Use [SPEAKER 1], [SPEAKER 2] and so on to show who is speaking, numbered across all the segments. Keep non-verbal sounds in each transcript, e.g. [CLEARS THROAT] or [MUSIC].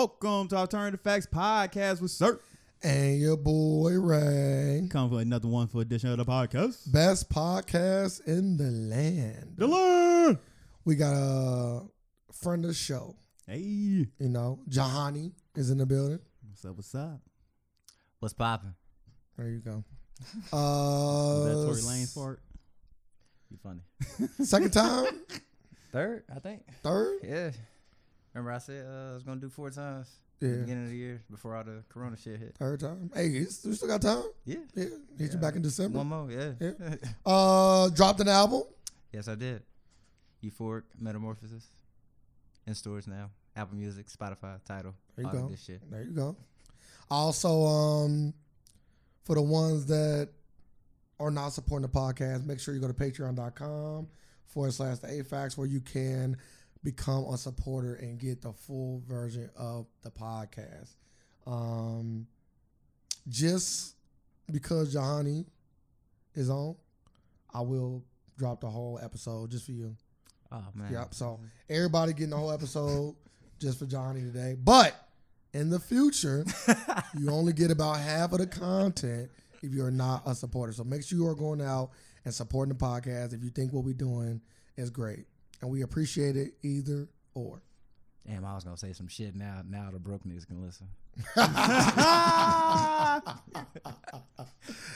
[SPEAKER 1] Welcome to Alternative Facts Podcast with Sir.
[SPEAKER 2] and your boy Ray.
[SPEAKER 1] Come for another one for edition of the podcast.
[SPEAKER 2] Best podcast in the land.
[SPEAKER 1] Dylan.
[SPEAKER 2] We got a friend of the show,
[SPEAKER 1] Hey,
[SPEAKER 2] you know, Jahani is in the building.
[SPEAKER 1] what's up? What's up?
[SPEAKER 3] What's poppin'?
[SPEAKER 2] There you go.
[SPEAKER 1] Is
[SPEAKER 2] Uh,
[SPEAKER 1] that Tory Lane's part?
[SPEAKER 3] You funny.
[SPEAKER 2] [LAUGHS] Second time?
[SPEAKER 3] Third, I think.
[SPEAKER 2] Third?
[SPEAKER 3] Yeah. Remember I said uh, I was gonna do four times at the
[SPEAKER 2] Yeah.
[SPEAKER 3] beginning of the year before all the corona shit hit.
[SPEAKER 2] Third time. Hey, you s- you still got time?
[SPEAKER 3] Yeah.
[SPEAKER 2] Yeah. Hit you back in December.
[SPEAKER 3] One more, yeah.
[SPEAKER 2] Uh, dropped an album.
[SPEAKER 3] [LAUGHS] yes, I did. Euphoric Metamorphosis. In stores now. Apple Music, Spotify, title.
[SPEAKER 2] There you
[SPEAKER 3] all that
[SPEAKER 2] go.
[SPEAKER 3] good shit.
[SPEAKER 2] There you go. Also, um, for the ones that are not supporting the podcast, make sure you go to patreon.com forward slash the AFAX where you can become a supporter and get the full version of the podcast. Um, just because Johanny is on, I will drop the whole episode just for you.
[SPEAKER 3] Oh man.
[SPEAKER 2] Yep. So everybody getting the whole episode just for Johnny today. But in the future, you only get about half of the content if you're not a supporter. So make sure you are going out and supporting the podcast. If you think what we're doing is great, and we appreciate it either or. [LAUGHS]
[SPEAKER 3] Damn, I was gonna say some shit now. Now the broke niggas can [LAUGHS] listen.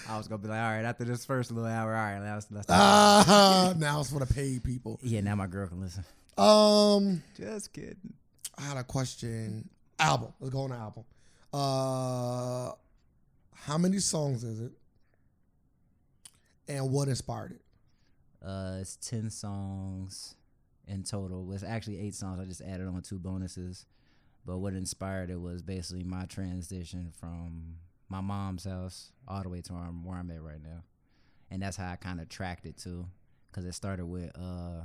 [SPEAKER 3] I was gonna be like, all right, after this first little hour, all right, let's let's
[SPEAKER 2] Ah, now it's for the paid people.
[SPEAKER 3] Yeah, now my girl can listen.
[SPEAKER 2] Um,
[SPEAKER 3] Just kidding.
[SPEAKER 2] I had a question. Album. Let's go on the album. Uh, how many songs is it? And what inspired it?
[SPEAKER 3] Uh, it's ten songs in total. It's actually eight songs. I just added on two bonuses. But what inspired it was basically my transition from my mom's house all the way to where I'm, where I'm at right now, and that's how I kind of tracked it too, because it started with uh,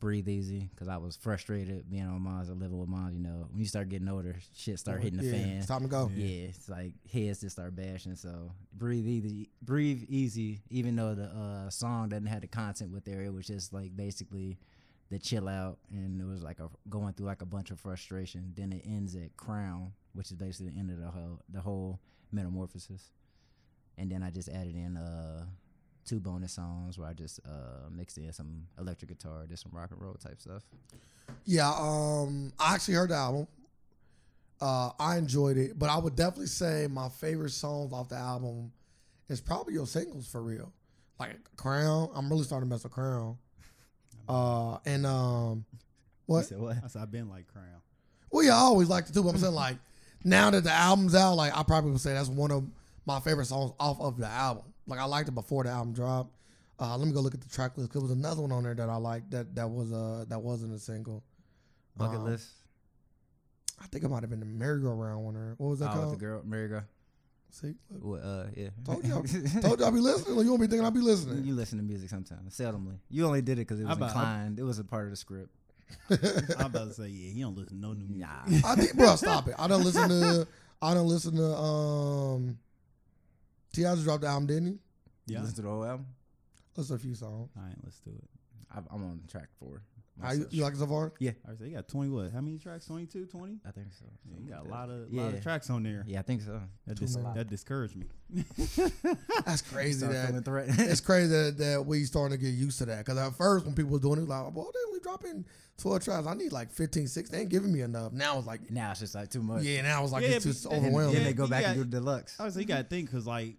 [SPEAKER 3] breathe easy, because I was frustrated being on moms and living with moms. You know, when you start getting older, shit start hitting the
[SPEAKER 2] Oh, yeah,
[SPEAKER 3] fan.
[SPEAKER 2] It's time to
[SPEAKER 3] Oh,
[SPEAKER 2] go.
[SPEAKER 3] Yeah. it's like heads just start bashing. So breathe easy, breathe easy. Even though the uh, song doesn't have the content with there, it was just like basically the chill out, and it was like a, going through like a bunch of frustration. Then it ends at crown, which is basically the end of the whole the whole metamorphosis. And then I just added in uh, two bonus songs where I just uh, mixed in some electric guitar, did some rock and roll type stuff.
[SPEAKER 2] Yeah, um, I actually heard the album. Uh, I enjoyed it, but I would definitely say my favorite songs off the album is probably your singles for real. Like Crown, I'm really starting to mess with Crown. Uh, and um, what?
[SPEAKER 3] what?
[SPEAKER 1] I said I've been like Crown.
[SPEAKER 2] Well, yeah, I always liked it too. But I'm saying like now that the album's out, like I probably would say that's one of my favorite songs off of the album. Like I liked it before the album dropped. Uh, let me go look at the track list. 'cause There was another one on there that I liked that that was uh that wasn't a single.
[SPEAKER 3] Bucket
[SPEAKER 2] Um,
[SPEAKER 3] list.
[SPEAKER 2] I think it might have been the merry-go-round one or what was
[SPEAKER 3] Oh,
[SPEAKER 2] that
[SPEAKER 3] with the
[SPEAKER 2] called?
[SPEAKER 3] girl, Mary Girl.
[SPEAKER 2] See, look,
[SPEAKER 3] Well, uh, yeah. [LAUGHS]
[SPEAKER 2] Told y'all. told you I be listening. Like, you don't be thinking I be listening.
[SPEAKER 3] You listen to music sometimes, seldomly. You only did it because it
[SPEAKER 1] I
[SPEAKER 3] was
[SPEAKER 1] about-
[SPEAKER 3] inclined. It was a part of the script.
[SPEAKER 1] I'm about to say yeah. He don't listen to no new music.
[SPEAKER 3] Nah.
[SPEAKER 2] [LAUGHS] I think, bro, stop it. I don't listen to. I don't listen to. Um, Ti just dropped the album, didn't he?
[SPEAKER 1] Yeah,
[SPEAKER 3] You listen to the whole album.
[SPEAKER 2] Listen to a few songs.
[SPEAKER 1] I ain't listen to it.
[SPEAKER 3] I, I'm on track four.
[SPEAKER 2] How you, you like it so far?
[SPEAKER 3] [LAUGHS]
[SPEAKER 1] I said you got 20 what? How many tracks? 22, 20?
[SPEAKER 3] I think so.
[SPEAKER 1] Yeah, you
[SPEAKER 3] Something
[SPEAKER 1] got a
[SPEAKER 3] like
[SPEAKER 1] lot
[SPEAKER 3] that.
[SPEAKER 1] of
[SPEAKER 3] yeah.
[SPEAKER 1] lot of tracks on there.
[SPEAKER 3] Yeah, I think so.
[SPEAKER 1] That,
[SPEAKER 2] Too
[SPEAKER 1] dis-
[SPEAKER 2] many.
[SPEAKER 1] that discouraged me.
[SPEAKER 2] That's crazy.
[SPEAKER 3] Start
[SPEAKER 2] That
[SPEAKER 3] feeling threatened.
[SPEAKER 2] it's crazy that, that we starting to get used to that. Because at first, when people was doing it, like, well, they only dropping twelve tracks. I need like 15, 16. They ain't giving me enough. Now it's
[SPEAKER 3] [LAUGHS]
[SPEAKER 2] like,
[SPEAKER 3] now it's just like too much.
[SPEAKER 2] yeah. Now it's like
[SPEAKER 1] Yeah,
[SPEAKER 2] it's
[SPEAKER 1] but-
[SPEAKER 2] just
[SPEAKER 1] and-
[SPEAKER 3] And
[SPEAKER 2] overwhelming.
[SPEAKER 3] then
[SPEAKER 1] Yeah,
[SPEAKER 3] they go
[SPEAKER 1] you
[SPEAKER 3] back and do
[SPEAKER 1] got-
[SPEAKER 3] the deluxe.
[SPEAKER 1] Obviously, you gotta think because like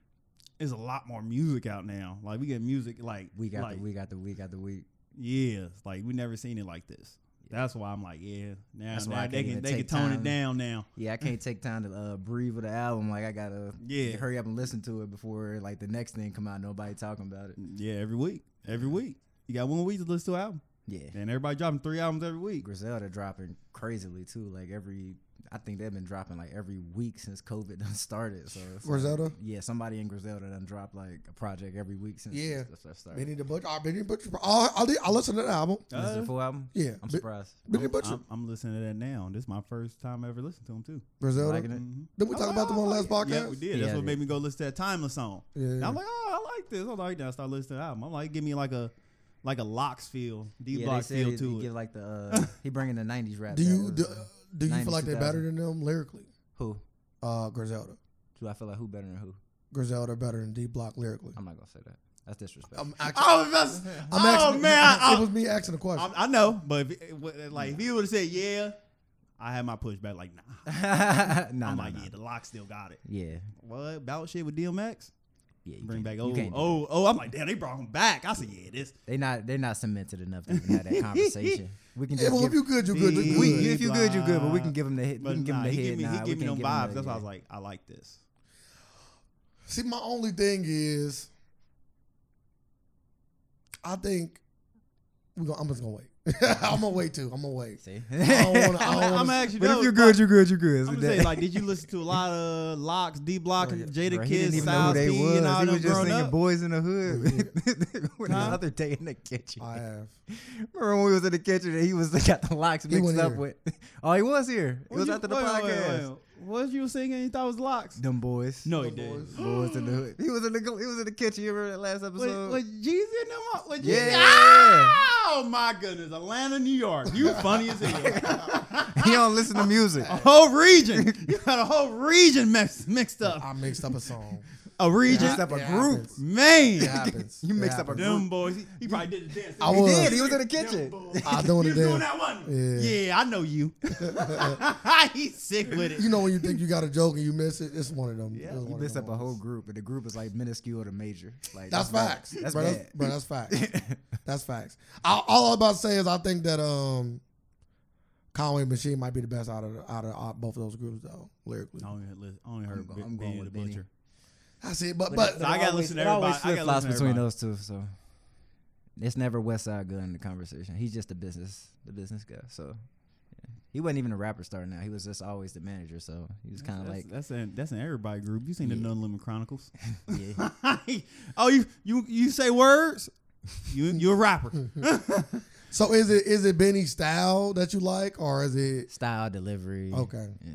[SPEAKER 1] there's a lot more music out now. Like we get music like
[SPEAKER 3] Week after
[SPEAKER 1] like,
[SPEAKER 3] week after week after week.
[SPEAKER 1] Yeah, like we never seen it like this. That's why I'm like, yeah, now,
[SPEAKER 3] That's why
[SPEAKER 1] now
[SPEAKER 3] I
[SPEAKER 1] they
[SPEAKER 3] can't
[SPEAKER 1] can
[SPEAKER 3] even
[SPEAKER 1] they can
[SPEAKER 3] take
[SPEAKER 1] tone it
[SPEAKER 3] time.
[SPEAKER 1] down now.
[SPEAKER 3] Yeah, I can't take time to uh, breathe with the album. Like I gotta
[SPEAKER 1] Yeah.
[SPEAKER 3] hurry up and listen to it before like the next thing come out. Nobody talking about it.
[SPEAKER 1] Yeah, every week, every week you got one week to listen to an album,
[SPEAKER 3] Yeah.
[SPEAKER 1] and everybody dropping three albums every week.
[SPEAKER 3] Griselda dropping crazily too. Like every, I think they've been dropping like every week since COVID [LAUGHS] done started. So it's like-
[SPEAKER 2] Griselda?
[SPEAKER 3] yeah, somebody in Griselda done dropped like a project every week since
[SPEAKER 2] Yeah.
[SPEAKER 3] this stuff started.
[SPEAKER 2] Benny the Butcher. Uh, Benny the Butcher. I, I, did- I listened to the album.
[SPEAKER 3] This is
[SPEAKER 1] Uh, uh-huh.
[SPEAKER 3] the full album.
[SPEAKER 2] Yeah,
[SPEAKER 3] I'm
[SPEAKER 2] Bi-
[SPEAKER 3] surprised.
[SPEAKER 2] Benny the Butcher.
[SPEAKER 1] I'm, I'm listening to that now. This is my first time I ever listening to them too.
[SPEAKER 2] Griselda.
[SPEAKER 3] liking it.
[SPEAKER 1] Mhm.
[SPEAKER 2] Didn't we
[SPEAKER 1] I'm
[SPEAKER 2] talk
[SPEAKER 1] like,
[SPEAKER 2] about them
[SPEAKER 1] oh,
[SPEAKER 2] on
[SPEAKER 1] I
[SPEAKER 2] last
[SPEAKER 1] like it. Yeah, we
[SPEAKER 2] podcast?
[SPEAKER 1] did.
[SPEAKER 3] Mm-hmm. Yeah,
[SPEAKER 1] That's
[SPEAKER 3] I
[SPEAKER 1] what
[SPEAKER 3] did.
[SPEAKER 1] made me go listen to that Timeless song.
[SPEAKER 2] Yeah.
[SPEAKER 1] And I'm like, oh, I like this. I like that. I started listening to the album. I'm like, give me like a like a locks feel, D
[SPEAKER 3] yeah,
[SPEAKER 1] block
[SPEAKER 3] they said
[SPEAKER 1] feel
[SPEAKER 3] he, he
[SPEAKER 1] to
[SPEAKER 2] [LAUGHS]
[SPEAKER 1] it.
[SPEAKER 3] give like the uh, he bringing the '90s rap.
[SPEAKER 2] Do
[SPEAKER 3] back.
[SPEAKER 2] you
[SPEAKER 3] It
[SPEAKER 2] do,
[SPEAKER 3] was, uh,
[SPEAKER 2] Do you feel like they're
[SPEAKER 3] 92,000.
[SPEAKER 2] better than them lyrically?
[SPEAKER 3] Who?
[SPEAKER 2] Uh, Griselda.
[SPEAKER 3] Do I feel like who better than who?
[SPEAKER 2] Griselda better than D Block lyrically.
[SPEAKER 3] I'm not gonna say that. That's disrespectful.
[SPEAKER 2] I'm actually,
[SPEAKER 1] Oh, that's,
[SPEAKER 2] I'm
[SPEAKER 1] oh
[SPEAKER 2] asking- [LAUGHS]
[SPEAKER 1] man,
[SPEAKER 2] it
[SPEAKER 1] I,
[SPEAKER 2] was me asking the question.
[SPEAKER 1] I, I know, but if, it- what- like if you would have said yeah, I had my pushback. Like
[SPEAKER 3] [LAUGHS]
[SPEAKER 1] nah,
[SPEAKER 3] [LAUGHS] nah,
[SPEAKER 1] I'm
[SPEAKER 3] nah,
[SPEAKER 1] like
[SPEAKER 3] nah.
[SPEAKER 1] yeah, the lock still got it.
[SPEAKER 3] yeah,
[SPEAKER 1] What bout shit with DMX?
[SPEAKER 3] yeah. you can't-
[SPEAKER 1] Bring back
[SPEAKER 3] you
[SPEAKER 1] old,
[SPEAKER 3] can't do that.
[SPEAKER 1] oh, oh. I'm like damn, they brought him back. I said yeah, this.
[SPEAKER 3] They not they not cemented enough to even have
[SPEAKER 2] [LAUGHS]
[SPEAKER 3] that conversation. We can
[SPEAKER 2] Yeah,
[SPEAKER 3] just
[SPEAKER 2] well,
[SPEAKER 3] give,
[SPEAKER 2] if you good, you good. You
[SPEAKER 1] Yeah.
[SPEAKER 2] good.
[SPEAKER 3] we, you- if you good, you good, but we
[SPEAKER 1] Blah.
[SPEAKER 3] can give them the hit. We
[SPEAKER 1] But
[SPEAKER 3] can give
[SPEAKER 1] nah,
[SPEAKER 3] them the
[SPEAKER 1] he
[SPEAKER 3] hit.
[SPEAKER 1] give me,
[SPEAKER 3] nah,
[SPEAKER 1] he
[SPEAKER 3] we
[SPEAKER 1] give me
[SPEAKER 3] can't
[SPEAKER 1] them
[SPEAKER 3] give
[SPEAKER 1] vibes.
[SPEAKER 3] 'em
[SPEAKER 1] That's why I was
[SPEAKER 3] yeah.
[SPEAKER 1] like, I
[SPEAKER 3] [LAUGHS]
[SPEAKER 1] like this.
[SPEAKER 2] See, my only thing is, I think we gonna, I'm just gonna wait. [LAUGHS] I'm gonna wait too. I'm gonna wait.
[SPEAKER 3] See,
[SPEAKER 1] [LAUGHS]
[SPEAKER 2] I don't wanna, I
[SPEAKER 1] I'm,
[SPEAKER 2] don't
[SPEAKER 1] I'm,
[SPEAKER 2] wanna,
[SPEAKER 3] [LAUGHS]
[SPEAKER 1] actually.
[SPEAKER 3] but
[SPEAKER 1] that
[SPEAKER 3] if you're
[SPEAKER 1] was-
[SPEAKER 3] good, you're good, you're good.
[SPEAKER 1] I'm gonna say, like, did you listen to a lot of locks, D Block,
[SPEAKER 2] Bro, yeah.
[SPEAKER 1] Jada
[SPEAKER 3] Oh, Bruh, he didn't
[SPEAKER 1] Kiss,
[SPEAKER 3] even know who
[SPEAKER 1] Styles
[SPEAKER 3] they
[SPEAKER 1] P,
[SPEAKER 3] was.
[SPEAKER 1] and all
[SPEAKER 3] He
[SPEAKER 1] them
[SPEAKER 3] was just
[SPEAKER 1] growing
[SPEAKER 3] singing
[SPEAKER 1] up?
[SPEAKER 3] "Boys in the Hood."
[SPEAKER 2] Yeah.
[SPEAKER 3] [LAUGHS] when the
[SPEAKER 1] Huh? Oh,
[SPEAKER 3] other day in the kitchen,
[SPEAKER 2] I have.
[SPEAKER 3] remember when we was in the kitchen and he was got the locks
[SPEAKER 2] He
[SPEAKER 3] mixed
[SPEAKER 2] wasn't
[SPEAKER 3] up
[SPEAKER 2] here.
[SPEAKER 3] with. [LAUGHS] Oh, he was here. It
[SPEAKER 1] What
[SPEAKER 3] was
[SPEAKER 1] you-
[SPEAKER 3] after the
[SPEAKER 1] wait,
[SPEAKER 3] podcast.
[SPEAKER 1] wait, wait, wait. What you singing? You thought it was locks?
[SPEAKER 3] Them boys.
[SPEAKER 1] No, he
[SPEAKER 2] Them boys.
[SPEAKER 1] didn't.
[SPEAKER 3] boys in the hood. He was in the he was in the kitchen. You remember that last
[SPEAKER 1] Was,
[SPEAKER 3] episode? [LAUGHS]
[SPEAKER 1] was Jeezy in them? up? Was Jeezy?
[SPEAKER 3] Yeah.
[SPEAKER 1] Oh my goodness, Atlanta, New York.
[SPEAKER 3] [LAUGHS]
[SPEAKER 1] You funny as hell.
[SPEAKER 3] he don't listen to
[SPEAKER 1] [LAUGHS]
[SPEAKER 3] music.
[SPEAKER 1] a whole region. You got a whole region mixed mixed up.
[SPEAKER 2] I mixed up
[SPEAKER 3] [LAUGHS]
[SPEAKER 2] a song.
[SPEAKER 1] A region,
[SPEAKER 3] mixed up a
[SPEAKER 2] it
[SPEAKER 3] group.
[SPEAKER 2] happens. It
[SPEAKER 1] man.
[SPEAKER 2] happens.
[SPEAKER 3] You
[SPEAKER 2] It
[SPEAKER 3] mixed up a
[SPEAKER 2] happens.
[SPEAKER 1] Them boys. He, he probably did the dance.
[SPEAKER 2] I
[SPEAKER 3] He
[SPEAKER 2] was.
[SPEAKER 3] did. He was in the
[SPEAKER 1] Them
[SPEAKER 3] kitchen.
[SPEAKER 1] boys.
[SPEAKER 2] I doing
[SPEAKER 1] you
[SPEAKER 2] it
[SPEAKER 1] was doing
[SPEAKER 2] then.
[SPEAKER 1] that one.
[SPEAKER 2] Yeah.
[SPEAKER 1] I know [LAUGHS] you. He's sick with it.
[SPEAKER 2] You know when you think you got a joke and you miss it, it's one of them.
[SPEAKER 1] Yeah.
[SPEAKER 2] It's one
[SPEAKER 3] You
[SPEAKER 2] of
[SPEAKER 3] mess
[SPEAKER 2] them
[SPEAKER 3] up a whole
[SPEAKER 2] ones.
[SPEAKER 3] group, and the group is like minuscule to major. Like
[SPEAKER 2] That's
[SPEAKER 3] bad.
[SPEAKER 2] facts.
[SPEAKER 3] That's
[SPEAKER 2] bro,
[SPEAKER 3] bad.
[SPEAKER 2] That's, bro, that's facts.
[SPEAKER 3] [LAUGHS]
[SPEAKER 2] That's facts. I, all I'm about to say is I think that um, Conway Machine might be the best out of the- out of all- both of those groups though lyrically.
[SPEAKER 1] I only, listen, I only heard
[SPEAKER 3] go-
[SPEAKER 1] Bi-
[SPEAKER 3] I'm going
[SPEAKER 1] Benny
[SPEAKER 3] with
[SPEAKER 1] the
[SPEAKER 3] Benny.
[SPEAKER 1] Butcher.
[SPEAKER 2] That's it. But but
[SPEAKER 1] So I gotta listen to
[SPEAKER 3] it always
[SPEAKER 1] everybody- I gotta
[SPEAKER 3] flip-flops
[SPEAKER 1] listen to
[SPEAKER 3] between
[SPEAKER 1] everybody.
[SPEAKER 3] those two. So it's never West Side Gun in the conversation. He's just a business, the business guy. So yeah. he wasn't even a rapper star now. He was just always the manager. So he was kind of
[SPEAKER 1] That's-
[SPEAKER 3] like,
[SPEAKER 1] that's an that's an everybody group. You seen the
[SPEAKER 3] Yeah.
[SPEAKER 1] Nun
[SPEAKER 2] [LAUGHS]
[SPEAKER 1] Lemon Chronicles? [LAUGHS]
[SPEAKER 3] yeah,
[SPEAKER 1] oh, you you you say words? You you
[SPEAKER 2] [LAUGHS]
[SPEAKER 1] a rapper?
[SPEAKER 2] so is it is it Benny style that you like or is
[SPEAKER 1] [LAUGHS]
[SPEAKER 2] it
[SPEAKER 3] style delivery.
[SPEAKER 2] okay?
[SPEAKER 3] Yeah.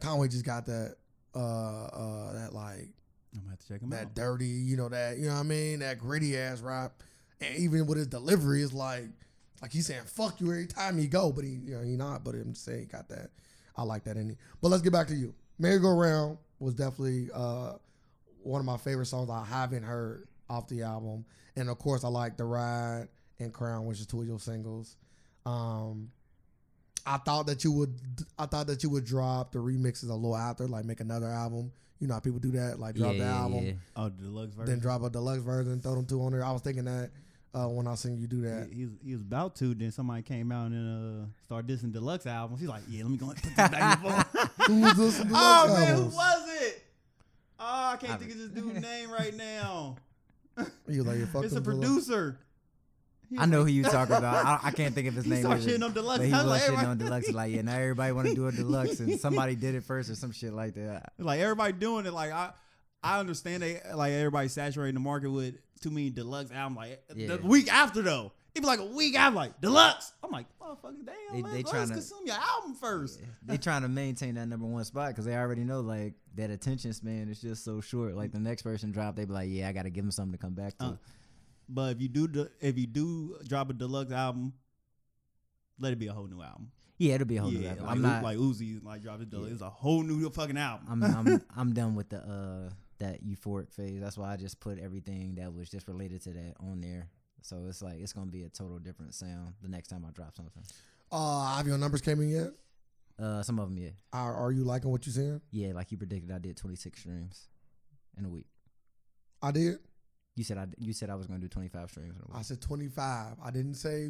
[SPEAKER 2] Conway just got that uh uh that like
[SPEAKER 1] I'm gonna have to check him
[SPEAKER 2] that
[SPEAKER 1] out.
[SPEAKER 2] dirty you know that you know what I mean that gritty ass rap and even with his delivery it's like like he's saying fuck you every time he go but he you know he not but I'm just saying he got that I like that in it but let's get back to you merry go round was definitely uh one of my favorite songs I haven't heard off the album and of course I like the ride and crown which is two of your singles um I thought that you would I thought that you would drop the remixes a little after like make another album you know how people do that like drop
[SPEAKER 3] yeah,
[SPEAKER 2] the
[SPEAKER 3] yeah,
[SPEAKER 2] album
[SPEAKER 3] yeah.
[SPEAKER 1] Oh, the deluxe version.
[SPEAKER 2] then drop a deluxe version, throw them two on there. I was thinking that uh, when I seen you do
[SPEAKER 3] [LAUGHS]
[SPEAKER 2] that.
[SPEAKER 1] He, he was, he was about to. Then somebody came out and uh, started dissing deluxe albums. He's like, yeah, let me go. And put that back in the phone."
[SPEAKER 2] [LAUGHS] Who
[SPEAKER 1] [LAUGHS]
[SPEAKER 2] was this deluxe
[SPEAKER 1] oh man, who
[SPEAKER 2] albums?
[SPEAKER 1] was it? Oh, I can't
[SPEAKER 3] I
[SPEAKER 1] think of this dude's name right now.
[SPEAKER 2] He was like, "Yeah, fuck
[SPEAKER 1] It's a
[SPEAKER 2] them deluxe."
[SPEAKER 1] producer. He
[SPEAKER 3] I
[SPEAKER 1] was
[SPEAKER 3] know who you talking about. I, I can't think of his
[SPEAKER 1] He
[SPEAKER 3] name.
[SPEAKER 1] started
[SPEAKER 3] either.
[SPEAKER 1] shitting on deluxe.
[SPEAKER 3] But he
[SPEAKER 1] I was
[SPEAKER 3] was
[SPEAKER 1] like,
[SPEAKER 3] shitting on
[SPEAKER 1] everybody-
[SPEAKER 3] deluxe. Like, yeah, now everybody want to do a deluxe, and somebody did it first or some shit like that.
[SPEAKER 1] Like everybody doing it. Like I, I understand they like everybody saturating the market with too many deluxe albums. Like
[SPEAKER 3] Yeah.
[SPEAKER 1] the week after though, it be like a week after like deluxe. I'm like, motherfucker, damn,
[SPEAKER 3] They-
[SPEAKER 1] let's,
[SPEAKER 3] they
[SPEAKER 1] let's
[SPEAKER 3] tryna-
[SPEAKER 1] consume your album first.
[SPEAKER 3] they trying to maintain that number one spot because they already know like that attention span is just so short. Like the next person drop, they be like, yeah, I got to give them something to come back to.
[SPEAKER 1] Uh, But if you do, de- if you do drop a deluxe album, let it be a whole new album.
[SPEAKER 3] yeah, it'll be a whole new
[SPEAKER 1] yeah,
[SPEAKER 3] album.
[SPEAKER 1] Like,
[SPEAKER 3] I'm not.
[SPEAKER 1] like Uzi, like dropped a deluxe.
[SPEAKER 3] Yeah.
[SPEAKER 1] It's a whole new fucking album.
[SPEAKER 3] I'm, I'm I'm done with the uh that euphoric phase. That's why I just put everything that was just related to that on there. So it's like it's gonna be a total different sound the next time I drop something.
[SPEAKER 2] Uh, have your numbers came in yet?
[SPEAKER 3] Uh, some of them, yeah,
[SPEAKER 2] Are, are you liking what you seeing?
[SPEAKER 3] yeah. Like you predicted, I did 26 streams in a week.
[SPEAKER 2] I did.
[SPEAKER 3] You said I you said I was gonna do 25 streams in a
[SPEAKER 2] I
[SPEAKER 3] week.
[SPEAKER 2] said twenty five. I didn't say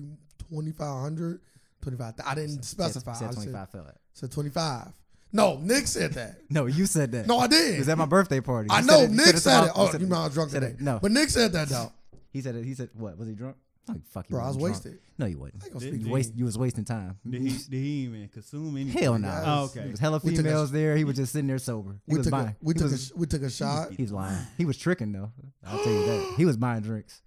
[SPEAKER 2] twenty five hundred. Twenty five. I didn't specify.
[SPEAKER 3] Said,
[SPEAKER 2] I
[SPEAKER 3] said
[SPEAKER 2] just
[SPEAKER 3] 25.
[SPEAKER 2] said,
[SPEAKER 3] fell out.
[SPEAKER 2] said twenty five. No, Nick said that.
[SPEAKER 3] No, you said that.
[SPEAKER 2] No, I
[SPEAKER 3] It was
[SPEAKER 2] did.
[SPEAKER 3] at my birthday party.
[SPEAKER 2] I
[SPEAKER 3] You
[SPEAKER 2] know
[SPEAKER 3] said you
[SPEAKER 2] Nick said
[SPEAKER 3] about-
[SPEAKER 2] it. Oh,
[SPEAKER 3] said
[SPEAKER 2] you know I was drunk
[SPEAKER 3] said
[SPEAKER 2] today.
[SPEAKER 3] it- No,
[SPEAKER 2] But Nick said that though.
[SPEAKER 3] he said it. He said what? Was he drunk? No, fuck you.
[SPEAKER 2] Bro, I was
[SPEAKER 3] wasn't drunk.
[SPEAKER 2] wasted.
[SPEAKER 3] No, you wasn't.
[SPEAKER 2] I ain't gonna
[SPEAKER 1] Did
[SPEAKER 2] speak.
[SPEAKER 1] you-
[SPEAKER 3] You, waste, you was wasting time.
[SPEAKER 1] [LAUGHS] did, he, did he even consume anything?
[SPEAKER 3] Hell no.
[SPEAKER 2] guys.
[SPEAKER 1] Oh, okay.
[SPEAKER 3] It was hella
[SPEAKER 2] We took a-
[SPEAKER 3] females there. He was just sitting there sober. He
[SPEAKER 2] We
[SPEAKER 3] was
[SPEAKER 2] took
[SPEAKER 3] buying.
[SPEAKER 2] a, we
[SPEAKER 3] He
[SPEAKER 2] took a,
[SPEAKER 3] was-
[SPEAKER 2] sh- we took a shot.
[SPEAKER 3] He's lying. He was tricking though. I'll tell you that. He was buying drinks.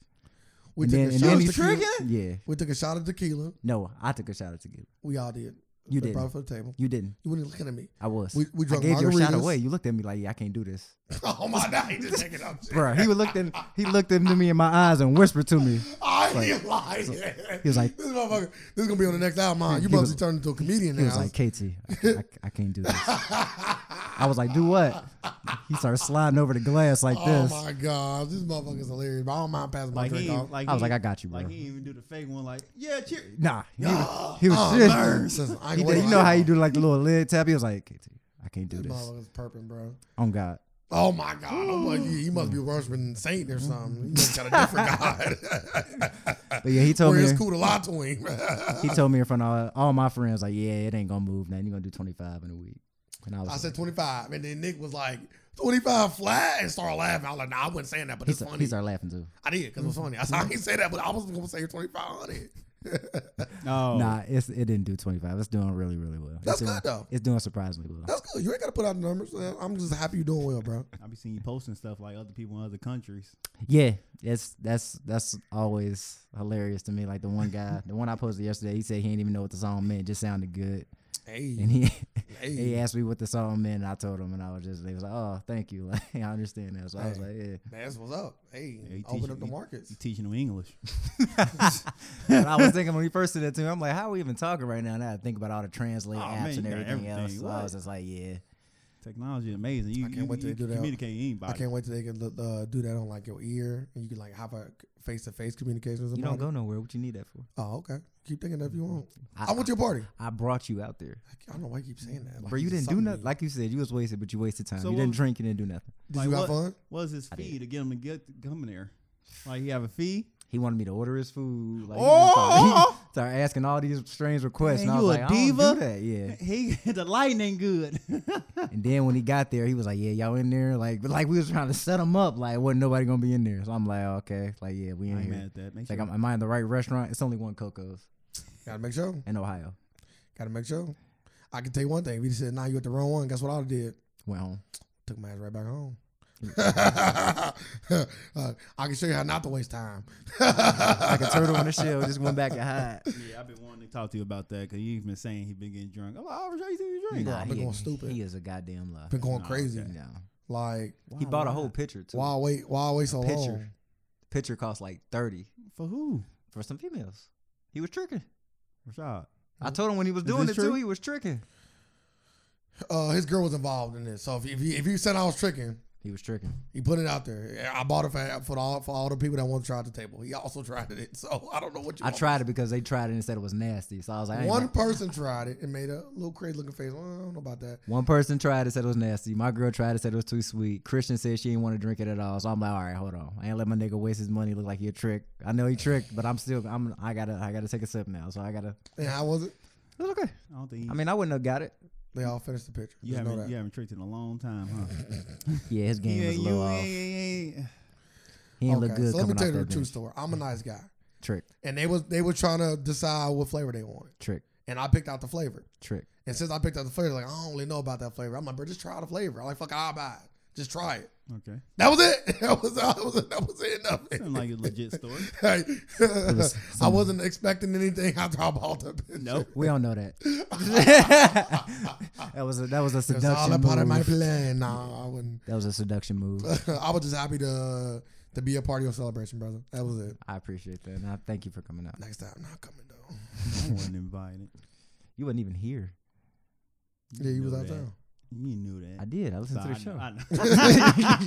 [SPEAKER 2] We
[SPEAKER 3] And
[SPEAKER 2] took
[SPEAKER 3] then-
[SPEAKER 2] a
[SPEAKER 3] and
[SPEAKER 2] shot.
[SPEAKER 3] then
[SPEAKER 2] of
[SPEAKER 3] he-
[SPEAKER 2] tequila.
[SPEAKER 3] Yeah.
[SPEAKER 2] We took a shot of tequila.
[SPEAKER 3] No, I took a shot of tequila.
[SPEAKER 2] We all did.
[SPEAKER 3] You
[SPEAKER 2] They
[SPEAKER 3] didn't.
[SPEAKER 2] brought it from the table.
[SPEAKER 3] You didn't.
[SPEAKER 2] You weren't looking
[SPEAKER 3] [LAUGHS]
[SPEAKER 2] at me.
[SPEAKER 3] I was.
[SPEAKER 2] We- we
[SPEAKER 3] I
[SPEAKER 2] drunk
[SPEAKER 3] gave your shot
[SPEAKER 2] margaritas.
[SPEAKER 3] away. You looked at me like, yeah, I can't do this,
[SPEAKER 2] Oh my god, he just taking
[SPEAKER 3] [LAUGHS]
[SPEAKER 2] up. shit.
[SPEAKER 3] bro. He was looked in. He looked into me in my eyes and whispered to me.
[SPEAKER 2] I ain't lying.
[SPEAKER 3] he was like-
[SPEAKER 2] [LAUGHS] this motherfucker. This is gonna be on the next album. Huh? You
[SPEAKER 3] he
[SPEAKER 2] must
[SPEAKER 3] was-
[SPEAKER 2] be turned into a comedian
[SPEAKER 3] He was
[SPEAKER 2] now.
[SPEAKER 3] like, Katie, I, I, I can't
[SPEAKER 2] [LAUGHS]
[SPEAKER 3] do this. I was like, do what? He started sliding over the glass like
[SPEAKER 2] oh
[SPEAKER 3] this.
[SPEAKER 2] my god, this motherfucker's hilarious. But I don't mind passing my
[SPEAKER 1] Like
[SPEAKER 2] drink
[SPEAKER 1] he,
[SPEAKER 2] off.
[SPEAKER 1] ain't- like
[SPEAKER 3] I was
[SPEAKER 1] he-
[SPEAKER 3] like, I got you, bro.
[SPEAKER 1] Like he didn't even do the fake one. Like, yeah, cheer.
[SPEAKER 2] [LAUGHS]
[SPEAKER 3] Nah, he, was- he was
[SPEAKER 2] Oh,
[SPEAKER 3] serious.
[SPEAKER 2] man, since I ain't
[SPEAKER 3] [LAUGHS] He
[SPEAKER 2] gonna
[SPEAKER 3] did, you
[SPEAKER 2] lie.
[SPEAKER 3] know how you do like the little lid tap? He was like, "KT, I can't do
[SPEAKER 2] This
[SPEAKER 3] this.
[SPEAKER 2] motherfucker's purping, bro.
[SPEAKER 3] Oh God,
[SPEAKER 2] Oh my god, I'm like, he he must be worshiping Saint or something. He must got a
[SPEAKER 3] [LAUGHS]
[SPEAKER 2] different god.
[SPEAKER 3] but yeah, he told
[SPEAKER 2] [LAUGHS] Where
[SPEAKER 3] me.
[SPEAKER 2] it's cool to lie to him. [LAUGHS]
[SPEAKER 3] He told me in front of all, all my friends, like, yeah, it ain't gonna move. Nothing. You gonna do twenty five in a week? And I was,
[SPEAKER 2] I
[SPEAKER 3] like,
[SPEAKER 2] said 25, and then Nick was like 25 flat and started laughing. I was like, Nah, I wouldn't say that, but
[SPEAKER 3] he,
[SPEAKER 2] it's
[SPEAKER 3] sta-
[SPEAKER 2] funny.
[SPEAKER 3] he started laughing too.
[SPEAKER 2] I did because it was funny. I said I ain't say that, but I was gonna say 2500.
[SPEAKER 1] Oh,
[SPEAKER 3] Nah, it's it didn't do twenty five. It's doing really, really well.
[SPEAKER 2] That's
[SPEAKER 3] it's doing,
[SPEAKER 2] good, though.
[SPEAKER 3] It's doing surprisingly well.
[SPEAKER 2] That's good. You ain't gotta put out the numbers. I'm just happy you're doing well, bro.
[SPEAKER 1] I be seeing you posting stuff like other people in other countries.
[SPEAKER 3] Yeah, it's that's that's always hilarious to me. Like the one guy, the one I posted yesterday, he said he didn't even know what the song meant. It just sounded good, and
[SPEAKER 2] Hey,
[SPEAKER 3] he [LAUGHS] he
[SPEAKER 2] hey,
[SPEAKER 3] asked me what the song meant, and I told him, and I was just he was like, oh, thank you, [LAUGHS] like I understand that. So I was like, yeah.
[SPEAKER 2] that's what's up. Hey,
[SPEAKER 1] Yeah, he
[SPEAKER 2] open
[SPEAKER 1] teach-
[SPEAKER 2] up the
[SPEAKER 1] he-
[SPEAKER 2] markets.
[SPEAKER 1] You teaching them English.
[SPEAKER 3] and I was thinking when he first said that to me, I'm like, how are we even talking right now? Now I think about all the translate
[SPEAKER 1] Oh,
[SPEAKER 3] apps
[SPEAKER 1] man,
[SPEAKER 3] and
[SPEAKER 1] you got
[SPEAKER 3] everything, else.
[SPEAKER 1] everything.
[SPEAKER 3] So I
[SPEAKER 1] What?
[SPEAKER 3] was just like, yeah,
[SPEAKER 1] Technology is amazing. You,
[SPEAKER 2] I can't
[SPEAKER 1] you,
[SPEAKER 2] wait till
[SPEAKER 1] you
[SPEAKER 2] they do that.
[SPEAKER 1] communicate with
[SPEAKER 2] I
[SPEAKER 1] anybody.
[SPEAKER 2] can't wait till they can uh, do that on like your ear, and you can like have a face to face communication. with
[SPEAKER 3] you don't
[SPEAKER 2] somebody.
[SPEAKER 3] go nowhere. What you need that for?
[SPEAKER 2] Oh, okay. Keep thinking that if you want. I,
[SPEAKER 3] I,
[SPEAKER 2] went to your party.
[SPEAKER 3] I brought you out there,
[SPEAKER 2] I don't know why you keep saying that. Like,
[SPEAKER 3] bro. You
[SPEAKER 2] just
[SPEAKER 3] didn't do
[SPEAKER 2] something
[SPEAKER 3] nothing. Like you said, you was wasted, but you wasted time.
[SPEAKER 1] So
[SPEAKER 3] you
[SPEAKER 1] what
[SPEAKER 3] didn't
[SPEAKER 1] was-
[SPEAKER 3] drink. You didn't do nothing.
[SPEAKER 2] Did
[SPEAKER 1] Like,
[SPEAKER 2] you have
[SPEAKER 1] what-
[SPEAKER 2] fun?
[SPEAKER 1] What was his
[SPEAKER 3] I
[SPEAKER 1] fee
[SPEAKER 3] did.
[SPEAKER 1] to get him to get
[SPEAKER 3] [LAUGHS]
[SPEAKER 1] coming there? Like he have a fee?
[SPEAKER 3] He wanted me to order his food. Like,
[SPEAKER 1] Oh,
[SPEAKER 3] he started,
[SPEAKER 1] oh,
[SPEAKER 3] [LAUGHS] started asking all these strange requests.
[SPEAKER 1] Man,
[SPEAKER 3] and I
[SPEAKER 1] you
[SPEAKER 3] was
[SPEAKER 1] a
[SPEAKER 3] like, I don't
[SPEAKER 1] diva?
[SPEAKER 3] do that. Yeah.
[SPEAKER 1] [LAUGHS] He the lighting ain't good. [LAUGHS]
[SPEAKER 3] and then when he got there, he was like, "Yeah, y'all in there?" Like, but like we was trying to set him up. Like, wasn't nobody gonna be in there. So I'm like, oh, "Okay, like, yeah, we in
[SPEAKER 1] I ain't
[SPEAKER 3] here."
[SPEAKER 1] mad at that. Make
[SPEAKER 3] Like,
[SPEAKER 1] sure.
[SPEAKER 3] am, am I in the right restaurant? It's only one Coco's
[SPEAKER 2] Gotta make sure.
[SPEAKER 3] in Ohio.
[SPEAKER 2] Gotta make sure. I can tell you one thing. If you said, nah, you at the wrong one, guess what I did?
[SPEAKER 3] Went home.
[SPEAKER 2] Took my ass right back home. [LAUGHS] Uh, I can show you how not to waste time.
[SPEAKER 3] [LAUGHS] Like
[SPEAKER 2] [LAUGHS]
[SPEAKER 3] a turtle in a shell, just went back to [LAUGHS] hide.
[SPEAKER 1] [LAUGHS] yeah, I've been wanting to talk to you about that because you've been saying he's been getting drunk. I'm like, oh, Rashad, you said you drink.
[SPEAKER 2] Nah, I've been
[SPEAKER 3] he-
[SPEAKER 2] going stupid.
[SPEAKER 3] He is a goddamn liar.
[SPEAKER 2] Been going
[SPEAKER 1] Nah,
[SPEAKER 2] crazy.
[SPEAKER 1] okay.
[SPEAKER 3] No.
[SPEAKER 2] Like,
[SPEAKER 3] He bought
[SPEAKER 1] Why
[SPEAKER 3] a
[SPEAKER 1] lie?
[SPEAKER 3] why? whole pitcher too.
[SPEAKER 2] why wait? Why wait so
[SPEAKER 3] Picture.
[SPEAKER 2] long?
[SPEAKER 3] Pitcher cost like thirty
[SPEAKER 1] For who?
[SPEAKER 3] for some females. He was tricking.
[SPEAKER 1] Rashad.
[SPEAKER 3] I told him when he was
[SPEAKER 1] Is
[SPEAKER 3] doing it
[SPEAKER 1] this
[SPEAKER 3] too,
[SPEAKER 1] true?
[SPEAKER 3] he was tricking.
[SPEAKER 2] Uh, his girl was involved in this. So if if you, if you said I was tricking,
[SPEAKER 3] He was tricking.
[SPEAKER 2] he put it out there. I bought it for for all for all the people that want to try at the table. He also [LAUGHS] tried it. So I don't know what you.
[SPEAKER 3] I
[SPEAKER 2] want.
[SPEAKER 3] tried it because they tried it and said it was nasty. So I was like, I ain't
[SPEAKER 2] One
[SPEAKER 3] about-
[SPEAKER 2] person tried it and made a little crazy looking face. Well, I don't know about that.
[SPEAKER 3] one person tried it, said it was nasty. My girl tried it, said it was too sweet. Christian said she didn't want to drink it at all. So I'm like, all right, hold on. I ain't let my nigga waste his money. Look like he a trick. I know he tricked, but I'm still. I'm. I gotta. I gotta take a sip now. So I gotta.
[SPEAKER 2] And how was it?
[SPEAKER 3] It was okay.
[SPEAKER 1] I don't think he,
[SPEAKER 3] I mean, I wouldn't have got it.
[SPEAKER 2] They all finished the picture.
[SPEAKER 1] you
[SPEAKER 2] Just know that.
[SPEAKER 1] haven't you haven't tricked in a long time, huh?
[SPEAKER 3] Yeah, his game
[SPEAKER 1] yeah,
[SPEAKER 3] was a little
[SPEAKER 1] you
[SPEAKER 3] off.
[SPEAKER 1] ain't- ain't- ain't-
[SPEAKER 3] He didn't look
[SPEAKER 2] Okay,
[SPEAKER 3] good
[SPEAKER 2] so let me
[SPEAKER 3] coming
[SPEAKER 2] tell you
[SPEAKER 3] off
[SPEAKER 2] the
[SPEAKER 3] that
[SPEAKER 2] true
[SPEAKER 3] bench.
[SPEAKER 2] story. I'm a nice guy,
[SPEAKER 3] Trick,
[SPEAKER 2] and they was they were trying to decide what flavor they wanted,
[SPEAKER 3] trick,
[SPEAKER 2] and I picked out the flavor.
[SPEAKER 3] trick.
[SPEAKER 2] And since I picked out the flavor, like I don't really know about that flavor. I'm like, bro, just try the flavor. I'm like, fuck, it, I'll buy it. Just try it.
[SPEAKER 1] Okay.
[SPEAKER 2] That was it. [LAUGHS] That was that was that was it. [LAUGHS]
[SPEAKER 1] Sound
[SPEAKER 2] Nothing.
[SPEAKER 1] like a legit [LAUGHS] story.
[SPEAKER 3] was
[SPEAKER 2] [LAUGHS] I wasn't expecting anything after I bought the picture. [LAUGHS]
[SPEAKER 1] Nope.
[SPEAKER 3] We all know [LAUGHS] that. that was a, that was a
[SPEAKER 2] It's all
[SPEAKER 3] seduction
[SPEAKER 2] a part of my
[SPEAKER 3] move.
[SPEAKER 2] plan. Nah, I wouldn't. [LAUGHS]
[SPEAKER 3] That was a seduction move.
[SPEAKER 2] I was just happy to to be a part of your celebration, brother. That was it.
[SPEAKER 3] I appreciate that, and I thank you for coming out.
[SPEAKER 2] Next time, not coming though.
[SPEAKER 1] I wasn't invited.
[SPEAKER 3] You wasn't even here.
[SPEAKER 2] Yeah, you
[SPEAKER 1] knew
[SPEAKER 2] was out
[SPEAKER 1] that.
[SPEAKER 2] there.
[SPEAKER 1] You knew that.
[SPEAKER 3] I did. I
[SPEAKER 1] So
[SPEAKER 3] listened to the show.
[SPEAKER 1] I, know- [LAUGHS]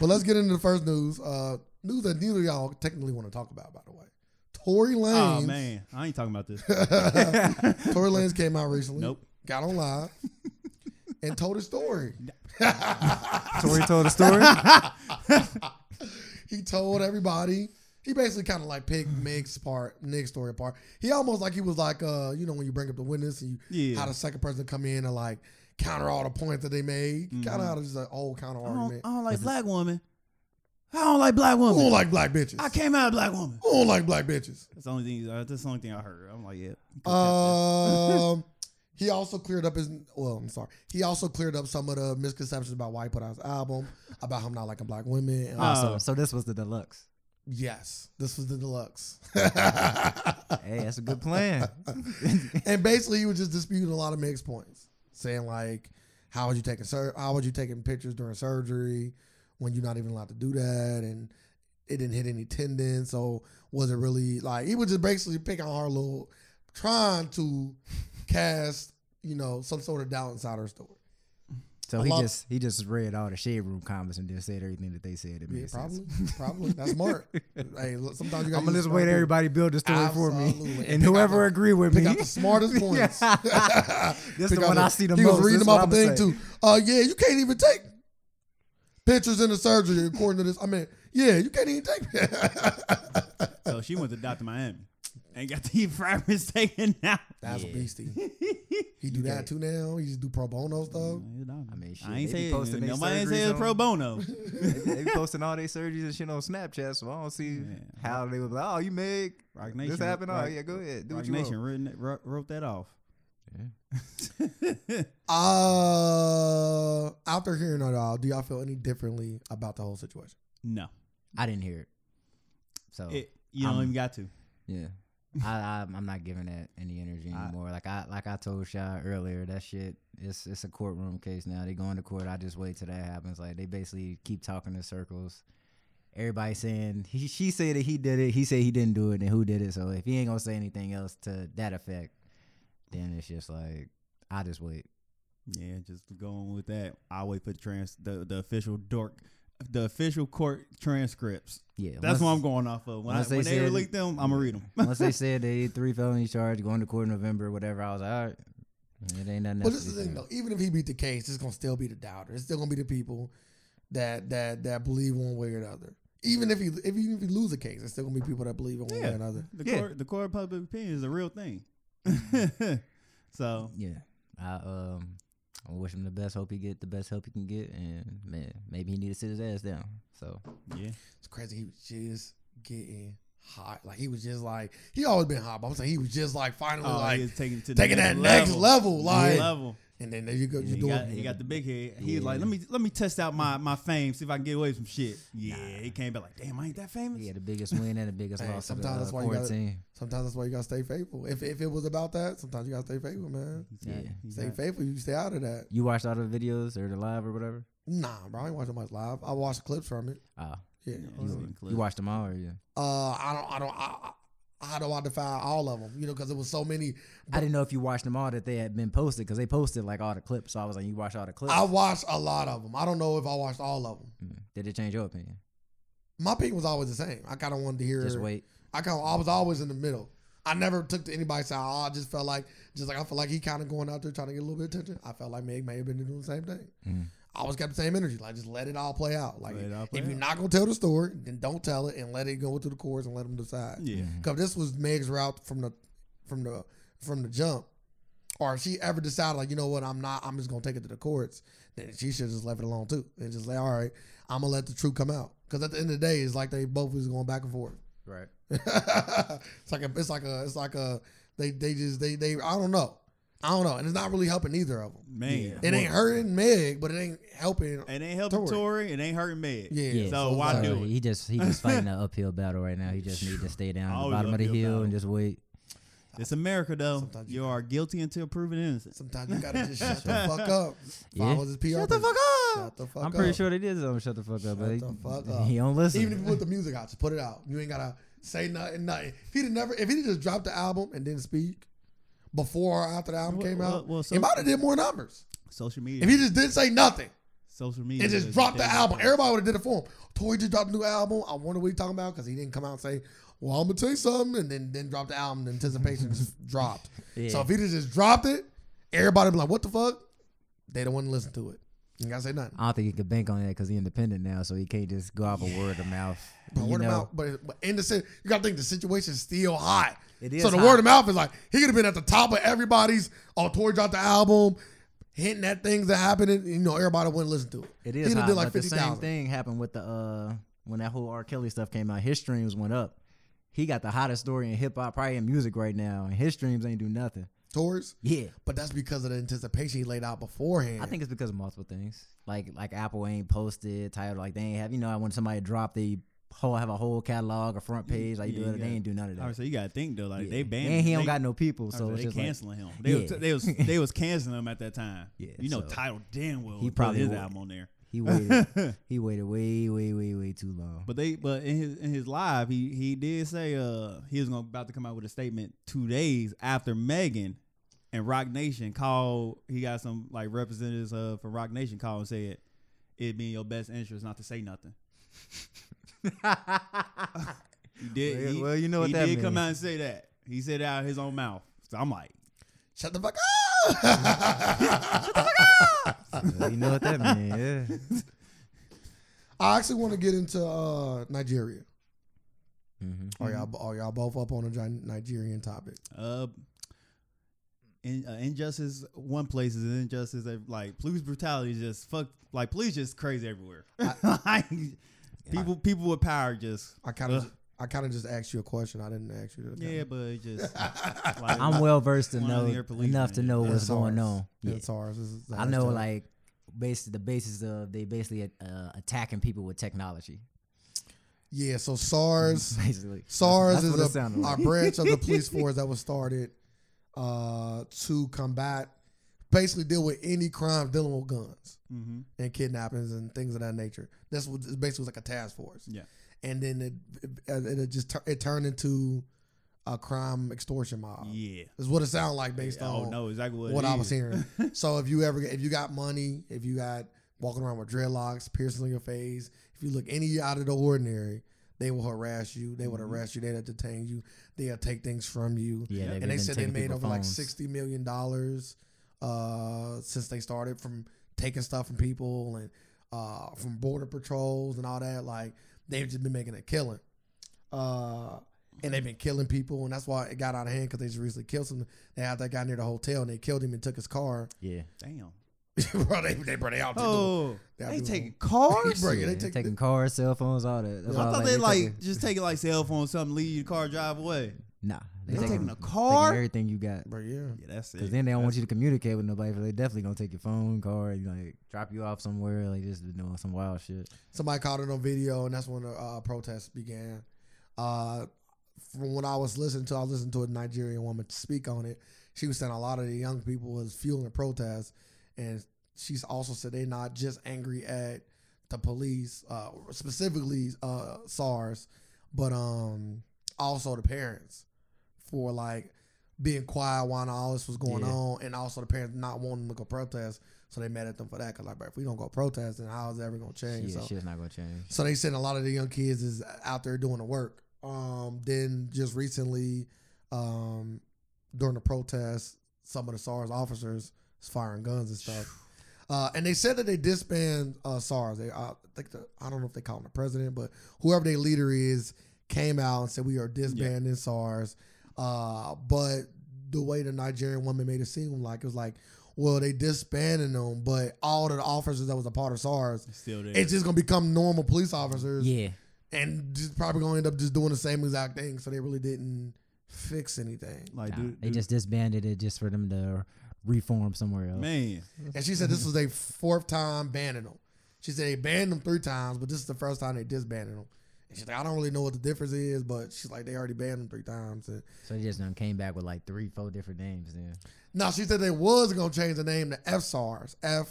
[SPEAKER 2] But let's get into the first news. Uh, news that neither of y'all technically want to talk about, by the way. Tory
[SPEAKER 1] I know. oh
[SPEAKER 2] Lanez.
[SPEAKER 1] man, I ain't talking about this.
[SPEAKER 2] Tory Lanez came out recently.
[SPEAKER 1] Nope.
[SPEAKER 2] Got on
[SPEAKER 1] [LAUGHS]
[SPEAKER 2] live and told his story.
[SPEAKER 3] Tori told a story.
[SPEAKER 2] [LAUGHS] He told everybody. He basically kind of like picked Nick's part, Nick's story apart. He almost like he was like, uh, you know, when you bring up the witness and you
[SPEAKER 1] Yeah.
[SPEAKER 2] how the second person come in and like counter all the points that they made. Kind of how just an uh, old counter
[SPEAKER 1] Mm-hmm. I don't,
[SPEAKER 2] argument.
[SPEAKER 1] I don't like black woman. I don't like black woman.
[SPEAKER 2] Who don't like black bitches?
[SPEAKER 1] I came out of black woman.
[SPEAKER 2] Who don't like black bitches?
[SPEAKER 1] That's the only thing. Uh, that's the only thing I heard. I'm like, yeah. you can
[SPEAKER 2] Um, [LAUGHS] he also cleared up his. Well, I'm sorry. He also cleared up some of the misconceptions about why he put out his album, about him not liking black women. And
[SPEAKER 1] Uh,
[SPEAKER 3] Also, so this was the deluxe.
[SPEAKER 2] Yes, this was the deluxe. [LAUGHS]
[SPEAKER 3] Hey, that's a good plan.
[SPEAKER 2] and basically, he was just disputing a lot of mixed points, saying like, "How would you taking sur- How would you taking pictures during surgery when you're not even allowed to do that?" And it didn't hit any tendon, so was it really like he was just basically picking on our little, trying to [LAUGHS] cast you know some sort of doubt inside her story.
[SPEAKER 3] So
[SPEAKER 2] I
[SPEAKER 3] he
[SPEAKER 2] love-
[SPEAKER 3] just he just read all the shade room comments and just said everything that they said. It
[SPEAKER 2] Yeah,
[SPEAKER 3] made sense.
[SPEAKER 2] probably, probably that's
[SPEAKER 3] [LAUGHS]
[SPEAKER 2] smart. hey, look, sometimes you got.
[SPEAKER 3] I'm gonna just wait everybody build the story for
[SPEAKER 2] Absolutely.
[SPEAKER 3] me,
[SPEAKER 2] Pick
[SPEAKER 3] and
[SPEAKER 2] out
[SPEAKER 3] whoever
[SPEAKER 2] the-
[SPEAKER 3] agree with
[SPEAKER 2] Pick
[SPEAKER 3] me.
[SPEAKER 2] out the smartest points.
[SPEAKER 3] [LAUGHS] This
[SPEAKER 2] Pick
[SPEAKER 3] the
[SPEAKER 2] out
[SPEAKER 3] one I see the
[SPEAKER 2] he
[SPEAKER 3] most.
[SPEAKER 2] was reading
[SPEAKER 3] This
[SPEAKER 2] off a
[SPEAKER 3] what
[SPEAKER 2] thing
[SPEAKER 3] I'ma
[SPEAKER 2] too. Uh, yeah, you can't even take pictures in the surgery according to this. I mean, yeah, you can't even take. [LAUGHS]
[SPEAKER 1] So she went to Dr. Miami and got the [LAUGHS] fragments taken [LAUGHS] out.
[SPEAKER 2] That's
[SPEAKER 3] Yeah. [LAUGHS]
[SPEAKER 2] beastie. He do that too now. He just do pro bono stuff.
[SPEAKER 3] Mm-hmm.
[SPEAKER 1] I
[SPEAKER 3] mean, shit,
[SPEAKER 1] I
[SPEAKER 3] they be
[SPEAKER 1] ain't say
[SPEAKER 3] posting they
[SPEAKER 1] nobody ain't
[SPEAKER 3] surgeries
[SPEAKER 1] say it's pro
[SPEAKER 3] on-
[SPEAKER 1] [LAUGHS] bono.
[SPEAKER 3] they be posting all their surgeries and shit on Snapchat, so I don't see
[SPEAKER 1] Man.
[SPEAKER 3] how they was like, "Oh, you made
[SPEAKER 1] Rock
[SPEAKER 3] this
[SPEAKER 1] Nation
[SPEAKER 3] happen." Oh,
[SPEAKER 1] Rock-
[SPEAKER 3] yeah, go ahead, do
[SPEAKER 1] Rock
[SPEAKER 3] what you
[SPEAKER 1] Nation
[SPEAKER 3] want.
[SPEAKER 1] written- wrote, wrote that off.
[SPEAKER 2] Uh, after hearing it all, do y'all feel any differently about the whole situation?
[SPEAKER 1] No,
[SPEAKER 3] I didn't hear it, so
[SPEAKER 1] it, you don't
[SPEAKER 3] Oh. I'm-
[SPEAKER 1] even got to.
[SPEAKER 3] yeah, I, I I'm not giving that any energy
[SPEAKER 1] I-
[SPEAKER 3] anymore. like I like I told Shy earlier, that shit it's it's a courtroom case now. They going to court. I just wait till that happens. Like they basically keep talking in circles. Everybody saying he she said that he did it. He said he didn't do it, and who did it? So if he ain't gonna say anything else to that effect, then it's just like I just wait.
[SPEAKER 1] Yeah, just going with that. I wait for the trans the, the official dork the official court transcripts.
[SPEAKER 3] Yeah,
[SPEAKER 1] That's what
[SPEAKER 3] once-
[SPEAKER 1] I'm going off of. When, I,
[SPEAKER 3] once they
[SPEAKER 1] when they
[SPEAKER 3] said-
[SPEAKER 1] release them, I'm gonna read them.
[SPEAKER 3] Once
[SPEAKER 1] [LAUGHS]
[SPEAKER 3] they said they three felony charge, going to court in November, whatever, I was like, all right, it ain't nothing.
[SPEAKER 2] But
[SPEAKER 3] else
[SPEAKER 2] this
[SPEAKER 3] to be
[SPEAKER 2] is the thing
[SPEAKER 3] done.
[SPEAKER 2] though. Even if he beat the case, it's gonna still be the doubter. It's still gonna be the people that that that believe one way or the other. Even if he if even if he lose the case, it's still gonna be people that believe in one way or
[SPEAKER 1] Yeah.
[SPEAKER 2] another.
[SPEAKER 1] The
[SPEAKER 3] Yeah.
[SPEAKER 1] court the court of public opinion is a real thing. [LAUGHS] so
[SPEAKER 3] Yeah, I um, I wish him the best. Hope he get the best help he can get, and man, maybe he need to sit his ass down. So
[SPEAKER 1] yeah.
[SPEAKER 2] It's crazy. He was just getting hot. Like he was just like he always been hot, but I'm saying he was just like finally
[SPEAKER 1] Oh,
[SPEAKER 2] like
[SPEAKER 1] he is taking it to
[SPEAKER 2] taking
[SPEAKER 1] the
[SPEAKER 2] that next level, like-
[SPEAKER 1] level.
[SPEAKER 2] and then there you go, you
[SPEAKER 1] He
[SPEAKER 2] doing
[SPEAKER 1] got, he got the big head. He was like,
[SPEAKER 3] Yeah.
[SPEAKER 1] let me let me test out my my fame, see if I can get away with some shit. Yeah, he came back like, damn, I ain't that famous.
[SPEAKER 3] yeah, the biggest win and the biggest
[SPEAKER 2] [LAUGHS] Hey,
[SPEAKER 3] loss. Sometimes
[SPEAKER 2] sometimes
[SPEAKER 3] of the, uh,
[SPEAKER 2] that's
[SPEAKER 3] that's
[SPEAKER 2] why you gotta- sometimes that's why you gotta stay faithful. If if it was about that, sometimes you gotta stay faithful, man.
[SPEAKER 1] He's got-
[SPEAKER 3] Yeah.
[SPEAKER 1] he's
[SPEAKER 2] Stay
[SPEAKER 1] got-
[SPEAKER 2] faithful, you stay out of that.
[SPEAKER 3] You watched all the videos or the live or whatever.
[SPEAKER 2] Nah, bro, I ain't watching much live. I watched clips from it.
[SPEAKER 3] Ah,
[SPEAKER 2] Yeah.
[SPEAKER 1] Yeah,
[SPEAKER 2] you
[SPEAKER 1] he's
[SPEAKER 2] know.
[SPEAKER 1] in clip.
[SPEAKER 3] you watched them all, or yeah?
[SPEAKER 2] Uh, I don't, I don't, I, I, how do I define all of them? You know, because it was so many.
[SPEAKER 3] I didn't know if you watched them all that they had been posted because they posted like all the clips. So I was like, you watched all the clips.
[SPEAKER 2] I watched a lot of them. I don't know if I watched all of them.
[SPEAKER 3] Mm. Did it change your opinion?
[SPEAKER 2] My pick was always the same. I kind of wanted to hear.
[SPEAKER 3] Just wait.
[SPEAKER 2] I kind of, I was always in the middle. I never took to anybody's side. I just felt like, just like I felt like he kind of going out there trying to get a little bit of attention. I felt like Meg may have been doing the same thing.
[SPEAKER 3] Mm.
[SPEAKER 2] I always kept the same energy. Like just let it all play out. Like
[SPEAKER 1] Let it all play
[SPEAKER 2] if you're
[SPEAKER 1] out.
[SPEAKER 2] not gonna tell the story, then don't tell it and let it go through the course and let them decide.
[SPEAKER 1] Yeah.
[SPEAKER 2] Cause this was Meg's route from the from the from the jump. Or if she ever decided like, you know what, I'm not I'm just gonna take it to the courts, then she should have just left it alone too. And just like, all right, I'm gonna let the truth come out. Cause at the end of the day, it's like they both was going back and forth.
[SPEAKER 3] Right.
[SPEAKER 2] [LAUGHS] it's like a it's like a it's like a they they just they they I don't know. I don't know. And it's not really helping either of them.
[SPEAKER 1] Man.
[SPEAKER 3] Yeah.
[SPEAKER 2] It ain't hurting Meg, but it ain't helping.
[SPEAKER 1] It ain't helping
[SPEAKER 2] Tory.
[SPEAKER 1] Tory. It ain't hurting Meg.
[SPEAKER 2] Yeah.
[SPEAKER 3] Yeah.
[SPEAKER 1] So
[SPEAKER 2] it's
[SPEAKER 1] why
[SPEAKER 2] like-
[SPEAKER 1] do it?
[SPEAKER 3] He just he just
[SPEAKER 2] [LAUGHS]
[SPEAKER 3] fighting an uphill battle right now. He just need to stay down at the
[SPEAKER 1] Always
[SPEAKER 3] bottom of the
[SPEAKER 1] uphill
[SPEAKER 3] hill and
[SPEAKER 1] battle.
[SPEAKER 3] just wait.
[SPEAKER 1] It's America, though.
[SPEAKER 2] Sometimes you
[SPEAKER 1] you are guilty until proven innocent.
[SPEAKER 2] Sometimes you gotta just shut the
[SPEAKER 1] [LAUGHS]
[SPEAKER 2] fuck up.
[SPEAKER 3] Yeah.
[SPEAKER 2] Follow this PR.
[SPEAKER 1] Shut the
[SPEAKER 2] person.
[SPEAKER 1] fuck up.
[SPEAKER 2] Shut the fuck
[SPEAKER 3] I'm
[SPEAKER 2] up.
[SPEAKER 3] pretty sure they did something. Shut the fuck up, but
[SPEAKER 2] Shut
[SPEAKER 3] he,
[SPEAKER 2] the fuck up.
[SPEAKER 3] he [LAUGHS] don't listen.
[SPEAKER 2] Even if you put the music out, just put it out. You ain't gotta say nothing. Nothing. If he'd have never, if he'd just dropped the album and didn't speak before or after the album
[SPEAKER 1] Well,
[SPEAKER 2] came
[SPEAKER 1] well,
[SPEAKER 2] out,
[SPEAKER 1] well, so-
[SPEAKER 2] it might have did more numbers.
[SPEAKER 1] Social media.
[SPEAKER 2] If he just didn't say nothing
[SPEAKER 1] Social media.
[SPEAKER 2] and just
[SPEAKER 1] is
[SPEAKER 2] dropped the
[SPEAKER 1] thing.
[SPEAKER 2] album, everybody would have did it for him. Tory just dropped a new album. I wonder what he talking about because he didn't come out and say, "Well, I'm gonna tell you something," and then then drop the album. The anticipation
[SPEAKER 3] [LAUGHS]
[SPEAKER 2] just dropped.
[SPEAKER 3] Yeah.
[SPEAKER 2] So if he'd have just dropped it, everybody would be like, "What the fuck?" They don't want to listen to it. You gotta say nothing.
[SPEAKER 3] I don't think he could bank on that because he's independent now, so he can't just go off a word of mouth.
[SPEAKER 2] But
[SPEAKER 3] You
[SPEAKER 2] word
[SPEAKER 3] know,
[SPEAKER 2] of mouth, but, but in the si- you gotta think the situation's still hot.
[SPEAKER 3] It is
[SPEAKER 2] so the
[SPEAKER 3] hot.
[SPEAKER 2] word of mouth is like he could have been at the top of everybody's. Oh, Tory dropped the album, hinting at things that happened, and you know everybody wouldn't listen to it.
[SPEAKER 3] It
[SPEAKER 2] He'd
[SPEAKER 3] is
[SPEAKER 2] have
[SPEAKER 3] hot,
[SPEAKER 2] did like
[SPEAKER 3] but the same
[SPEAKER 2] 50,000.
[SPEAKER 3] thing happened with the uh when that whole R. Kelly stuff came out. His streams went up. He got the hottest story in hip hop, probably in music right now, and his streams ain't do nothing.
[SPEAKER 2] Tories,
[SPEAKER 3] Yeah.
[SPEAKER 2] but that's because of the anticipation he laid out beforehand.
[SPEAKER 3] I think it's because of multiple things. Like like Apple ain't posted, title like they ain't have you know when somebody dropped they
[SPEAKER 4] whole have a whole catalog, a front page. Like you
[SPEAKER 1] Yeah,
[SPEAKER 4] do
[SPEAKER 1] you
[SPEAKER 4] it, they
[SPEAKER 1] got-
[SPEAKER 4] ain't do none of that.
[SPEAKER 1] Alright, so you gotta think though, like
[SPEAKER 4] Yeah.
[SPEAKER 1] they banned.
[SPEAKER 4] and he
[SPEAKER 1] him.
[SPEAKER 4] don't
[SPEAKER 1] They-
[SPEAKER 4] got no people,
[SPEAKER 1] I
[SPEAKER 4] so
[SPEAKER 1] was
[SPEAKER 4] it's
[SPEAKER 1] like,
[SPEAKER 4] just
[SPEAKER 1] they
[SPEAKER 4] like,
[SPEAKER 1] canceling him. They, was,
[SPEAKER 4] Yeah.
[SPEAKER 1] they was they was canceling him at that time.
[SPEAKER 4] [LAUGHS] Yeah,
[SPEAKER 1] you know,
[SPEAKER 4] so-
[SPEAKER 1] Title damn well
[SPEAKER 4] He
[SPEAKER 1] he probably
[SPEAKER 4] probably
[SPEAKER 1] his
[SPEAKER 4] would-
[SPEAKER 1] album on there.
[SPEAKER 4] he
[SPEAKER 1] [LAUGHS]
[SPEAKER 4] waited, he waited way, way, way, way too long.
[SPEAKER 1] But they but in his in his live he he did say uh he was gonna about to come out with a statement two days after Megan and Rock Nation called he got some like representatives uh from Rock Nation called and said it'd be in your best interest not to say nothing. [LAUGHS] He did
[SPEAKER 4] Well,
[SPEAKER 1] he-
[SPEAKER 4] well, you know what
[SPEAKER 1] he
[SPEAKER 4] that
[SPEAKER 1] did come
[SPEAKER 4] means.
[SPEAKER 1] out and say that. He said it out of his own mouth. So I'm like
[SPEAKER 2] Shut the fuck up.
[SPEAKER 4] Well, you know what that means.
[SPEAKER 1] [LAUGHS]
[SPEAKER 4] Yeah.
[SPEAKER 2] [LAUGHS] I actually want to get into uh, Nigeria.
[SPEAKER 4] hmm
[SPEAKER 1] Mm-hmm.
[SPEAKER 2] Are y'all are y'all both up on a Gi- Nigerian topic?
[SPEAKER 1] Uh, in, uh, injustice one place is injustice that, like police brutality is just fuck like police just crazy everywhere. [LAUGHS] Like, people people with power just
[SPEAKER 2] I kind of
[SPEAKER 1] Ugh.
[SPEAKER 2] I kind of just asked you a question. I didn't ask you. To
[SPEAKER 1] yeah, but
[SPEAKER 4] [LAUGHS]
[SPEAKER 1] it just like,
[SPEAKER 4] I'm well versed to
[SPEAKER 1] One of
[SPEAKER 4] know
[SPEAKER 1] your policemen,
[SPEAKER 4] enough to
[SPEAKER 1] yeah.
[SPEAKER 4] know what's
[SPEAKER 2] It's
[SPEAKER 4] going
[SPEAKER 2] ours.
[SPEAKER 4] on. Yeah.
[SPEAKER 2] It's ours. This is the
[SPEAKER 4] I know,
[SPEAKER 2] hashtag.
[SPEAKER 4] like, basically the basis of they basically uh, attacking people with technology. [LAUGHS]
[SPEAKER 2] yeah. So SARS,
[SPEAKER 4] Basically,
[SPEAKER 2] SARS
[SPEAKER 4] That's what it
[SPEAKER 2] is a,
[SPEAKER 4] sounded like.
[SPEAKER 2] a
[SPEAKER 4] [LAUGHS]
[SPEAKER 2] branch of the police force that was started uh, to combat, basically deal with any crime dealing with guns
[SPEAKER 1] hmm
[SPEAKER 4] Mm-hmm.
[SPEAKER 2] and kidnappings and things of that nature. That's what it basically was like a task force.
[SPEAKER 1] Yeah.
[SPEAKER 2] and then it it, it just tur- it turned into a crime extortion mob.
[SPEAKER 1] yeah. Oh,
[SPEAKER 2] Is what it sounded like based
[SPEAKER 1] I
[SPEAKER 4] Oh,
[SPEAKER 2] on
[SPEAKER 1] don't know exactly what,
[SPEAKER 2] what
[SPEAKER 1] it
[SPEAKER 2] I
[SPEAKER 1] is.
[SPEAKER 2] was hearing.
[SPEAKER 1] [LAUGHS]
[SPEAKER 2] so if you ever if you got money, if you got walking around with dreadlocks, piercing on your face, if you look any out of the ordinary, they will harass you. They will
[SPEAKER 1] Mhm.
[SPEAKER 2] arrest you. They'll detain you. They'll take things from you.
[SPEAKER 4] yeah,
[SPEAKER 2] and they
[SPEAKER 4] been
[SPEAKER 2] said they
[SPEAKER 4] taking
[SPEAKER 2] made
[SPEAKER 4] people's
[SPEAKER 2] over like
[SPEAKER 4] phones.
[SPEAKER 2] sixty million dollars uh, since they started from taking stuff from people and uh, from border patrols and all that. Like they've just been making a killing. Uh, and they've been killing people, and that's why it got out of hand because they just recently killed some. They had that guy near the hotel, and they killed him and took his car. [LAUGHS]
[SPEAKER 4] Yeah,
[SPEAKER 1] Damn.
[SPEAKER 2] bro, they, they, bro, they all took the-
[SPEAKER 1] Oh,
[SPEAKER 2] They all
[SPEAKER 1] they
[SPEAKER 2] took the-
[SPEAKER 1] taking
[SPEAKER 4] [LAUGHS]
[SPEAKER 1] cars.
[SPEAKER 2] Bro,
[SPEAKER 1] I
[SPEAKER 2] yeah,
[SPEAKER 4] yeah
[SPEAKER 2] they
[SPEAKER 4] they
[SPEAKER 2] take-
[SPEAKER 4] taking cars, cell phones, all that. That's
[SPEAKER 2] Yeah,
[SPEAKER 4] why I
[SPEAKER 1] thought
[SPEAKER 4] was
[SPEAKER 1] they like
[SPEAKER 4] taking-
[SPEAKER 1] just taking like cell phone, something, leave your car, drive away.
[SPEAKER 4] nah,
[SPEAKER 1] They
[SPEAKER 4] they
[SPEAKER 1] taking,
[SPEAKER 4] taking,
[SPEAKER 1] a
[SPEAKER 4] taking
[SPEAKER 1] car.
[SPEAKER 4] everything you got.
[SPEAKER 2] Bro, yeah.
[SPEAKER 1] Yeah, that's it.
[SPEAKER 4] Cause then they don't
[SPEAKER 1] That's-
[SPEAKER 4] want you to communicate with nobody. But they definitely gonna take your phone, card, you know, like drop you off somewhere, like just doing some wild shit.
[SPEAKER 2] Somebody caught it on video, and that's when the uh, protests began. Uh, from what I was listening to, I listened to a Nigerian woman speak on it. She was saying a lot of the young people was fueling the protest, and she's also said they're not just angry at the police, uh, specifically uh, SARS, but um, also the parents for like being quiet while all this was going
[SPEAKER 4] Yeah.
[SPEAKER 2] on, and also the parents not wanting to go protest, so they mad at them for that. Cause like, bro, if we don't go protest, then how is it ever gonna change?
[SPEAKER 4] Yeah,
[SPEAKER 2] So-
[SPEAKER 4] shit's not gonna change.
[SPEAKER 2] so they said a lot of the young kids is out there doing the work. Um, then just recently, um, during the protest, some of the SARS officers is firing guns and stuff. Uh, and they said that they disbanded uh, SARS. They, I think the, I don't know if they call him the president, but whoever their leader is came out and said we are disbanding SARS. Uh, but the way the Nigerian woman made it seem like it was like, well, they disbanding them, but all of the officers that was a part of SARS
[SPEAKER 1] It's still there.
[SPEAKER 2] it's just gonna become normal police officers
[SPEAKER 4] Yeah,
[SPEAKER 2] and just probably gonna end up just doing the same exact thing. So they really didn't fix anything.
[SPEAKER 1] like
[SPEAKER 4] nah,
[SPEAKER 1] dude,
[SPEAKER 4] they
[SPEAKER 1] dude-
[SPEAKER 4] just disbanded it just for them to reform somewhere else.
[SPEAKER 1] man.
[SPEAKER 2] And she said this was their fourth time banning them. She said they banned them three times, but this is the first time they disbanded them. And she's like, I don't really know what the difference is, but she's like, they already banned them three times. And
[SPEAKER 4] So they just done came back with like three, four different names. Then
[SPEAKER 2] no, she said they was gonna change the name to F SARS, F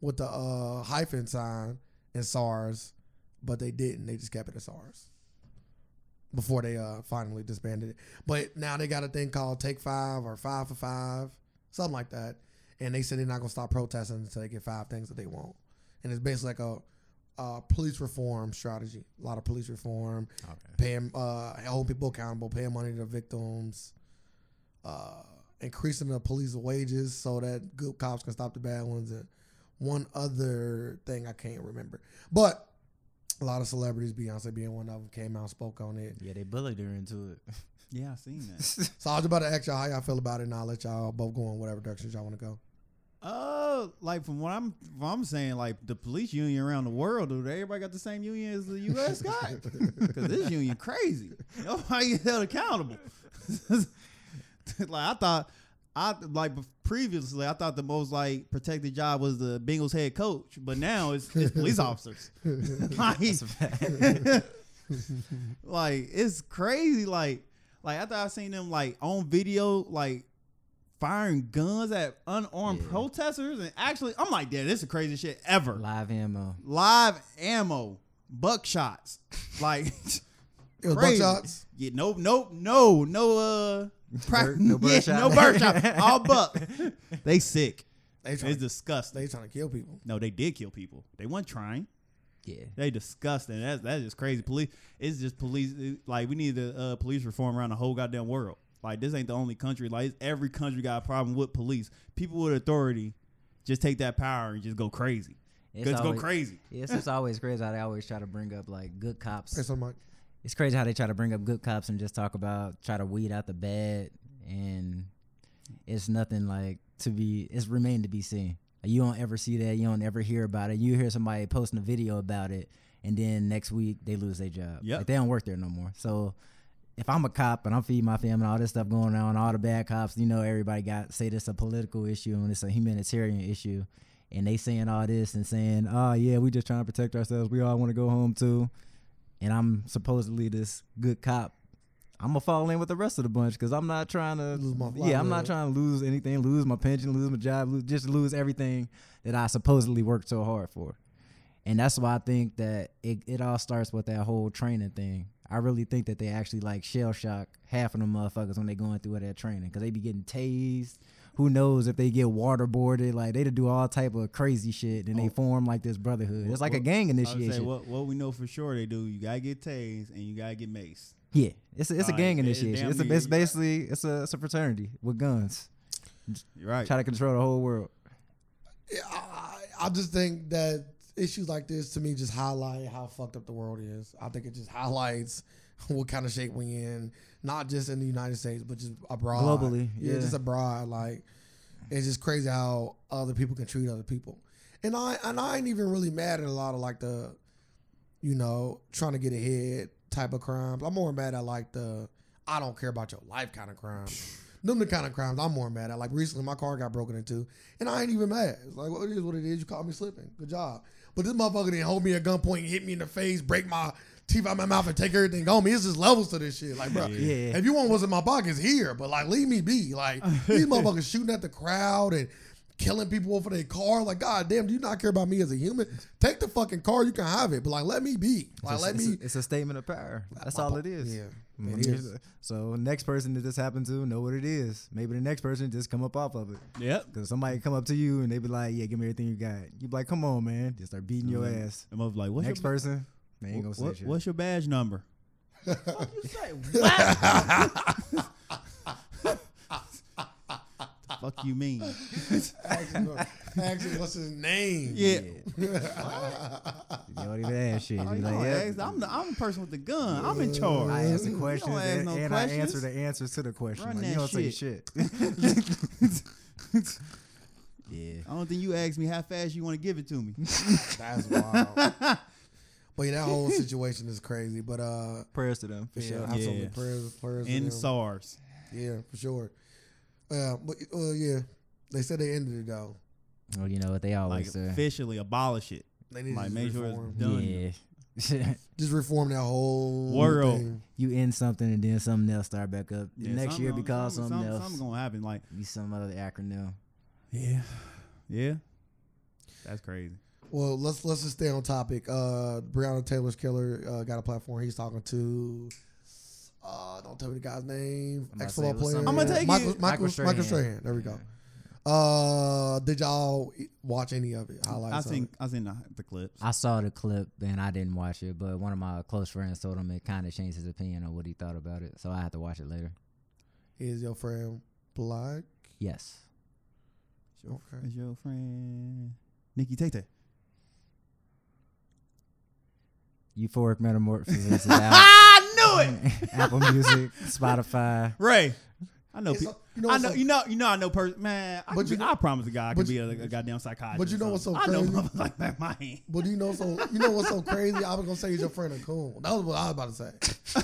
[SPEAKER 2] with the uh, hyphen sign and SARS, but they didn't. They just kept it as SARS before they uh, finally disbanded it. But now they got a thing called Take Five or Five for Five, something like that. And they said they're not gonna stop protesting until they get five things that they want. And it's basically like a, uh police reform strategy. A lot of police reform,
[SPEAKER 4] okay.
[SPEAKER 2] paying uh hold people accountable, paying money to the victims, uh increasing the police wages so that good cops can stop the bad ones and one other thing I can't remember. But a lot of celebrities, Beyonce being one of them, came out and spoke on it.
[SPEAKER 4] Yeah, they bullied her into it.
[SPEAKER 1] Yeah, I seen that.
[SPEAKER 2] So I was about to ask y'all how y'all feel about it and I'll let y'all both go in whatever directions y'all wanna go.
[SPEAKER 1] Uh, like from what I'm, from what I'm saying, like the police union around the world, dude, everybody got the same union as the U.S. got because this union crazy. Nobody [LAUGHS] is held accountable. like I thought, I like previously, I thought the most like protected job was the Bengals head coach, but now it's, it's police officers. like,
[SPEAKER 4] That's a fact.
[SPEAKER 1] [LAUGHS] like it's crazy. Like like after I seen them like on video like firing guns at unarmed
[SPEAKER 3] Yeah.
[SPEAKER 1] protesters and actually I'm like, yeah, this is the craziest shit ever.
[SPEAKER 3] Live ammo.
[SPEAKER 1] Live ammo, buckshots, like [LAUGHS]
[SPEAKER 2] It was
[SPEAKER 1] Crazy.
[SPEAKER 2] buckshots.
[SPEAKER 1] yeah, nope, nope, no, no, uh, prac-
[SPEAKER 3] no bird
[SPEAKER 1] [LAUGHS] yeah,
[SPEAKER 3] shot.
[SPEAKER 1] no bird shot,
[SPEAKER 3] [LAUGHS]
[SPEAKER 1] all buck. They sick.
[SPEAKER 2] They
[SPEAKER 1] It's
[SPEAKER 2] trying,
[SPEAKER 1] disgusting.
[SPEAKER 2] they trying to kill people.
[SPEAKER 1] No, they did kill people. They weren't trying.
[SPEAKER 3] Yeah.
[SPEAKER 1] They disgusting. That's that's just crazy. Police. It's just police. it- like we need the uh, police reform around the whole goddamn world. Like this ain't the only country. Like it's, every country got a problem with police. People with authority just take that power and just go crazy.
[SPEAKER 3] It's
[SPEAKER 1] just go
[SPEAKER 3] always-
[SPEAKER 1] crazy.
[SPEAKER 3] Yes, it's always crazy how they always try to bring up like good cops.
[SPEAKER 2] That's what I'm like.
[SPEAKER 3] It's crazy how they try to bring up good cops and just talk about try to weed out the bad, and it's nothing like to be. It's remained to be seen. Like, You don't ever see that. You don't ever hear about it. You hear somebody posting a video about it, and then next week they lose their job.
[SPEAKER 1] Yep.
[SPEAKER 3] Like, they don't work there no more. So if I'm a cop and I'm feeding my family, all this stuff going on, all the bad cops, you know, everybody got say this a political issue and it's a humanitarian issue, and they saying all this and saying, oh yeah, we just trying to protect ourselves. We all want to go home too, and I'm supposedly this good cop. I'm gonna fall in with the rest of the bunch because I'm not trying to
[SPEAKER 2] Lose my
[SPEAKER 3] yeah, I'm not
[SPEAKER 2] livelihood.
[SPEAKER 3] trying to lose anything, lose my pension, lose my job, lose, just lose everything that I supposedly worked so hard for. And that's why I think that it, it all starts with that whole training thing. I really think that they actually like shell shock half of them motherfuckers when they going through that training because they be getting tased. Who knows if they get waterboarded? Like they to do all type of crazy shit, and they
[SPEAKER 1] Oh.
[SPEAKER 3] form like this brotherhood. It's like a
[SPEAKER 1] Well,
[SPEAKER 3] gang
[SPEAKER 1] I would say
[SPEAKER 3] initiation.
[SPEAKER 1] what what we know for sure they do. You gotta get tased and you gotta get maced.
[SPEAKER 3] yeah, it's a, it's a
[SPEAKER 1] Alright,
[SPEAKER 3] gang
[SPEAKER 1] it- it
[SPEAKER 3] initiation.
[SPEAKER 1] damn
[SPEAKER 3] It's, a,
[SPEAKER 1] near-
[SPEAKER 3] it's basically it's a it's a fraternity with guns.
[SPEAKER 1] You're right.
[SPEAKER 3] Try to control the whole world.
[SPEAKER 2] Yeah, I, I just think that issues like this to me just highlight how fucked up the world is. I think it just highlights [LAUGHS] what kind of shape we in, not just in the United States, but just abroad.
[SPEAKER 3] Globally, yeah.
[SPEAKER 2] just abroad. Like it's just crazy how other people can treat other people. And I and I ain't even really mad at a lot of like the, you know, trying to get ahead type of crimes. I'm more mad at like the I don't care about your life kind of crimes. Them the kind of crimes I'm more mad at. Like recently, my car got broken into, and I ain't even mad. It's like, well, it is what it is. You caught me slipping. Good job. But this motherfucker didn't hold me at gunpoint, and hit me in the face, break my teeth out my mouth, and take everything on me. It's just levels to this shit. Like, bro,
[SPEAKER 3] Yeah.
[SPEAKER 2] if you want what's in my pockets, here. But like, leave me be. Like these motherfuckers shooting at the crowd and killing people over their car. Like, god damn, do you not care about me as a human? Take the fucking car. You can have it. But like, let me be. Like,
[SPEAKER 3] it's,
[SPEAKER 2] let
[SPEAKER 3] a,
[SPEAKER 2] me.
[SPEAKER 3] it's, a, it's a statement of power. That's all it is.
[SPEAKER 2] Yeah,
[SPEAKER 1] Mm-hmm.
[SPEAKER 3] Mm,
[SPEAKER 2] it is.
[SPEAKER 3] So next person that this happened to know what it is. Maybe the next person just come up off of it.
[SPEAKER 1] Yep.
[SPEAKER 3] Cause somebody come up to you and they be like, "Yeah, give me everything you got." You be like, "Come on, man!" Just start beating your ass.
[SPEAKER 1] And I was like, what's
[SPEAKER 3] next
[SPEAKER 1] your,
[SPEAKER 3] person, they ain't gonna say
[SPEAKER 1] what-
[SPEAKER 3] shit.
[SPEAKER 1] what's your
[SPEAKER 3] [LAUGHS]
[SPEAKER 1] badge number? The fuck you mean?
[SPEAKER 2] Actually, [LAUGHS] actually, what's his name?
[SPEAKER 1] Yeah.
[SPEAKER 3] you don't even ask shit. You
[SPEAKER 1] I
[SPEAKER 3] be like, yeah.
[SPEAKER 1] am the, I'm the person with the gun. I'm in charge.
[SPEAKER 3] I ask the
[SPEAKER 1] You don't
[SPEAKER 3] questions
[SPEAKER 1] ask
[SPEAKER 3] and,
[SPEAKER 1] no
[SPEAKER 3] and I answer
[SPEAKER 1] questions.
[SPEAKER 3] the answers to the question.
[SPEAKER 1] Run
[SPEAKER 3] Like, you
[SPEAKER 1] that
[SPEAKER 3] don't say shit. yeah.
[SPEAKER 1] I don't think you asked me how fast you want to give it to me.
[SPEAKER 2] That's wild. but yeah, that whole situation is crazy. But uh,
[SPEAKER 3] [LAUGHS] Prayers to them
[SPEAKER 2] for
[SPEAKER 3] for
[SPEAKER 2] sure,
[SPEAKER 3] sure.
[SPEAKER 2] absolutely
[SPEAKER 1] Yeah.
[SPEAKER 2] prayers, prayers. to
[SPEAKER 1] In
[SPEAKER 2] them.
[SPEAKER 1] SARS.
[SPEAKER 2] yeah, for sure. Uh, but uh, yeah, they said they ended it though.
[SPEAKER 3] Well, you know what they
[SPEAKER 1] Like
[SPEAKER 3] always uh, say.
[SPEAKER 1] officially abolish it.
[SPEAKER 2] They need
[SPEAKER 1] Like
[SPEAKER 2] to
[SPEAKER 1] make
[SPEAKER 2] just
[SPEAKER 1] sure
[SPEAKER 2] reform.
[SPEAKER 1] it's done.
[SPEAKER 3] Yeah. [LAUGHS]
[SPEAKER 2] just reform that whole
[SPEAKER 1] World.
[SPEAKER 2] thing.
[SPEAKER 3] you end something and then something else start back up
[SPEAKER 1] Yeah,
[SPEAKER 3] next
[SPEAKER 1] something
[SPEAKER 3] year
[SPEAKER 1] gonna-
[SPEAKER 3] because
[SPEAKER 1] something,
[SPEAKER 3] something, else
[SPEAKER 1] something, something gonna happen. Like
[SPEAKER 3] be some other acronym.
[SPEAKER 1] yeah, yeah. That's crazy.
[SPEAKER 2] Well, let's let's just stay on topic. Uh, Breonna Taylor's killer uh, got a platform. He's talking to. Uh, don't tell me the guy's name.
[SPEAKER 3] I'm about
[SPEAKER 2] Ex
[SPEAKER 3] to say
[SPEAKER 2] football
[SPEAKER 3] it was
[SPEAKER 2] player.
[SPEAKER 3] some- I'ma
[SPEAKER 1] take
[SPEAKER 2] Michael, Michael,
[SPEAKER 1] it.
[SPEAKER 3] Michael
[SPEAKER 2] Strahan. Michael
[SPEAKER 3] Strahan.
[SPEAKER 2] Strahan. There we go. Uh, did y'all watch any of it?
[SPEAKER 1] I
[SPEAKER 2] Highlights. of
[SPEAKER 1] seen
[SPEAKER 2] it?
[SPEAKER 1] I seen the, the clips.
[SPEAKER 3] I saw the clip and I didn't watch it, but one of my close friends told him it kind of changed his opinion on what he thought about it, so I have to watch it later.
[SPEAKER 2] Is your friend black?
[SPEAKER 3] Yes,
[SPEAKER 2] Okay.
[SPEAKER 1] Is your friend Nikki Tate?
[SPEAKER 3] Euphoric Metamorphosis is
[SPEAKER 1] [LAUGHS]
[SPEAKER 3] out.
[SPEAKER 1] I knew it.
[SPEAKER 3] Apple Music, Spotify.
[SPEAKER 1] [LAUGHS] Ray, I know.
[SPEAKER 2] It's
[SPEAKER 1] Pe-
[SPEAKER 2] a- you know
[SPEAKER 1] I
[SPEAKER 2] what's
[SPEAKER 1] know.
[SPEAKER 2] so-
[SPEAKER 1] you know. You know. I know. Person, man. I,
[SPEAKER 2] But
[SPEAKER 1] could
[SPEAKER 2] you
[SPEAKER 1] be-
[SPEAKER 2] know-
[SPEAKER 1] I promise to God, I could
[SPEAKER 2] but
[SPEAKER 1] be
[SPEAKER 2] you-
[SPEAKER 1] a, a goddamn psychiatrist.
[SPEAKER 2] but you know
[SPEAKER 1] or
[SPEAKER 2] what's so
[SPEAKER 1] something. I know.
[SPEAKER 2] crazy?
[SPEAKER 1] motherfuckers Like that, [LAUGHS] man.
[SPEAKER 2] But do you know so you know what's so crazy? I was gonna say [LAUGHS] is your friend a coon. That was what I was about to say.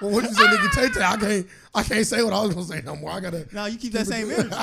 [SPEAKER 2] well, what you say, nigga Tay Tay? I can't, I can't say what I was gonna say no more. I gotta.
[SPEAKER 1] No, you keep that same energy.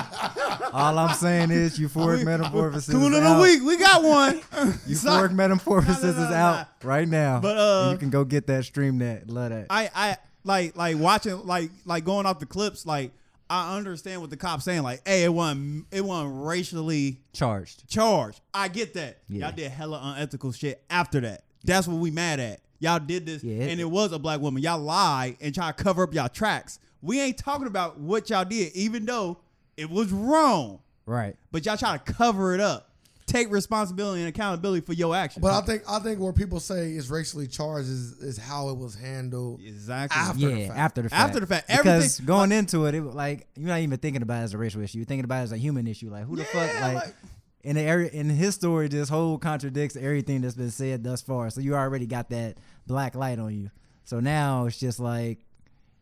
[SPEAKER 5] All I'm saying is
[SPEAKER 1] [LAUGHS]
[SPEAKER 5] euphoric metamorphosis.
[SPEAKER 1] Cool
[SPEAKER 5] is
[SPEAKER 1] in
[SPEAKER 5] out.
[SPEAKER 1] the week, we got one. [LAUGHS]
[SPEAKER 5] Euphoric metamorphosis
[SPEAKER 1] No, no, no,
[SPEAKER 5] is
[SPEAKER 1] no.
[SPEAKER 5] out right now.
[SPEAKER 1] But, uh,
[SPEAKER 5] you can go get that, stream that, love that.
[SPEAKER 1] I I like like watching like like going off the clips. Like I understand what the cops saying. Like, hey, it wasn't it wasn't racially
[SPEAKER 3] Charged.
[SPEAKER 1] charged. I get that.
[SPEAKER 3] Yeah.
[SPEAKER 1] Y'all did hella unethical shit after that. That's what we mad at. Y'all did this,
[SPEAKER 3] Yeah, it-
[SPEAKER 1] and it was a black woman. Y'all lied and try to cover up y'all tracks. We ain't talking about what y'all did, even though it was wrong.
[SPEAKER 3] Right.
[SPEAKER 1] But y'all try to cover it up. Take responsibility and accountability for your actions.
[SPEAKER 2] But I think, I think where people say it's racially charged is, is how it was handled.
[SPEAKER 1] exactly.
[SPEAKER 2] After the
[SPEAKER 3] yeah,
[SPEAKER 2] fact.
[SPEAKER 3] after the fact.
[SPEAKER 1] After the fact,
[SPEAKER 3] Because
[SPEAKER 1] everything-
[SPEAKER 3] going into it, it was like you're not even thinking about it as a racial issue. You're thinking about it as a human issue. Like who the fuck?
[SPEAKER 1] Yeah,
[SPEAKER 3] Like,
[SPEAKER 1] like-
[SPEAKER 3] in the area, in his story, this whole contradicts everything that's been said thus far. So you already got that black light on you. So now it's just like,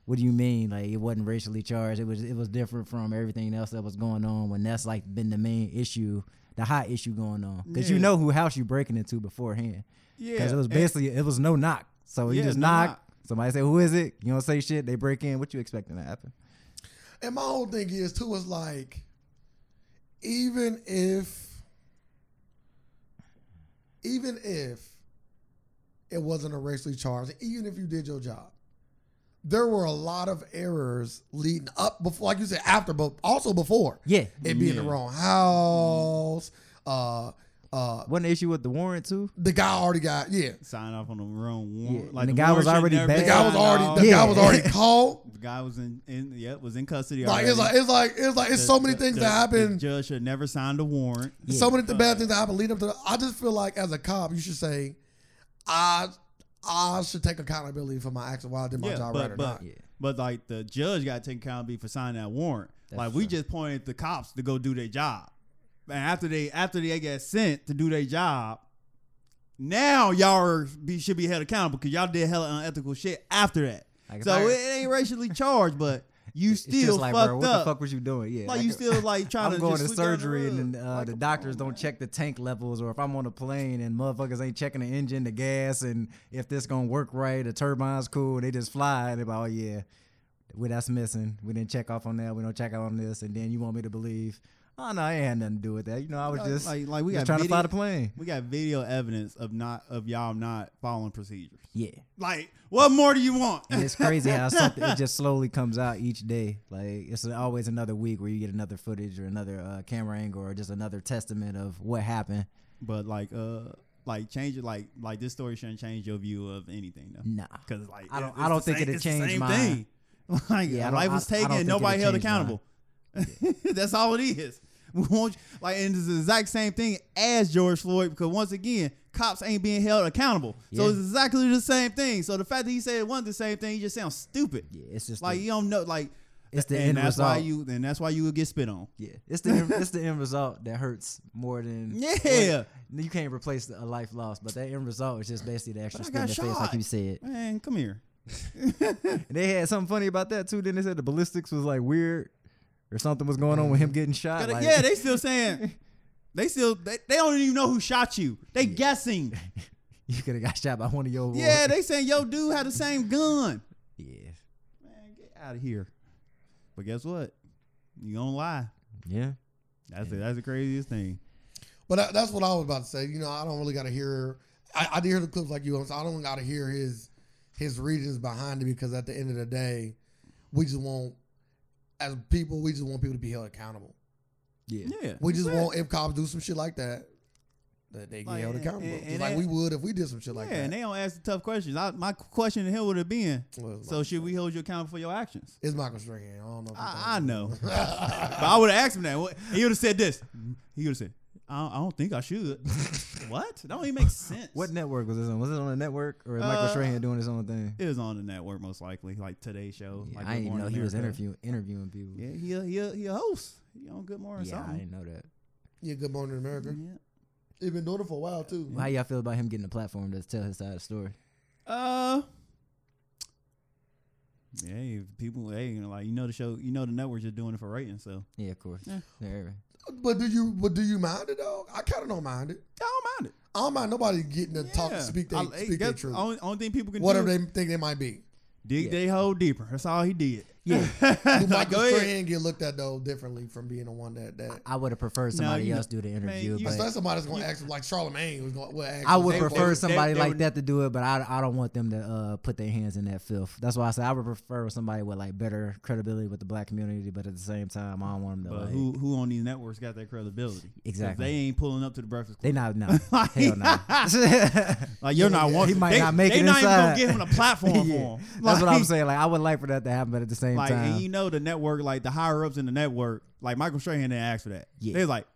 [SPEAKER 3] what do you mean? Like it wasn't racially charged. It was it was different from everything else that was going on when that's like been the main issue, the hot issue going on. Because you
[SPEAKER 1] Yeah.
[SPEAKER 3] know who house you breaking into beforehand.
[SPEAKER 1] yeah,
[SPEAKER 3] Because it was
[SPEAKER 1] and-
[SPEAKER 3] basically it was no knock. So you
[SPEAKER 1] Yeah,
[SPEAKER 3] just
[SPEAKER 1] no
[SPEAKER 3] knock.
[SPEAKER 1] knock.
[SPEAKER 3] Somebody say who is it? You don't say shit. They break in. What you expecting to happen?
[SPEAKER 2] And my whole thing is too is like, even if, even if it wasn't a racially charged, even if you did your job, there were a lot of errors leading up before, like you said, after, but also before
[SPEAKER 3] Yeah.
[SPEAKER 2] it being the
[SPEAKER 1] Yeah.
[SPEAKER 2] wrong house. Uh, uh,
[SPEAKER 3] Wasn't the issue with the warrant too?
[SPEAKER 2] the guy already got yeah.
[SPEAKER 1] sign off on the wrong one.
[SPEAKER 3] Yeah,
[SPEAKER 1] Like
[SPEAKER 3] and the guy was
[SPEAKER 1] warrant
[SPEAKER 3] already
[SPEAKER 1] shouldn't never
[SPEAKER 3] back-
[SPEAKER 1] been
[SPEAKER 2] The guy was
[SPEAKER 1] signed
[SPEAKER 2] already the
[SPEAKER 1] off.
[SPEAKER 2] guy was
[SPEAKER 3] Yeah.
[SPEAKER 2] already called.
[SPEAKER 1] The guy was in, in yep was in custody.
[SPEAKER 2] Like it's
[SPEAKER 1] already.
[SPEAKER 2] like it's like it's like it's
[SPEAKER 1] The-
[SPEAKER 2] so many
[SPEAKER 1] the-
[SPEAKER 2] things
[SPEAKER 1] the-
[SPEAKER 2] that happen.
[SPEAKER 1] The judge should never signed a warrant.
[SPEAKER 3] Yeah.
[SPEAKER 2] so many th- bad things that happen leading up to. The, I just feel like as a cop, you should say, I I should take accountability for my actions while I did my
[SPEAKER 1] Yeah,
[SPEAKER 2] job
[SPEAKER 1] but-
[SPEAKER 2] right or
[SPEAKER 1] but-
[SPEAKER 2] not.
[SPEAKER 3] Yeah.
[SPEAKER 1] But like the judge got to take accountability for signing that warrant.
[SPEAKER 3] That's
[SPEAKER 1] like we
[SPEAKER 3] true.
[SPEAKER 1] just pointed the cops to go do their job, and after they after they get sent to do their job, now y'all are, be, should be held accountable because y'all did hella unethical shit after that.
[SPEAKER 3] Like, if
[SPEAKER 1] so
[SPEAKER 3] I-
[SPEAKER 1] it, ain't racially charged, but
[SPEAKER 3] [LAUGHS]
[SPEAKER 1] you
[SPEAKER 3] It's just
[SPEAKER 1] still
[SPEAKER 3] like,
[SPEAKER 1] fucked
[SPEAKER 3] bro, what
[SPEAKER 1] up.
[SPEAKER 3] the fuck was you doing? Yeah.
[SPEAKER 1] like
[SPEAKER 3] [LAUGHS]
[SPEAKER 1] you still like trying
[SPEAKER 3] I'm
[SPEAKER 1] to
[SPEAKER 3] going
[SPEAKER 1] just
[SPEAKER 3] to
[SPEAKER 1] sweep it under the
[SPEAKER 3] surgery and
[SPEAKER 1] rug.
[SPEAKER 3] then, uh,
[SPEAKER 1] Like,
[SPEAKER 3] the
[SPEAKER 1] come
[SPEAKER 3] doctors
[SPEAKER 1] on,
[SPEAKER 3] don't
[SPEAKER 1] man.
[SPEAKER 3] check the tank levels, or if I'm on a plane and motherfuckers ain't checking the engine, the gas, and if this gonna work right, the turbine's cool, they just fly and they be like, oh yeah, well, that's missing. We didn't check off on that. We don't check out on this, and then you want me to believe? Oh no, I ain't had nothing to do with that. You know, I was
[SPEAKER 1] Like-
[SPEAKER 3] just
[SPEAKER 1] like- like we
[SPEAKER 3] just
[SPEAKER 1] got
[SPEAKER 3] trying to fly
[SPEAKER 1] video-
[SPEAKER 3] the plane.
[SPEAKER 1] We got video evidence of not of y'all not following procedures.
[SPEAKER 3] Yeah,
[SPEAKER 1] Like, what more do you want?
[SPEAKER 3] and it's crazy how something it just slowly comes out each day. Like it's always another week where you get another footage or another uh, camera angle or just another testament of what happened.
[SPEAKER 1] but like, uh, like change it. Like, like this story shouldn't change your view of anything though.
[SPEAKER 3] Nah.
[SPEAKER 1] Because like,
[SPEAKER 3] I don't-
[SPEAKER 1] it's
[SPEAKER 3] I
[SPEAKER 1] the
[SPEAKER 3] don't think
[SPEAKER 1] same-
[SPEAKER 3] it'd
[SPEAKER 1] it's the
[SPEAKER 3] change
[SPEAKER 1] same
[SPEAKER 3] mine.
[SPEAKER 1] thing. [LAUGHS] Like,
[SPEAKER 3] Yeah, I don't-
[SPEAKER 1] life was
[SPEAKER 3] I- I don't
[SPEAKER 1] taken
[SPEAKER 3] think
[SPEAKER 1] and
[SPEAKER 3] it'd
[SPEAKER 1] nobody held
[SPEAKER 3] change mine.
[SPEAKER 1] accountable. [LAUGHS] That's all it is. We want you- like, and it's the exact same thing as George Floyd because once again, cops ain't being held accountable. So
[SPEAKER 3] Yeah.
[SPEAKER 1] it's exactly the same thing. So the fact that he said it wasn't the same thing, he just sounds stupid.
[SPEAKER 3] Yeah, it's just
[SPEAKER 1] Like
[SPEAKER 3] the-
[SPEAKER 1] you don't know. Like
[SPEAKER 3] It's the
[SPEAKER 1] and
[SPEAKER 3] end
[SPEAKER 1] that's why
[SPEAKER 3] result.
[SPEAKER 1] you and that's why you would get spit on.
[SPEAKER 3] Yeah, it's the end, it's the end result that hurts more
[SPEAKER 1] [LAUGHS]
[SPEAKER 3] than
[SPEAKER 1] Yeah.
[SPEAKER 3] Like, you can't replace a life lost, but that end result is just basically the extra
[SPEAKER 1] But I
[SPEAKER 3] spin in the
[SPEAKER 1] got
[SPEAKER 3] face, like
[SPEAKER 1] shot.
[SPEAKER 3] you said.
[SPEAKER 1] Man, come here.
[SPEAKER 3] And they had something funny about that too. Then they said the ballistics was like weird, or something was going on with him getting
[SPEAKER 1] [LAUGHS]
[SPEAKER 3] shot.
[SPEAKER 1] Gotta-
[SPEAKER 3] like-
[SPEAKER 1] yeah, they still saying they still they, they don't even know who shot you.
[SPEAKER 3] [LAUGHS]
[SPEAKER 1] They guessing.
[SPEAKER 3] [LAUGHS] you could have got shot by one of your.
[SPEAKER 1] Yeah, they saying yo dude had the same gun.
[SPEAKER 3] yeah,
[SPEAKER 1] Man, get out of here. But guess what? You gonna lie.
[SPEAKER 3] yeah.
[SPEAKER 1] That's it. That's the craziest thing.
[SPEAKER 2] But that, that's what I was about to say. You know, I don't really got to hear. I, I did hear the clips like you. So I don't got to hear his his reasons behind it because at the end of the day, we just want as people we just want people to be held accountable.
[SPEAKER 3] yeah,
[SPEAKER 1] Yeah.
[SPEAKER 2] We just
[SPEAKER 1] that's it.
[SPEAKER 2] want if cops do some shit like that, that they get
[SPEAKER 1] Like,
[SPEAKER 2] held
[SPEAKER 1] and-
[SPEAKER 2] accountable.
[SPEAKER 1] and-
[SPEAKER 2] Just
[SPEAKER 1] and
[SPEAKER 2] like
[SPEAKER 1] that-
[SPEAKER 2] we would if we did some shit like
[SPEAKER 1] yeah,
[SPEAKER 2] that.
[SPEAKER 1] and they don't ask the tough questions. I, my question to him would have been,
[SPEAKER 2] Well,
[SPEAKER 1] so should we hold you accountable for your actions?
[SPEAKER 2] It's Michael Strahan. I don't know. If
[SPEAKER 1] I, I know. [LAUGHS] but I would have asked him that. What- He would have said this. He would have said, I don't, I don't think
[SPEAKER 2] [LAUGHS]
[SPEAKER 1] I should. what? That don't even make sense.
[SPEAKER 3] What network was this on? Was it on a network or is Michael
[SPEAKER 1] Uh,
[SPEAKER 3] Strahan doing his own thing?
[SPEAKER 1] It was on the network most likely, like Today Show.
[SPEAKER 3] Yeah, I
[SPEAKER 1] like Good
[SPEAKER 3] didn't even know
[SPEAKER 1] Morning
[SPEAKER 3] he was
[SPEAKER 1] America.
[SPEAKER 3] interviewing interviewing people. Yeah,
[SPEAKER 1] Yeah, he a, he a, he a host. He on Good Morning
[SPEAKER 3] I
[SPEAKER 1] something.
[SPEAKER 3] didn't know that.
[SPEAKER 2] Yeah, Good Morning America.
[SPEAKER 1] Yeah.
[SPEAKER 2] They've been doing it for a while too.
[SPEAKER 3] How y'all feel about him getting a platform to tell his side of the story?
[SPEAKER 1] Uh. Yeah, if people. Hey, you know, like you know the show. You know the network's just doing it for ratings. So
[SPEAKER 3] Yeah, of course.
[SPEAKER 1] Yeah.
[SPEAKER 3] There.
[SPEAKER 2] But do you but do you mind it though? I kind of don't mind it.
[SPEAKER 1] I don't mind it.
[SPEAKER 2] I don't mind nobody getting to Uh, talk
[SPEAKER 1] Yeah.
[SPEAKER 2] speak they
[SPEAKER 1] I- hey,
[SPEAKER 2] speak their
[SPEAKER 1] guess
[SPEAKER 2] truth,
[SPEAKER 1] Only, only thing people can
[SPEAKER 2] whatever
[SPEAKER 1] do.
[SPEAKER 2] they think they might be.
[SPEAKER 1] Dig
[SPEAKER 3] Yeah.
[SPEAKER 1] they hole deeper. That's all he did.
[SPEAKER 3] Yeah.
[SPEAKER 2] Who
[SPEAKER 1] [LAUGHS] [LAUGHS] Go
[SPEAKER 2] Michael
[SPEAKER 1] ahead.
[SPEAKER 2] Strahan get looked at though differently from being the one that that.
[SPEAKER 3] I would have preferred
[SPEAKER 1] [LAUGHS] No,
[SPEAKER 3] somebody
[SPEAKER 1] you-
[SPEAKER 3] else do the interview,
[SPEAKER 1] you-
[SPEAKER 3] but
[SPEAKER 2] Especially somebody's gonna ask him like Charlemagne was going. Well,
[SPEAKER 3] I would
[SPEAKER 1] they-
[SPEAKER 3] prefer
[SPEAKER 1] they-
[SPEAKER 3] somebody
[SPEAKER 1] they
[SPEAKER 3] like
[SPEAKER 1] would-
[SPEAKER 3] that to do it, but I, I don't want them to uh, put their hands in that filth. That's why I said I would prefer somebody with like better credibility with the black community, but at the same time, I don't want them to.
[SPEAKER 1] But
[SPEAKER 3] like,
[SPEAKER 1] who who on these networks got that credibility? 'Cause
[SPEAKER 3] Exactly.
[SPEAKER 1] They ain't pulling up to the breakfast.
[SPEAKER 3] They
[SPEAKER 1] Club.
[SPEAKER 3] not
[SPEAKER 1] [LAUGHS]
[SPEAKER 3] no hell no. [LAUGHS]
[SPEAKER 1] Like you're not one.
[SPEAKER 3] He might
[SPEAKER 1] they,
[SPEAKER 3] not make
[SPEAKER 1] they
[SPEAKER 3] it
[SPEAKER 1] not
[SPEAKER 3] inside.
[SPEAKER 1] even gonna give him a
[SPEAKER 3] [LAUGHS]
[SPEAKER 1] platform
[SPEAKER 3] Yeah.
[SPEAKER 1] for him.
[SPEAKER 3] That's what I'm
[SPEAKER 1] Like-
[SPEAKER 3] saying. Like I would like for that to happen, but at the same
[SPEAKER 1] Like
[SPEAKER 3] time,
[SPEAKER 1] and you know the network, like the higher ups in the network, like Michael Strahan didn't ask for that.
[SPEAKER 3] Yeah.
[SPEAKER 1] They was like,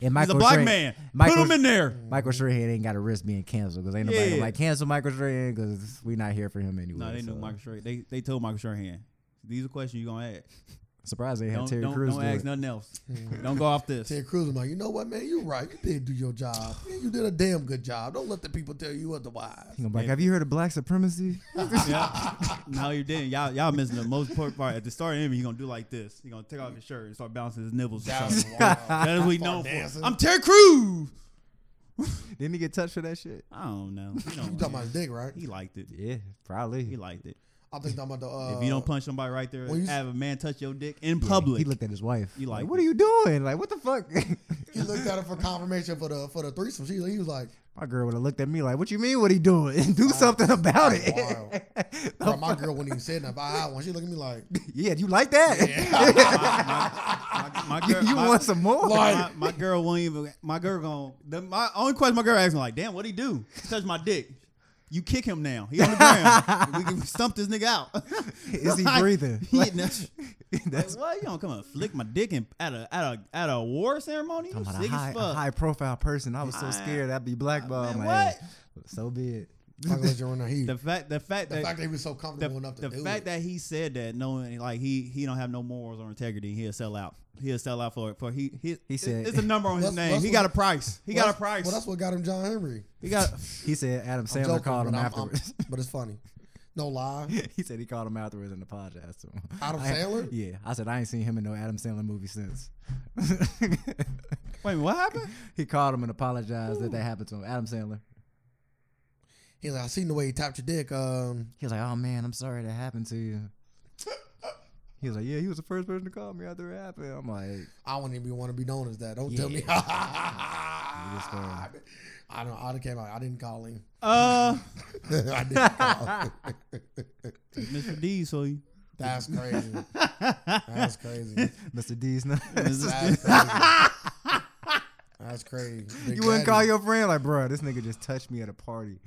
[SPEAKER 3] and
[SPEAKER 1] he's
[SPEAKER 3] Michael
[SPEAKER 1] a black
[SPEAKER 3] Strahan-
[SPEAKER 1] man.
[SPEAKER 3] Michael-
[SPEAKER 1] Put him in there.
[SPEAKER 3] [LAUGHS] Michael Strahan ain't got a risk being canceled because ain't nobody gonna
[SPEAKER 1] Yeah.
[SPEAKER 3] like cancel Michael Strahan because we not here for him anyway.
[SPEAKER 1] No, they knew
[SPEAKER 3] so.
[SPEAKER 1] Michael Strahan. They they told Michael Strahan, these are questions you are gonna ask.
[SPEAKER 3] Surprised they had
[SPEAKER 1] Don't
[SPEAKER 3] Terry
[SPEAKER 1] don't,
[SPEAKER 3] Crews.
[SPEAKER 1] don't
[SPEAKER 3] do
[SPEAKER 1] ask
[SPEAKER 3] it.
[SPEAKER 1] nothing else. don't go off this.
[SPEAKER 2] Ted Cruz was like, you know what, man, you right. You did do your job. Man, you did a damn good job. Don't let the people tell you otherwise.
[SPEAKER 3] He gonna be like, have you heard of black supremacy? [LAUGHS]
[SPEAKER 1] yeah. No, you didn't. Y'all y'all missing the most important part. At the start of the interview, he's gonna do like this. He's gonna take off his shirt and start bouncing his nipples. or [LAUGHS]
[SPEAKER 2] That
[SPEAKER 1] something.
[SPEAKER 2] was wild.
[SPEAKER 1] That is what we know
[SPEAKER 2] Start
[SPEAKER 1] for.
[SPEAKER 2] dancing.
[SPEAKER 1] I'm Terry Crews.
[SPEAKER 6] Didn't he get touched for that shit?
[SPEAKER 1] I don't know.
[SPEAKER 2] [LAUGHS]
[SPEAKER 1] He, don't
[SPEAKER 2] You talking about his dick, right?
[SPEAKER 1] he liked it.
[SPEAKER 3] Yeah,
[SPEAKER 1] He
[SPEAKER 3] probably.
[SPEAKER 1] liked it.
[SPEAKER 2] I think talking about the. Uh,
[SPEAKER 1] If you don't punch somebody right there,
[SPEAKER 2] when you s-
[SPEAKER 1] have a man touch your dick in
[SPEAKER 3] Yeah,
[SPEAKER 1] public.
[SPEAKER 3] He looked at his wife.
[SPEAKER 1] You like
[SPEAKER 3] what
[SPEAKER 1] it.
[SPEAKER 3] are you doing? Like, what the fuck? [LAUGHS]
[SPEAKER 2] he looked at her for confirmation for the for the threesome. She he was like,
[SPEAKER 3] My girl would have looked at me like, "What you mean? What he doing? [LAUGHS] Do something about it."
[SPEAKER 2] wild. Bro, my girl wouldn't even say nothing. But I had one. She looked at me like,
[SPEAKER 3] [LAUGHS] yeah, you like that?
[SPEAKER 1] my, my, my
[SPEAKER 3] [LAUGHS]
[SPEAKER 1] girl,
[SPEAKER 3] you
[SPEAKER 1] my,
[SPEAKER 3] want some more?
[SPEAKER 1] my, my girl won't even. My girl gon' The, my only question my girl asking like, damn, what he do? He touched my dick. You kick him now. He on the ground.
[SPEAKER 3] [LAUGHS]
[SPEAKER 1] we can stump this nigga out.
[SPEAKER 3] [LAUGHS] Is he
[SPEAKER 1] [LAUGHS] Like,
[SPEAKER 3] breathing?
[SPEAKER 1] he- that's,
[SPEAKER 3] [LAUGHS]
[SPEAKER 1] that's why you don't come and flick my dick in, at a at a at a war ceremony. You
[SPEAKER 3] I'm a
[SPEAKER 1] sick
[SPEAKER 3] high,
[SPEAKER 1] as fuck.
[SPEAKER 3] high profile person. I was so
[SPEAKER 1] I-
[SPEAKER 3] scared I'd be blackballed.
[SPEAKER 1] man,
[SPEAKER 3] Man,
[SPEAKER 1] what?
[SPEAKER 3] So be it.
[SPEAKER 2] I'm gonna let you run her heat.
[SPEAKER 1] The
[SPEAKER 2] The,
[SPEAKER 1] fact the fact that
[SPEAKER 2] fact that he was so comfortable
[SPEAKER 1] the,
[SPEAKER 2] enough to
[SPEAKER 1] the
[SPEAKER 2] do
[SPEAKER 1] fact
[SPEAKER 2] it.
[SPEAKER 1] that he said that knowing like he he don't have no morals or integrity he'll sell out he'll sell out for it for he he,
[SPEAKER 3] He said-
[SPEAKER 1] it's a number on his
[SPEAKER 2] That's-
[SPEAKER 1] name
[SPEAKER 2] that's
[SPEAKER 1] he
[SPEAKER 2] what-
[SPEAKER 1] got a price he
[SPEAKER 2] Well,
[SPEAKER 1] got a
[SPEAKER 2] that's-
[SPEAKER 1] price
[SPEAKER 2] Well, that's what got him John Henry.
[SPEAKER 1] he got
[SPEAKER 3] He said Adam
[SPEAKER 2] I'm
[SPEAKER 3] Sandler
[SPEAKER 2] joking,
[SPEAKER 3] called him
[SPEAKER 2] but I'm- I'm-
[SPEAKER 3] afterwards. [LAUGHS]
[SPEAKER 2] [LAUGHS] but it's funny. No lie.
[SPEAKER 3] he said he called him afterwards and apologized [LAUGHS] to him.
[SPEAKER 2] Adam
[SPEAKER 3] I-
[SPEAKER 2] Sandler?
[SPEAKER 3] Yeah, I said I ain't seen him in no Adam Sandler movie since. [LAUGHS]
[SPEAKER 1] wait a minute, what happened
[SPEAKER 3] he called him and apologized that that happened to him. Adam Sandler.
[SPEAKER 2] He like, I seen the way he tapped your dick. Um,
[SPEAKER 3] He was like, "Oh man, I'm sorry that happened to
[SPEAKER 2] [LAUGHS]
[SPEAKER 3] you." He was like, "Yeah, he was the first person to call me after it happened." I'm like,
[SPEAKER 2] I wouldn't even want to be known as that. Don't tell me.
[SPEAKER 3] just
[SPEAKER 2] I
[SPEAKER 3] going.
[SPEAKER 2] don't. [LAUGHS] I done came out. I didn't call him. [LAUGHS]
[SPEAKER 1] uh
[SPEAKER 2] I didn't
[SPEAKER 1] [LAUGHS]
[SPEAKER 2] call. him.
[SPEAKER 1] Mr D so you
[SPEAKER 2] That's crazy. That's crazy.
[SPEAKER 3] "Mr. D's
[SPEAKER 2] [LAUGHS]
[SPEAKER 3] not."
[SPEAKER 2] That's crazy. That's crazy. Big
[SPEAKER 3] you wouldn't call
[SPEAKER 2] Daddy.
[SPEAKER 3] your friend like, "Bro, this nigga just touched me at a party."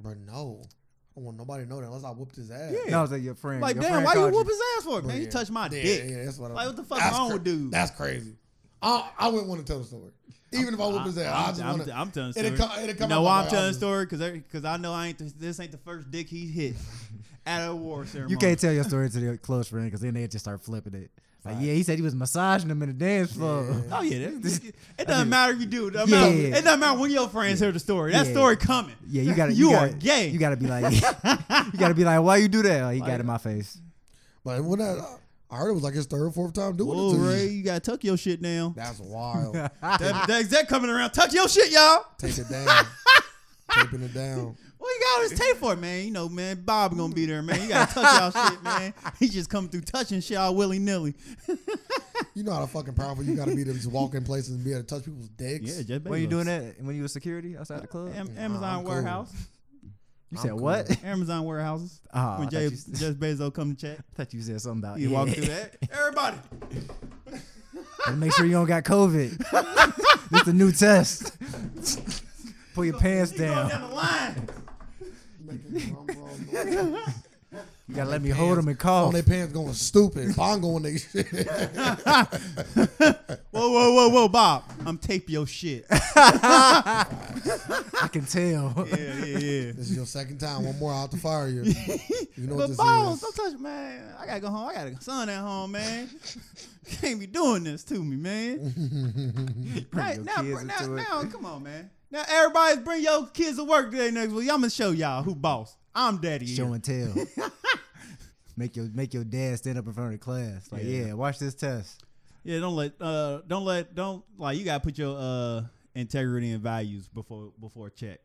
[SPEAKER 2] Bro, no. I don't want nobody to know that unless I whooped his ass.
[SPEAKER 3] No, I was like, "Your friend."
[SPEAKER 1] like
[SPEAKER 3] your
[SPEAKER 1] damn
[SPEAKER 3] friend
[SPEAKER 1] why you
[SPEAKER 3] called
[SPEAKER 1] whoop his ass for
[SPEAKER 2] Bro,
[SPEAKER 1] man you
[SPEAKER 2] yeah.
[SPEAKER 1] touched my
[SPEAKER 2] Yeah,
[SPEAKER 1] dick
[SPEAKER 2] Yeah, that's what I'm
[SPEAKER 1] Like, what the fuck
[SPEAKER 2] that's
[SPEAKER 1] wrong with dude?
[SPEAKER 2] That's crazy. I, I wouldn't want to tell the story. Even if I whooped his ass, I, just
[SPEAKER 1] I'm, I'm,
[SPEAKER 2] want to.
[SPEAKER 1] I'm telling
[SPEAKER 2] it'll
[SPEAKER 1] story.
[SPEAKER 2] come- it'll come
[SPEAKER 1] no,
[SPEAKER 2] out my
[SPEAKER 1] why I'm
[SPEAKER 2] mouth.
[SPEAKER 1] telling story because because I know I ain't the, this ain't the first dick he hit at a war ceremony.
[SPEAKER 3] You can't tell your story to your close friend because then they just start flipping it. Like, yeah, he said he was massaging him in the dance floor.
[SPEAKER 1] Oh yeah,
[SPEAKER 3] [LAUGHS]
[SPEAKER 1] that, it doesn't matter if you do. It doesn't,
[SPEAKER 3] Yeah.
[SPEAKER 1] matter, it doesn't matter when your friends hear the story. That
[SPEAKER 3] Yeah.
[SPEAKER 1] story coming.
[SPEAKER 3] Yeah, you gotta.
[SPEAKER 1] You, are
[SPEAKER 3] gotta-
[SPEAKER 1] gay.
[SPEAKER 3] You gotta be like, [LAUGHS] you gotta be like, why you do that? Like, he got in my face.
[SPEAKER 2] But when that, I heard it was like his third or fourth time doing
[SPEAKER 1] Whoa,
[SPEAKER 2] it to you.
[SPEAKER 1] Ray, you gotta tuck your shit down.
[SPEAKER 2] [LAUGHS] That's
[SPEAKER 1] [LAUGHS]
[SPEAKER 2] wild.
[SPEAKER 1] That, that exec coming around, tuck your shit, y'all.
[SPEAKER 2] Tape it down. Taping it down.
[SPEAKER 1] What you got all this tape for, man? You know, man, Bob gonna be there, man. You gotta touch y'all shit, man. He just coming through touching shit all willy nilly.
[SPEAKER 2] You know how fucking powerful you gotta be to just walk in places and be able to touch people's dicks.
[SPEAKER 1] Yeah, Jeff
[SPEAKER 3] Were you doing that when you was security outside the club?
[SPEAKER 1] Am-
[SPEAKER 2] Nah,
[SPEAKER 1] Amazon
[SPEAKER 2] I'm cool.
[SPEAKER 1] warehouse,
[SPEAKER 3] you
[SPEAKER 2] I'm
[SPEAKER 3] said
[SPEAKER 2] cool.
[SPEAKER 3] what?
[SPEAKER 1] Amazon warehouses.
[SPEAKER 3] Ah,
[SPEAKER 1] when
[SPEAKER 3] I thought you
[SPEAKER 1] Jeff,
[SPEAKER 3] s- [LAUGHS]
[SPEAKER 1] Jeff Bezos come to check,
[SPEAKER 3] thought you said something about
[SPEAKER 1] you
[SPEAKER 3] yeah.
[SPEAKER 1] walk through that. Everybody,
[SPEAKER 3] Gotta [LAUGHS] make sure you don't got COVID. this the new test. Pull your pants
[SPEAKER 1] you going down
[SPEAKER 3] down.
[SPEAKER 1] the line.
[SPEAKER 2] Making rum, rum, rum.
[SPEAKER 3] You gotta let me hold him and call.
[SPEAKER 2] On their pants going stupid. Bongo on they shit.
[SPEAKER 1] Whoa, whoa, whoa, whoa, Bob. I'm tape your shit.
[SPEAKER 3] [LAUGHS]
[SPEAKER 4] Oh.
[SPEAKER 3] I
[SPEAKER 4] [LAUGHS]
[SPEAKER 3] can tell.
[SPEAKER 1] Yeah, yeah, yeah.
[SPEAKER 2] This is your second time. One more, I'll have to fire you. You know what
[SPEAKER 1] But
[SPEAKER 2] this
[SPEAKER 1] balls, don't
[SPEAKER 2] is.
[SPEAKER 1] touch, man. I gotta go home. I got a son at home, man. [LAUGHS] Can't be doing this to me, man.
[SPEAKER 3] [LAUGHS] Bring
[SPEAKER 1] Hey,
[SPEAKER 3] your
[SPEAKER 1] now,
[SPEAKER 3] kids
[SPEAKER 1] br- now,
[SPEAKER 3] into it.
[SPEAKER 1] now, come on, man. Now, everybody's bring your kids to work today next week. I'm gonna show y'all who boss. I'm daddy.
[SPEAKER 3] [LAUGHS]
[SPEAKER 1] here.
[SPEAKER 3] Show and
[SPEAKER 4] [LAUGHS]
[SPEAKER 3] tell. make your make your dad stand up in front of the class. Like,
[SPEAKER 1] Yeah.
[SPEAKER 3] yeah, watch this test.
[SPEAKER 1] Yeah, don't let, uh, don't let, don't like. You gotta put your uh integrity and values before before check.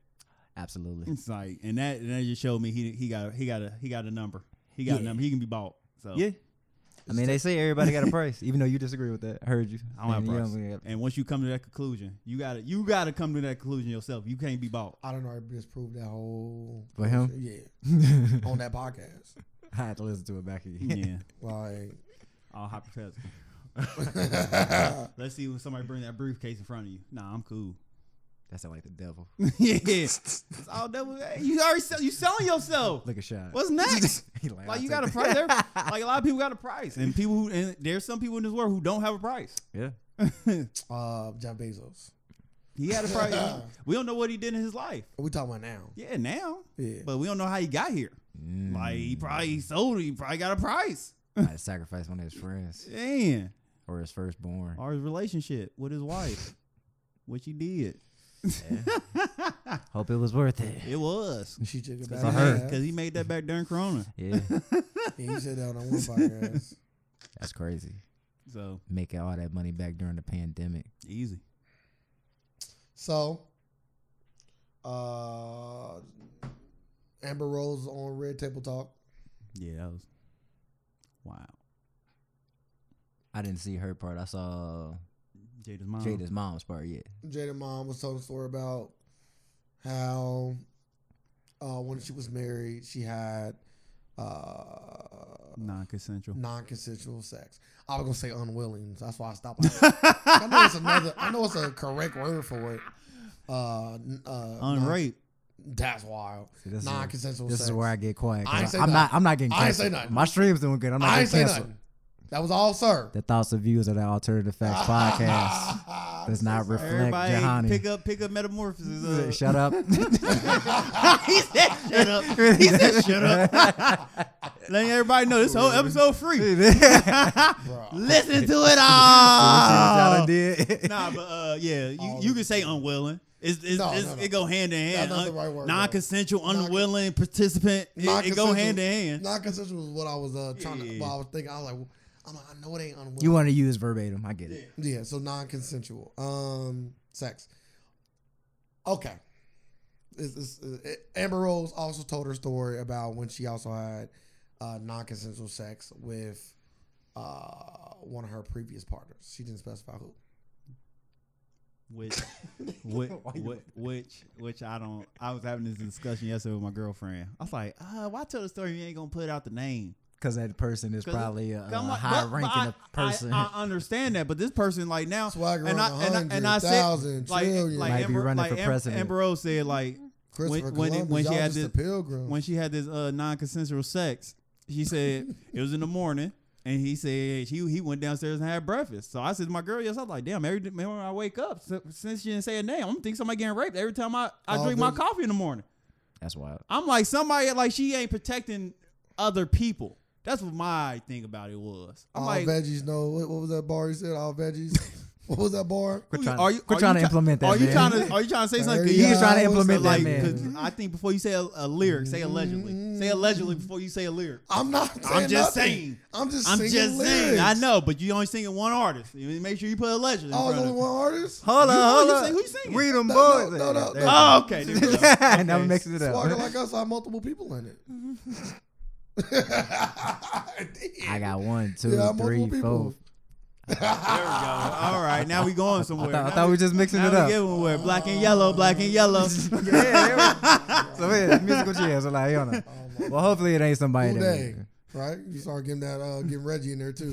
[SPEAKER 3] Absolutely.
[SPEAKER 1] It's like, and that, and that just showed me he he got he got a he got a number. He He got
[SPEAKER 4] Yeah.
[SPEAKER 1] number. He can be bought. So
[SPEAKER 3] Yeah. I mean, they say everybody
[SPEAKER 4] [LAUGHS]
[SPEAKER 3] got a price, even though you disagree with that. I heard you.
[SPEAKER 1] I don't have
[SPEAKER 3] You
[SPEAKER 1] price.
[SPEAKER 3] don't really got-
[SPEAKER 1] And once you come to that conclusion, you got to you got to come to that conclusion yourself. You can't be bought.
[SPEAKER 2] I don't know. I disproved that whole.
[SPEAKER 4] For him?
[SPEAKER 2] Yeah. [LAUGHS] on that podcast.
[SPEAKER 3] I had to listen to it back again.
[SPEAKER 4] [LAUGHS]
[SPEAKER 1] Yeah,
[SPEAKER 2] Like,
[SPEAKER 1] all hypothetical. Let's see when somebody bring that briefcase in front of you. Nah, I'm cool.
[SPEAKER 4] That's like the
[SPEAKER 3] [LAUGHS]
[SPEAKER 4] devil.
[SPEAKER 1] yeah, it's all double. Hey, you already sell, you selling yourself.
[SPEAKER 4] Look a shot. [LAUGHS]
[SPEAKER 1] What's next?
[SPEAKER 3] [LAUGHS]
[SPEAKER 4] He like,
[SPEAKER 1] like
[SPEAKER 4] "I'll
[SPEAKER 1] you
[SPEAKER 4] take
[SPEAKER 1] got a
[SPEAKER 4] that." [LAUGHS]
[SPEAKER 1] price. There, [LAUGHS] like a lot of people got a price, and people who and there's some people in this world who don't have a price.
[SPEAKER 3] Yeah.
[SPEAKER 2] uh, Jeff Bezos.
[SPEAKER 1] He had a price. [LAUGHS] we don't know what he did in his life.
[SPEAKER 2] We talking about now.
[SPEAKER 1] Yeah, now,
[SPEAKER 2] Yeah.
[SPEAKER 1] but we don't know how he got here.
[SPEAKER 3] [LAUGHS]
[SPEAKER 4] Mm,
[SPEAKER 1] Like he probably sold. it. He probably got a price.
[SPEAKER 4] might sacrifice one of his friends
[SPEAKER 1] Damn.
[SPEAKER 4] or his firstborn.
[SPEAKER 1] or his relationship with his wife, which he did.
[SPEAKER 4] Hope it was worth it.
[SPEAKER 1] It [LAUGHS] was
[SPEAKER 2] she took it back.
[SPEAKER 3] For her.
[SPEAKER 2] Yeah.
[SPEAKER 1] because he made that back during Corona.
[SPEAKER 3] [LAUGHS]
[SPEAKER 4] Yeah,
[SPEAKER 2] Yeah, he said that on one podcast.
[SPEAKER 4] that's crazy.
[SPEAKER 1] So
[SPEAKER 4] Making all that money back during the pandemic.
[SPEAKER 1] easy.
[SPEAKER 2] So, uh, Amber Rose on Red Table Talk.
[SPEAKER 1] Yeah, that was wow.
[SPEAKER 4] I didn't see her part. I saw
[SPEAKER 1] Jada's mom.
[SPEAKER 4] Jada's mom's part yet.
[SPEAKER 2] Jada mom was telling a story about how uh, when she was married, she had uh,
[SPEAKER 1] non-consensual.
[SPEAKER 2] non-consensual sex. I was gonna say unwilling. so That's why I stopped. I know it's another. I know it's a correct word for it. Uh, n- uh, non-
[SPEAKER 1] Unrape.
[SPEAKER 2] That's wild.
[SPEAKER 3] See, this is-
[SPEAKER 2] Non-consensual.
[SPEAKER 4] This
[SPEAKER 2] sex.
[SPEAKER 4] is where I get quiet. 'cause
[SPEAKER 2] I ain't say
[SPEAKER 4] I'm
[SPEAKER 2] nothing.
[SPEAKER 4] not. I'm not getting.
[SPEAKER 2] I ain't say
[SPEAKER 4] canceled.
[SPEAKER 2] nothing.
[SPEAKER 3] My stream's doing good. I'm not
[SPEAKER 2] I
[SPEAKER 3] getting
[SPEAKER 2] ain't say
[SPEAKER 3] canceled.
[SPEAKER 2] nothing. That was all, sir.
[SPEAKER 4] The thoughts of views of the Alternative
[SPEAKER 1] [LAUGHS]
[SPEAKER 4] Facts podcast
[SPEAKER 2] [LAUGHS]
[SPEAKER 4] does not reflect
[SPEAKER 1] Everybody,
[SPEAKER 4] Johanny.
[SPEAKER 1] pick up, pick up metamorphosis. Uh,
[SPEAKER 4] Shut
[SPEAKER 1] [LAUGHS]
[SPEAKER 4] up. [LAUGHS]
[SPEAKER 1] he said, "Shut up."
[SPEAKER 2] [LAUGHS]
[SPEAKER 1] He said, "Shut up." [LAUGHS] Letting everybody know this whole
[SPEAKER 2] [LAUGHS]
[SPEAKER 1] episode [LAUGHS] free. Listen to it all.
[SPEAKER 3] did.
[SPEAKER 1] [LAUGHS] nah, but uh, yeah, you,
[SPEAKER 2] All
[SPEAKER 1] you
[SPEAKER 2] of
[SPEAKER 1] can say unwilling. It's, it's,
[SPEAKER 2] No,
[SPEAKER 1] it's,
[SPEAKER 2] no, no.
[SPEAKER 1] It go hand in
[SPEAKER 2] That's
[SPEAKER 1] hand.
[SPEAKER 2] not the
[SPEAKER 1] Un-
[SPEAKER 2] right word,
[SPEAKER 1] non-consensual,
[SPEAKER 2] Non-
[SPEAKER 1] unwilling participant. It, it go hand in hand.
[SPEAKER 2] Non-consensual was what I was uh, trying to.
[SPEAKER 1] Yeah.
[SPEAKER 2] What I was thinking. I was like, well, I'm like, I know it ain't unwilling.
[SPEAKER 4] [LAUGHS] you want to use verbatim. I get it.
[SPEAKER 2] yeah. So non-consensual. Um, sex. Okay. It's, it's, it, Amber Rose also told her story about when she also had uh, non-consensual sex with uh, one of her previous partners. She didn't specify who. [LAUGHS]
[SPEAKER 1] Which, which, which, which, which I don't. I was having this discussion yesterday with my girlfriend. I was like, uh, "Why tell the story? You ain't gonna put out the name."
[SPEAKER 4] Because that person is
[SPEAKER 1] 'Cause it-
[SPEAKER 4] probably a,
[SPEAKER 1] I'm
[SPEAKER 4] a
[SPEAKER 1] like,
[SPEAKER 4] high
[SPEAKER 1] but- but I- uh,
[SPEAKER 4] ranking person.
[SPEAKER 1] I, I understand that, but this person like now
[SPEAKER 2] Swagger
[SPEAKER 1] and I,
[SPEAKER 2] on a
[SPEAKER 1] and I, and I
[SPEAKER 2] hundred
[SPEAKER 1] said
[SPEAKER 2] thousand
[SPEAKER 1] like
[SPEAKER 2] trillion.
[SPEAKER 1] like
[SPEAKER 4] Might be
[SPEAKER 1] Amber,
[SPEAKER 4] running
[SPEAKER 1] like
[SPEAKER 4] for
[SPEAKER 1] Am-
[SPEAKER 4] president.
[SPEAKER 1] Amber Rose said like
[SPEAKER 2] Christopher
[SPEAKER 1] when it-
[SPEAKER 2] Columbus,
[SPEAKER 1] when she
[SPEAKER 2] y'all
[SPEAKER 1] had
[SPEAKER 2] just
[SPEAKER 1] this-
[SPEAKER 2] a pilgrim.
[SPEAKER 1] when she had this uh, non-consensual sex, she said it was in the morning, and he said she he went downstairs and had breakfast. So I said to my girl, yes, I was like, damn, every day when I wake up, so, since she didn't say a name, I'm gonna think somebody getting raped every time I, I
[SPEAKER 2] Oh,
[SPEAKER 1] drink my
[SPEAKER 2] this-
[SPEAKER 1] coffee in the morning.
[SPEAKER 4] [LAUGHS] That's wild.
[SPEAKER 1] I'm like somebody like she ain't protecting other people. That's what my thing about it was. I'm
[SPEAKER 2] all
[SPEAKER 1] like,
[SPEAKER 2] veggies. No, what, what was that bar you said? All
[SPEAKER 1] [LAUGHS]
[SPEAKER 2] veggies. what was that bar?
[SPEAKER 1] who you-
[SPEAKER 3] trying-
[SPEAKER 1] are you
[SPEAKER 4] quit
[SPEAKER 1] are
[SPEAKER 4] trying
[SPEAKER 1] you
[SPEAKER 4] to
[SPEAKER 1] try-
[SPEAKER 4] implement that,
[SPEAKER 1] Are you
[SPEAKER 4] man. [LAUGHS]
[SPEAKER 1] trying to are you trying to say something? 'Cause
[SPEAKER 2] Thirty
[SPEAKER 1] you
[SPEAKER 4] just trying to
[SPEAKER 2] hours
[SPEAKER 4] implement
[SPEAKER 2] of-
[SPEAKER 4] that
[SPEAKER 1] like,
[SPEAKER 4] man.
[SPEAKER 1] 'cause I think before you say a, a lyric, say allegedly. Say allegedly before you say a lyric.
[SPEAKER 2] I'm not. Saying
[SPEAKER 1] I'm just
[SPEAKER 2] nothing.
[SPEAKER 1] saying.
[SPEAKER 2] I'm just.
[SPEAKER 1] I'm
[SPEAKER 2] Mm-hmm. singing
[SPEAKER 1] just
[SPEAKER 2] lyrics.
[SPEAKER 1] saying. I know, but you only singing one artist. You make sure you put a legend in
[SPEAKER 2] Oh, it's
[SPEAKER 1] front
[SPEAKER 2] only
[SPEAKER 1] of it.
[SPEAKER 2] one artist.
[SPEAKER 3] Hold
[SPEAKER 1] You-
[SPEAKER 3] on,
[SPEAKER 1] you
[SPEAKER 3] hold
[SPEAKER 1] say-
[SPEAKER 3] on.
[SPEAKER 1] who you
[SPEAKER 3] [LAUGHS]
[SPEAKER 1] saying?
[SPEAKER 3] Read them
[SPEAKER 2] No,
[SPEAKER 3] boys.
[SPEAKER 4] [LAUGHS]
[SPEAKER 2] no, no, no,
[SPEAKER 3] There you go.
[SPEAKER 2] no.
[SPEAKER 1] Oh, okay.
[SPEAKER 3] [LAUGHS]
[SPEAKER 1] There we go.
[SPEAKER 3] And I'm
[SPEAKER 1] Okay.
[SPEAKER 3] mixing it
[SPEAKER 2] Swagger
[SPEAKER 3] up.
[SPEAKER 2] like us. I have multiple people in it.
[SPEAKER 4] I got one, two,
[SPEAKER 2] Yeah, multiple
[SPEAKER 4] three,
[SPEAKER 2] people.
[SPEAKER 4] four.
[SPEAKER 1] There we go. All right, now we going somewhere.
[SPEAKER 3] I thought- I
[SPEAKER 1] Now
[SPEAKER 3] thought we just mixing
[SPEAKER 1] now
[SPEAKER 3] it
[SPEAKER 1] we
[SPEAKER 3] up.
[SPEAKER 4] [LAUGHS]
[SPEAKER 1] getting somewhere. Black and yellow, black and yellow. [LAUGHS]
[SPEAKER 3] Yeah, there we go. so yeah, musical chairs. Like, you know.
[SPEAKER 1] Oh,
[SPEAKER 3] Well, hopefully it ain't somebody
[SPEAKER 2] Who they?
[SPEAKER 3] that.
[SPEAKER 2] Right? You start getting that. Uh, getting Reggie in there too.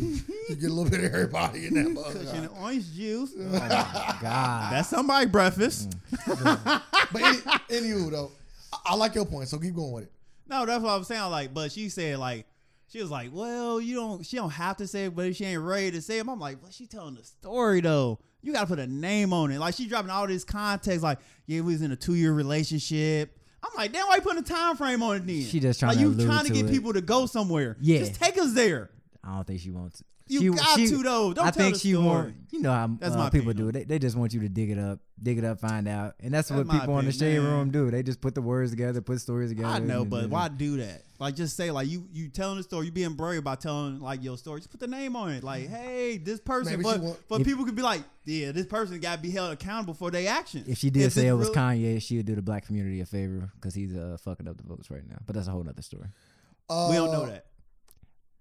[SPEAKER 2] You get a little bit of everybody in that
[SPEAKER 1] Cushion
[SPEAKER 2] mother.
[SPEAKER 1] of orange juice.
[SPEAKER 4] God.
[SPEAKER 1] That's somebody breakfast.
[SPEAKER 4] Mm.
[SPEAKER 2] But any, anywho, though, I, I like your point. So keep going with it.
[SPEAKER 1] No, that's what I'm saying. Like, but she said like she was like, well, you don't. She don't have to say it, but if she ain't ready to say it, I'm like, but she telling the story though. You gotta put a name on it. Like she dropping all this context. Like, yeah, we was in a two year relationship. I'm like, damn, why you putting a time frame on it then?
[SPEAKER 4] She just
[SPEAKER 1] like,
[SPEAKER 4] tryna
[SPEAKER 1] you
[SPEAKER 4] allude
[SPEAKER 1] trying to
[SPEAKER 4] to
[SPEAKER 1] get
[SPEAKER 4] it.
[SPEAKER 1] people to go somewhere.
[SPEAKER 4] Yeah.
[SPEAKER 1] just take us there.
[SPEAKER 4] I don't think she wants.
[SPEAKER 1] You
[SPEAKER 4] she,
[SPEAKER 1] got
[SPEAKER 4] she,
[SPEAKER 1] to, though. Don't
[SPEAKER 4] I
[SPEAKER 1] tell
[SPEAKER 4] think
[SPEAKER 1] the
[SPEAKER 4] she
[SPEAKER 1] story.
[SPEAKER 4] want. You know how
[SPEAKER 1] That's
[SPEAKER 4] uh,
[SPEAKER 1] my
[SPEAKER 4] people
[SPEAKER 1] opinion,
[SPEAKER 4] do it. They, they just want you to dig it up, dig it up, find out, and that's,
[SPEAKER 1] That's
[SPEAKER 4] what
[SPEAKER 1] my
[SPEAKER 4] people on the
[SPEAKER 1] opinion,
[SPEAKER 4] shade
[SPEAKER 1] man.
[SPEAKER 4] room do. They just put the words together, put stories together.
[SPEAKER 1] I know,
[SPEAKER 4] and-
[SPEAKER 1] but
[SPEAKER 4] and-
[SPEAKER 1] why do that? Like, just say like you you telling the story. You being brave about telling like your story. Just put the name on it. Like, hey, this person.
[SPEAKER 2] Maybe
[SPEAKER 1] But
[SPEAKER 2] she want-
[SPEAKER 1] but
[SPEAKER 4] If-
[SPEAKER 1] people could be like, yeah, this person got to be held accountable for their actions.
[SPEAKER 4] If she did say
[SPEAKER 1] it's
[SPEAKER 4] it was
[SPEAKER 1] real-
[SPEAKER 4] Kanye, she would do the black community a favor because he's uh, fucking up the votes right now. But that's a whole other story.
[SPEAKER 2] Uh,
[SPEAKER 1] we don't know that.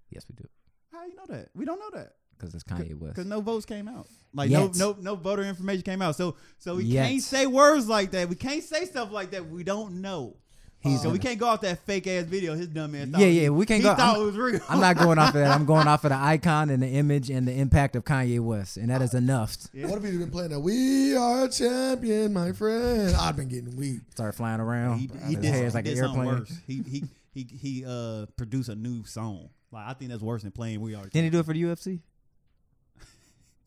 [SPEAKER 3] Yes, we do.
[SPEAKER 1] How you know that? We don't know that
[SPEAKER 3] Because it's Kanye West.
[SPEAKER 1] because no votes came out. Like
[SPEAKER 3] Yet.
[SPEAKER 1] no no no voter information came out. So so we
[SPEAKER 3] Yet.
[SPEAKER 1] can't say words like that. We can't say stuff like that. We don't know.
[SPEAKER 3] He's
[SPEAKER 1] so we
[SPEAKER 3] gonna-
[SPEAKER 1] can't go off that fake ass video. His dumb ass. thought
[SPEAKER 3] Yeah,
[SPEAKER 1] he-
[SPEAKER 3] yeah, we can't
[SPEAKER 1] he
[SPEAKER 3] go-
[SPEAKER 1] Thought
[SPEAKER 3] I'm-
[SPEAKER 1] it was real.
[SPEAKER 3] I'm not going off of that. I'm going off of the icon and the image and the impact of Kanye West, and that is enough.
[SPEAKER 2] What if he'd been playing that? We are a champion, my friend. I've been getting weak.
[SPEAKER 3] Start flying around.
[SPEAKER 1] he, he
[SPEAKER 3] His
[SPEAKER 1] did,
[SPEAKER 3] hair
[SPEAKER 1] some-
[SPEAKER 3] is like
[SPEAKER 1] did
[SPEAKER 3] an
[SPEAKER 1] something
[SPEAKER 3] airplane.
[SPEAKER 1] worse. He he he he uh produced a new song. Like I think that's worse than playing We Are.
[SPEAKER 3] Didn't he do it for the UFC?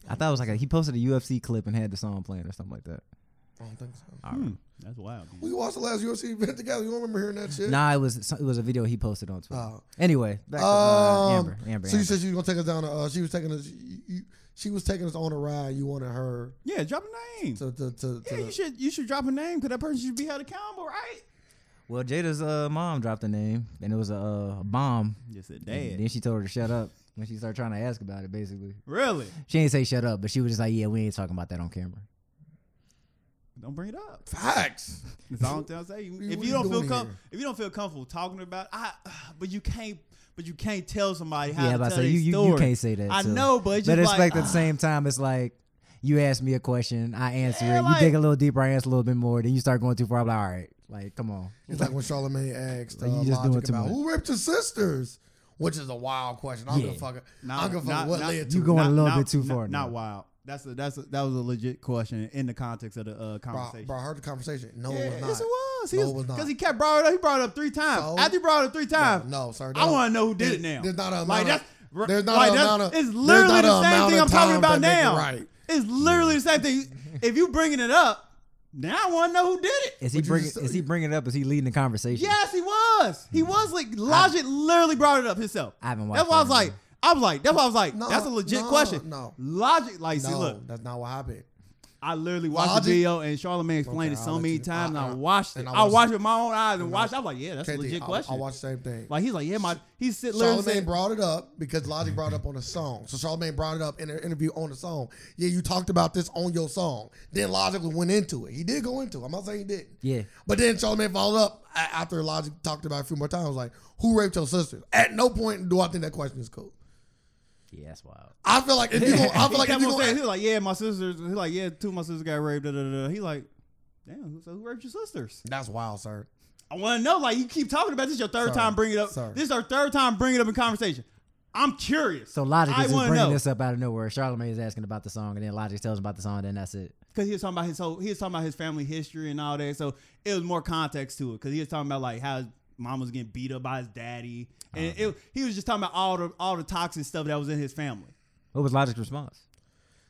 [SPEAKER 3] I thought it was like a, he posted a UFC clip and had the song playing or something like that.
[SPEAKER 2] I don't think so.
[SPEAKER 1] Hmm, that's wild. dude.
[SPEAKER 2] We watched the last UFC event together. You don't remember hearing that shit?
[SPEAKER 3] Nah, it was it was a video he posted on
[SPEAKER 1] Uh,
[SPEAKER 3] Twitter.
[SPEAKER 2] Oh.
[SPEAKER 3] Anyway, back to
[SPEAKER 2] Um,
[SPEAKER 3] uh, Amber. Amber.
[SPEAKER 2] so you
[SPEAKER 3] Amber.
[SPEAKER 2] said she was gonna take us down. To, uh, she was taking us. You, you, she was taking us on a ride. You wanted her
[SPEAKER 1] Yeah, drop a name.
[SPEAKER 2] to to to.
[SPEAKER 1] yeah,
[SPEAKER 2] to
[SPEAKER 1] you should you should drop a name because that person should be held accountable, right?
[SPEAKER 3] well, Jada's uh, mom dropped the name, and it was a, uh, a bomb.
[SPEAKER 1] Just said
[SPEAKER 3] And
[SPEAKER 1] dad.
[SPEAKER 3] then she told her to shut up when she started trying to ask about it. Basically,
[SPEAKER 1] Really?
[SPEAKER 3] she ain't say shut up, but she was just like, "Yeah, we ain't talking about that on camera."
[SPEAKER 1] Don't bring it up.
[SPEAKER 2] facts.
[SPEAKER 1] That's all I'm
[SPEAKER 3] [LAUGHS]
[SPEAKER 1] trying to say. You-
[SPEAKER 2] What
[SPEAKER 1] If
[SPEAKER 2] are
[SPEAKER 1] you
[SPEAKER 2] you
[SPEAKER 1] don't feel
[SPEAKER 2] doing
[SPEAKER 1] com-
[SPEAKER 2] here?
[SPEAKER 1] if you don't feel comfortable talking about, I [SIGHS] but you can't but you can't tell somebody how
[SPEAKER 3] Yeah,
[SPEAKER 1] to
[SPEAKER 3] but I
[SPEAKER 1] tell
[SPEAKER 3] say
[SPEAKER 1] their
[SPEAKER 3] you, you
[SPEAKER 1] story.
[SPEAKER 3] you can't say that.
[SPEAKER 1] I
[SPEAKER 3] so.
[SPEAKER 1] know, but it's
[SPEAKER 3] but
[SPEAKER 1] just
[SPEAKER 3] it's
[SPEAKER 1] like,
[SPEAKER 3] like at the
[SPEAKER 1] [SIGHS]
[SPEAKER 3] same time, it's like you ask me a question, I answer
[SPEAKER 1] Yeah,
[SPEAKER 3] it.
[SPEAKER 1] like-
[SPEAKER 3] you dig a little deeper, I answer a little bit more. Then you start going too far. I'm like, all right, like come on.
[SPEAKER 2] It's like when Charlamagne asked uh,
[SPEAKER 3] Like, you just
[SPEAKER 2] Logic
[SPEAKER 3] doing too
[SPEAKER 2] about
[SPEAKER 3] much.
[SPEAKER 2] who raped your sisters, which is a wild question. I'm gonna
[SPEAKER 3] Yeah.
[SPEAKER 2] fuck.
[SPEAKER 1] Nah,
[SPEAKER 2] I'm gonna fuck.
[SPEAKER 1] nah,
[SPEAKER 2] What
[SPEAKER 1] nah,
[SPEAKER 2] led to
[SPEAKER 3] You
[SPEAKER 2] it.
[SPEAKER 3] going a
[SPEAKER 1] Not-
[SPEAKER 3] little
[SPEAKER 1] not-
[SPEAKER 3] bit too
[SPEAKER 1] not-
[SPEAKER 3] far. now.
[SPEAKER 1] Not wild. That's a that's a, that was a legit question in the context of the
[SPEAKER 2] Bro,
[SPEAKER 1] uh, conversation.
[SPEAKER 2] bro, I heard the conversation. No,
[SPEAKER 1] Yeah,
[SPEAKER 2] it was not.
[SPEAKER 1] yes, it was. He
[SPEAKER 2] No, it
[SPEAKER 1] was
[SPEAKER 2] was not.
[SPEAKER 1] because he kept brought it up. He brought it up three times.
[SPEAKER 2] So?
[SPEAKER 1] After he brought it up three times,
[SPEAKER 2] No, sir.
[SPEAKER 1] I want to know who did it now.
[SPEAKER 2] There's not a
[SPEAKER 1] like
[SPEAKER 2] amount.
[SPEAKER 1] that's
[SPEAKER 2] of, there's not
[SPEAKER 1] like
[SPEAKER 2] a
[SPEAKER 1] that's,
[SPEAKER 2] amount of,
[SPEAKER 1] it's
[SPEAKER 2] there's
[SPEAKER 1] literally
[SPEAKER 2] not a
[SPEAKER 1] the same
[SPEAKER 2] amount
[SPEAKER 1] thing
[SPEAKER 2] of
[SPEAKER 1] I'm talking
[SPEAKER 2] time that
[SPEAKER 1] about
[SPEAKER 2] make it
[SPEAKER 1] now.
[SPEAKER 2] Right.
[SPEAKER 1] It's literally the same thing. If you bringing it up, now I want to know who did it.
[SPEAKER 3] Is he
[SPEAKER 2] Would you
[SPEAKER 3] bringing?
[SPEAKER 2] just-
[SPEAKER 3] Is he bringing it up? Is he leading the conversation?
[SPEAKER 1] Yes, he was. He was like Logic literally brought it up himself.
[SPEAKER 3] Mm-hmm. I haven't
[SPEAKER 1] That's
[SPEAKER 3] watched
[SPEAKER 1] why I
[SPEAKER 3] it
[SPEAKER 1] was like,
[SPEAKER 3] anymore.
[SPEAKER 1] I was like, that's why I was like,
[SPEAKER 2] No,
[SPEAKER 1] that's a legit
[SPEAKER 2] no,
[SPEAKER 1] question.
[SPEAKER 2] no.
[SPEAKER 1] Logic, like, see,
[SPEAKER 2] No,
[SPEAKER 1] look,
[SPEAKER 2] that's not what happened.
[SPEAKER 1] I literally watched
[SPEAKER 2] Logic-
[SPEAKER 1] the video and Charlamagne
[SPEAKER 2] Okay,
[SPEAKER 1] explained it
[SPEAKER 2] I'll
[SPEAKER 1] so
[SPEAKER 2] let
[SPEAKER 1] many
[SPEAKER 2] you-
[SPEAKER 1] times.
[SPEAKER 2] I-
[SPEAKER 1] and I
[SPEAKER 2] I-
[SPEAKER 1] watched it.
[SPEAKER 2] and I
[SPEAKER 1] I
[SPEAKER 2] was-
[SPEAKER 1] watched it with my own eyes and
[SPEAKER 2] and I-
[SPEAKER 1] watched. I was like, yeah, that's a
[SPEAKER 2] KT,
[SPEAKER 1] legit
[SPEAKER 2] I-
[SPEAKER 1] question.
[SPEAKER 2] I, watched the same thing.
[SPEAKER 1] Like he's like, yeah, my he's sitting literally
[SPEAKER 2] Charlemagne
[SPEAKER 1] saying,
[SPEAKER 2] brought it up because Logic brought it up on a song. So Charlemagne brought it up in an interview on the song. Yeah, you talked about this on your song. Then Logic went into it. He did go into it. I'm not saying he didn't.
[SPEAKER 3] Yeah.
[SPEAKER 2] But then Charlemagne followed up a- after Logic talked about it a few more times, like, who raped your sister? At no point do I think that question is cool.
[SPEAKER 3] Yeah, that's wild.
[SPEAKER 2] I feel like if you gonna, Oh, I feel
[SPEAKER 1] [LAUGHS] he
[SPEAKER 2] like if
[SPEAKER 1] kept
[SPEAKER 2] you
[SPEAKER 1] on saying,
[SPEAKER 2] gonna,
[SPEAKER 1] he's like, yeah, my sisters. He's like, yeah, two of my sisters got raped. Da, da, da. da. He like, damn, who- so who raped your sisters?
[SPEAKER 2] that's wild, sir.
[SPEAKER 1] I want to know. Like you keep talking about this. Your third
[SPEAKER 2] Sorry.
[SPEAKER 1] time bringing it up.
[SPEAKER 2] Sorry.
[SPEAKER 1] This is our third time bringing it up in conversation. I'm curious.
[SPEAKER 3] So Logic
[SPEAKER 1] I
[SPEAKER 3] is just
[SPEAKER 1] wanna
[SPEAKER 3] bringing
[SPEAKER 1] know.
[SPEAKER 3] this up out of nowhere. Charlamagne is asking about the song, and then Logic tells him about the song, and then that's it.
[SPEAKER 1] because he was talking about his whole he was talking about his family history and all that. So it was more context to it because he was talking about like how his mom was getting beat up by his daddy, and
[SPEAKER 3] Uh-huh.
[SPEAKER 1] it, he was just talking about all the all the toxic stuff that was in his family.
[SPEAKER 3] What was Logic's [LAUGHS] response?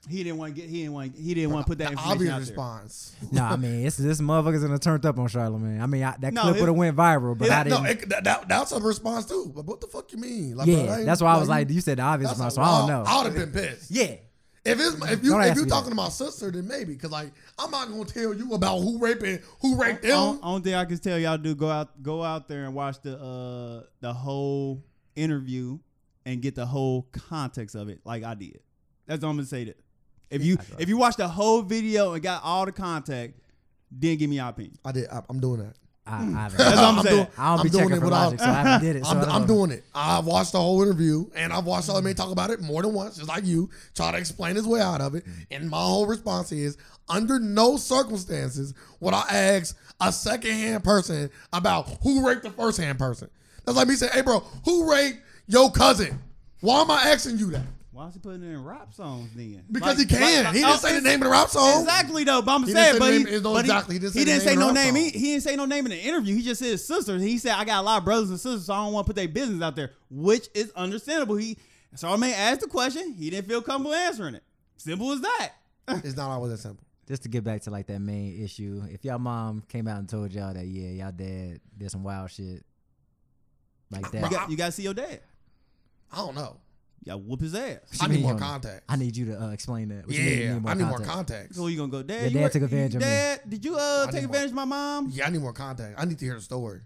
[SPEAKER 1] He didn't want to get he didn't want he didn't want to put that
[SPEAKER 2] The
[SPEAKER 1] information
[SPEAKER 2] obvious
[SPEAKER 1] out
[SPEAKER 2] response.
[SPEAKER 3] no, I mean, it's this motherfucker's gonna turned up on Charlamagne. I mean, I, that
[SPEAKER 1] No,
[SPEAKER 3] clip
[SPEAKER 1] his-
[SPEAKER 3] would have went viral, but I
[SPEAKER 2] Yeah,
[SPEAKER 3] didn't.
[SPEAKER 2] no, it, that, that, that's a response too. But what the fuck you mean? Like, bro,
[SPEAKER 3] yeah,
[SPEAKER 2] that ain't-
[SPEAKER 3] that's why I was
[SPEAKER 2] bro, you-
[SPEAKER 3] like, you said the obvious
[SPEAKER 2] that's a
[SPEAKER 3] response, so I don't
[SPEAKER 2] wild-
[SPEAKER 3] know.
[SPEAKER 2] I would have been pissed.
[SPEAKER 3] yeah,
[SPEAKER 2] If it's if you
[SPEAKER 3] Don't ask
[SPEAKER 2] if you
[SPEAKER 3] me that.
[SPEAKER 2] talking to my sister, then maybe because like I'm not gonna tell you about who raping who raped
[SPEAKER 1] there. On-
[SPEAKER 2] them.
[SPEAKER 1] Only thing I can tell y'all to do go out go out there and watch the uh the whole interview and get the whole context of it like I did. That's all I'm gonna say. That if you if you watch the whole video and got all the contact, then give me your opinion.
[SPEAKER 2] I did. I, am doing that.
[SPEAKER 3] I, I, haven't-
[SPEAKER 1] That's what I'm
[SPEAKER 3] I
[SPEAKER 1] saying.
[SPEAKER 3] don't be
[SPEAKER 2] Hmm. I'm doing
[SPEAKER 3] checking
[SPEAKER 2] it
[SPEAKER 3] for
[SPEAKER 2] without-
[SPEAKER 3] Logic, so I haven't did it. So uh, I
[SPEAKER 2] I'm,
[SPEAKER 3] don't
[SPEAKER 2] I'm
[SPEAKER 3] know.
[SPEAKER 2] doing it. I've watched the whole interview and I've watched Charlamagne talk about it more than once, just like you, try to explain his way out of it. And my whole response is, under no circumstances would I ask a secondhand person about who raped the first hand person. That's like me saying, hey, bro, who raped your cousin? Why am I asking you that?
[SPEAKER 1] Why is he putting it in rap songs then?
[SPEAKER 2] Because
[SPEAKER 1] Like-
[SPEAKER 2] he can.
[SPEAKER 1] like-
[SPEAKER 2] he
[SPEAKER 1] like-
[SPEAKER 2] didn't say the name of the rap song.
[SPEAKER 1] Exactly though, but I'm
[SPEAKER 2] Oh. He didn't
[SPEAKER 1] saying,
[SPEAKER 2] say
[SPEAKER 1] but
[SPEAKER 2] the
[SPEAKER 1] he,
[SPEAKER 2] name- no,
[SPEAKER 1] but he-
[SPEAKER 2] exactly, he didn't say
[SPEAKER 1] he
[SPEAKER 2] the
[SPEAKER 1] didn't say
[SPEAKER 2] name
[SPEAKER 1] no
[SPEAKER 2] of the
[SPEAKER 1] name.
[SPEAKER 2] rap
[SPEAKER 1] He,
[SPEAKER 2] song.
[SPEAKER 1] he didn't say no name in the interview. He just said his sisters. He said I got a lot of brothers and sisters, so I don't want to put their business out there, which is understandable. He Charlamagne asked the question. He didn't feel comfortable answering it. Simple as that.
[SPEAKER 2] It's not always that simple.
[SPEAKER 3] just to get back to like that main issue, if y'all mom came out and told y'all that yeah, y'all dad did some wild shit like
[SPEAKER 1] You
[SPEAKER 3] that,
[SPEAKER 2] Bro,
[SPEAKER 1] got, you got to see your dad.
[SPEAKER 2] I don't know.
[SPEAKER 1] You got to whoop his ass. [LAUGHS]
[SPEAKER 3] What
[SPEAKER 2] I
[SPEAKER 3] you
[SPEAKER 2] need
[SPEAKER 3] mean
[SPEAKER 2] more
[SPEAKER 3] you don't-
[SPEAKER 2] context.
[SPEAKER 3] I need you to uh, explain that. What you
[SPEAKER 2] yeah,
[SPEAKER 3] mean you
[SPEAKER 2] I need more
[SPEAKER 3] context?
[SPEAKER 2] context.
[SPEAKER 1] So you gonna go, dad?
[SPEAKER 3] Your
[SPEAKER 1] you
[SPEAKER 3] dad
[SPEAKER 1] were-
[SPEAKER 3] took advantage
[SPEAKER 1] you-
[SPEAKER 3] of me.
[SPEAKER 1] Dad, did you uh,
[SPEAKER 2] I
[SPEAKER 1] take
[SPEAKER 2] didn't
[SPEAKER 1] advantage of my mom?
[SPEAKER 2] Yeah, I need more context. I need to hear the story.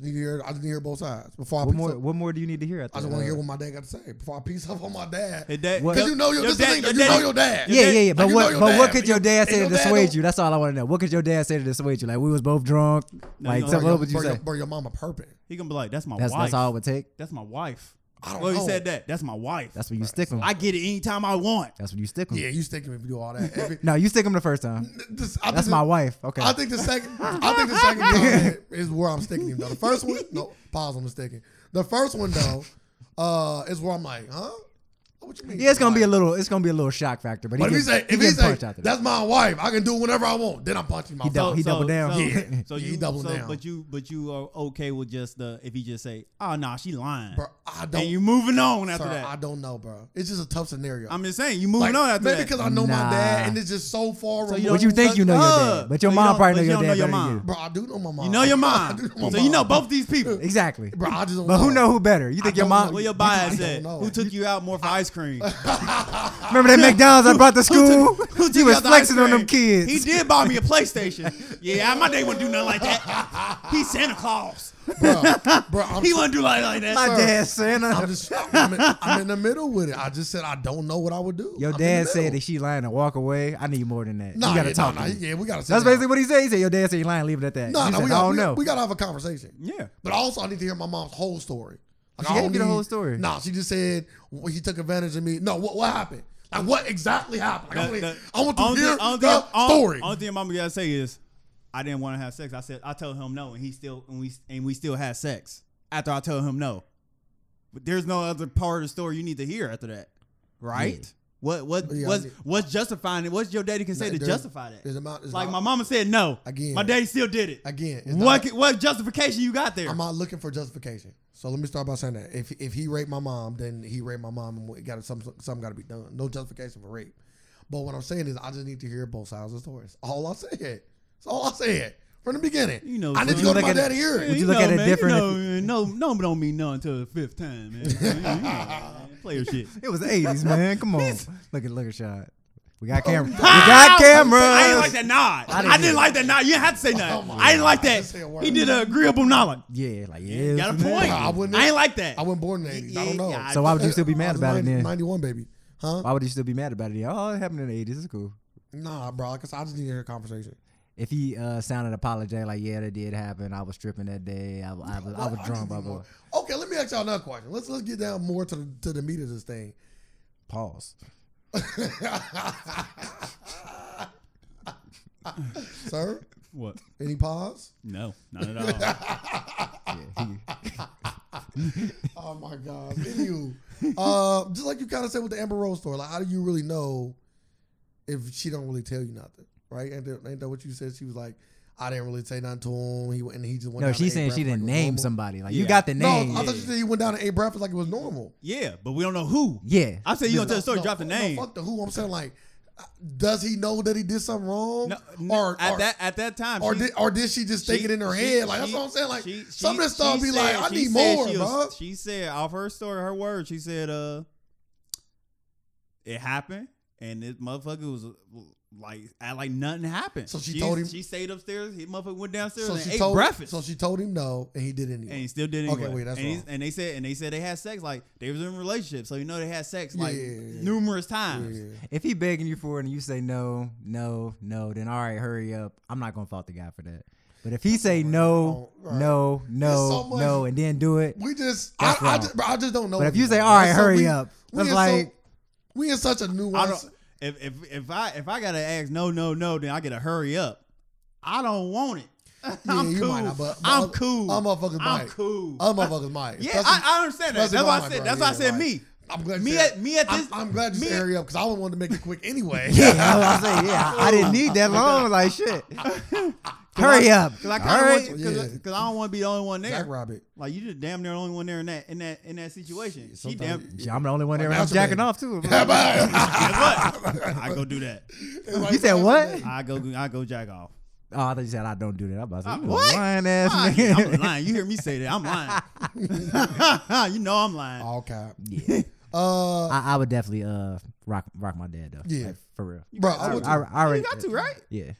[SPEAKER 2] I need to hear. I just need to hear both sides before I.
[SPEAKER 3] What
[SPEAKER 2] Piece
[SPEAKER 3] more?
[SPEAKER 2] up.
[SPEAKER 3] What more do you need to hear?
[SPEAKER 2] I just want to hear what my dad got to say before I piece [LAUGHS] up on my dad.
[SPEAKER 1] Hey, dad,
[SPEAKER 3] What-
[SPEAKER 2] Because you know your, this dad, you know your dad.
[SPEAKER 1] your
[SPEAKER 3] Yeah,
[SPEAKER 1] dad-
[SPEAKER 3] yeah, yeah. But
[SPEAKER 2] like, you know
[SPEAKER 3] what?
[SPEAKER 2] your
[SPEAKER 3] But what
[SPEAKER 2] dad.
[SPEAKER 3] could your dad say to
[SPEAKER 2] And your dad
[SPEAKER 3] dissuade
[SPEAKER 2] don't-
[SPEAKER 3] you? That's all I want to know. What could your dad say to dissuade you? Like we was both drunk.
[SPEAKER 1] No,
[SPEAKER 3] like so
[SPEAKER 1] you don't-
[SPEAKER 2] Bro, your,
[SPEAKER 3] what would you
[SPEAKER 2] bro,
[SPEAKER 3] say?
[SPEAKER 2] your, bro, your mama perping.
[SPEAKER 1] He gonna be like, that's my
[SPEAKER 3] That's
[SPEAKER 1] wife.
[SPEAKER 3] that's all it would take.
[SPEAKER 1] That's my wife.
[SPEAKER 2] I don't
[SPEAKER 1] Well, he
[SPEAKER 2] know.
[SPEAKER 1] said that. That's my wife.
[SPEAKER 3] That's when you stick them.
[SPEAKER 1] I get it anytime I want.
[SPEAKER 3] That's when you stick them.
[SPEAKER 2] Yeah, you stick to me if you do all
[SPEAKER 3] [LAUGHS]
[SPEAKER 2] that. Every-
[SPEAKER 3] No, you stick them the first time.
[SPEAKER 2] this- I
[SPEAKER 3] That's
[SPEAKER 2] think
[SPEAKER 3] my
[SPEAKER 2] this-
[SPEAKER 3] wife. Okay.
[SPEAKER 2] I think the second. I think the second
[SPEAKER 3] [LAUGHS]
[SPEAKER 2] comment is where I'm sticking him. Though the first one, no, pause. I'm sticking. The first one though, uh, is where I'm like, huh? What you mean?
[SPEAKER 3] yeah, it's gonna be a little. It's gonna be a little shock factor. But,
[SPEAKER 2] But if
[SPEAKER 3] he
[SPEAKER 2] he
[SPEAKER 3] gets-
[SPEAKER 2] say,
[SPEAKER 3] he
[SPEAKER 2] if he
[SPEAKER 3] gets
[SPEAKER 2] say,
[SPEAKER 3] punched after that.
[SPEAKER 2] that's my wife. I can do whenever I want. Then I'm punching my.
[SPEAKER 3] He
[SPEAKER 2] wife.
[SPEAKER 3] don't- doubled down.
[SPEAKER 1] So,
[SPEAKER 2] Yeah.
[SPEAKER 3] [LAUGHS]
[SPEAKER 1] so
[SPEAKER 2] Yeah,
[SPEAKER 1] you
[SPEAKER 2] he doubled
[SPEAKER 1] so,
[SPEAKER 2] down.
[SPEAKER 1] But you but you are okay with just the if he just say, oh nah, she lying.
[SPEAKER 2] Bro, I don't.
[SPEAKER 1] and you moving on after
[SPEAKER 2] sir, I
[SPEAKER 1] that.
[SPEAKER 2] don't know, bro. It's just a tough scenario.
[SPEAKER 1] I, am just saying you moving
[SPEAKER 2] Like,
[SPEAKER 1] on after
[SPEAKER 2] maybe
[SPEAKER 1] that.
[SPEAKER 2] because I know my
[SPEAKER 3] Nah.
[SPEAKER 2] dad, and it's just so far
[SPEAKER 1] So
[SPEAKER 2] removed.
[SPEAKER 1] you
[SPEAKER 3] But you think you know your
[SPEAKER 1] Uh,
[SPEAKER 3] dad, but your
[SPEAKER 1] so you
[SPEAKER 3] mom
[SPEAKER 1] don't-
[SPEAKER 3] probably
[SPEAKER 1] but
[SPEAKER 3] know
[SPEAKER 1] you
[SPEAKER 3] your dad
[SPEAKER 1] don't know your
[SPEAKER 3] better than
[SPEAKER 1] mom.
[SPEAKER 3] you.
[SPEAKER 2] bro, I do know my mom.
[SPEAKER 1] you know
[SPEAKER 2] [LAUGHS]
[SPEAKER 1] your
[SPEAKER 2] I
[SPEAKER 1] mom.
[SPEAKER 2] do know my
[SPEAKER 1] so you know
[SPEAKER 2] mom.
[SPEAKER 1] both these people.
[SPEAKER 3] Exactly.
[SPEAKER 2] Bro, I just don't
[SPEAKER 3] But
[SPEAKER 2] know.
[SPEAKER 3] who know who better? You
[SPEAKER 2] I
[SPEAKER 3] think your
[SPEAKER 2] don't
[SPEAKER 3] mom?
[SPEAKER 2] know.
[SPEAKER 1] Where your
[SPEAKER 2] I
[SPEAKER 1] bias
[SPEAKER 2] don't
[SPEAKER 1] at?
[SPEAKER 2] know.
[SPEAKER 1] Who took you out more for
[SPEAKER 2] [LAUGHS]
[SPEAKER 1] ice cream?
[SPEAKER 3] Remember that McDonald's I brought to school? [LAUGHS]
[SPEAKER 1] Who took
[SPEAKER 3] He
[SPEAKER 1] you
[SPEAKER 3] was
[SPEAKER 1] out the ice
[SPEAKER 3] flexing on them
[SPEAKER 1] cream?
[SPEAKER 3] kids.
[SPEAKER 1] He did buy
[SPEAKER 3] [LAUGHS]
[SPEAKER 1] me a PlayStation. yeah, my dad wouldn't do nothing like that. He's Santa Claus.
[SPEAKER 2] bro, bro, I'm
[SPEAKER 1] He wouldn't do like like
[SPEAKER 3] My
[SPEAKER 1] that.
[SPEAKER 2] Sir,
[SPEAKER 3] dad Santa.
[SPEAKER 2] I'm just I'm in, I'm in the middle with it. I just said I don't know what I would do.
[SPEAKER 3] Your
[SPEAKER 2] I'm in
[SPEAKER 3] dad
[SPEAKER 2] the
[SPEAKER 3] said
[SPEAKER 2] middle.
[SPEAKER 3] that she lying and walk away. I need more than that.
[SPEAKER 2] Nah,
[SPEAKER 3] you gotta
[SPEAKER 2] yeah,
[SPEAKER 3] talk.
[SPEAKER 2] Nah,
[SPEAKER 3] to
[SPEAKER 2] nah,
[SPEAKER 3] me.
[SPEAKER 2] yeah, we gotta. Sit
[SPEAKER 3] That's
[SPEAKER 2] down.
[SPEAKER 3] basically what he said. He said your dad said you lying. Leave it at that.
[SPEAKER 2] No,
[SPEAKER 3] He
[SPEAKER 2] no,
[SPEAKER 3] said,
[SPEAKER 2] we
[SPEAKER 3] I
[SPEAKER 2] got.
[SPEAKER 3] don't
[SPEAKER 2] We,
[SPEAKER 3] know.
[SPEAKER 2] we gotta have a conversation.
[SPEAKER 1] Yeah.
[SPEAKER 2] But also, I need to hear my mom's whole story. Like,
[SPEAKER 3] She
[SPEAKER 2] I don't
[SPEAKER 3] gave you the whole
[SPEAKER 2] need-
[SPEAKER 3] story.
[SPEAKER 2] Nah, she just said well, he took advantage of me. No, what what happened? Like, what exactly happened? Like, I, want
[SPEAKER 1] The- the-
[SPEAKER 2] to- I want to
[SPEAKER 1] only
[SPEAKER 2] hear
[SPEAKER 1] thing- only
[SPEAKER 2] the
[SPEAKER 1] thing- only-
[SPEAKER 2] story.
[SPEAKER 1] Only thing mama gotta say is, I didn't want to have sex. I said I told him no, and he still and we and we still had sex after I told him no. But there's no other part of the story you need to hear after that, right?
[SPEAKER 4] Yeah.
[SPEAKER 1] What what
[SPEAKER 2] Yeah, I
[SPEAKER 1] what's
[SPEAKER 2] did.
[SPEAKER 1] what's justifying it? What's your daddy can say
[SPEAKER 2] Like,
[SPEAKER 1] to
[SPEAKER 2] there's-
[SPEAKER 1] justify that?
[SPEAKER 2] there's amount- there's
[SPEAKER 1] like
[SPEAKER 2] not-
[SPEAKER 1] my mama said no.
[SPEAKER 2] Again.
[SPEAKER 1] my daddy still did it.
[SPEAKER 2] Again, it's
[SPEAKER 1] what
[SPEAKER 2] not-
[SPEAKER 1] ca- what justification you got there?
[SPEAKER 2] I'm not looking for justification. So let me start by saying that if if he raped my mom, then he raped my mom, and we got some something got to be done. No justification for rape. But what I'm saying is, I just need to hear both sides of the story. That's all I said. That's all I said from the beginning.
[SPEAKER 1] You know,
[SPEAKER 2] I need to
[SPEAKER 1] son.
[SPEAKER 2] go to
[SPEAKER 3] Look
[SPEAKER 2] my
[SPEAKER 3] at-
[SPEAKER 2] dad and hear
[SPEAKER 1] Man,
[SPEAKER 2] it.
[SPEAKER 3] Would you look at it
[SPEAKER 1] man,
[SPEAKER 3] different
[SPEAKER 1] You know, man, no, no, don't mean no until the fifth
[SPEAKER 2] [LAUGHS]
[SPEAKER 1] time, man. You know, man. Player shit.
[SPEAKER 3] It was the 80s, man. Come on. Look at look at shot. We
[SPEAKER 2] Oh,
[SPEAKER 3] got cameras. We got cameras.
[SPEAKER 1] I didn't like that nod. I didn't,
[SPEAKER 3] didn't either.
[SPEAKER 1] like that nod. You didn't have to say nothing.
[SPEAKER 2] Oh my
[SPEAKER 1] I didn't like
[SPEAKER 2] God. I
[SPEAKER 1] that.
[SPEAKER 2] didn't say a word.
[SPEAKER 1] He did an agreeable nod.
[SPEAKER 3] Yeah, like yeah.
[SPEAKER 1] Got a
[SPEAKER 3] man.
[SPEAKER 1] point.
[SPEAKER 2] Nah, I wouldn't-
[SPEAKER 1] I ain't like that.
[SPEAKER 2] I wasn't born in the 80s. I don't know.
[SPEAKER 1] Yeah, I-
[SPEAKER 3] So why would you still be mad about it then?
[SPEAKER 2] Ninety-one, baby. Huh?
[SPEAKER 3] Why would you still be mad about it? then? Oh, it happened in the 80s. It's cool.
[SPEAKER 2] Nah, bro. Because I just need to hear a conversation.
[SPEAKER 4] If he uh, sounded apologetic, like yeah, that did happen. I was tripping that day. I, I, was- I was
[SPEAKER 2] [LAUGHS] Well,
[SPEAKER 4] drunk.
[SPEAKER 2] just
[SPEAKER 4] Blah
[SPEAKER 2] need
[SPEAKER 4] blah.
[SPEAKER 2] more. Okay, let me ask y'all another question. Let's let's get down more to the to the meat of this thing.
[SPEAKER 3] Pause.
[SPEAKER 2] Sir,
[SPEAKER 1] What?
[SPEAKER 2] any [LAUGHS] pause?
[SPEAKER 1] No, not at all.
[SPEAKER 2] Oh my God. Anywho, uh, just like you kind of said with the Amber Rose story, like how do you really know if she don't really tell you nothing, right? Ain't that, ain't that what you said? She was like, I didn't really say nothing to him. He went- and he just went.
[SPEAKER 4] No,
[SPEAKER 2] down
[SPEAKER 4] she's
[SPEAKER 2] and ate
[SPEAKER 4] saying she
[SPEAKER 2] breakfast
[SPEAKER 4] didn't
[SPEAKER 2] like it was
[SPEAKER 4] name
[SPEAKER 2] normal.
[SPEAKER 4] somebody. Like you
[SPEAKER 1] Yeah.
[SPEAKER 4] got the
[SPEAKER 2] No,
[SPEAKER 4] name.
[SPEAKER 2] I thought you said he went down and ate breakfast like it was normal.
[SPEAKER 1] yeah, but we don't know who.
[SPEAKER 4] yeah.
[SPEAKER 1] I said you gonna tell the story.
[SPEAKER 2] No,
[SPEAKER 1] drop the
[SPEAKER 2] no,
[SPEAKER 1] name.
[SPEAKER 2] fuck the who. I'm saying like, does he know that he did something wrong?
[SPEAKER 1] No,
[SPEAKER 2] or
[SPEAKER 1] at
[SPEAKER 2] or-
[SPEAKER 1] that at that time,
[SPEAKER 2] or
[SPEAKER 1] she-
[SPEAKER 2] did or did she just
[SPEAKER 1] she-
[SPEAKER 2] think it in her
[SPEAKER 1] she-
[SPEAKER 2] head? Like that's
[SPEAKER 1] she-
[SPEAKER 2] what I'm saying. Like
[SPEAKER 1] she-
[SPEAKER 2] some of
[SPEAKER 1] she-
[SPEAKER 2] this stuff
[SPEAKER 1] she
[SPEAKER 2] be like,
[SPEAKER 1] said-
[SPEAKER 2] I
[SPEAKER 1] she
[SPEAKER 2] need
[SPEAKER 1] said
[SPEAKER 2] more,
[SPEAKER 1] she was-
[SPEAKER 2] bro.
[SPEAKER 1] She said off her story, her words. She said, "Uh, it happened, and this motherfucker was like, act like nothing happened."
[SPEAKER 2] So she told him-
[SPEAKER 1] she stayed upstairs. He motherfucker went downstairs
[SPEAKER 2] So
[SPEAKER 1] and
[SPEAKER 2] she
[SPEAKER 1] ate
[SPEAKER 2] told
[SPEAKER 1] breakfast.
[SPEAKER 2] so she told him no, and he did anyway.
[SPEAKER 1] and he still did it
[SPEAKER 2] Okay,
[SPEAKER 1] anyway.
[SPEAKER 2] wait, that's
[SPEAKER 1] and, he's-
[SPEAKER 2] wrong.
[SPEAKER 1] and they said and they said they had sex like they was in a relationship, so you know they had sex
[SPEAKER 2] Yeah,
[SPEAKER 1] like
[SPEAKER 2] yeah, yeah, yeah.
[SPEAKER 1] numerous times.
[SPEAKER 2] Yeah.
[SPEAKER 4] If he begging you for it and you say no, no, no, then all right, hurry up. I'm not gonna fault the guy for that. But if he say no,
[SPEAKER 2] Oh, right.
[SPEAKER 4] no,
[SPEAKER 2] There's
[SPEAKER 4] no,
[SPEAKER 2] so much-
[SPEAKER 4] no, and then do [LAUGHS] it,
[SPEAKER 2] We just I,
[SPEAKER 4] That's
[SPEAKER 2] I,
[SPEAKER 4] wrong.
[SPEAKER 2] just, bro, I just don't know.
[SPEAKER 4] But if you
[SPEAKER 2] anymore,
[SPEAKER 4] say, "All right,
[SPEAKER 2] bro.
[SPEAKER 4] hurry up," that's
[SPEAKER 2] in so,
[SPEAKER 4] like-
[SPEAKER 2] we in such a
[SPEAKER 1] I
[SPEAKER 2] nuance.
[SPEAKER 1] don't. If, if if I if I gotta ask no no no, then I gotta hurry up. I don't
[SPEAKER 2] [LAUGHS]
[SPEAKER 1] want it. I'm
[SPEAKER 2] you
[SPEAKER 1] cool.
[SPEAKER 2] might not, but- but
[SPEAKER 1] I'm
[SPEAKER 2] other-
[SPEAKER 1] cool.
[SPEAKER 2] other motherfuckers
[SPEAKER 1] I'm
[SPEAKER 2] might.
[SPEAKER 1] cool.
[SPEAKER 2] Other motherfuckers might.
[SPEAKER 1] yeah,
[SPEAKER 2] Especially-
[SPEAKER 1] I, I understand that.
[SPEAKER 2] especially
[SPEAKER 1] That's why I
[SPEAKER 2] mine,
[SPEAKER 1] said.
[SPEAKER 2] bro.
[SPEAKER 1] that's why I
[SPEAKER 2] Yeah,
[SPEAKER 1] said
[SPEAKER 2] like,
[SPEAKER 1] me.
[SPEAKER 2] I'm glad. you
[SPEAKER 1] Me
[SPEAKER 2] said-
[SPEAKER 1] at me at this.
[SPEAKER 2] I'm, I'm glad you
[SPEAKER 1] me
[SPEAKER 2] said hurry up because I wanted to make it quick anyway. [LAUGHS]
[SPEAKER 3] Yeah, I was like, yeah, I didn't need that long.
[SPEAKER 4] [LAUGHS]
[SPEAKER 3] Like shit. Hurry up.
[SPEAKER 1] Because I
[SPEAKER 3] All
[SPEAKER 1] kind of
[SPEAKER 3] right.
[SPEAKER 1] want you. Because
[SPEAKER 2] Yeah.
[SPEAKER 1] I don't want to be the only one there.
[SPEAKER 2] Jack Rabbit.
[SPEAKER 1] Like you just damn near the only one there in that in that in that situation. She damn.
[SPEAKER 2] sometimes-
[SPEAKER 1] Guess
[SPEAKER 3] Yeah, I'm the only one there. and I'm
[SPEAKER 2] Masturbating.
[SPEAKER 3] jacking off too.
[SPEAKER 2] [LAUGHS]
[SPEAKER 1] what? I go do that.
[SPEAKER 3] You said what?
[SPEAKER 1] I go I go jack off.
[SPEAKER 4] oh, I thought you said I don't do that. I'm about to say, you a
[SPEAKER 1] what?
[SPEAKER 3] Lying ass
[SPEAKER 1] Lying.
[SPEAKER 3] nigga. [LAUGHS]
[SPEAKER 1] I'm lying. You hear me say that? I'm
[SPEAKER 4] [LAUGHS]
[SPEAKER 1] lying. you know I'm lying.
[SPEAKER 2] All cap.
[SPEAKER 1] [LAUGHS]
[SPEAKER 4] Yeah.
[SPEAKER 2] Oh, Uh,
[SPEAKER 4] I, I would definitely uh rock rock my dad though.
[SPEAKER 2] Yeah.
[SPEAKER 4] Like, for real.
[SPEAKER 2] bro, I
[SPEAKER 3] I,
[SPEAKER 2] would.
[SPEAKER 3] I,
[SPEAKER 2] Too.
[SPEAKER 3] I already.
[SPEAKER 1] You got to right.
[SPEAKER 4] Yeah.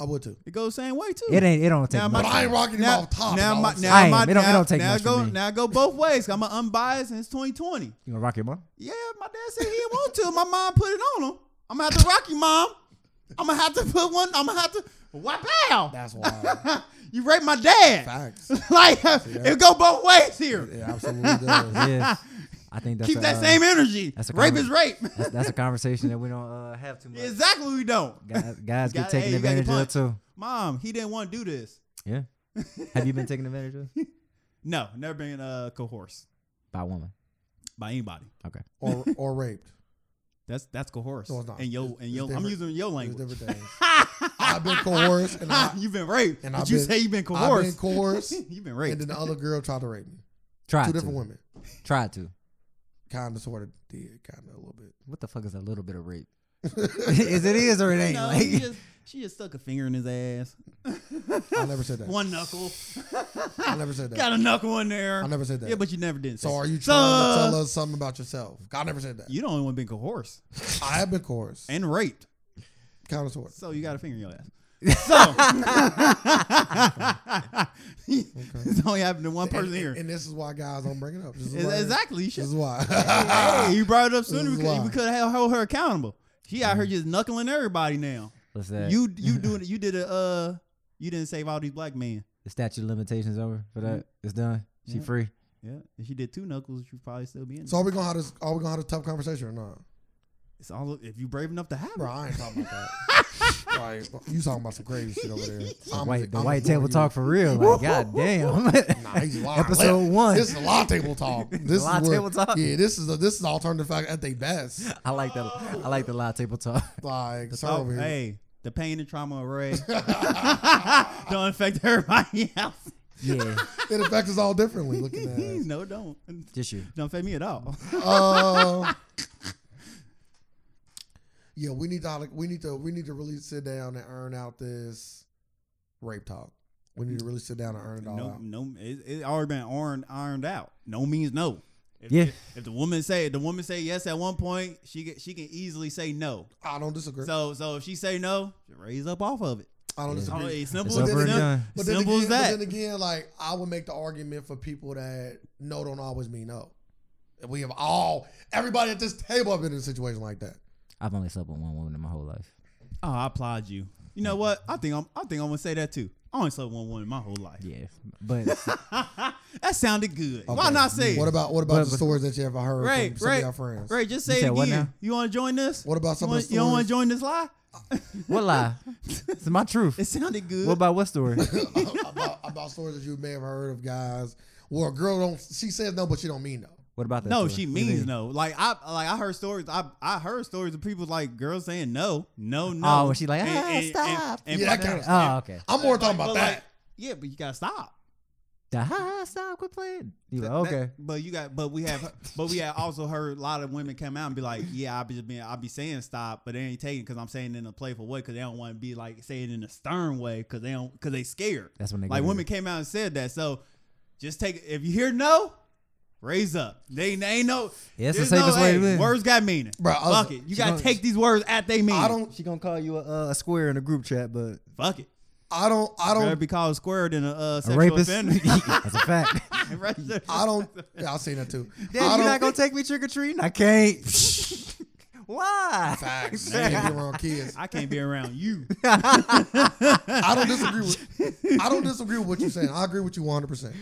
[SPEAKER 2] I would too.
[SPEAKER 1] It goes the same way too.
[SPEAKER 4] It ain't. It don't take
[SPEAKER 1] Now
[SPEAKER 4] much.
[SPEAKER 1] my-
[SPEAKER 2] But I ain't rocking him
[SPEAKER 1] now,
[SPEAKER 2] off top.
[SPEAKER 1] now
[SPEAKER 2] is all
[SPEAKER 1] my
[SPEAKER 2] I'm saying.
[SPEAKER 1] now
[SPEAKER 4] Damn,
[SPEAKER 1] my
[SPEAKER 4] it don't- it
[SPEAKER 1] now,
[SPEAKER 4] don't take
[SPEAKER 1] now
[SPEAKER 4] much
[SPEAKER 1] go
[SPEAKER 4] for me.
[SPEAKER 1] now I go both ways. I'm an unbiased and it's 2020.
[SPEAKER 4] you
[SPEAKER 1] [LAUGHS]
[SPEAKER 4] gonna rock your mom?
[SPEAKER 1] Yeah, my dad said he didn't want to. My mom put it on him. I'm gonna have to rock you, mom. I'm gonna have to put one. I'm gonna have to. Wow,
[SPEAKER 2] That's
[SPEAKER 1] [LAUGHS]
[SPEAKER 2] wild.
[SPEAKER 1] you raped my dad.
[SPEAKER 2] Facts.
[SPEAKER 1] [LAUGHS] like it go both ways here.
[SPEAKER 2] It absolutely does.
[SPEAKER 3] Yes. I think that's
[SPEAKER 1] Keep
[SPEAKER 3] a,
[SPEAKER 1] that
[SPEAKER 3] uh,
[SPEAKER 1] same energy.
[SPEAKER 3] that's a
[SPEAKER 1] rape
[SPEAKER 3] common-
[SPEAKER 1] is rape. [LAUGHS]
[SPEAKER 3] That's, that's a conversation that we don't uh, have too much.
[SPEAKER 1] exactly, we don't.
[SPEAKER 3] Guys, guys
[SPEAKER 1] You
[SPEAKER 3] get
[SPEAKER 1] gotta-
[SPEAKER 3] taken
[SPEAKER 1] hey, you gotta get
[SPEAKER 3] advantage of
[SPEAKER 1] punched.
[SPEAKER 3] too.
[SPEAKER 1] Mom, he didn't want to do this.
[SPEAKER 3] Yeah.
[SPEAKER 1] [LAUGHS]
[SPEAKER 3] have you been taken advantage of
[SPEAKER 1] No, never been uh, coerced
[SPEAKER 3] by a woman?
[SPEAKER 1] by anybody.
[SPEAKER 2] Or or raped.
[SPEAKER 1] That's that's coerced.
[SPEAKER 2] No, it's not.
[SPEAKER 1] And yo,
[SPEAKER 2] It's-
[SPEAKER 1] and
[SPEAKER 2] it's
[SPEAKER 1] yo, I'm
[SPEAKER 2] different.
[SPEAKER 1] using your
[SPEAKER 2] There's
[SPEAKER 1] [LAUGHS] language.
[SPEAKER 2] different things. I've been coerced and I,
[SPEAKER 1] [LAUGHS] you've been raped.
[SPEAKER 2] and
[SPEAKER 1] but
[SPEAKER 2] I've
[SPEAKER 1] you
[SPEAKER 2] been-
[SPEAKER 1] say you've been
[SPEAKER 2] I've been
[SPEAKER 1] coerced.
[SPEAKER 2] coerced.
[SPEAKER 1] you've been
[SPEAKER 2] and
[SPEAKER 1] [LAUGHS] raped.
[SPEAKER 2] then the other girl tried to rape me.
[SPEAKER 3] Try
[SPEAKER 2] Two
[SPEAKER 3] to.
[SPEAKER 2] different women.
[SPEAKER 3] Try to.
[SPEAKER 2] Kind of, sort of did, kind of a little bit.
[SPEAKER 3] What the fuck is a little bit of
[SPEAKER 1] [LAUGHS]
[SPEAKER 3] rape? is it is or it ain't?
[SPEAKER 1] No,
[SPEAKER 3] like,
[SPEAKER 1] she, just, she just stuck a finger in his ass.
[SPEAKER 2] I never said that.
[SPEAKER 1] [LAUGHS]
[SPEAKER 2] [LAUGHS]
[SPEAKER 1] One knuckle.
[SPEAKER 2] I never said that.
[SPEAKER 1] [LAUGHS] Got a knuckle in there.
[SPEAKER 2] I never said that.
[SPEAKER 1] Yeah, but you never did.
[SPEAKER 2] so
[SPEAKER 1] say
[SPEAKER 2] are
[SPEAKER 1] it.
[SPEAKER 2] you
[SPEAKER 1] So,
[SPEAKER 2] trying to tell us something about yourself? I never said that.
[SPEAKER 1] You the only one
[SPEAKER 2] [LAUGHS]
[SPEAKER 1] been coerced
[SPEAKER 2] I have been coerced.
[SPEAKER 1] and raped.
[SPEAKER 2] Kind of, sort. of.
[SPEAKER 1] So you got a finger in your
[SPEAKER 2] [LAUGHS]
[SPEAKER 1] ass. So [LAUGHS] it's only happened to one person
[SPEAKER 2] and,
[SPEAKER 1] here.
[SPEAKER 2] And, and this is why guys don't bring it up. This is
[SPEAKER 1] Ex-
[SPEAKER 2] why-
[SPEAKER 1] exactly. You should-
[SPEAKER 2] This is why.
[SPEAKER 1] [LAUGHS] Hey, you brought it up sooner
[SPEAKER 2] Oh, This is Mm-hmm. why.
[SPEAKER 1] because we could have held her accountable. She out here just knuckling everybody now.
[SPEAKER 3] [LAUGHS] what's that?
[SPEAKER 2] [LAUGHS]
[SPEAKER 1] You you doing you did a uh you didn't save all these black men.
[SPEAKER 3] the statute of limitations over for that. It's done. She
[SPEAKER 1] Mm-hmm. Yeah.
[SPEAKER 3] free.
[SPEAKER 1] Yeah. If she did two knuckles, she'd probably still be
[SPEAKER 2] [LAUGHS]
[SPEAKER 1] in
[SPEAKER 2] so
[SPEAKER 1] there.
[SPEAKER 2] are we gonna have this? Are we gonna have a tough conversation or not?
[SPEAKER 1] It's all if you brave enough to have
[SPEAKER 2] Bro,
[SPEAKER 1] her.
[SPEAKER 2] I ain't talking about that. like, you talking about some crazy shit over there.
[SPEAKER 3] The
[SPEAKER 2] I'm-
[SPEAKER 3] white, the
[SPEAKER 2] I'm
[SPEAKER 3] white
[SPEAKER 2] for
[SPEAKER 3] table
[SPEAKER 2] you.
[SPEAKER 3] talk for real. Like, god damn. [LAUGHS]
[SPEAKER 2] Nah, he's lying.
[SPEAKER 3] Episode
[SPEAKER 2] Let-
[SPEAKER 3] one.
[SPEAKER 2] This is a lot
[SPEAKER 3] [LAUGHS]
[SPEAKER 2] table talk. This is
[SPEAKER 3] Lot
[SPEAKER 2] where-
[SPEAKER 3] table talk.
[SPEAKER 2] Yeah, this is a, this is alternative fact at
[SPEAKER 3] [LAUGHS]
[SPEAKER 2] their best.
[SPEAKER 3] I like that. I like the live table talk.
[SPEAKER 2] Like, sir
[SPEAKER 1] So,
[SPEAKER 2] over here.
[SPEAKER 1] Oh, hey, the pain and trauma of
[SPEAKER 2] [LAUGHS]
[SPEAKER 1] rape [LAUGHS] don't affect everybody [LAUGHS] else.
[SPEAKER 3] [LAUGHS] Yeah,
[SPEAKER 2] It affects us all differently. Looking at
[SPEAKER 3] [LAUGHS]
[SPEAKER 2] it.
[SPEAKER 1] no, it don't. It
[SPEAKER 3] just you.
[SPEAKER 1] Don't affect me at all.
[SPEAKER 2] Uh, yeah, we need to like, we need to we need to really sit down and earn out this rape talk. We need to really sit down and earn it all
[SPEAKER 1] No,
[SPEAKER 2] out.
[SPEAKER 1] no, it, it already been ironed ironed out. No means no. If,
[SPEAKER 3] Yeah.
[SPEAKER 1] If, if the woman say if the woman say yes at one point, she can, she can easily say no.
[SPEAKER 2] I don't disagree.
[SPEAKER 1] So so if she say no, raise up off of it.
[SPEAKER 2] I don't
[SPEAKER 3] Yeah.
[SPEAKER 1] Oh,
[SPEAKER 2] disagree.
[SPEAKER 1] it's simple,
[SPEAKER 3] It's
[SPEAKER 1] as-
[SPEAKER 3] over and
[SPEAKER 1] sim-
[SPEAKER 3] done.
[SPEAKER 2] But then,
[SPEAKER 1] simple
[SPEAKER 2] again,
[SPEAKER 1] as that.
[SPEAKER 2] but then again, like I would make the argument for people that no don't always mean no. And We have all everybody at this table have been in a situation like that.
[SPEAKER 3] I've only slept with one woman in my whole life.
[SPEAKER 1] oh, I applaud you. You know what? I think I'm I think I'm gonna say that too. I only slept with one woman my whole life.
[SPEAKER 3] Yeah, but
[SPEAKER 1] that sounded good. Why
[SPEAKER 2] Okay.
[SPEAKER 1] not say it?
[SPEAKER 2] What about what about
[SPEAKER 3] But-
[SPEAKER 2] the
[SPEAKER 3] but-
[SPEAKER 2] stories that you ever heard
[SPEAKER 1] Ray,
[SPEAKER 2] from some
[SPEAKER 1] Ray,
[SPEAKER 2] of your friends?
[SPEAKER 1] Ray, just
[SPEAKER 3] You
[SPEAKER 1] say it
[SPEAKER 3] said what
[SPEAKER 1] again.
[SPEAKER 3] now?
[SPEAKER 1] You want to join this?
[SPEAKER 2] What about
[SPEAKER 1] you,
[SPEAKER 2] some
[SPEAKER 1] wanna,
[SPEAKER 2] of the
[SPEAKER 1] you don't want
[SPEAKER 2] stories?
[SPEAKER 1] to join this lie?
[SPEAKER 3] what lie? It's my truth.
[SPEAKER 1] It sounded good.
[SPEAKER 3] What about what story?
[SPEAKER 2] about, about stories that you may have heard of guys where a girl don't she says no but she don't mean no.
[SPEAKER 3] What about that?
[SPEAKER 1] no,
[SPEAKER 3] story?
[SPEAKER 1] she
[SPEAKER 3] You
[SPEAKER 1] means
[SPEAKER 3] think-
[SPEAKER 1] no. Like I, like I heard stories. I, I heard stories of people like girls saying no, no, no.
[SPEAKER 3] Oh, when she like,
[SPEAKER 1] And-
[SPEAKER 3] "Ah,
[SPEAKER 1] and- and-
[SPEAKER 3] stop."
[SPEAKER 1] and-
[SPEAKER 2] Yeah, that kinda
[SPEAKER 1] and-
[SPEAKER 3] Oh, okay.
[SPEAKER 2] I'm more talking about
[SPEAKER 1] but
[SPEAKER 2] that.
[SPEAKER 1] like- yeah, but you gotta stop.
[SPEAKER 3] The ha ha stop, quit playing. You like,
[SPEAKER 1] That-
[SPEAKER 3] okay.
[SPEAKER 1] but you got, but we have, but we have also heard a lot of women come out and be like, "Yeah, I be just being, I be saying stop, but they ain't taking because I'm saying it in a playful way because they don't want to be like saying it in a stern way because they don't because they scared."
[SPEAKER 3] That's when they
[SPEAKER 1] like
[SPEAKER 3] get
[SPEAKER 1] women came out and said that. So just take if you hear no, raise up. They, they ain't no.
[SPEAKER 3] Yeah, it's
[SPEAKER 1] there's
[SPEAKER 3] the safest way to
[SPEAKER 1] hey,
[SPEAKER 3] live.
[SPEAKER 1] Words got meaning,
[SPEAKER 2] Bruh, I was-
[SPEAKER 1] Fuck it.
[SPEAKER 2] she
[SPEAKER 1] You gotta
[SPEAKER 2] gonna-
[SPEAKER 1] take these words at they meaning.
[SPEAKER 2] I don't
[SPEAKER 3] She gonna call you a, a square in a group chat, but
[SPEAKER 1] Fuck it.
[SPEAKER 2] I don't I
[SPEAKER 1] Rather
[SPEAKER 2] don't
[SPEAKER 1] be called square than a uh,
[SPEAKER 3] a
[SPEAKER 1] sexual
[SPEAKER 3] rapist.
[SPEAKER 1] offender.
[SPEAKER 3] [LAUGHS]
[SPEAKER 1] [LAUGHS]
[SPEAKER 3] That's a fact.
[SPEAKER 2] I don't yeah, I've seen that
[SPEAKER 1] [LAUGHS]
[SPEAKER 2] too. I
[SPEAKER 3] Dad, you
[SPEAKER 2] don't
[SPEAKER 3] not gonna take me trick or treating? I can't. [LAUGHS] Why?
[SPEAKER 1] [LAUGHS]
[SPEAKER 2] facts. You can't be around kids.
[SPEAKER 1] I can't be around you.
[SPEAKER 2] I don't disagree with I don't disagree with what you're saying. I agree with you 100. percent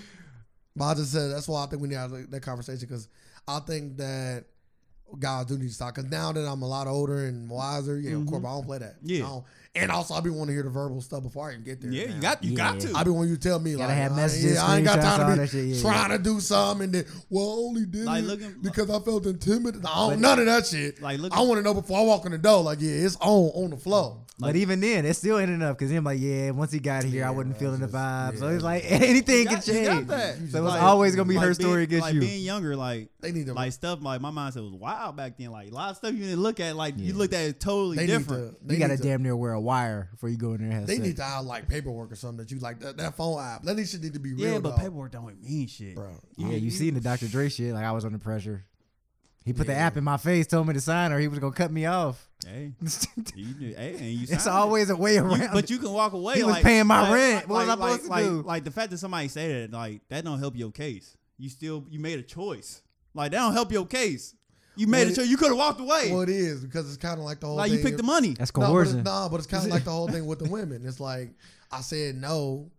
[SPEAKER 2] But I just said that's why I think we need to have that conversation because I think that guys do need to stop. Because now that I'm a lot older and wiser, yeah, of course, but I don't play that.
[SPEAKER 1] Mm-hmm. Yeah.
[SPEAKER 2] I don't- and also I be wanting to hear the verbal stuff before I even get there.
[SPEAKER 1] Yeah,
[SPEAKER 2] now.
[SPEAKER 1] you got you got
[SPEAKER 3] Yeah.
[SPEAKER 1] to.
[SPEAKER 2] I be wanting you to tell me
[SPEAKER 3] Gotta
[SPEAKER 2] like
[SPEAKER 3] have
[SPEAKER 2] I-
[SPEAKER 3] messages,
[SPEAKER 2] yeah, I ain't got
[SPEAKER 3] screenshots, all
[SPEAKER 2] time to
[SPEAKER 3] that
[SPEAKER 2] be
[SPEAKER 3] shit, yeah,
[SPEAKER 2] trying to do something and then well I only did
[SPEAKER 1] Like,
[SPEAKER 2] it
[SPEAKER 1] look at-
[SPEAKER 2] because I felt intimidated. I don't none of that shit.
[SPEAKER 1] Like, look
[SPEAKER 2] I
[SPEAKER 1] at-
[SPEAKER 2] want to know before I walk in the door. Like yeah, it's on on the floor.
[SPEAKER 3] But even then, it still ended up because him like, yeah, once he got here, I wasn't feeling the vibe. So it's like [LAUGHS] anything
[SPEAKER 1] You
[SPEAKER 3] can
[SPEAKER 1] got- you
[SPEAKER 3] change.
[SPEAKER 1] got that.
[SPEAKER 3] So it's
[SPEAKER 1] Like-
[SPEAKER 3] always gonna be
[SPEAKER 1] like
[SPEAKER 3] her
[SPEAKER 1] being-
[SPEAKER 3] story against
[SPEAKER 1] like
[SPEAKER 3] you.
[SPEAKER 1] Being younger, like
[SPEAKER 2] They need to
[SPEAKER 1] like stuff like my mindset was wild back then. Like a lot of stuff you didn't look at. Like you looked at it totally
[SPEAKER 2] they
[SPEAKER 1] different.
[SPEAKER 2] Need to, they
[SPEAKER 3] you gotta
[SPEAKER 2] need to-
[SPEAKER 3] damn near wear a wire before you go in there. And have
[SPEAKER 2] They
[SPEAKER 3] sex.
[SPEAKER 2] need to have like paperwork or something that you like that, that phone app. That shit need to be real.
[SPEAKER 1] yeah, but
[SPEAKER 2] dog.
[SPEAKER 1] paperwork don't mean shit,
[SPEAKER 2] Bro.
[SPEAKER 3] yeah, you, seen the Dr. Dre shit? Like I was under pressure. He put the app in my face, told me to sign, or he was gonna cut me off. [LAUGHS]
[SPEAKER 1] Hey, you, do- hey, and you.
[SPEAKER 3] it's
[SPEAKER 1] signed it.
[SPEAKER 3] always a way around.
[SPEAKER 1] You-
[SPEAKER 3] it.
[SPEAKER 1] but you can walk away.
[SPEAKER 3] He was
[SPEAKER 1] like,
[SPEAKER 3] paying my
[SPEAKER 1] like-
[SPEAKER 3] rent. What was I
[SPEAKER 1] like-
[SPEAKER 3] supposed to
[SPEAKER 1] like,
[SPEAKER 3] do?
[SPEAKER 1] Like, like the fact that somebody said that, like that don't help your case. You still you made a choice. Like that don't help your case. You made
[SPEAKER 2] What
[SPEAKER 1] it sure you could have walked away.
[SPEAKER 2] Well, it is because it's kind of like the whole.
[SPEAKER 1] like
[SPEAKER 2] thing
[SPEAKER 1] you picked
[SPEAKER 2] if-
[SPEAKER 1] the money.
[SPEAKER 3] That's
[SPEAKER 2] No, but it's,
[SPEAKER 3] coercion.
[SPEAKER 2] nah, but it's
[SPEAKER 1] [LAUGHS]
[SPEAKER 2] kind of like the whole thing with the women. It's like I said no,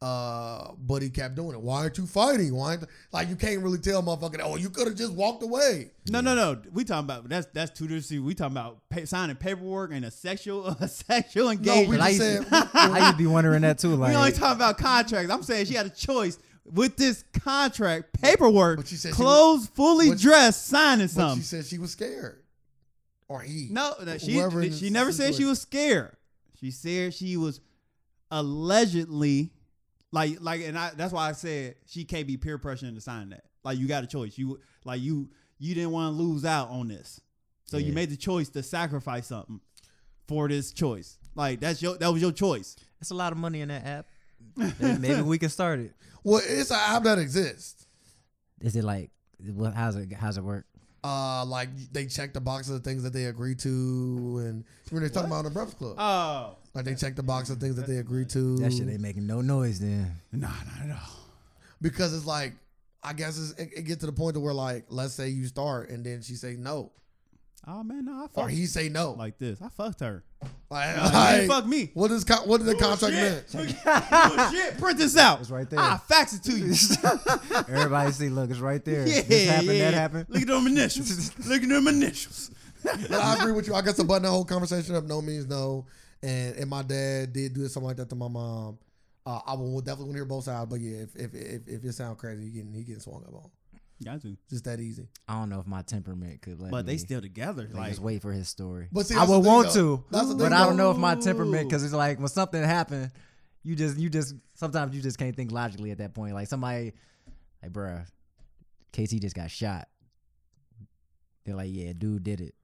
[SPEAKER 2] uh, but he kept doing it. Why aren't you fighting? Why? Aren't, like you can't really tell, motherfucker. Oh, you could have just walked away.
[SPEAKER 1] No, no, no. We talking about that's that's tutorsy. We talking about pa signing paperwork and a sexual [LAUGHS] a sexual engagement.
[SPEAKER 2] we
[SPEAKER 1] Like,
[SPEAKER 2] just said.
[SPEAKER 1] [LAUGHS]
[SPEAKER 3] [LAUGHS] I used to be wondering that too.
[SPEAKER 1] we only
[SPEAKER 3] Like,
[SPEAKER 1] talking about contracts. I'm saying she had a choice with this contract paperwork,
[SPEAKER 2] But she said she
[SPEAKER 1] clothes, fully
[SPEAKER 2] but-
[SPEAKER 1] dressed, signing
[SPEAKER 2] But she
[SPEAKER 1] something.
[SPEAKER 2] said she was scared, or he.
[SPEAKER 1] No, that she
[SPEAKER 2] Whoever in
[SPEAKER 1] she
[SPEAKER 2] this
[SPEAKER 1] never said she
[SPEAKER 2] situation.
[SPEAKER 1] was scared. She said she was allegedly like like and I that's why I said she can't be peer pressured into signing that. Like you got a choice. You like you you didn't want to lose out on this. So you
[SPEAKER 3] Yeah.
[SPEAKER 1] made the choice to sacrifice something for this choice. Like that's your that was your choice.
[SPEAKER 4] It's a lot of money in that app. Maybe we can start it.
[SPEAKER 2] Well, it's an app that exists.
[SPEAKER 4] Is it like what? How's it? How's it work?
[SPEAKER 2] Uh, like they check the box of the things that they agree to, and when they're talking about the Breakfast Club,
[SPEAKER 1] Oh.
[SPEAKER 2] like they check the box of things that they agree to.
[SPEAKER 3] that shit ain't making no noise then.
[SPEAKER 1] Nah, not at all.
[SPEAKER 2] because it's like I guess it's, it, it get to the point to where like let's say you start and then she say no
[SPEAKER 1] Oh man, no, I
[SPEAKER 2] or
[SPEAKER 1] fucked
[SPEAKER 2] he say no like,
[SPEAKER 1] like this. I fucked her.
[SPEAKER 2] like,
[SPEAKER 1] Hey, fuck me.
[SPEAKER 2] what is con- what did the contract mean?
[SPEAKER 1] Shit. Oh, shit. Print this out.
[SPEAKER 3] It's right there.
[SPEAKER 1] I fax it to you.
[SPEAKER 3] Everybody see, look, it's right
[SPEAKER 2] [LAUGHS]
[SPEAKER 3] there.
[SPEAKER 1] Yeah,
[SPEAKER 3] this happened,
[SPEAKER 1] yeah.
[SPEAKER 3] that happened.
[SPEAKER 1] Look at
[SPEAKER 3] [LAUGHS]
[SPEAKER 1] them initials. Look at them initials.
[SPEAKER 2] But I agree with you. I guess to button the whole conversation up, no means no. And and my dad did do something like that to my mom. Uh, I will definitely want to hear both sides, but yeah, if if if, if it sounds crazy, he getting he getting swung up on.
[SPEAKER 1] Got to.
[SPEAKER 2] Just that easy.
[SPEAKER 4] I don't know if my temperament could let
[SPEAKER 1] But
[SPEAKER 4] me
[SPEAKER 1] they still together.
[SPEAKER 4] like,
[SPEAKER 1] Like
[SPEAKER 4] just wait for his story.
[SPEAKER 2] But see,
[SPEAKER 3] I
[SPEAKER 2] that's the
[SPEAKER 3] would
[SPEAKER 2] thing,
[SPEAKER 3] want
[SPEAKER 2] though.
[SPEAKER 3] to,
[SPEAKER 2] That's the thing,
[SPEAKER 3] but I don't know if my
[SPEAKER 1] Ooh.
[SPEAKER 3] temperament, because it's like when something happened, you just, you just, sometimes you just can't think logically at that point. Like somebody,
[SPEAKER 4] like, bruh, KT just got shot. They're like, yeah, dude did it.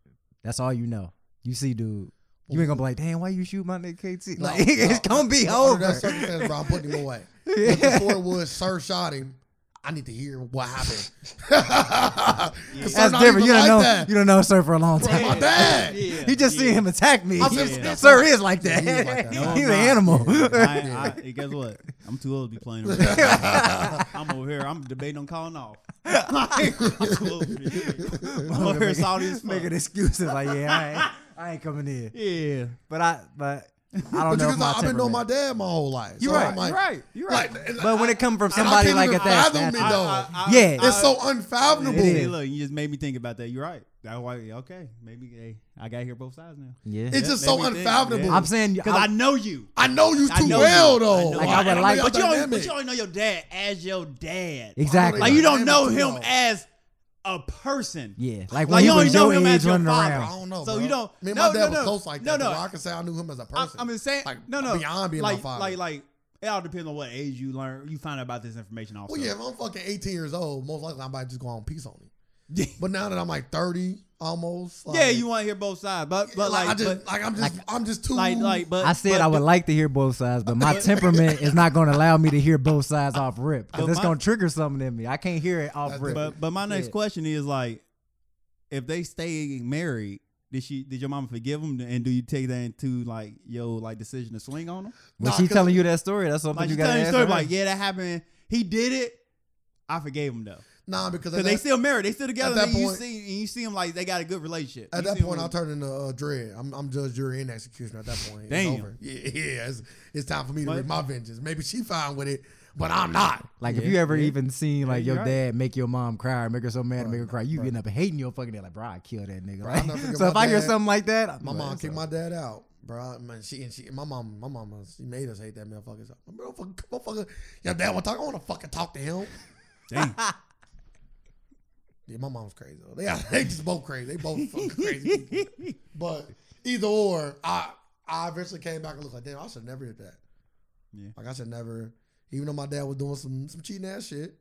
[SPEAKER 4] That's all you know. You see, dude.
[SPEAKER 3] you ain't gonna be like, damn, why you shoot my nigga [LAUGHS] KT?
[SPEAKER 2] No,
[SPEAKER 3] Like, it's
[SPEAKER 2] no, oh,
[SPEAKER 3] gonna be
[SPEAKER 2] no,
[SPEAKER 3] over.
[SPEAKER 2] Under that circumstance, bro, I'm putting him away. But before it was Sir shot him, I need to hear what happened. [LAUGHS] 'Cause Sir
[SPEAKER 3] That's
[SPEAKER 2] not
[SPEAKER 3] different.
[SPEAKER 2] even
[SPEAKER 3] You don't
[SPEAKER 2] like
[SPEAKER 3] know.
[SPEAKER 2] that.
[SPEAKER 3] You don't know sir for a long
[SPEAKER 2] Bro,
[SPEAKER 3] time.
[SPEAKER 2] my dad.
[SPEAKER 1] Yeah,
[SPEAKER 3] [LAUGHS] he just
[SPEAKER 1] yeah. [LAUGHS]
[SPEAKER 3] seen him attack me.
[SPEAKER 2] I'm
[SPEAKER 1] just- Yeah.
[SPEAKER 3] Sir is like that.
[SPEAKER 2] Yeah, he is like that.
[SPEAKER 1] [LAUGHS]
[SPEAKER 2] No,
[SPEAKER 3] He's
[SPEAKER 1] I'm
[SPEAKER 3] an
[SPEAKER 1] not.
[SPEAKER 3] animal. [LAUGHS]
[SPEAKER 1] I, I, guess what? I'm too old to be playing. around. I'm over here. I'm debating on
[SPEAKER 3] [LAUGHS]
[SPEAKER 1] calling off. [LAUGHS] I'm too old. For this. I'm over here salty as
[SPEAKER 3] [LAUGHS]
[SPEAKER 1] fuck.
[SPEAKER 3] making excuses like, yeah, I
[SPEAKER 1] [LAUGHS]
[SPEAKER 3] ain't, I ain't coming in.
[SPEAKER 1] Yeah,
[SPEAKER 3] But I, but I don't
[SPEAKER 2] But you
[SPEAKER 3] know.
[SPEAKER 2] can
[SPEAKER 3] If
[SPEAKER 2] tell
[SPEAKER 3] my
[SPEAKER 2] I've been knowing my
[SPEAKER 3] temperament-
[SPEAKER 2] dad my whole life.
[SPEAKER 3] You're
[SPEAKER 2] so
[SPEAKER 3] right,
[SPEAKER 2] I'm like,
[SPEAKER 3] you're right. You're right.
[SPEAKER 2] Like, and
[SPEAKER 3] But
[SPEAKER 2] I-
[SPEAKER 3] when it come from
[SPEAKER 2] and I
[SPEAKER 3] somebody
[SPEAKER 2] can't
[SPEAKER 3] like
[SPEAKER 2] even
[SPEAKER 3] that, that's
[SPEAKER 2] fathom it,
[SPEAKER 3] natural.
[SPEAKER 2] though.
[SPEAKER 3] Yeah.
[SPEAKER 2] it's so unfathomable.
[SPEAKER 1] Hey,
[SPEAKER 3] is.
[SPEAKER 1] look, you just made me think about that. You're right. That's why. Okay, maybe hey, I got to hear both sides now.
[SPEAKER 4] Yeah.
[SPEAKER 2] It's just so
[SPEAKER 1] Made me think,
[SPEAKER 2] unfathomable.
[SPEAKER 1] yeah.
[SPEAKER 3] I'm saying
[SPEAKER 1] Because I, know you.
[SPEAKER 2] I know you
[SPEAKER 1] I
[SPEAKER 2] too
[SPEAKER 1] know
[SPEAKER 2] well,
[SPEAKER 1] you.
[SPEAKER 2] though.
[SPEAKER 1] I
[SPEAKER 3] Like,
[SPEAKER 1] know
[SPEAKER 3] I would
[SPEAKER 1] you. I
[SPEAKER 3] like-
[SPEAKER 1] know
[SPEAKER 2] y'all
[SPEAKER 1] but you only,
[SPEAKER 2] dynamic.
[SPEAKER 1] but you only know your dad as your dad.
[SPEAKER 3] exactly.
[SPEAKER 1] Like you don't know
[SPEAKER 2] Dynamic
[SPEAKER 1] him
[SPEAKER 2] too,
[SPEAKER 1] as a person.
[SPEAKER 3] yeah, like
[SPEAKER 1] Like
[SPEAKER 3] when
[SPEAKER 1] you
[SPEAKER 3] you
[SPEAKER 1] only
[SPEAKER 3] was
[SPEAKER 1] know
[SPEAKER 3] your
[SPEAKER 1] him
[SPEAKER 3] age
[SPEAKER 1] as your
[SPEAKER 3] running
[SPEAKER 1] father.
[SPEAKER 2] I
[SPEAKER 3] around.
[SPEAKER 2] don't know.
[SPEAKER 1] So
[SPEAKER 2] bro.
[SPEAKER 1] you don't-
[SPEAKER 2] Me and
[SPEAKER 1] no,
[SPEAKER 2] my dad
[SPEAKER 1] no,
[SPEAKER 2] was
[SPEAKER 1] no.
[SPEAKER 2] close like
[SPEAKER 1] No,
[SPEAKER 2] that.
[SPEAKER 1] no.
[SPEAKER 2] but I can say I knew him as a
[SPEAKER 1] I,
[SPEAKER 2] person.
[SPEAKER 1] I'm just saying,
[SPEAKER 2] Like,
[SPEAKER 1] no, no,
[SPEAKER 2] beyond being
[SPEAKER 1] like,
[SPEAKER 2] my father.
[SPEAKER 1] Like, like, it all depends on what age you learn. You find out about this information also. [LAUGHS]
[SPEAKER 2] Well, yeah, if I'm fucking 18 years old, most likely I might just go on peace on him. But now that I'm like 30 almost, like,
[SPEAKER 1] yeah, you want to hear both sides, but but like,
[SPEAKER 2] I just,
[SPEAKER 1] but,
[SPEAKER 2] like I'm just, I'm just too
[SPEAKER 1] like, like, but
[SPEAKER 3] I said
[SPEAKER 1] but
[SPEAKER 3] I would like to hear both sides, but my temperament is not going to allow me to hear both sides off rip
[SPEAKER 1] But
[SPEAKER 3] because it's
[SPEAKER 1] my-
[SPEAKER 3] going to trigger something in me. I can't hear it off
[SPEAKER 2] That's
[SPEAKER 3] rip.
[SPEAKER 1] But but my next
[SPEAKER 3] Yeah.
[SPEAKER 1] question is like, if they stay married, did she did your mama forgive them, and do you take that into like your like decision to swing on them?
[SPEAKER 3] When
[SPEAKER 2] Nah,
[SPEAKER 3] she
[SPEAKER 2] 'cause-
[SPEAKER 3] telling you that story, that's something
[SPEAKER 1] Like
[SPEAKER 3] you
[SPEAKER 1] you
[SPEAKER 3] got
[SPEAKER 1] telling
[SPEAKER 3] to
[SPEAKER 1] your
[SPEAKER 3] ask.
[SPEAKER 1] story,
[SPEAKER 3] her.
[SPEAKER 1] like yeah, that happened. He did it. I forgave him though,
[SPEAKER 2] nah because at
[SPEAKER 1] because they
[SPEAKER 2] that,
[SPEAKER 1] still married. They still together.
[SPEAKER 2] that
[SPEAKER 1] and you
[SPEAKER 2] point-
[SPEAKER 1] see and you see them like they got a good relationship.
[SPEAKER 2] at
[SPEAKER 1] You
[SPEAKER 2] that
[SPEAKER 1] see 'em
[SPEAKER 2] point
[SPEAKER 1] like-
[SPEAKER 2] I'll turn into uh, dread. I'm, I'm judge, jury, and executioner at that point.
[SPEAKER 1] Damn.
[SPEAKER 2] It's over. Yeah, [LAUGHS] yeah. It's, it's time for me to
[SPEAKER 1] But-
[SPEAKER 2] reap my vengeance. Maybe she fine with it, but I'm not.
[SPEAKER 3] Like if
[SPEAKER 1] Yeah,
[SPEAKER 3] you ever
[SPEAKER 1] yeah.
[SPEAKER 3] even seen like
[SPEAKER 1] you're
[SPEAKER 3] your
[SPEAKER 1] right.
[SPEAKER 3] dad make your mom cry or make her so mad and make her cry, you
[SPEAKER 2] bruh.
[SPEAKER 3] end up hating your fucking dad. Like, bro, I killed that nigga.
[SPEAKER 2] Bruh, I
[SPEAKER 3] Like,
[SPEAKER 2] never forget
[SPEAKER 3] [LAUGHS] so if
[SPEAKER 2] my
[SPEAKER 3] I hear
[SPEAKER 2] dad.
[SPEAKER 3] something like that, I'm
[SPEAKER 2] My
[SPEAKER 3] like,
[SPEAKER 2] mom
[SPEAKER 3] that's
[SPEAKER 2] kicked
[SPEAKER 3] a-
[SPEAKER 2] my dad out, bro. Man, she and she, my mom, my mama, she made us hate that motherfucker. So, Bro, fuck- motherfucker, your dad want to talk? I want to fucking talk to him.
[SPEAKER 1] Damn.
[SPEAKER 2] Yeah, my mom's crazy. Though. Yeah, they [LAUGHS] just both crazy. They both fucking crazy. people. But either or, I I eventually came back and looked like, damn, I should never did that.
[SPEAKER 1] Yeah.
[SPEAKER 2] Like I should never, even though my dad was doing some some cheating ass shit.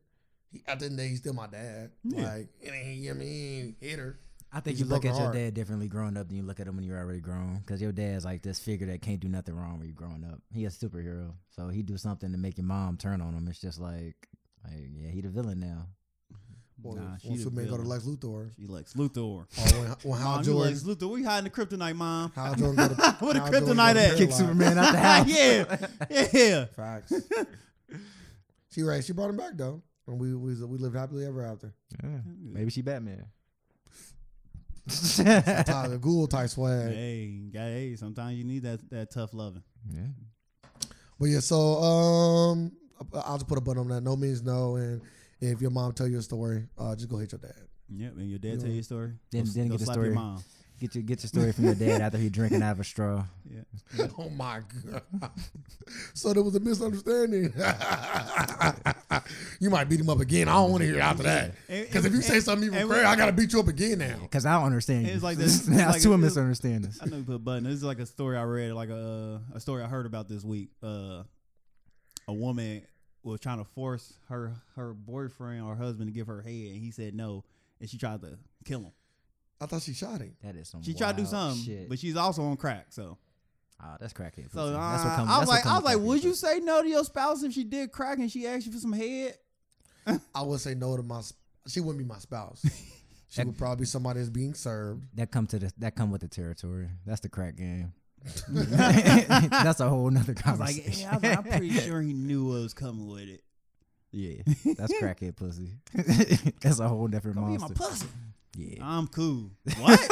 [SPEAKER 2] He, at the end of the day, he's still my dad.
[SPEAKER 1] Yeah.
[SPEAKER 2] Like, and he, I mean, he hit her.
[SPEAKER 4] I
[SPEAKER 3] think you
[SPEAKER 2] He's
[SPEAKER 3] look
[SPEAKER 2] broken
[SPEAKER 3] at your
[SPEAKER 2] heart.
[SPEAKER 3] dad differently growing up than you look at him when you're already grown. Because your dad's like this figure that can't do nothing wrong when you're growing up. He a superhero, so he do something to make your mom turn on him. It's just like, like yeah, he the villain now.
[SPEAKER 2] Boy,
[SPEAKER 1] Nah, she
[SPEAKER 2] once
[SPEAKER 1] the
[SPEAKER 2] Superman go to
[SPEAKER 1] villain.
[SPEAKER 2] Lex Luthor.
[SPEAKER 1] She
[SPEAKER 2] [LAUGHS]
[SPEAKER 1] Lex Luthor.
[SPEAKER 2] Or when, when Hal
[SPEAKER 1] Mom, you
[SPEAKER 2] Jordan,
[SPEAKER 1] Lex Luthor. We hiding the kryptonite, mom.
[SPEAKER 2] Hal Jordan go to,
[SPEAKER 1] [LAUGHS] Where the
[SPEAKER 2] Hal Jordan go
[SPEAKER 1] kryptonite
[SPEAKER 2] to
[SPEAKER 1] at?
[SPEAKER 2] Paralyzed.
[SPEAKER 3] Kick Superman
[SPEAKER 1] [LAUGHS]
[SPEAKER 3] out the house.
[SPEAKER 1] yeah,
[SPEAKER 2] [LAUGHS]
[SPEAKER 1] yeah. [LAUGHS]
[SPEAKER 2] Facts. she right. She brought him back though, and we we we lived happily ever after.
[SPEAKER 3] Maybe she Batman.
[SPEAKER 2] Tyler Gould type swag.
[SPEAKER 1] Hey, got hey, sometimes you need that that tough loving.
[SPEAKER 3] Yeah.
[SPEAKER 2] But yeah, so um, I'll just put a button on that. No means no, and if your mom tell you a story, uh, just go hit your dad.
[SPEAKER 1] [LAUGHS] Yep, and your dad
[SPEAKER 2] Yeah.
[SPEAKER 1] tell you a story.
[SPEAKER 3] Then-
[SPEAKER 1] go, s-
[SPEAKER 3] then
[SPEAKER 1] go
[SPEAKER 3] get the
[SPEAKER 1] slap
[SPEAKER 3] story.
[SPEAKER 1] your mom.
[SPEAKER 3] Get your get your story from your dad after he drinking out of a straw.
[SPEAKER 1] Yeah.
[SPEAKER 2] oh my god! [LAUGHS] so there was a misunderstanding. [LAUGHS] you might beat him up again. I don't want to hear after that [LAUGHS]
[SPEAKER 1] And-
[SPEAKER 2] because if you say
[SPEAKER 1] and-
[SPEAKER 2] something even
[SPEAKER 1] and-
[SPEAKER 2] crazy, I gotta beat you up again now.
[SPEAKER 3] Cause I don't understand you. [LAUGHS]
[SPEAKER 1] It's like this-
[SPEAKER 3] now
[SPEAKER 1] like
[SPEAKER 3] two
[SPEAKER 1] it-
[SPEAKER 3] misunderstandings.
[SPEAKER 1] I know you put a button. This is like a story I read, like a a story I heard about this week. Uh, a woman was trying to force her her boyfriend or husband to give her head, and he said no, and she tried to kill him.
[SPEAKER 2] I thought she shot him.
[SPEAKER 3] That is some.
[SPEAKER 1] She tried to do
[SPEAKER 3] wild
[SPEAKER 1] something,
[SPEAKER 3] shit.
[SPEAKER 1] but she's also on crack. So,
[SPEAKER 3] oh, that's crackhead.
[SPEAKER 1] so
[SPEAKER 3] pussy.
[SPEAKER 1] uh,
[SPEAKER 3] that's what come, that's
[SPEAKER 1] I
[SPEAKER 3] what
[SPEAKER 1] was like,
[SPEAKER 3] come
[SPEAKER 1] I was
[SPEAKER 3] with
[SPEAKER 1] like,
[SPEAKER 3] crackhead
[SPEAKER 1] would you
[SPEAKER 3] pussy.
[SPEAKER 1] say no to your spouse if she did crack and she asked you for some head?
[SPEAKER 2] I would say no to my. sp- She wouldn't be my
[SPEAKER 1] [LAUGHS]
[SPEAKER 2] spouse. She would probably be somebody that's being served.
[SPEAKER 3] That come to the that come with the territory. That's the crack
[SPEAKER 1] [LAUGHS]
[SPEAKER 3] game. [LAUGHS] that's a whole nother
[SPEAKER 1] I was like,
[SPEAKER 3] conversation.
[SPEAKER 1] yeah, I was like,
[SPEAKER 3] [LAUGHS]
[SPEAKER 1] I'm pretty sure he knew I was coming with it.
[SPEAKER 3] Yeah, that's crackhead pussy. [LAUGHS] that's a whole different
[SPEAKER 1] Come be my
[SPEAKER 3] monster. [LAUGHS]
[SPEAKER 1] pussy. [LAUGHS]
[SPEAKER 3] yeah, [LAUGHS]
[SPEAKER 1] I'm cool. What?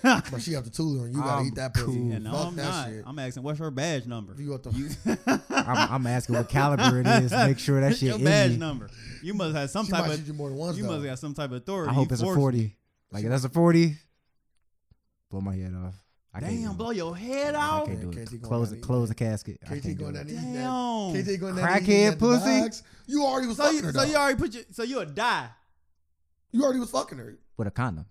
[SPEAKER 2] But she up to two on you. Gotta
[SPEAKER 3] I'm
[SPEAKER 2] eat that pussy.
[SPEAKER 3] cool.
[SPEAKER 1] yeah,
[SPEAKER 2] Fuck
[SPEAKER 1] no, I'm
[SPEAKER 2] that
[SPEAKER 1] not.
[SPEAKER 2] shit.
[SPEAKER 1] I'm asking, what's her badge number?
[SPEAKER 2] If you up to [LAUGHS]
[SPEAKER 3] I'm, I'm asking what caliber it is. Make sure that
[SPEAKER 1] [LAUGHS] It's
[SPEAKER 3] shit
[SPEAKER 1] your
[SPEAKER 3] in
[SPEAKER 1] badge
[SPEAKER 3] me.
[SPEAKER 1] number. You must have some
[SPEAKER 2] she
[SPEAKER 1] type
[SPEAKER 2] might
[SPEAKER 1] of.
[SPEAKER 2] shoot you more than once.
[SPEAKER 1] You
[SPEAKER 2] though.
[SPEAKER 1] must have some type of authority.
[SPEAKER 3] I
[SPEAKER 1] You
[SPEAKER 3] hope it's a
[SPEAKER 1] forced-
[SPEAKER 3] forty. Like if that's a forty. Blow my head off. I can't do
[SPEAKER 1] Damn,
[SPEAKER 3] it.
[SPEAKER 1] blow your head
[SPEAKER 3] I
[SPEAKER 1] off.
[SPEAKER 3] can't do
[SPEAKER 2] Yeah,
[SPEAKER 3] it.
[SPEAKER 2] KT going
[SPEAKER 3] Close
[SPEAKER 2] down
[SPEAKER 3] the
[SPEAKER 2] the-
[SPEAKER 3] close the casket. I
[SPEAKER 2] KT
[SPEAKER 3] can't
[SPEAKER 2] going
[SPEAKER 3] do it.
[SPEAKER 2] down the
[SPEAKER 1] Damn.
[SPEAKER 2] KT going down
[SPEAKER 3] Crackhead
[SPEAKER 2] eating that
[SPEAKER 3] pussy?
[SPEAKER 2] box. You already was
[SPEAKER 1] So
[SPEAKER 2] fucking
[SPEAKER 1] you,
[SPEAKER 2] her.
[SPEAKER 1] so
[SPEAKER 2] dog.
[SPEAKER 1] you already put your, so you'll die.
[SPEAKER 2] You already was fucking her. [LAUGHS]
[SPEAKER 3] with a condom.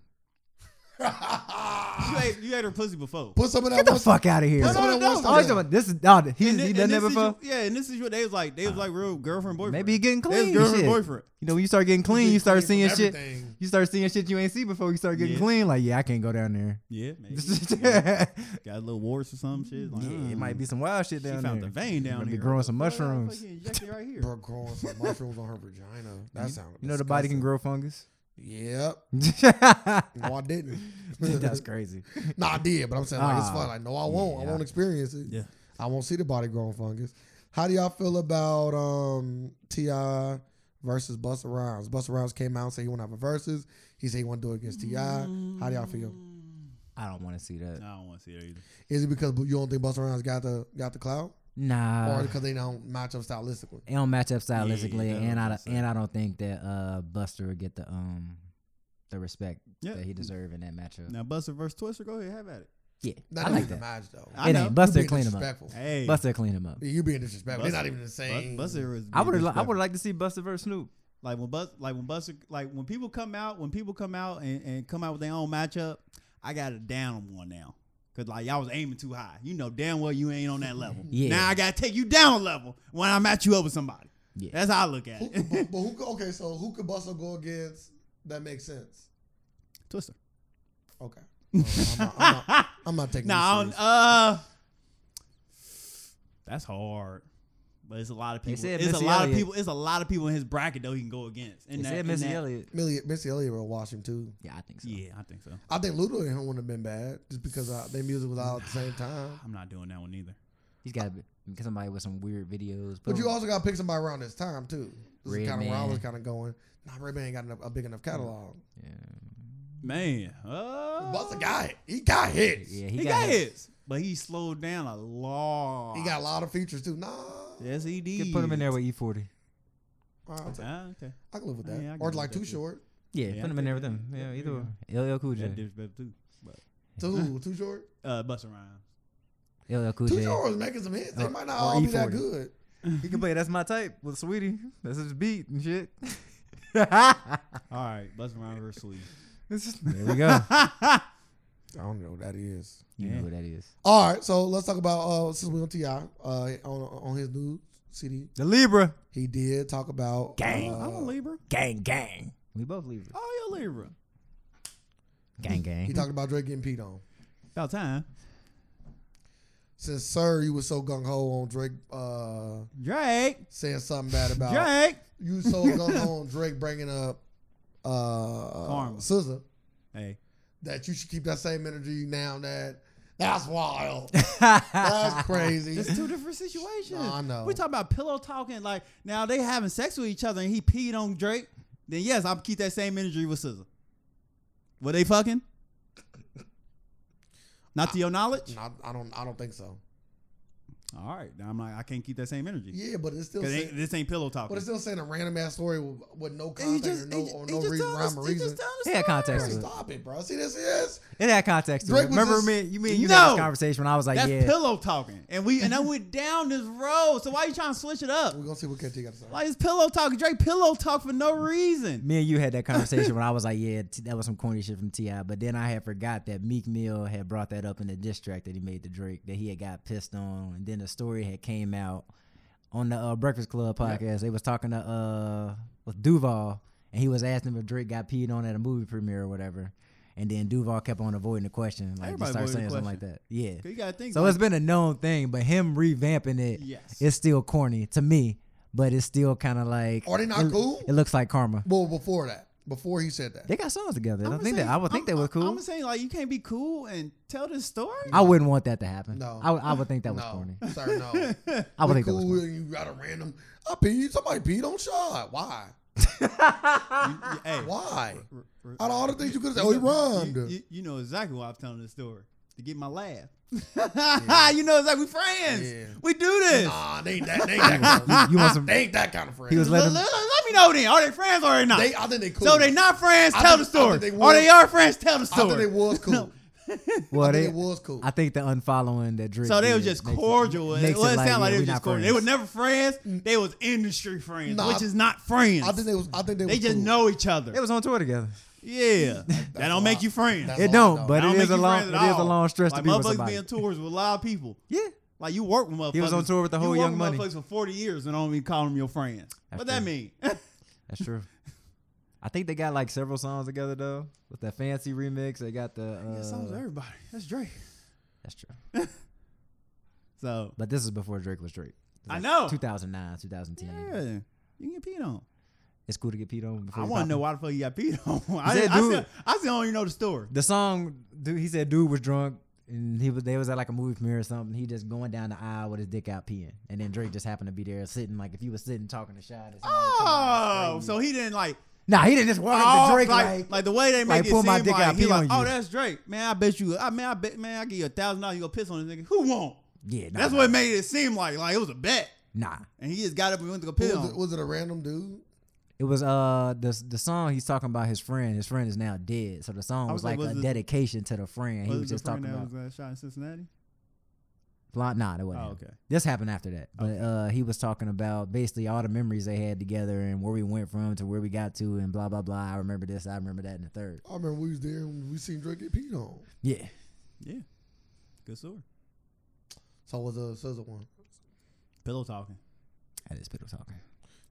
[SPEAKER 1] You ate, you ate her pussy before.
[SPEAKER 2] Put some of that.
[SPEAKER 3] Get the
[SPEAKER 2] one-
[SPEAKER 3] fuck out of here.
[SPEAKER 2] Put
[SPEAKER 1] no,
[SPEAKER 2] some of that
[SPEAKER 1] no,
[SPEAKER 2] one
[SPEAKER 1] no.
[SPEAKER 3] Oh, he's
[SPEAKER 2] stuff
[SPEAKER 3] talking about- this is oh, he,
[SPEAKER 1] And thi-
[SPEAKER 3] he
[SPEAKER 1] and
[SPEAKER 3] done that
[SPEAKER 1] this
[SPEAKER 3] before. Uh,
[SPEAKER 1] situ- yeah, and this is what they was like. They was like real girlfriend boyfriend.
[SPEAKER 3] Maybe he getting
[SPEAKER 1] They was
[SPEAKER 3] clean.
[SPEAKER 1] girlfriend
[SPEAKER 3] shit.
[SPEAKER 1] boyfriend.
[SPEAKER 3] You know, when you start getting clean, you start
[SPEAKER 2] clean
[SPEAKER 3] seeing
[SPEAKER 2] from
[SPEAKER 3] shit.
[SPEAKER 2] everything.
[SPEAKER 3] You start seeing shit you ain't see before. You start getting
[SPEAKER 1] Yeah.
[SPEAKER 3] clean. Like, yeah, I can't go down there. [LAUGHS]
[SPEAKER 1] Yeah, maybe. yeah.
[SPEAKER 3] yeah,
[SPEAKER 1] Got a little warts or some shit. Like,
[SPEAKER 3] it might
[SPEAKER 1] mm,
[SPEAKER 3] be some wild shit
[SPEAKER 1] She
[SPEAKER 3] down
[SPEAKER 1] found
[SPEAKER 3] there.
[SPEAKER 1] the vein down
[SPEAKER 3] Might be
[SPEAKER 1] here.
[SPEAKER 3] growing some
[SPEAKER 1] What the fuck?
[SPEAKER 3] mushrooms.
[SPEAKER 1] Fucking injected right here.
[SPEAKER 2] Bro, growing some mushrooms on her vagina.
[SPEAKER 3] [LAUGHS]
[SPEAKER 2] That sounds.
[SPEAKER 3] You know, the body can grow
[SPEAKER 1] [LAUGHS]
[SPEAKER 3] fungus. [LAUGHS]
[SPEAKER 2] Yep.
[SPEAKER 3] That's
[SPEAKER 2] No, I didn't.
[SPEAKER 3] [LAUGHS]
[SPEAKER 2] [LAUGHS]
[SPEAKER 3] crazy.
[SPEAKER 2] no, I did, but I'm saying like it's
[SPEAKER 3] Ah.
[SPEAKER 2] fun. Like, no, I won't. I
[SPEAKER 3] Yeah.
[SPEAKER 2] won't experience it.
[SPEAKER 1] Yeah.
[SPEAKER 2] I won't see the body growing fungus. How do y'all feel about um Ti versus Busta Rhymes? Busta Rhymes came out and said he want to have a versus. He said he want to do it against Ti. How do y'all feel?
[SPEAKER 3] I don't want to see
[SPEAKER 1] Mm. I
[SPEAKER 3] that.
[SPEAKER 1] don't want to see that either.
[SPEAKER 2] Is it because you don't think Busta Rhymes got the got the clout,
[SPEAKER 3] Nah,
[SPEAKER 2] or because they don't match up stylistically?
[SPEAKER 3] it don't match up stylistically,
[SPEAKER 1] Yeah, that
[SPEAKER 3] and
[SPEAKER 1] don't
[SPEAKER 3] I
[SPEAKER 1] make sense.
[SPEAKER 3] and I don't think that uh Buster would get the um the respect
[SPEAKER 1] Yeah.
[SPEAKER 3] that he deserve in that matchup.
[SPEAKER 1] Now, Buster versus Twister, go ahead, have at it.
[SPEAKER 3] Yeah,
[SPEAKER 2] Not
[SPEAKER 3] I like that.
[SPEAKER 2] match though.
[SPEAKER 1] I
[SPEAKER 3] it
[SPEAKER 1] know.
[SPEAKER 3] ain't Buster
[SPEAKER 2] You being
[SPEAKER 3] clean him up.
[SPEAKER 2] disrespectful.
[SPEAKER 1] Hey,
[SPEAKER 3] Buster clean him up.
[SPEAKER 2] You being disrespectful. They're
[SPEAKER 1] Busta-
[SPEAKER 2] not even the same.
[SPEAKER 1] Bu- Buster was.
[SPEAKER 3] I would
[SPEAKER 1] being
[SPEAKER 3] have I would
[SPEAKER 1] disrespectful.
[SPEAKER 3] like to see Buster versus Snoop.
[SPEAKER 1] Like when Bus, like when Buster, like when people come out, when people come out and, and come out with their own matchup, I got to down them one now. Cause like y'all was aiming too high. You know damn well you ain't on that level.
[SPEAKER 3] [LAUGHS] Yeah.
[SPEAKER 1] Now I gotta take you down a level when I match you up with somebody.
[SPEAKER 3] Yeah.
[SPEAKER 1] That's how I look at
[SPEAKER 2] Who-
[SPEAKER 1] it. [LAUGHS]
[SPEAKER 2] but, but who? could- Okay, so who could Buster go against? That makes sense.
[SPEAKER 1] Twister.
[SPEAKER 2] Okay. Well, I'm, not, I'm,
[SPEAKER 3] [LAUGHS]
[SPEAKER 2] not, I'm not taking.
[SPEAKER 1] No, I
[SPEAKER 2] this
[SPEAKER 1] don't- uh, that's hard. But it's a lot of people.
[SPEAKER 3] said
[SPEAKER 1] It's a
[SPEAKER 3] Missy
[SPEAKER 1] lot of
[SPEAKER 3] Elliott.
[SPEAKER 1] people. It's a lot of people in his bracket though he can go against. And
[SPEAKER 3] They
[SPEAKER 1] that-
[SPEAKER 3] said
[SPEAKER 1] and
[SPEAKER 3] Missy
[SPEAKER 1] that-
[SPEAKER 3] Elliott.
[SPEAKER 2] Millie, Missy Elliott will watch him too.
[SPEAKER 3] Yeah, I think so.
[SPEAKER 1] Yeah, I think so.
[SPEAKER 2] I think Luda and him wouldn't have been bad just because uh, their music was out at the same time.
[SPEAKER 1] I'm not doing that one either.
[SPEAKER 3] He's got to be somebody with some weird videos.
[SPEAKER 2] But
[SPEAKER 3] Put
[SPEAKER 2] you
[SPEAKER 3] him-
[SPEAKER 2] also got to pick somebody around this time too. This is kind of where I
[SPEAKER 3] Redman.
[SPEAKER 2] was kind of going. Nah, Redman ain't got enough, a big enough catalog.
[SPEAKER 1] Man, uh,
[SPEAKER 2] Busta got it. He got hits.
[SPEAKER 3] yeah,
[SPEAKER 1] he,
[SPEAKER 3] he,
[SPEAKER 1] got,
[SPEAKER 3] got,
[SPEAKER 1] hits. but he slowed down a lot.
[SPEAKER 2] He got a lot of features too. Nah.
[SPEAKER 1] Yes, he did.
[SPEAKER 3] You can put him in there with E forty.
[SPEAKER 2] I'll take-
[SPEAKER 1] Ah, okay.
[SPEAKER 2] I can live with
[SPEAKER 1] Yeah,
[SPEAKER 2] that.
[SPEAKER 1] I can
[SPEAKER 2] or
[SPEAKER 1] live
[SPEAKER 2] like
[SPEAKER 1] with
[SPEAKER 2] too
[SPEAKER 1] that, too.
[SPEAKER 2] short.
[SPEAKER 3] Yeah,
[SPEAKER 1] Yeah,
[SPEAKER 3] put him in
[SPEAKER 1] yeah,
[SPEAKER 3] there with him.
[SPEAKER 1] yeah,
[SPEAKER 3] Yeah,
[SPEAKER 1] yeah,
[SPEAKER 3] either one. LL Cool
[SPEAKER 1] That
[SPEAKER 3] J.
[SPEAKER 1] dips better too. But
[SPEAKER 2] Too too short.
[SPEAKER 1] uh, bust around.
[SPEAKER 3] LL Cool
[SPEAKER 2] Too
[SPEAKER 3] J.
[SPEAKER 2] short was making some hits. They
[SPEAKER 3] Or-
[SPEAKER 2] might not
[SPEAKER 3] or
[SPEAKER 2] all be that
[SPEAKER 3] E40.
[SPEAKER 2] good.
[SPEAKER 3] He can play "That's My Type" with Sweetie. [LAUGHS] That's his beat and shit. there
[SPEAKER 1] All right, bust around versus Sweet.
[SPEAKER 3] we [LAUGHS] go.
[SPEAKER 2] I don't know what that is.
[SPEAKER 3] You
[SPEAKER 1] Yeah.
[SPEAKER 3] know who that is.
[SPEAKER 2] All right, so let's talk about uh since we on Ti uh on on his new CD,
[SPEAKER 3] The Libra.
[SPEAKER 2] he did talk about
[SPEAKER 3] Gang.
[SPEAKER 2] uh,
[SPEAKER 1] I'm a Libra.
[SPEAKER 3] Gang, gang. We both Libra.
[SPEAKER 1] Oh, you a Libra.
[SPEAKER 3] Gang,
[SPEAKER 2] He
[SPEAKER 3] gang.
[SPEAKER 2] talked about Drake getting peed on.
[SPEAKER 1] About time.
[SPEAKER 2] Since Sir, you was so gung ho on Drake uh,
[SPEAKER 1] Drake.
[SPEAKER 2] saying something bad
[SPEAKER 1] [LAUGHS]
[SPEAKER 2] about
[SPEAKER 1] Drake.
[SPEAKER 2] you. was So gung ho on Drake bringing up uh,
[SPEAKER 1] Karma.
[SPEAKER 2] SZA
[SPEAKER 1] Hey,
[SPEAKER 2] that you should keep that same energy now. That that's
[SPEAKER 1] [LAUGHS]
[SPEAKER 2] wild. that's crazy.
[SPEAKER 1] it's two different situations.
[SPEAKER 2] Nah, I know.
[SPEAKER 1] We talking about pillow talking. Like now they having sex with each other, and he peed on Drake. Then yes, I'll keep that same energy with Scissor. Were they fucking? Not to your knowledge.
[SPEAKER 2] No, I don't. I don't think so.
[SPEAKER 1] All right, now I'm like, I can't keep that same energy.
[SPEAKER 2] Yeah, but it's still.
[SPEAKER 1] 'Cause
[SPEAKER 2] Saying,
[SPEAKER 1] ain't- this ain't pillow
[SPEAKER 2] but
[SPEAKER 1] talking.
[SPEAKER 2] it's still saying a random ass story with, with no
[SPEAKER 1] And you
[SPEAKER 2] context or no,
[SPEAKER 1] he-
[SPEAKER 2] or
[SPEAKER 1] he
[SPEAKER 2] no
[SPEAKER 1] just
[SPEAKER 2] reason,
[SPEAKER 1] telling
[SPEAKER 2] rhyme
[SPEAKER 1] us-
[SPEAKER 2] or
[SPEAKER 1] he just
[SPEAKER 2] reason.
[SPEAKER 1] telling us
[SPEAKER 3] It had context
[SPEAKER 2] Bro,
[SPEAKER 3] to it.
[SPEAKER 2] Stop it, bro. See this is
[SPEAKER 3] It had context to
[SPEAKER 2] Drake
[SPEAKER 3] it.
[SPEAKER 2] was
[SPEAKER 3] Remember
[SPEAKER 2] just-
[SPEAKER 3] me? You mean you had
[SPEAKER 1] No!
[SPEAKER 3] this conversation when I was like,
[SPEAKER 1] That's
[SPEAKER 3] yeah,
[SPEAKER 1] pillow talking, and we and
[SPEAKER 3] [LAUGHS]
[SPEAKER 1] I went down this road. So why you trying to switch it up?
[SPEAKER 2] we're gonna see what KT got to say.
[SPEAKER 1] Like it's pillow talk. Drake pillow talk for no
[SPEAKER 3] [LAUGHS]
[SPEAKER 1] reason.
[SPEAKER 3] me and you had that conversation when I was like, yeah, t- that was some corny shit from Ti. But then I had forgot that Meek Mill had brought that up in the diss track that he made to Drake that he had got pissed on, and then the story had came out on the uh, Breakfast Club podcast. They was talking to uh with Duval, and he was asking if Drake got peed on at a movie premiere or whatever. And then Duval kept on avoiding the question, like
[SPEAKER 1] Everybody
[SPEAKER 3] just started
[SPEAKER 1] avoided
[SPEAKER 3] saying
[SPEAKER 1] the
[SPEAKER 3] something like that. Yeah.
[SPEAKER 1] 'Cause You gotta think.
[SPEAKER 3] So
[SPEAKER 1] like,
[SPEAKER 3] it's been a known thing, but him revamping it,
[SPEAKER 1] Yes.
[SPEAKER 3] it's still corny to me. But it's still kind of like
[SPEAKER 2] Are they not
[SPEAKER 3] it,
[SPEAKER 2] cool?
[SPEAKER 3] It looks like karma.
[SPEAKER 2] Well, before that, before he said that,
[SPEAKER 3] They got songs together. I
[SPEAKER 1] I'ma
[SPEAKER 3] don't think
[SPEAKER 1] say-
[SPEAKER 3] that. I would think
[SPEAKER 1] I'm-
[SPEAKER 3] they were cool.
[SPEAKER 1] I'm saying like you can't be cool and tell this
[SPEAKER 3] [LAUGHS]
[SPEAKER 1] story.
[SPEAKER 3] I wouldn't want that to happen.
[SPEAKER 2] No.
[SPEAKER 3] No, I, would- I would think that was
[SPEAKER 2] no, [LAUGHS]
[SPEAKER 3] corny.
[SPEAKER 2] sir,
[SPEAKER 1] [LAUGHS]
[SPEAKER 2] no.
[SPEAKER 3] I would
[SPEAKER 2] we
[SPEAKER 3] think that was
[SPEAKER 2] cool.
[SPEAKER 3] corny.
[SPEAKER 2] and You got a random. I peed. Somebody peed on shot. Why?
[SPEAKER 1] You- you- hey,
[SPEAKER 2] Why?
[SPEAKER 1] r- r-
[SPEAKER 2] Out of all the things you could have said,
[SPEAKER 1] you
[SPEAKER 2] oh, he
[SPEAKER 1] know-
[SPEAKER 2] rhymed.
[SPEAKER 1] You, you- you know exactly why I'm telling this story to get my laugh. [LAUGHS] you know exactly. We friends.
[SPEAKER 2] Yeah.
[SPEAKER 1] We do this.
[SPEAKER 2] Nah, they ain't that. They ain't that kind of
[SPEAKER 3] You want
[SPEAKER 1] [LAUGHS]
[SPEAKER 3] some? [LAUGHS]
[SPEAKER 2] [LAUGHS] They ain't that kind of friend.
[SPEAKER 3] He was
[SPEAKER 1] Let,
[SPEAKER 3] letting.
[SPEAKER 1] let- let me know then. Are they friends or are they not?
[SPEAKER 2] They, I think they cool.
[SPEAKER 1] so they not friends.
[SPEAKER 2] I
[SPEAKER 1] Tell
[SPEAKER 2] think-
[SPEAKER 1] the
[SPEAKER 2] I
[SPEAKER 1] story.
[SPEAKER 2] think they
[SPEAKER 1] or they
[SPEAKER 2] were-
[SPEAKER 1] are friends. Tell the
[SPEAKER 2] I
[SPEAKER 1] story.
[SPEAKER 2] think they was cool. I
[SPEAKER 3] Well,
[SPEAKER 2] think
[SPEAKER 3] they.
[SPEAKER 2] it was cool.
[SPEAKER 3] I think the unfollowing that Drake.
[SPEAKER 1] so they
[SPEAKER 3] did
[SPEAKER 1] was just
[SPEAKER 3] makes it-
[SPEAKER 1] cordial. It,
[SPEAKER 3] makes
[SPEAKER 1] well, it sounded like
[SPEAKER 3] yeah,
[SPEAKER 1] they
[SPEAKER 3] we
[SPEAKER 1] was
[SPEAKER 3] not
[SPEAKER 1] just cordial.
[SPEAKER 3] friends. Mm.
[SPEAKER 1] They were never friends. They was industry friends,
[SPEAKER 2] Nah,
[SPEAKER 1] which
[SPEAKER 2] I-
[SPEAKER 1] is not friends.
[SPEAKER 2] I think they was. I think they.
[SPEAKER 1] they
[SPEAKER 2] was
[SPEAKER 1] just
[SPEAKER 2] cool.
[SPEAKER 1] know each other.
[SPEAKER 3] They was on tour together.
[SPEAKER 1] [LAUGHS]
[SPEAKER 3] [LAUGHS]
[SPEAKER 1] yeah, that
[SPEAKER 2] a
[SPEAKER 1] don't make
[SPEAKER 2] lot.
[SPEAKER 1] you friends.
[SPEAKER 2] That's
[SPEAKER 3] It
[SPEAKER 2] long, though.
[SPEAKER 3] don't, but
[SPEAKER 1] That
[SPEAKER 3] it
[SPEAKER 1] don't
[SPEAKER 3] is a
[SPEAKER 1] make you
[SPEAKER 3] long.
[SPEAKER 1] friends
[SPEAKER 3] It
[SPEAKER 1] at
[SPEAKER 3] is a
[SPEAKER 1] all.
[SPEAKER 3] long stress
[SPEAKER 1] like,
[SPEAKER 3] to be with
[SPEAKER 1] motherfuckers
[SPEAKER 3] somebody.
[SPEAKER 1] being tours with a lot of people.
[SPEAKER 3] Yeah,
[SPEAKER 1] Like you work with motherfuckers.
[SPEAKER 3] He was on tour with the
[SPEAKER 1] You
[SPEAKER 3] whole
[SPEAKER 1] work
[SPEAKER 3] Young
[SPEAKER 1] with
[SPEAKER 3] Money.
[SPEAKER 1] motherfuckers for forty years and don't even call them your friends. what
[SPEAKER 3] That's true.
[SPEAKER 1] that mean? [LAUGHS]
[SPEAKER 3] that's true. [LAUGHS] I think they got like several songs together though. With that fancy remix, they got the. Uh,
[SPEAKER 1] that sounds everybody. That's Drake.
[SPEAKER 3] That's true.
[SPEAKER 1] So
[SPEAKER 3] But this is before Drake was Drake. It's
[SPEAKER 1] I
[SPEAKER 3] like
[SPEAKER 1] know.
[SPEAKER 3] 2009, 2010.
[SPEAKER 1] yeah, you can get peed on.
[SPEAKER 3] It's cool to get peed on. Before
[SPEAKER 1] I
[SPEAKER 3] you
[SPEAKER 1] want to
[SPEAKER 3] pop
[SPEAKER 1] know
[SPEAKER 3] in.
[SPEAKER 1] why the fuck you got peed on. [LAUGHS] I,
[SPEAKER 3] said,
[SPEAKER 1] didn't- I,
[SPEAKER 3] dude-
[SPEAKER 1] still, I still don't even know the story.
[SPEAKER 3] the song. Dude, he said, "Dude was drunk." And he was they was at like a movie premiere or something. He just going down the aisle with his dick out peeing, and then Drake just happened to be there sitting like if you was sitting talking to Shad.
[SPEAKER 1] Oh, so he didn't like
[SPEAKER 3] nah, he didn't just walk up
[SPEAKER 1] oh,
[SPEAKER 3] to Drake
[SPEAKER 1] like,
[SPEAKER 3] like,
[SPEAKER 1] like the way they make
[SPEAKER 3] like,
[SPEAKER 1] it
[SPEAKER 3] pull
[SPEAKER 1] seem
[SPEAKER 3] my dick
[SPEAKER 1] like
[SPEAKER 3] out,
[SPEAKER 1] he
[SPEAKER 3] pee
[SPEAKER 1] like,
[SPEAKER 3] on
[SPEAKER 1] oh
[SPEAKER 3] you.
[SPEAKER 1] that's Drake. Man, I bet you. I man, I bet man, I give you a thousand dollars. You gonna piss on this nigga? Who won't?
[SPEAKER 3] yeah. Nah,
[SPEAKER 1] That's
[SPEAKER 3] nah,
[SPEAKER 1] what made it seem like. Like it was a bet,
[SPEAKER 3] Nah,
[SPEAKER 1] and he just got up and went to go
[SPEAKER 2] Who
[SPEAKER 1] piss
[SPEAKER 2] Was
[SPEAKER 1] on.
[SPEAKER 2] it, was it a random dude?
[SPEAKER 3] it was uh the the song he's talking about his friend. His friend is now dead, so the song
[SPEAKER 1] I
[SPEAKER 3] was,
[SPEAKER 1] was like,
[SPEAKER 3] like,
[SPEAKER 1] was
[SPEAKER 3] a
[SPEAKER 1] this-
[SPEAKER 3] dedication to the friend. He
[SPEAKER 1] it
[SPEAKER 3] was
[SPEAKER 1] the
[SPEAKER 3] just
[SPEAKER 1] friend
[SPEAKER 3] talking about
[SPEAKER 1] that was uh, shot in Cincinnati.
[SPEAKER 3] Blonde, nah, that wasn't.
[SPEAKER 1] Oh,
[SPEAKER 3] him.
[SPEAKER 1] okay.
[SPEAKER 3] This happened after that, but uh, he was talking about basically all the memories they had together and where we went from to where we got to and blah blah blah. I remember this, I remember that, and the third.
[SPEAKER 2] I remember we was there and we seen Drake get peed on.
[SPEAKER 3] Yeah,
[SPEAKER 1] Yeah, good story.
[SPEAKER 2] So was a so was a one.
[SPEAKER 1] Pillow talking.
[SPEAKER 3] that is people talking.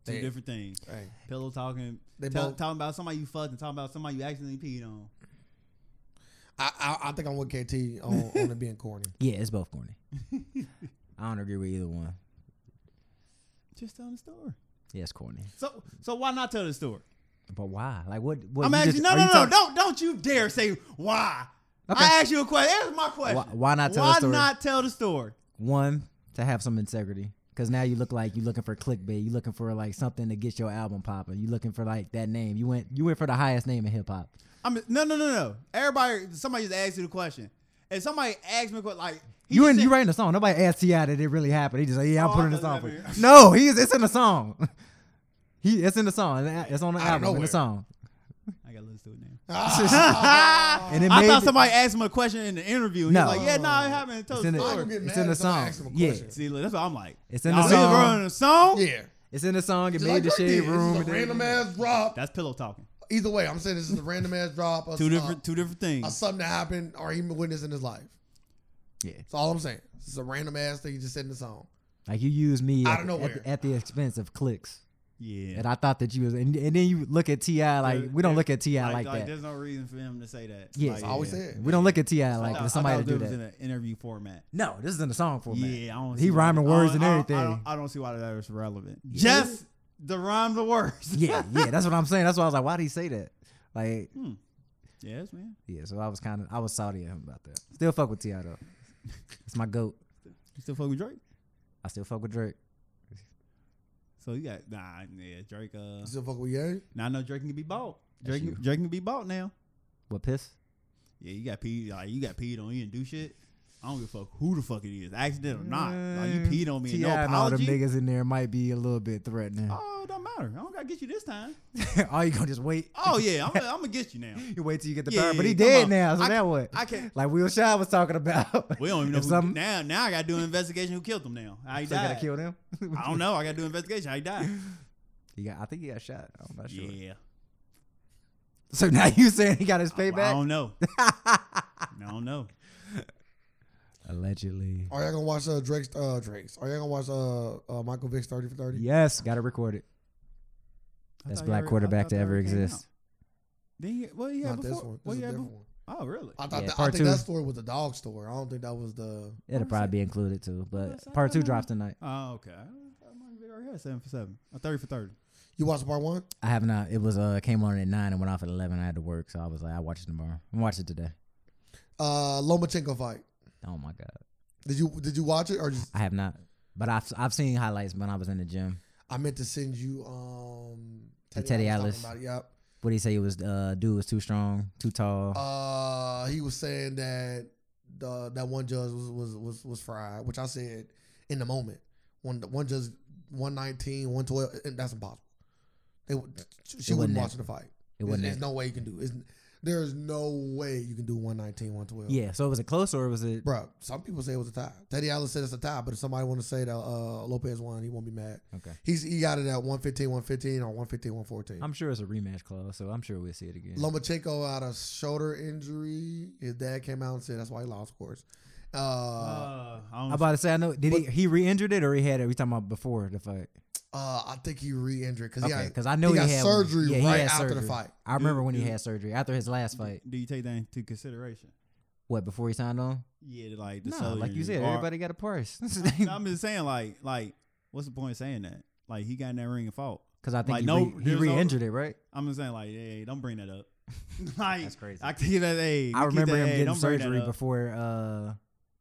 [SPEAKER 1] Two
[SPEAKER 2] Damn.
[SPEAKER 1] different things.
[SPEAKER 2] Hey,
[SPEAKER 1] Pillow talking.
[SPEAKER 2] They
[SPEAKER 1] tell-
[SPEAKER 2] both-
[SPEAKER 1] talking about somebody you fucked and talking about somebody you accidentally peed on.
[SPEAKER 2] I, I I think I'm with KT on, on it being
[SPEAKER 1] [LAUGHS]
[SPEAKER 2] corny.
[SPEAKER 3] Yeah, it's both corny. I don't agree with either one.
[SPEAKER 1] Just telling the story.
[SPEAKER 3] Yeah, it's corny.
[SPEAKER 1] So so why not tell the story?
[SPEAKER 3] But why? Like what? what
[SPEAKER 1] I'm
[SPEAKER 3] you
[SPEAKER 1] asking.
[SPEAKER 3] just-
[SPEAKER 1] no,
[SPEAKER 3] are
[SPEAKER 1] no,
[SPEAKER 3] you
[SPEAKER 1] no.
[SPEAKER 3] talking-
[SPEAKER 1] don't don't you dare say why.
[SPEAKER 3] Okay.
[SPEAKER 1] I asked you a question. That's my question.
[SPEAKER 3] Why- why not tell
[SPEAKER 1] why
[SPEAKER 3] the story?
[SPEAKER 1] not tell the story?
[SPEAKER 3] One to have some integrity, because now you look like you looking for clickbait. You looking for like something to get your album popping. You looking for like that name. You went you went for the highest name in hip hop.
[SPEAKER 1] I'm no no no no. Everybody, somebody just asked you the question. If somebody asked me a question, like he
[SPEAKER 3] You
[SPEAKER 1] just
[SPEAKER 3] in, you
[SPEAKER 1] said-
[SPEAKER 3] writing a song. Nobody asked Ti that it really happened. He just like, yeah, I'm
[SPEAKER 1] Oh, I
[SPEAKER 3] putting this on
[SPEAKER 1] thought
[SPEAKER 3] for
[SPEAKER 1] that
[SPEAKER 3] you.
[SPEAKER 1] meant-
[SPEAKER 3] No, he's it's in the song. He it's in the song. It's on the
[SPEAKER 2] Outta
[SPEAKER 3] album in
[SPEAKER 2] nowhere.
[SPEAKER 3] the song.
[SPEAKER 1] I gotta listen to it now. [LAUGHS]
[SPEAKER 3] [LAUGHS] and it
[SPEAKER 1] I
[SPEAKER 3] made
[SPEAKER 1] thought
[SPEAKER 3] it-
[SPEAKER 1] somebody asked him a question in the interview. And
[SPEAKER 3] No.
[SPEAKER 1] He's like, yeah, no, it happened. Tell
[SPEAKER 3] It's
[SPEAKER 1] the
[SPEAKER 3] in the-
[SPEAKER 1] story.
[SPEAKER 2] I'm getting
[SPEAKER 3] It's
[SPEAKER 2] mad
[SPEAKER 3] in the
[SPEAKER 2] if somebody
[SPEAKER 3] song.
[SPEAKER 2] asks him a
[SPEAKER 3] Yeah.
[SPEAKER 2] question.
[SPEAKER 1] See, look, that's what I'm like.
[SPEAKER 3] It's in
[SPEAKER 1] Y'all
[SPEAKER 3] the
[SPEAKER 1] niggas
[SPEAKER 3] song.
[SPEAKER 1] running a song.
[SPEAKER 2] Yeah.
[SPEAKER 3] It's in the song. It
[SPEAKER 2] Just
[SPEAKER 3] made
[SPEAKER 2] like
[SPEAKER 3] the
[SPEAKER 2] Drake
[SPEAKER 3] shade
[SPEAKER 2] did.
[SPEAKER 3] room. and
[SPEAKER 2] This is a
[SPEAKER 3] then-
[SPEAKER 2] random ass drop.
[SPEAKER 1] That's pillow talking.
[SPEAKER 2] Either way, I'm saying this is a random ass drop. of
[SPEAKER 1] Two
[SPEAKER 2] some-
[SPEAKER 1] different, two different
[SPEAKER 2] of
[SPEAKER 1] things.
[SPEAKER 2] something that happened or he witnessed in his life.
[SPEAKER 3] Yeah.
[SPEAKER 2] That's all I'm saying. It's a random ass thing you just said in the song.
[SPEAKER 3] Like you use me
[SPEAKER 2] Outta
[SPEAKER 3] at, the- at
[SPEAKER 2] nowhere.
[SPEAKER 3] the, at the expense of clicks,
[SPEAKER 1] Yeah.
[SPEAKER 3] and I thought that you was, and, and then you look at Ti like we don't look at Ti like, that.
[SPEAKER 1] There's no reason for him to say that.
[SPEAKER 3] yeah,
[SPEAKER 1] Like,
[SPEAKER 2] I always said.
[SPEAKER 3] we don't look at Ti
[SPEAKER 1] I
[SPEAKER 3] like
[SPEAKER 1] thought-
[SPEAKER 3] for
[SPEAKER 1] I
[SPEAKER 3] somebody to
[SPEAKER 1] thought
[SPEAKER 3] do
[SPEAKER 1] it was
[SPEAKER 3] that.
[SPEAKER 1] in an interview format.
[SPEAKER 3] no, this is in the song format.
[SPEAKER 1] Yeah, I don't.
[SPEAKER 3] He
[SPEAKER 1] see why
[SPEAKER 3] rhyming
[SPEAKER 1] that-
[SPEAKER 3] words
[SPEAKER 1] I don't-
[SPEAKER 3] and
[SPEAKER 1] I don't- I
[SPEAKER 3] everything.
[SPEAKER 1] don't, I don't see why that is relevant. Just the rhyme, the
[SPEAKER 3] [LAUGHS]
[SPEAKER 1] words. [LAUGHS]
[SPEAKER 3] yeah, yeah. That's what I'm saying. That's why I was like, why do he say that? Like,
[SPEAKER 1] Hmm. yes, man.
[SPEAKER 3] yeah. So I was kind of, I was salty at him about that. Still fuck with Ti
[SPEAKER 1] [LAUGHS]
[SPEAKER 3] though. It's my goat.
[SPEAKER 1] You still fuck with Drake?
[SPEAKER 3] I still fuck with Drake.
[SPEAKER 1] So you got nah, yeah, Drake. Uh,
[SPEAKER 2] You still fuck with Ye?
[SPEAKER 1] now I know Drake can be bought.
[SPEAKER 3] That's
[SPEAKER 1] Drake,
[SPEAKER 3] you.
[SPEAKER 1] Drake can be bought now.
[SPEAKER 3] What piss?
[SPEAKER 1] Yeah, you got peed. Like you got peed on. You didn't do shit. I don't give a fuck who the fuck it is, accident or not. Like you peed on me. And
[SPEAKER 3] T.I.
[SPEAKER 1] no
[SPEAKER 3] and all them
[SPEAKER 1] apology.
[SPEAKER 3] niggas in there might be a little bit threatening.
[SPEAKER 1] Oh, it don't matter. I don't gotta get you this time.
[SPEAKER 3] [LAUGHS] All you gonna just wait?
[SPEAKER 1] Oh yeah, I'm, gonna- I'm gonna get you now.
[SPEAKER 3] [LAUGHS] You wait till you get the
[SPEAKER 1] Yeah,
[SPEAKER 3] power. But he
[SPEAKER 1] yeah, come
[SPEAKER 3] dead
[SPEAKER 1] on.
[SPEAKER 3] now, so
[SPEAKER 1] I-
[SPEAKER 3] now what?
[SPEAKER 1] I
[SPEAKER 3] [LAUGHS]
[SPEAKER 1] can't.
[SPEAKER 3] Like Will Shaw was talking about.
[SPEAKER 1] [LAUGHS] We don't even
[SPEAKER 3] [LAUGHS]
[SPEAKER 1] know
[SPEAKER 3] If
[SPEAKER 1] who,
[SPEAKER 3] some-
[SPEAKER 1] now. Now I gotta do an investigation. Who killed him? Now how
[SPEAKER 3] [LAUGHS]
[SPEAKER 1] he
[SPEAKER 3] so gotta
[SPEAKER 1] died?
[SPEAKER 3] kill them.
[SPEAKER 1] I don't know. I gotta do an investigation. How he died?
[SPEAKER 3] [LAUGHS] He got. I think he got shot. I'm not sure.
[SPEAKER 1] Yeah.
[SPEAKER 3] So now you saying he got his
[SPEAKER 1] I
[SPEAKER 3] payback?
[SPEAKER 1] don't [LAUGHS] know. I don't know.
[SPEAKER 3] Allegedly.
[SPEAKER 2] Are y'all gonna watch uh, Drake's? Uh, Drake's. Are y'all gonna watch uh, uh, Michael Vick's Thirty for Thirty?
[SPEAKER 3] Yes, got to record it.
[SPEAKER 1] I
[SPEAKER 3] Best
[SPEAKER 1] thought
[SPEAKER 3] black
[SPEAKER 1] y'all- I
[SPEAKER 3] quarterback
[SPEAKER 1] thought
[SPEAKER 3] to
[SPEAKER 1] y'all
[SPEAKER 3] ever
[SPEAKER 1] already came
[SPEAKER 3] exist.
[SPEAKER 1] out. Then you, well, yeah,
[SPEAKER 2] Not
[SPEAKER 1] before,
[SPEAKER 2] this one. This
[SPEAKER 1] well,
[SPEAKER 2] is
[SPEAKER 1] yeah,
[SPEAKER 2] a different
[SPEAKER 1] before-
[SPEAKER 2] one.
[SPEAKER 1] Oh, really?
[SPEAKER 2] I thought
[SPEAKER 3] Yeah,
[SPEAKER 2] that, I
[SPEAKER 3] part
[SPEAKER 2] think
[SPEAKER 3] two.
[SPEAKER 2] that story was the dog story. I don't think that was the.
[SPEAKER 3] It'll
[SPEAKER 1] What was
[SPEAKER 3] probably be included too.
[SPEAKER 1] was
[SPEAKER 3] But
[SPEAKER 1] that?
[SPEAKER 3] part
[SPEAKER 1] I
[SPEAKER 3] two
[SPEAKER 1] don't know.
[SPEAKER 3] drops tonight.
[SPEAKER 1] Oh, okay. I thought Michael Vick already had seven for seven, a thirty for thirty.
[SPEAKER 2] You watched part one?
[SPEAKER 3] I have not. It was uh came on at nine and went off at eleven. I had to work, so I was like, I watch it tomorrow. I'm watch it today.
[SPEAKER 2] Uh, Lomachenko fight.
[SPEAKER 3] Oh my god,
[SPEAKER 2] Did you did you watch it or just?
[SPEAKER 3] I have not. But I've I've seen highlights when I was in the gym.
[SPEAKER 2] I meant to send you um
[SPEAKER 3] The Teddy
[SPEAKER 2] Atlas
[SPEAKER 3] Atlas.
[SPEAKER 2] talking About it. Yep.
[SPEAKER 3] What do you say? It was uh dude was too strong, too tall.
[SPEAKER 2] Uh, he was saying that the that one judge was was was, was fried, which I said in the moment. One one judge, one nineteen, one twelve. That's impossible. They would- she
[SPEAKER 3] It
[SPEAKER 2] wouldn't
[SPEAKER 3] wasn't
[SPEAKER 2] watch the fight.
[SPEAKER 3] it
[SPEAKER 2] There's,
[SPEAKER 3] wasn't.
[SPEAKER 2] there's
[SPEAKER 3] that-
[SPEAKER 2] no way you can do. It's, there's no way you can do 119, 112.
[SPEAKER 3] yeah. So it was a close or was it?
[SPEAKER 2] Bro, some people say it was a tie. Teddy Allen said it's a tie, but if somebody want to say that uh, Lopez won, he won't be mad.
[SPEAKER 3] Okay.
[SPEAKER 2] He's he got it at 115, 115 or 115, 114.
[SPEAKER 3] I'm sure it's a rematch clause, so I'm sure we'll see it again.
[SPEAKER 2] Lomachenko had a shoulder injury. His dad came out and said that's why he lost, of course. Uh, uh,
[SPEAKER 1] Uh, I don't
[SPEAKER 3] I'm about to say I know. Did he he re-injured it or he had it? We talking about before the fight?
[SPEAKER 2] uh, I think he re-injured because
[SPEAKER 3] Okay,
[SPEAKER 2] he had,
[SPEAKER 3] because I know
[SPEAKER 2] he
[SPEAKER 3] he,
[SPEAKER 2] got
[SPEAKER 3] had
[SPEAKER 2] surgery
[SPEAKER 3] one. Yeah, he
[SPEAKER 2] right
[SPEAKER 3] had
[SPEAKER 2] after the
[SPEAKER 3] surgery.
[SPEAKER 2] fight.
[SPEAKER 3] I remember when he
[SPEAKER 1] Dude.
[SPEAKER 3] had surgery after his last fight.
[SPEAKER 1] Do you take that into consideration?
[SPEAKER 3] What before he signed on?
[SPEAKER 1] Yeah, like the
[SPEAKER 3] No, like you
[SPEAKER 1] surgery
[SPEAKER 3] said,
[SPEAKER 1] or-
[SPEAKER 3] everybody got a price.
[SPEAKER 1] [LAUGHS]
[SPEAKER 3] [LAUGHS]
[SPEAKER 1] No, uh, I'm just saying, like, like, what's the point of saying that? Like, he got in that ring and fought.
[SPEAKER 3] Because I think
[SPEAKER 1] Like,
[SPEAKER 3] he,
[SPEAKER 1] no,
[SPEAKER 3] re- he
[SPEAKER 1] there's no-
[SPEAKER 3] re-injured it, right?
[SPEAKER 1] I'm just saying, like, hey, don't bring
[SPEAKER 3] [LAUGHS]
[SPEAKER 1] that up. [LAUGHS] like,
[SPEAKER 3] That's crazy.
[SPEAKER 1] I keep that. Hey,
[SPEAKER 3] I
[SPEAKER 1] keep
[SPEAKER 3] remember
[SPEAKER 1] that,
[SPEAKER 3] him
[SPEAKER 1] hey,
[SPEAKER 3] getting
[SPEAKER 1] don't bring that
[SPEAKER 3] surgery
[SPEAKER 1] up.
[SPEAKER 3] before uh,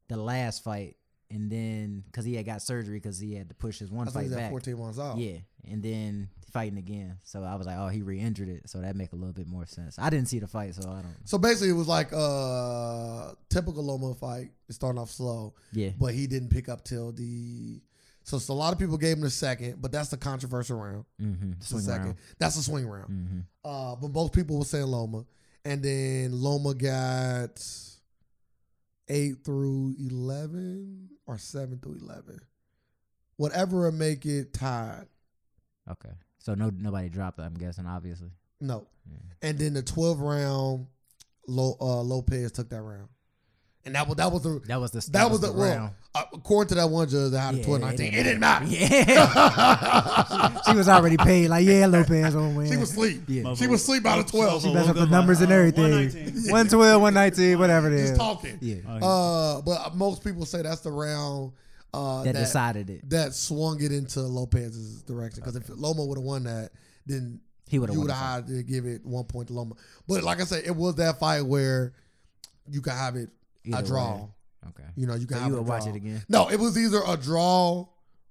[SPEAKER 3] the last fight, and then because he had got surgery because he had to push his one
[SPEAKER 2] I think
[SPEAKER 3] fight
[SPEAKER 2] he's at
[SPEAKER 3] back.
[SPEAKER 2] 14 months out.
[SPEAKER 3] Yeah, and then fighting again. So I was like, oh, he re-injured it. So that make a little bit more sense. I didn't see the fight, so I don't.
[SPEAKER 2] So basically, it was like uh typical Loma fight. It's starting off slow.
[SPEAKER 3] Yeah,
[SPEAKER 2] but he didn't pick up till the. So, so a lot of people gave him the second, but that's the controversial round.
[SPEAKER 3] mm-hmm.
[SPEAKER 2] It's the second. That's the swing round.
[SPEAKER 3] Mm-hmm.
[SPEAKER 2] Uh, but most people were saying Loma, and then Loma got eight through eleven or seven through eleven, whatever would make it tied.
[SPEAKER 3] Okay, so no, nobody dropped. I'm guessing, obviously.
[SPEAKER 2] No,
[SPEAKER 3] Yeah.
[SPEAKER 2] and then the twelve round, Lo, uh, Lopez took that round, and that was that was the
[SPEAKER 3] That was the that,
[SPEAKER 2] that, was, the, well, [LAUGHS]
[SPEAKER 3] round.
[SPEAKER 2] uh, according to that one judge that had a
[SPEAKER 3] Yeah,
[SPEAKER 2] twelve nineteen. It didn't matter.
[SPEAKER 3] matter. [LAUGHS] Yeah, she was already paid. Like, yeah, Lopez on win.
[SPEAKER 2] She was asleep.
[SPEAKER 3] Yeah.
[SPEAKER 2] She was asleep by the 12.
[SPEAKER 1] Motherfucker
[SPEAKER 3] messed up
[SPEAKER 1] woke
[SPEAKER 3] the
[SPEAKER 1] like,
[SPEAKER 3] numbers and
[SPEAKER 1] uh,
[SPEAKER 3] everything.
[SPEAKER 1] [LAUGHS] 119.
[SPEAKER 3] 112, 119, whatever it is.
[SPEAKER 2] Just talking.
[SPEAKER 3] Yeah.
[SPEAKER 1] Oh,
[SPEAKER 2] Uh, but most people say that's the round uh,
[SPEAKER 3] that,
[SPEAKER 2] that, that,
[SPEAKER 3] decided it.
[SPEAKER 2] swung it into Lopez's direction. Because if Loma would have won that, then
[SPEAKER 3] He would have
[SPEAKER 2] you
[SPEAKER 3] won.
[SPEAKER 2] would
[SPEAKER 3] the fight.
[SPEAKER 2] have had to give it one point to Loma. But like I said, it was that fight where you could have it a
[SPEAKER 3] Either
[SPEAKER 2] draw.
[SPEAKER 3] way. Okay.
[SPEAKER 2] You know, you could
[SPEAKER 3] So
[SPEAKER 2] have
[SPEAKER 3] you
[SPEAKER 2] a
[SPEAKER 3] would watch
[SPEAKER 2] draw.
[SPEAKER 3] it again.
[SPEAKER 2] No, it was either a draw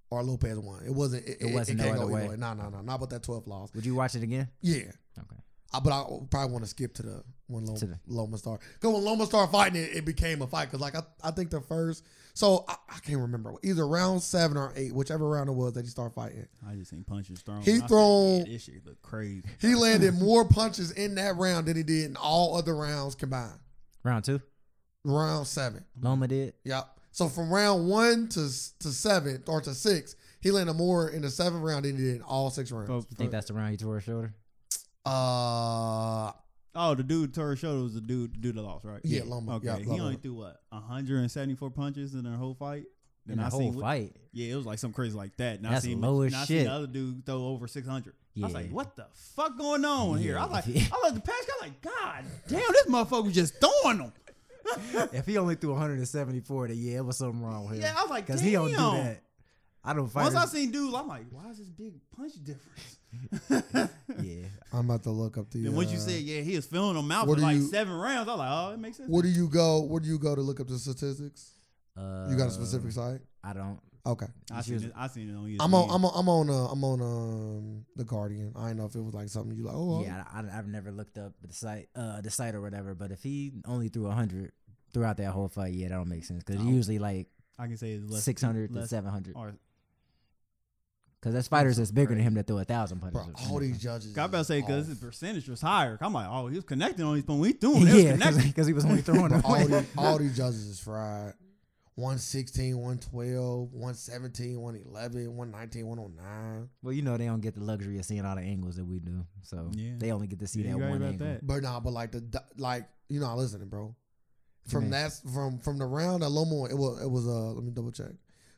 [SPEAKER 2] or Lopez won. It wasn't. It, it,
[SPEAKER 3] wasn't
[SPEAKER 2] it
[SPEAKER 3] no
[SPEAKER 2] can't
[SPEAKER 3] other
[SPEAKER 2] go either
[SPEAKER 3] way.
[SPEAKER 2] way. No, no, no. Not about that 12 loss.
[SPEAKER 3] Would you watch it again?
[SPEAKER 2] Yeah.
[SPEAKER 3] Okay.
[SPEAKER 2] I, but I probably want to skip to the when Loma,
[SPEAKER 3] To the-
[SPEAKER 2] Loma Star. Because when Loma started fighting, it, it became a fight. Because like I, I think the first, so I, I can't remember either round seven or eight, whichever round it was that he started fighting.
[SPEAKER 1] I just seen punches thrown.
[SPEAKER 2] He
[SPEAKER 1] I said,
[SPEAKER 2] thrown-
[SPEAKER 1] "Yeah, This shit look crazy.
[SPEAKER 2] He landed more punches in that round than he did in all other rounds combined.
[SPEAKER 3] Round two.
[SPEAKER 2] Round seven.
[SPEAKER 3] Loma did.
[SPEAKER 2] Yep. So from round one to s- to seven or to six, he landed more in the seventh round than he did in all six rounds.
[SPEAKER 1] But-
[SPEAKER 3] You think that's the round he tore his shoulder?
[SPEAKER 2] Uh,
[SPEAKER 1] Oh, the dude tore his shoulder was the dude the dude that lost, right?
[SPEAKER 2] Yeah, Loma.
[SPEAKER 1] Okay,
[SPEAKER 2] Yeah,
[SPEAKER 1] he
[SPEAKER 2] Loma.
[SPEAKER 1] only threw what 174 punches in their whole fight.
[SPEAKER 3] In the whole
[SPEAKER 1] seen, what-
[SPEAKER 3] fight.
[SPEAKER 1] Yeah, it was like some crazy like that. And
[SPEAKER 3] That's
[SPEAKER 1] I seen,
[SPEAKER 3] low as
[SPEAKER 1] and I
[SPEAKER 3] shit.
[SPEAKER 1] seen the other dude throw over 600. I was
[SPEAKER 3] Yeah.
[SPEAKER 1] like, what the fuck going on here? I was like,
[SPEAKER 3] Yeah.
[SPEAKER 1] I was like, the past guy, like, God damn, this motherfucker was just throwing them.
[SPEAKER 3] [LAUGHS] if he only threw 174, then yeah, it was something wrong with him.
[SPEAKER 1] Yeah, I was like,
[SPEAKER 3] because he don't do
[SPEAKER 1] damn.
[SPEAKER 3] that. I don't fight.
[SPEAKER 1] Once I
[SPEAKER 3] his-
[SPEAKER 1] seen dude, I'm like, why is this big punch difference?
[SPEAKER 3] yeah,
[SPEAKER 2] I'm about to look up the.
[SPEAKER 1] Then once you
[SPEAKER 2] uh,
[SPEAKER 1] said, yeah, he was filling them out
[SPEAKER 2] what do
[SPEAKER 1] for like
[SPEAKER 2] you-
[SPEAKER 1] seven rounds, I was like, oh, it makes sense.
[SPEAKER 2] where do you go? Where do you go to look up the statistics?
[SPEAKER 3] [LAUGHS] uh,
[SPEAKER 2] You got a specific site?
[SPEAKER 3] I don't.
[SPEAKER 2] Okay.
[SPEAKER 1] I
[SPEAKER 3] She
[SPEAKER 1] seen
[SPEAKER 3] was-
[SPEAKER 1] it. I seen it on. E ESPN.
[SPEAKER 2] I'm on. I'm on. I'm on. Uh, I'm on. Um, the Guardian. I didn't know if it was like something you like. Oh,
[SPEAKER 3] Yeah,
[SPEAKER 2] yeah.
[SPEAKER 3] I, I- I've never looked up the site, uh, the site or whatever. But if he only threw hundred throughout that whole fight, yeah, that don't make sense because
[SPEAKER 1] No.
[SPEAKER 3] usually like
[SPEAKER 1] I can say it's less
[SPEAKER 3] six hundred to
[SPEAKER 1] less-
[SPEAKER 3] seven hundred.
[SPEAKER 1] Or,
[SPEAKER 3] Because there's fighters Oh. that's bigger than him that throw a thousand punches.
[SPEAKER 2] bro,
[SPEAKER 3] or
[SPEAKER 2] all
[SPEAKER 3] something.
[SPEAKER 1] [LAUGHS]
[SPEAKER 2] these judges.
[SPEAKER 1] I about to
[SPEAKER 2] is
[SPEAKER 1] say because
[SPEAKER 2] off.
[SPEAKER 1] his percentage was higher. I'm like, oh, he was connecting on these. When
[SPEAKER 3] [LAUGHS]
[SPEAKER 1] we threw him, they
[SPEAKER 3] yeah,
[SPEAKER 1] was connecting.
[SPEAKER 3] because he was only throwing
[SPEAKER 2] Bro,
[SPEAKER 3] them.
[SPEAKER 2] all,
[SPEAKER 3] [LAUGHS]
[SPEAKER 2] these, all these judges is fried. 116, 112, 117, 111, 119, 109.
[SPEAKER 3] Well, you know they don't get the luxury of seeing all the angles that we do, so
[SPEAKER 1] Yeah.
[SPEAKER 3] they only get to see
[SPEAKER 1] Yeah,
[SPEAKER 3] that
[SPEAKER 1] you right
[SPEAKER 3] one
[SPEAKER 1] about
[SPEAKER 3] angle.
[SPEAKER 1] that.
[SPEAKER 2] But nah, but like the do- like you know, I listening, bro. From
[SPEAKER 3] mean?
[SPEAKER 2] that from from the round that Lomo it was it was uh let me double check.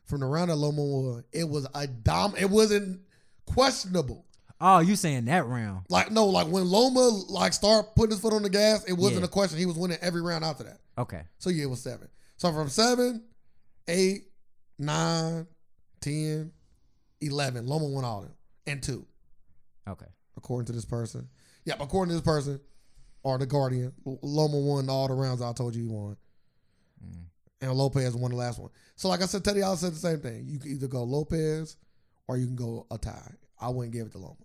[SPEAKER 2] From the round that Lomo it was a dom it wasn't questionable.
[SPEAKER 3] Oh, you saying that round?
[SPEAKER 2] Like no, like when Loma like started putting his foot on the gas, it wasn't
[SPEAKER 3] Yeah.
[SPEAKER 2] a question. He was winning every round after that.
[SPEAKER 3] Okay,
[SPEAKER 2] So yeah, it was seven. So from seven, eight, nine, ten, eleven. Loma won all of them and two,
[SPEAKER 3] okay.
[SPEAKER 2] according to this person. Yep, according to this person, or the Guardian, L- Loma won all the rounds I told you he won,
[SPEAKER 3] Mm.
[SPEAKER 2] and Lopez won the last one. So like I said, Teddy, I said the same thing. You can either go Lopez or you can go a tie. I wouldn't give it to Loma,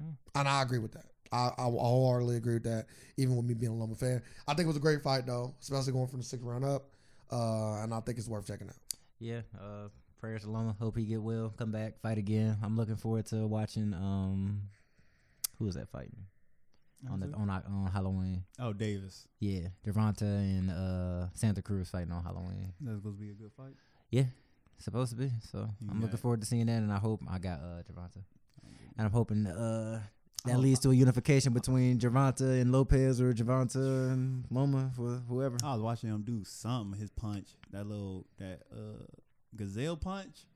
[SPEAKER 3] Mm.
[SPEAKER 2] and I agree with that. I, I wholeheartedly agree with that. Even with me being a Loma fan, I think it was a great fight though, especially going from the sixth round up. Uh, and I think it's worth checking out.
[SPEAKER 3] Yeah. Uh, prayers to Loma. Hope he get well. Come back, fight again. I'm looking forward to watching. Um, who was that fighting on the on Oc- on Halloween?
[SPEAKER 1] oh, Davis.
[SPEAKER 3] Yeah, Devonta and uh Santa Cruz fighting on Halloween.
[SPEAKER 1] That's supposed to be a good fight.
[SPEAKER 3] Supposed to be. So
[SPEAKER 1] You
[SPEAKER 3] I'm
[SPEAKER 1] got
[SPEAKER 3] looking
[SPEAKER 1] it.
[SPEAKER 3] forward to seeing that, and I hope I got uh Devonta, and I'm hoping uh. That leads to a unification between Javante and Lopez, or Javante and Loma, or whoever.
[SPEAKER 1] I was watching him do something. His punch, that little that uh gazelle punch.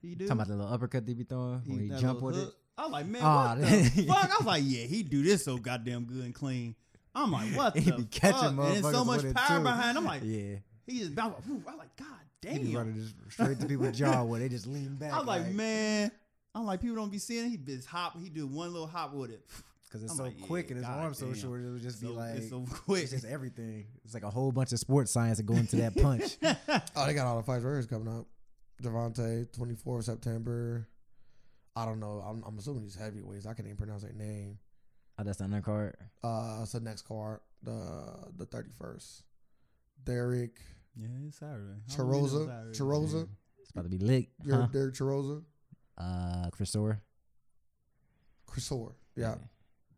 [SPEAKER 1] He do.
[SPEAKER 3] Talking about the little uppercut they be throwing when he
[SPEAKER 1] that
[SPEAKER 3] jump
[SPEAKER 1] little
[SPEAKER 3] with it.
[SPEAKER 1] hook. I was like, man,
[SPEAKER 3] Ah, [LAUGHS]
[SPEAKER 1] what the fuck? I was like, yeah, he do this so goddamn good and clean. I'm like,
[SPEAKER 3] [LAUGHS]
[SPEAKER 1] what
[SPEAKER 3] He
[SPEAKER 1] the
[SPEAKER 3] be catching
[SPEAKER 1] fuck? And there's so
[SPEAKER 3] motherfuckers
[SPEAKER 1] much
[SPEAKER 3] with it,
[SPEAKER 1] power
[SPEAKER 3] too.
[SPEAKER 1] behind. I'm like,
[SPEAKER 3] Yeah,
[SPEAKER 1] he just bounced. I was like, god
[SPEAKER 3] he be
[SPEAKER 1] damn.
[SPEAKER 3] running just straight to people's jaw where they just lean back.
[SPEAKER 1] I'm like, man. I'm like, people don't be seeing it. He just hop. He do one little hop
[SPEAKER 3] [SIGHS]
[SPEAKER 1] with it.
[SPEAKER 3] because it's
[SPEAKER 1] I'm
[SPEAKER 3] so
[SPEAKER 1] like,
[SPEAKER 3] quick
[SPEAKER 1] yeah,
[SPEAKER 3] and his
[SPEAKER 1] God
[SPEAKER 3] arm's so
[SPEAKER 1] damn.
[SPEAKER 3] short, it would just be
[SPEAKER 1] So,
[SPEAKER 3] like
[SPEAKER 1] it's
[SPEAKER 3] it's,
[SPEAKER 1] so quick. [LAUGHS]
[SPEAKER 3] just everything. It's like a whole bunch of sports science that go into that
[SPEAKER 1] [LAUGHS]
[SPEAKER 3] punch.
[SPEAKER 2] Oh, they got all the fights records coming up. Devontae, 24th September. I don't know. I'm, I'm assuming he's heavyweights. I can't even pronounce their name.
[SPEAKER 3] oh, that's the undercard.
[SPEAKER 2] Uh, so next card, the the 31st. Derek
[SPEAKER 1] yeah, it's Saturday. Halloween is
[SPEAKER 2] Chiroza.
[SPEAKER 1] Saturday.
[SPEAKER 2] Chiroza.
[SPEAKER 3] It's about to be lit.
[SPEAKER 2] Derek,
[SPEAKER 3] Huh?
[SPEAKER 2] Derek Chiroza.
[SPEAKER 3] Uh, Chris Sore.
[SPEAKER 2] Crisor. Yeah.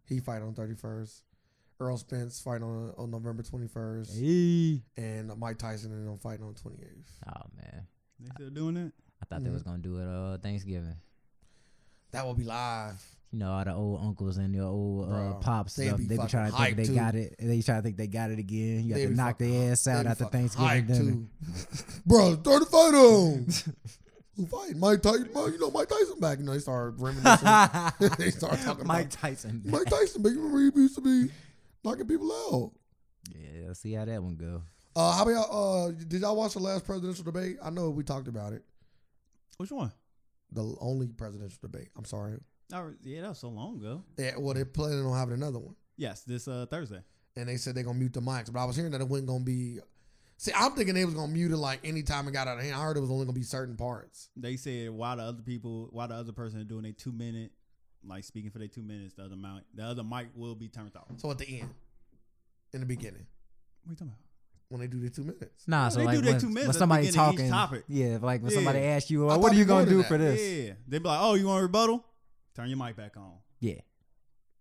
[SPEAKER 2] He fight on 31st. Earl Spence fight on on November 21st.
[SPEAKER 3] Hey.
[SPEAKER 2] And Mike Tyson and them fighting on 28th.
[SPEAKER 3] Oh man,
[SPEAKER 1] They still doing that?
[SPEAKER 3] I thought they
[SPEAKER 1] Mm-hmm.
[SPEAKER 3] was gonna do it uh Thanksgiving.
[SPEAKER 2] That will be live.
[SPEAKER 3] You know, all the old uncles and your old uh,
[SPEAKER 2] Bro,
[SPEAKER 3] pops
[SPEAKER 2] they
[SPEAKER 3] stuff.
[SPEAKER 2] be
[SPEAKER 3] They be
[SPEAKER 2] fucking
[SPEAKER 3] trying to think
[SPEAKER 2] hyped,
[SPEAKER 3] they
[SPEAKER 2] too.
[SPEAKER 3] got it. They try to think they got it again. You
[SPEAKER 2] They
[SPEAKER 3] have to
[SPEAKER 2] be
[SPEAKER 3] knock
[SPEAKER 2] fucking-
[SPEAKER 3] their ass out
[SPEAKER 2] They be
[SPEAKER 3] after
[SPEAKER 2] fucking
[SPEAKER 3] Thanksgiving
[SPEAKER 2] hyped,
[SPEAKER 3] dinner. [LAUGHS]
[SPEAKER 2] too. Bro, throw the fight on. Who fight? Mike Tyson. Mike, you know Mike Tyson back. You know, they
[SPEAKER 3] [LAUGHS]
[SPEAKER 2] started reminiscing. they started talking
[SPEAKER 3] Mike
[SPEAKER 2] about
[SPEAKER 3] Tyson.
[SPEAKER 2] Mike Tyson. But you remember he used to be knocking people out.
[SPEAKER 3] Yeah, let's see how that one go.
[SPEAKER 2] Uh, how about y'all, uh, did y'all watch the last presidential debate? I know we talked about it.
[SPEAKER 1] Which one?
[SPEAKER 2] The only presidential debate. I'm sorry.
[SPEAKER 1] I re- yeah, that was so long ago.
[SPEAKER 2] Yeah, well, they're planning on having another one,
[SPEAKER 1] Yes, this uh, Thursday.
[SPEAKER 2] and they said they're gonna mute the mics. But I was hearing that it wasn't gonna be. See, I'm thinking they was gonna mute it like anytime it got out of hand. I heard it was only gonna be certain parts.
[SPEAKER 1] They said why the other people, why the other person is doing a two minute, like speaking for their two minutes, the other mic, the other mic will be turned off. What
[SPEAKER 2] So at the end, in the beginning,
[SPEAKER 1] are you talking about?
[SPEAKER 2] when they do the two minutes,
[SPEAKER 3] Nah, so
[SPEAKER 1] they
[SPEAKER 3] like
[SPEAKER 1] do their
[SPEAKER 3] when,
[SPEAKER 1] two minutes
[SPEAKER 3] when
[SPEAKER 1] at the
[SPEAKER 3] somebody
[SPEAKER 1] beginning of
[SPEAKER 3] talking,
[SPEAKER 1] each topic.
[SPEAKER 3] yeah, like when
[SPEAKER 1] Yeah.
[SPEAKER 3] somebody asks you,
[SPEAKER 2] I
[SPEAKER 3] "What
[SPEAKER 2] thought
[SPEAKER 3] are you
[SPEAKER 2] we
[SPEAKER 3] gonna do
[SPEAKER 2] voted
[SPEAKER 3] for
[SPEAKER 2] that.
[SPEAKER 3] this?"
[SPEAKER 1] Yeah, they be like, oh, you want a rebuttal? Turn your mic back on.
[SPEAKER 3] Yeah.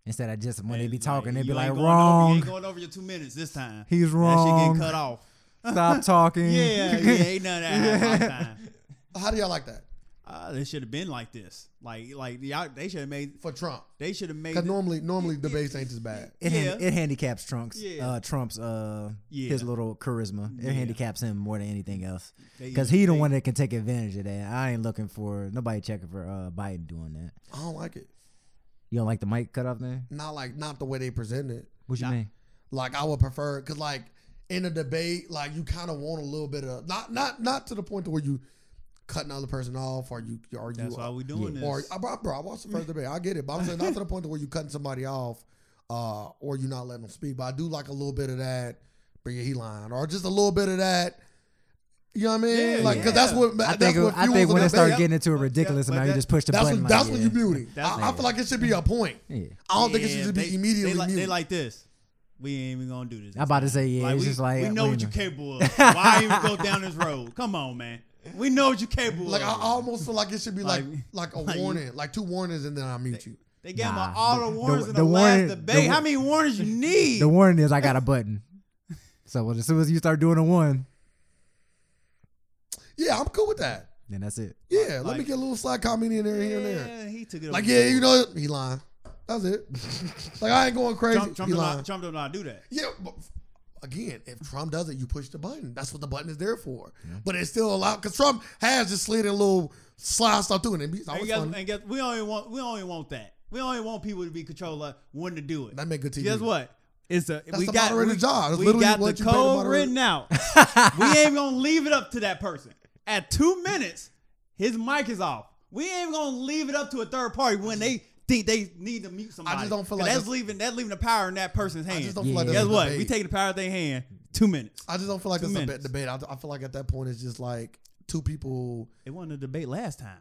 [SPEAKER 3] Instead of just when they
[SPEAKER 1] And
[SPEAKER 3] be
[SPEAKER 1] it's
[SPEAKER 3] talking, they
[SPEAKER 1] you
[SPEAKER 3] be like,
[SPEAKER 1] ain't going over- you
[SPEAKER 3] "Wrong,
[SPEAKER 1] ain't going over your two minutes this time."
[SPEAKER 3] he's
[SPEAKER 1] That shit
[SPEAKER 3] wrong.
[SPEAKER 1] get cut off. [LAUGHS]
[SPEAKER 3] Stop [LAUGHS] talking."
[SPEAKER 1] Yeah, yeah, ain't none of that happened last time.
[SPEAKER 2] how do y'all like that
[SPEAKER 1] Uh, they should have been like this. Like, like y'all, they should have made.
[SPEAKER 2] for Trump?
[SPEAKER 1] They should have made.
[SPEAKER 2] Because
[SPEAKER 1] it-
[SPEAKER 2] normally, normally debates ain't as bad.
[SPEAKER 3] It, hand-
[SPEAKER 1] Yeah.
[SPEAKER 3] it handicaps Trump's
[SPEAKER 1] Yeah.
[SPEAKER 3] uh, Trump's uh,
[SPEAKER 1] Yeah.
[SPEAKER 3] his little charisma. It
[SPEAKER 1] Yeah.
[SPEAKER 3] handicaps him more than anything else
[SPEAKER 1] they-
[SPEAKER 3] because he the
[SPEAKER 1] they-
[SPEAKER 3] one that can take advantage of that. I ain't looking for nobody checking for uh, Biden doing that.
[SPEAKER 2] I don't like it.
[SPEAKER 3] You don't like the mic cut off thing?
[SPEAKER 2] Not like not the way they present it.
[SPEAKER 3] What you
[SPEAKER 1] Nah.
[SPEAKER 3] mean?
[SPEAKER 2] Like I would prefer because like in a debate, like you kind of want a little bit of not not not to the point to where you cut another person off or you or you
[SPEAKER 1] That's why we doing
[SPEAKER 2] or
[SPEAKER 1] this.
[SPEAKER 2] I, bro, bro, I watched the first debate. I get it, but I'm saying not to the point to where you cutting somebody off uh, or you not letting them speak. But I do like a little bit of that. But yeah, he lying or just a little bit of that. You know what I mean?
[SPEAKER 1] Yeah,
[SPEAKER 2] like, cause that's
[SPEAKER 1] yeah.
[SPEAKER 2] what
[SPEAKER 3] I
[SPEAKER 2] that's
[SPEAKER 3] think,
[SPEAKER 2] what
[SPEAKER 3] I
[SPEAKER 2] fuels
[SPEAKER 3] think
[SPEAKER 2] the
[SPEAKER 3] when it
[SPEAKER 2] debate.
[SPEAKER 3] started getting into a ridiculous
[SPEAKER 1] but
[SPEAKER 3] amount, you
[SPEAKER 1] that-
[SPEAKER 3] just push the
[SPEAKER 2] That's
[SPEAKER 3] button.
[SPEAKER 2] when,
[SPEAKER 3] like,
[SPEAKER 2] that's
[SPEAKER 3] yeah.
[SPEAKER 2] when you mute it.
[SPEAKER 1] That's
[SPEAKER 2] I, I feel like it should be a point.
[SPEAKER 3] Yeah.
[SPEAKER 2] I don't think it should
[SPEAKER 1] Yeah,
[SPEAKER 2] just be
[SPEAKER 1] they-
[SPEAKER 2] immediately
[SPEAKER 1] They like,
[SPEAKER 2] muted.
[SPEAKER 1] they like this. We ain't even gonna do this.
[SPEAKER 3] I'm about to say, yeah,
[SPEAKER 1] Like,
[SPEAKER 3] it's
[SPEAKER 1] we,
[SPEAKER 3] just like uh,
[SPEAKER 1] we know
[SPEAKER 3] wait a
[SPEAKER 1] what you're
[SPEAKER 3] minute. [LAUGHS]
[SPEAKER 1] capable of. Why even go down this road? Come on, man. We know what you're capable
[SPEAKER 2] Like
[SPEAKER 1] of.
[SPEAKER 2] I almost feel like it should be like like,
[SPEAKER 1] Like-
[SPEAKER 2] a
[SPEAKER 1] [LAUGHS] like you-
[SPEAKER 2] warning, like two warnings, and then I mute you.
[SPEAKER 1] they gave him
[SPEAKER 3] Nah,
[SPEAKER 1] all the,
[SPEAKER 3] the-
[SPEAKER 1] warnings
[SPEAKER 3] the-
[SPEAKER 1] in the,
[SPEAKER 3] the warning-
[SPEAKER 1] last
[SPEAKER 3] the
[SPEAKER 1] debate.
[SPEAKER 3] wa-
[SPEAKER 1] How many warnings you need?
[SPEAKER 3] The warning is I got a button. So as soon as you start doing a one,
[SPEAKER 2] Yeah, I'm cool with that.
[SPEAKER 3] then that's it.
[SPEAKER 2] Yeah, let
[SPEAKER 1] Like-
[SPEAKER 2] me get a little side comment in there, here and there.
[SPEAKER 1] Yeah, he took it.
[SPEAKER 2] Like
[SPEAKER 1] over
[SPEAKER 2] yeah,
[SPEAKER 1] the
[SPEAKER 2] you
[SPEAKER 1] top.
[SPEAKER 2] know he lying. That's
[SPEAKER 1] [LAUGHS]
[SPEAKER 2] it. like I ain't going crazy.
[SPEAKER 1] Trump, Trump,
[SPEAKER 2] he
[SPEAKER 1] do
[SPEAKER 2] lying.
[SPEAKER 1] not, Trump do not do that.
[SPEAKER 2] Yeah, but f- again, if Trump does it, you push the button. That's what the button is there for. But it's still allowed because Trump has just slid in a little slide stuff too, and it's
[SPEAKER 1] And
[SPEAKER 2] always
[SPEAKER 1] guess,
[SPEAKER 2] fun.
[SPEAKER 1] and guess we only want we only want that. We only want people to be controlled of when to do it.
[SPEAKER 2] That make good TV.
[SPEAKER 1] Guess what? It's a we
[SPEAKER 2] the
[SPEAKER 1] got
[SPEAKER 2] moderator's
[SPEAKER 1] we,
[SPEAKER 2] job. That's
[SPEAKER 1] we
[SPEAKER 2] literally
[SPEAKER 1] got
[SPEAKER 2] what
[SPEAKER 1] the
[SPEAKER 2] you pay the
[SPEAKER 1] code
[SPEAKER 2] moderator. [LAUGHS]
[SPEAKER 1] written out. we ain't gonna leave it up to that person. At two minutes, his mic is off. We ain't gonna leave it up to a third party when they think they need to mute somebody.
[SPEAKER 2] don't feel like
[SPEAKER 1] 'Cause that's
[SPEAKER 2] it's-
[SPEAKER 1] leaving that's leaving the power in that person's hand.
[SPEAKER 2] I just don't feel like
[SPEAKER 3] Yeah.
[SPEAKER 2] that's
[SPEAKER 1] Guess
[SPEAKER 2] a
[SPEAKER 1] what?
[SPEAKER 2] debate.
[SPEAKER 1] We taking the power out their hand. Two minutes.
[SPEAKER 2] I just don't feel like
[SPEAKER 1] Two
[SPEAKER 2] that's
[SPEAKER 1] minutes.
[SPEAKER 2] a bad debate. I, I feel like at that point it's just like two people.
[SPEAKER 1] It wasn't a debate last time.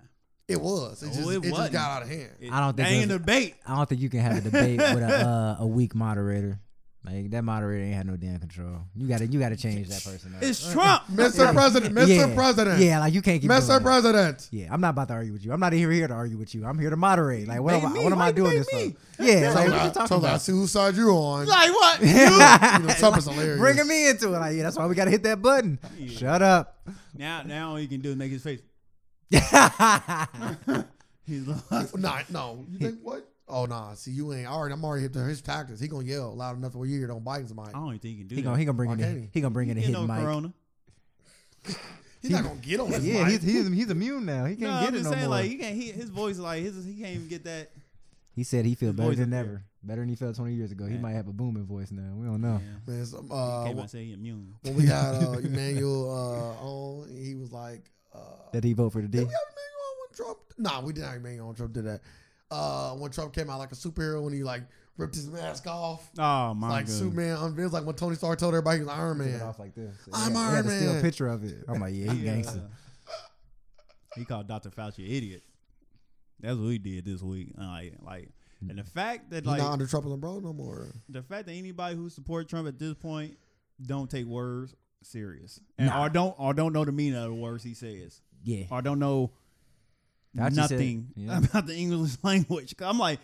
[SPEAKER 2] It was. It
[SPEAKER 1] No,
[SPEAKER 2] just,
[SPEAKER 1] Oh, it
[SPEAKER 2] it just
[SPEAKER 1] wasn't.
[SPEAKER 2] got out of hand.
[SPEAKER 1] It-
[SPEAKER 3] I don't think
[SPEAKER 1] that ain't
[SPEAKER 3] it
[SPEAKER 1] a
[SPEAKER 3] was-
[SPEAKER 1] debate.
[SPEAKER 3] I don't think you can have a debate with a uh, a weak moderator. Like that moderator ain't had no damn control. You gotta you gotta change that person. Up.
[SPEAKER 1] It's Trump.
[SPEAKER 2] Mr. President, Mr.
[SPEAKER 3] Yeah.
[SPEAKER 2] President,
[SPEAKER 3] Yeah, like you can't keep doing
[SPEAKER 2] Mr.
[SPEAKER 3] that.
[SPEAKER 2] President.
[SPEAKER 3] Yeah, I'm not about to argue with you. I'm not even here to argue with you. I'm here to moderate. Like, what
[SPEAKER 1] Debate
[SPEAKER 3] am I,
[SPEAKER 1] me.
[SPEAKER 3] what am
[SPEAKER 1] Why
[SPEAKER 3] I
[SPEAKER 1] you
[SPEAKER 3] doing this
[SPEAKER 1] debate
[SPEAKER 3] for?
[SPEAKER 1] me?
[SPEAKER 3] Yeah, like,
[SPEAKER 2] Told
[SPEAKER 1] That's
[SPEAKER 3] what
[SPEAKER 2] her-
[SPEAKER 3] are you talking
[SPEAKER 2] told her, I
[SPEAKER 3] about?
[SPEAKER 2] see whose side you're on.
[SPEAKER 1] [LAUGHS]
[SPEAKER 2] [LAUGHS]
[SPEAKER 1] Like what?
[SPEAKER 3] [LAUGHS]
[SPEAKER 1] You-
[SPEAKER 2] You know, Trump is hilarious.
[SPEAKER 3] Bringing me into it. Like, yeah, that's why we gotta hit that button. Shut up. [LAUGHS]
[SPEAKER 1] now now all you can do is make his face. He's [LAUGHS] like,
[SPEAKER 2] Nah, no. You think what? Oh nah. See, you ain't. I already, I'm already hit to his tactics. He gonna yell loud enough where you hear don't bite somebody.
[SPEAKER 1] I
[SPEAKER 3] Oh.
[SPEAKER 1] don't even think he can do
[SPEAKER 3] he
[SPEAKER 1] that.
[SPEAKER 3] gonna he gonna bring in
[SPEAKER 2] Why
[SPEAKER 3] the,
[SPEAKER 2] can't he?
[SPEAKER 3] he gonna bring in a
[SPEAKER 1] He
[SPEAKER 3] hidden
[SPEAKER 1] no
[SPEAKER 3] mic.
[SPEAKER 1] corona.
[SPEAKER 2] He's not gonna get on his
[SPEAKER 3] Yeah,
[SPEAKER 2] mic.
[SPEAKER 3] he's, he's he's immune now. He can't
[SPEAKER 1] No,
[SPEAKER 3] get
[SPEAKER 1] I'm
[SPEAKER 3] it
[SPEAKER 1] just
[SPEAKER 3] no
[SPEAKER 1] saying
[SPEAKER 3] more.
[SPEAKER 1] like he can't. He, his voice like his, he can't even get that.
[SPEAKER 3] He said he
[SPEAKER 1] His
[SPEAKER 3] feels better
[SPEAKER 1] voice
[SPEAKER 3] than
[SPEAKER 1] up
[SPEAKER 3] ever.
[SPEAKER 1] there.
[SPEAKER 3] Better than he felt 20 years ago. He
[SPEAKER 1] Yeah.
[SPEAKER 3] might have a booming voice now. We don't know.
[SPEAKER 2] Man, some,
[SPEAKER 1] Can't
[SPEAKER 2] uh,
[SPEAKER 1] even say he immune.
[SPEAKER 2] when we got
[SPEAKER 3] [LAUGHS]
[SPEAKER 2] uh, Emmanuel uh, on, he was like, uh,
[SPEAKER 3] Did he vote for the
[SPEAKER 2] "Did we
[SPEAKER 3] D?
[SPEAKER 2] have Emmanuel on when Trump?" Nah, we didn't have Emmanuel on Trump. Did that? Uh, when Trump came out like a superhero, when he like ripped his mask off,
[SPEAKER 1] Oh my
[SPEAKER 2] like
[SPEAKER 1] god.
[SPEAKER 2] Superman unveils, like when Tony Stark told everybody he was Iron
[SPEAKER 3] He did it
[SPEAKER 2] Man.
[SPEAKER 3] off like this.
[SPEAKER 2] I'm
[SPEAKER 3] He had- he
[SPEAKER 2] Iron
[SPEAKER 3] had to steal
[SPEAKER 2] Man.
[SPEAKER 3] a picture of it. I'm like, yeah, he
[SPEAKER 1] Yeah.
[SPEAKER 3] gangster.
[SPEAKER 1] He called Dr. Fauci an idiot. That's what he did this week. And, Like like, and the fact that
[SPEAKER 2] He's
[SPEAKER 1] like
[SPEAKER 2] not under Trump and LeBron no more.
[SPEAKER 1] the fact that anybody who support Trump at this point don't take words serious and
[SPEAKER 3] Nah.
[SPEAKER 1] or don't or don't know the meaning of the words he says
[SPEAKER 3] Yeah.
[SPEAKER 1] or don't know
[SPEAKER 3] Fauci said-
[SPEAKER 1] nothing
[SPEAKER 3] yeah.
[SPEAKER 1] [LAUGHS] about the English language. 'Cause I'm like,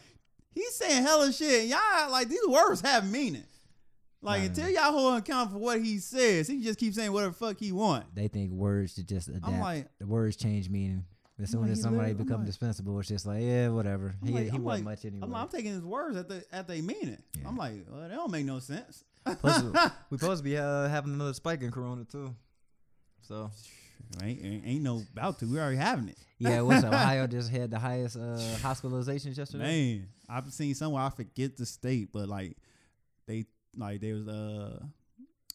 [SPEAKER 1] he's saying hella shit. And y'all like these words have meaning. Like
[SPEAKER 3] Nah.
[SPEAKER 1] until y'all hold account for what he says, he just keeps saying whatever the fuck he want.
[SPEAKER 3] They think words should just adapt.
[SPEAKER 1] like-
[SPEAKER 3] the words change meaning. As
[SPEAKER 1] I'm
[SPEAKER 3] soon
[SPEAKER 1] like,
[SPEAKER 3] as
[SPEAKER 1] he
[SPEAKER 3] somebody
[SPEAKER 1] literally- I'm
[SPEAKER 3] become
[SPEAKER 1] like-
[SPEAKER 3] dispensable, it's just like, yeah, whatever.
[SPEAKER 1] I'm
[SPEAKER 3] he
[SPEAKER 1] like-
[SPEAKER 3] he
[SPEAKER 1] I'm
[SPEAKER 3] wasn't
[SPEAKER 1] like-
[SPEAKER 3] much anyway.
[SPEAKER 1] I'm, like, I'm taking his words at the at they mean it.
[SPEAKER 3] Yeah.
[SPEAKER 1] I'm like, well, that don't make no sense.
[SPEAKER 3] Plus, [LAUGHS] we supposed to be uh, having another spike in Corona too. So
[SPEAKER 1] Ain't, ain't, ain't no about to. We already having it.
[SPEAKER 3] yeah, what's Ohio just had the highest uh, hospitalizations yesterday.
[SPEAKER 1] Man, I've seen somewhere I forget the state, but like they like they was uh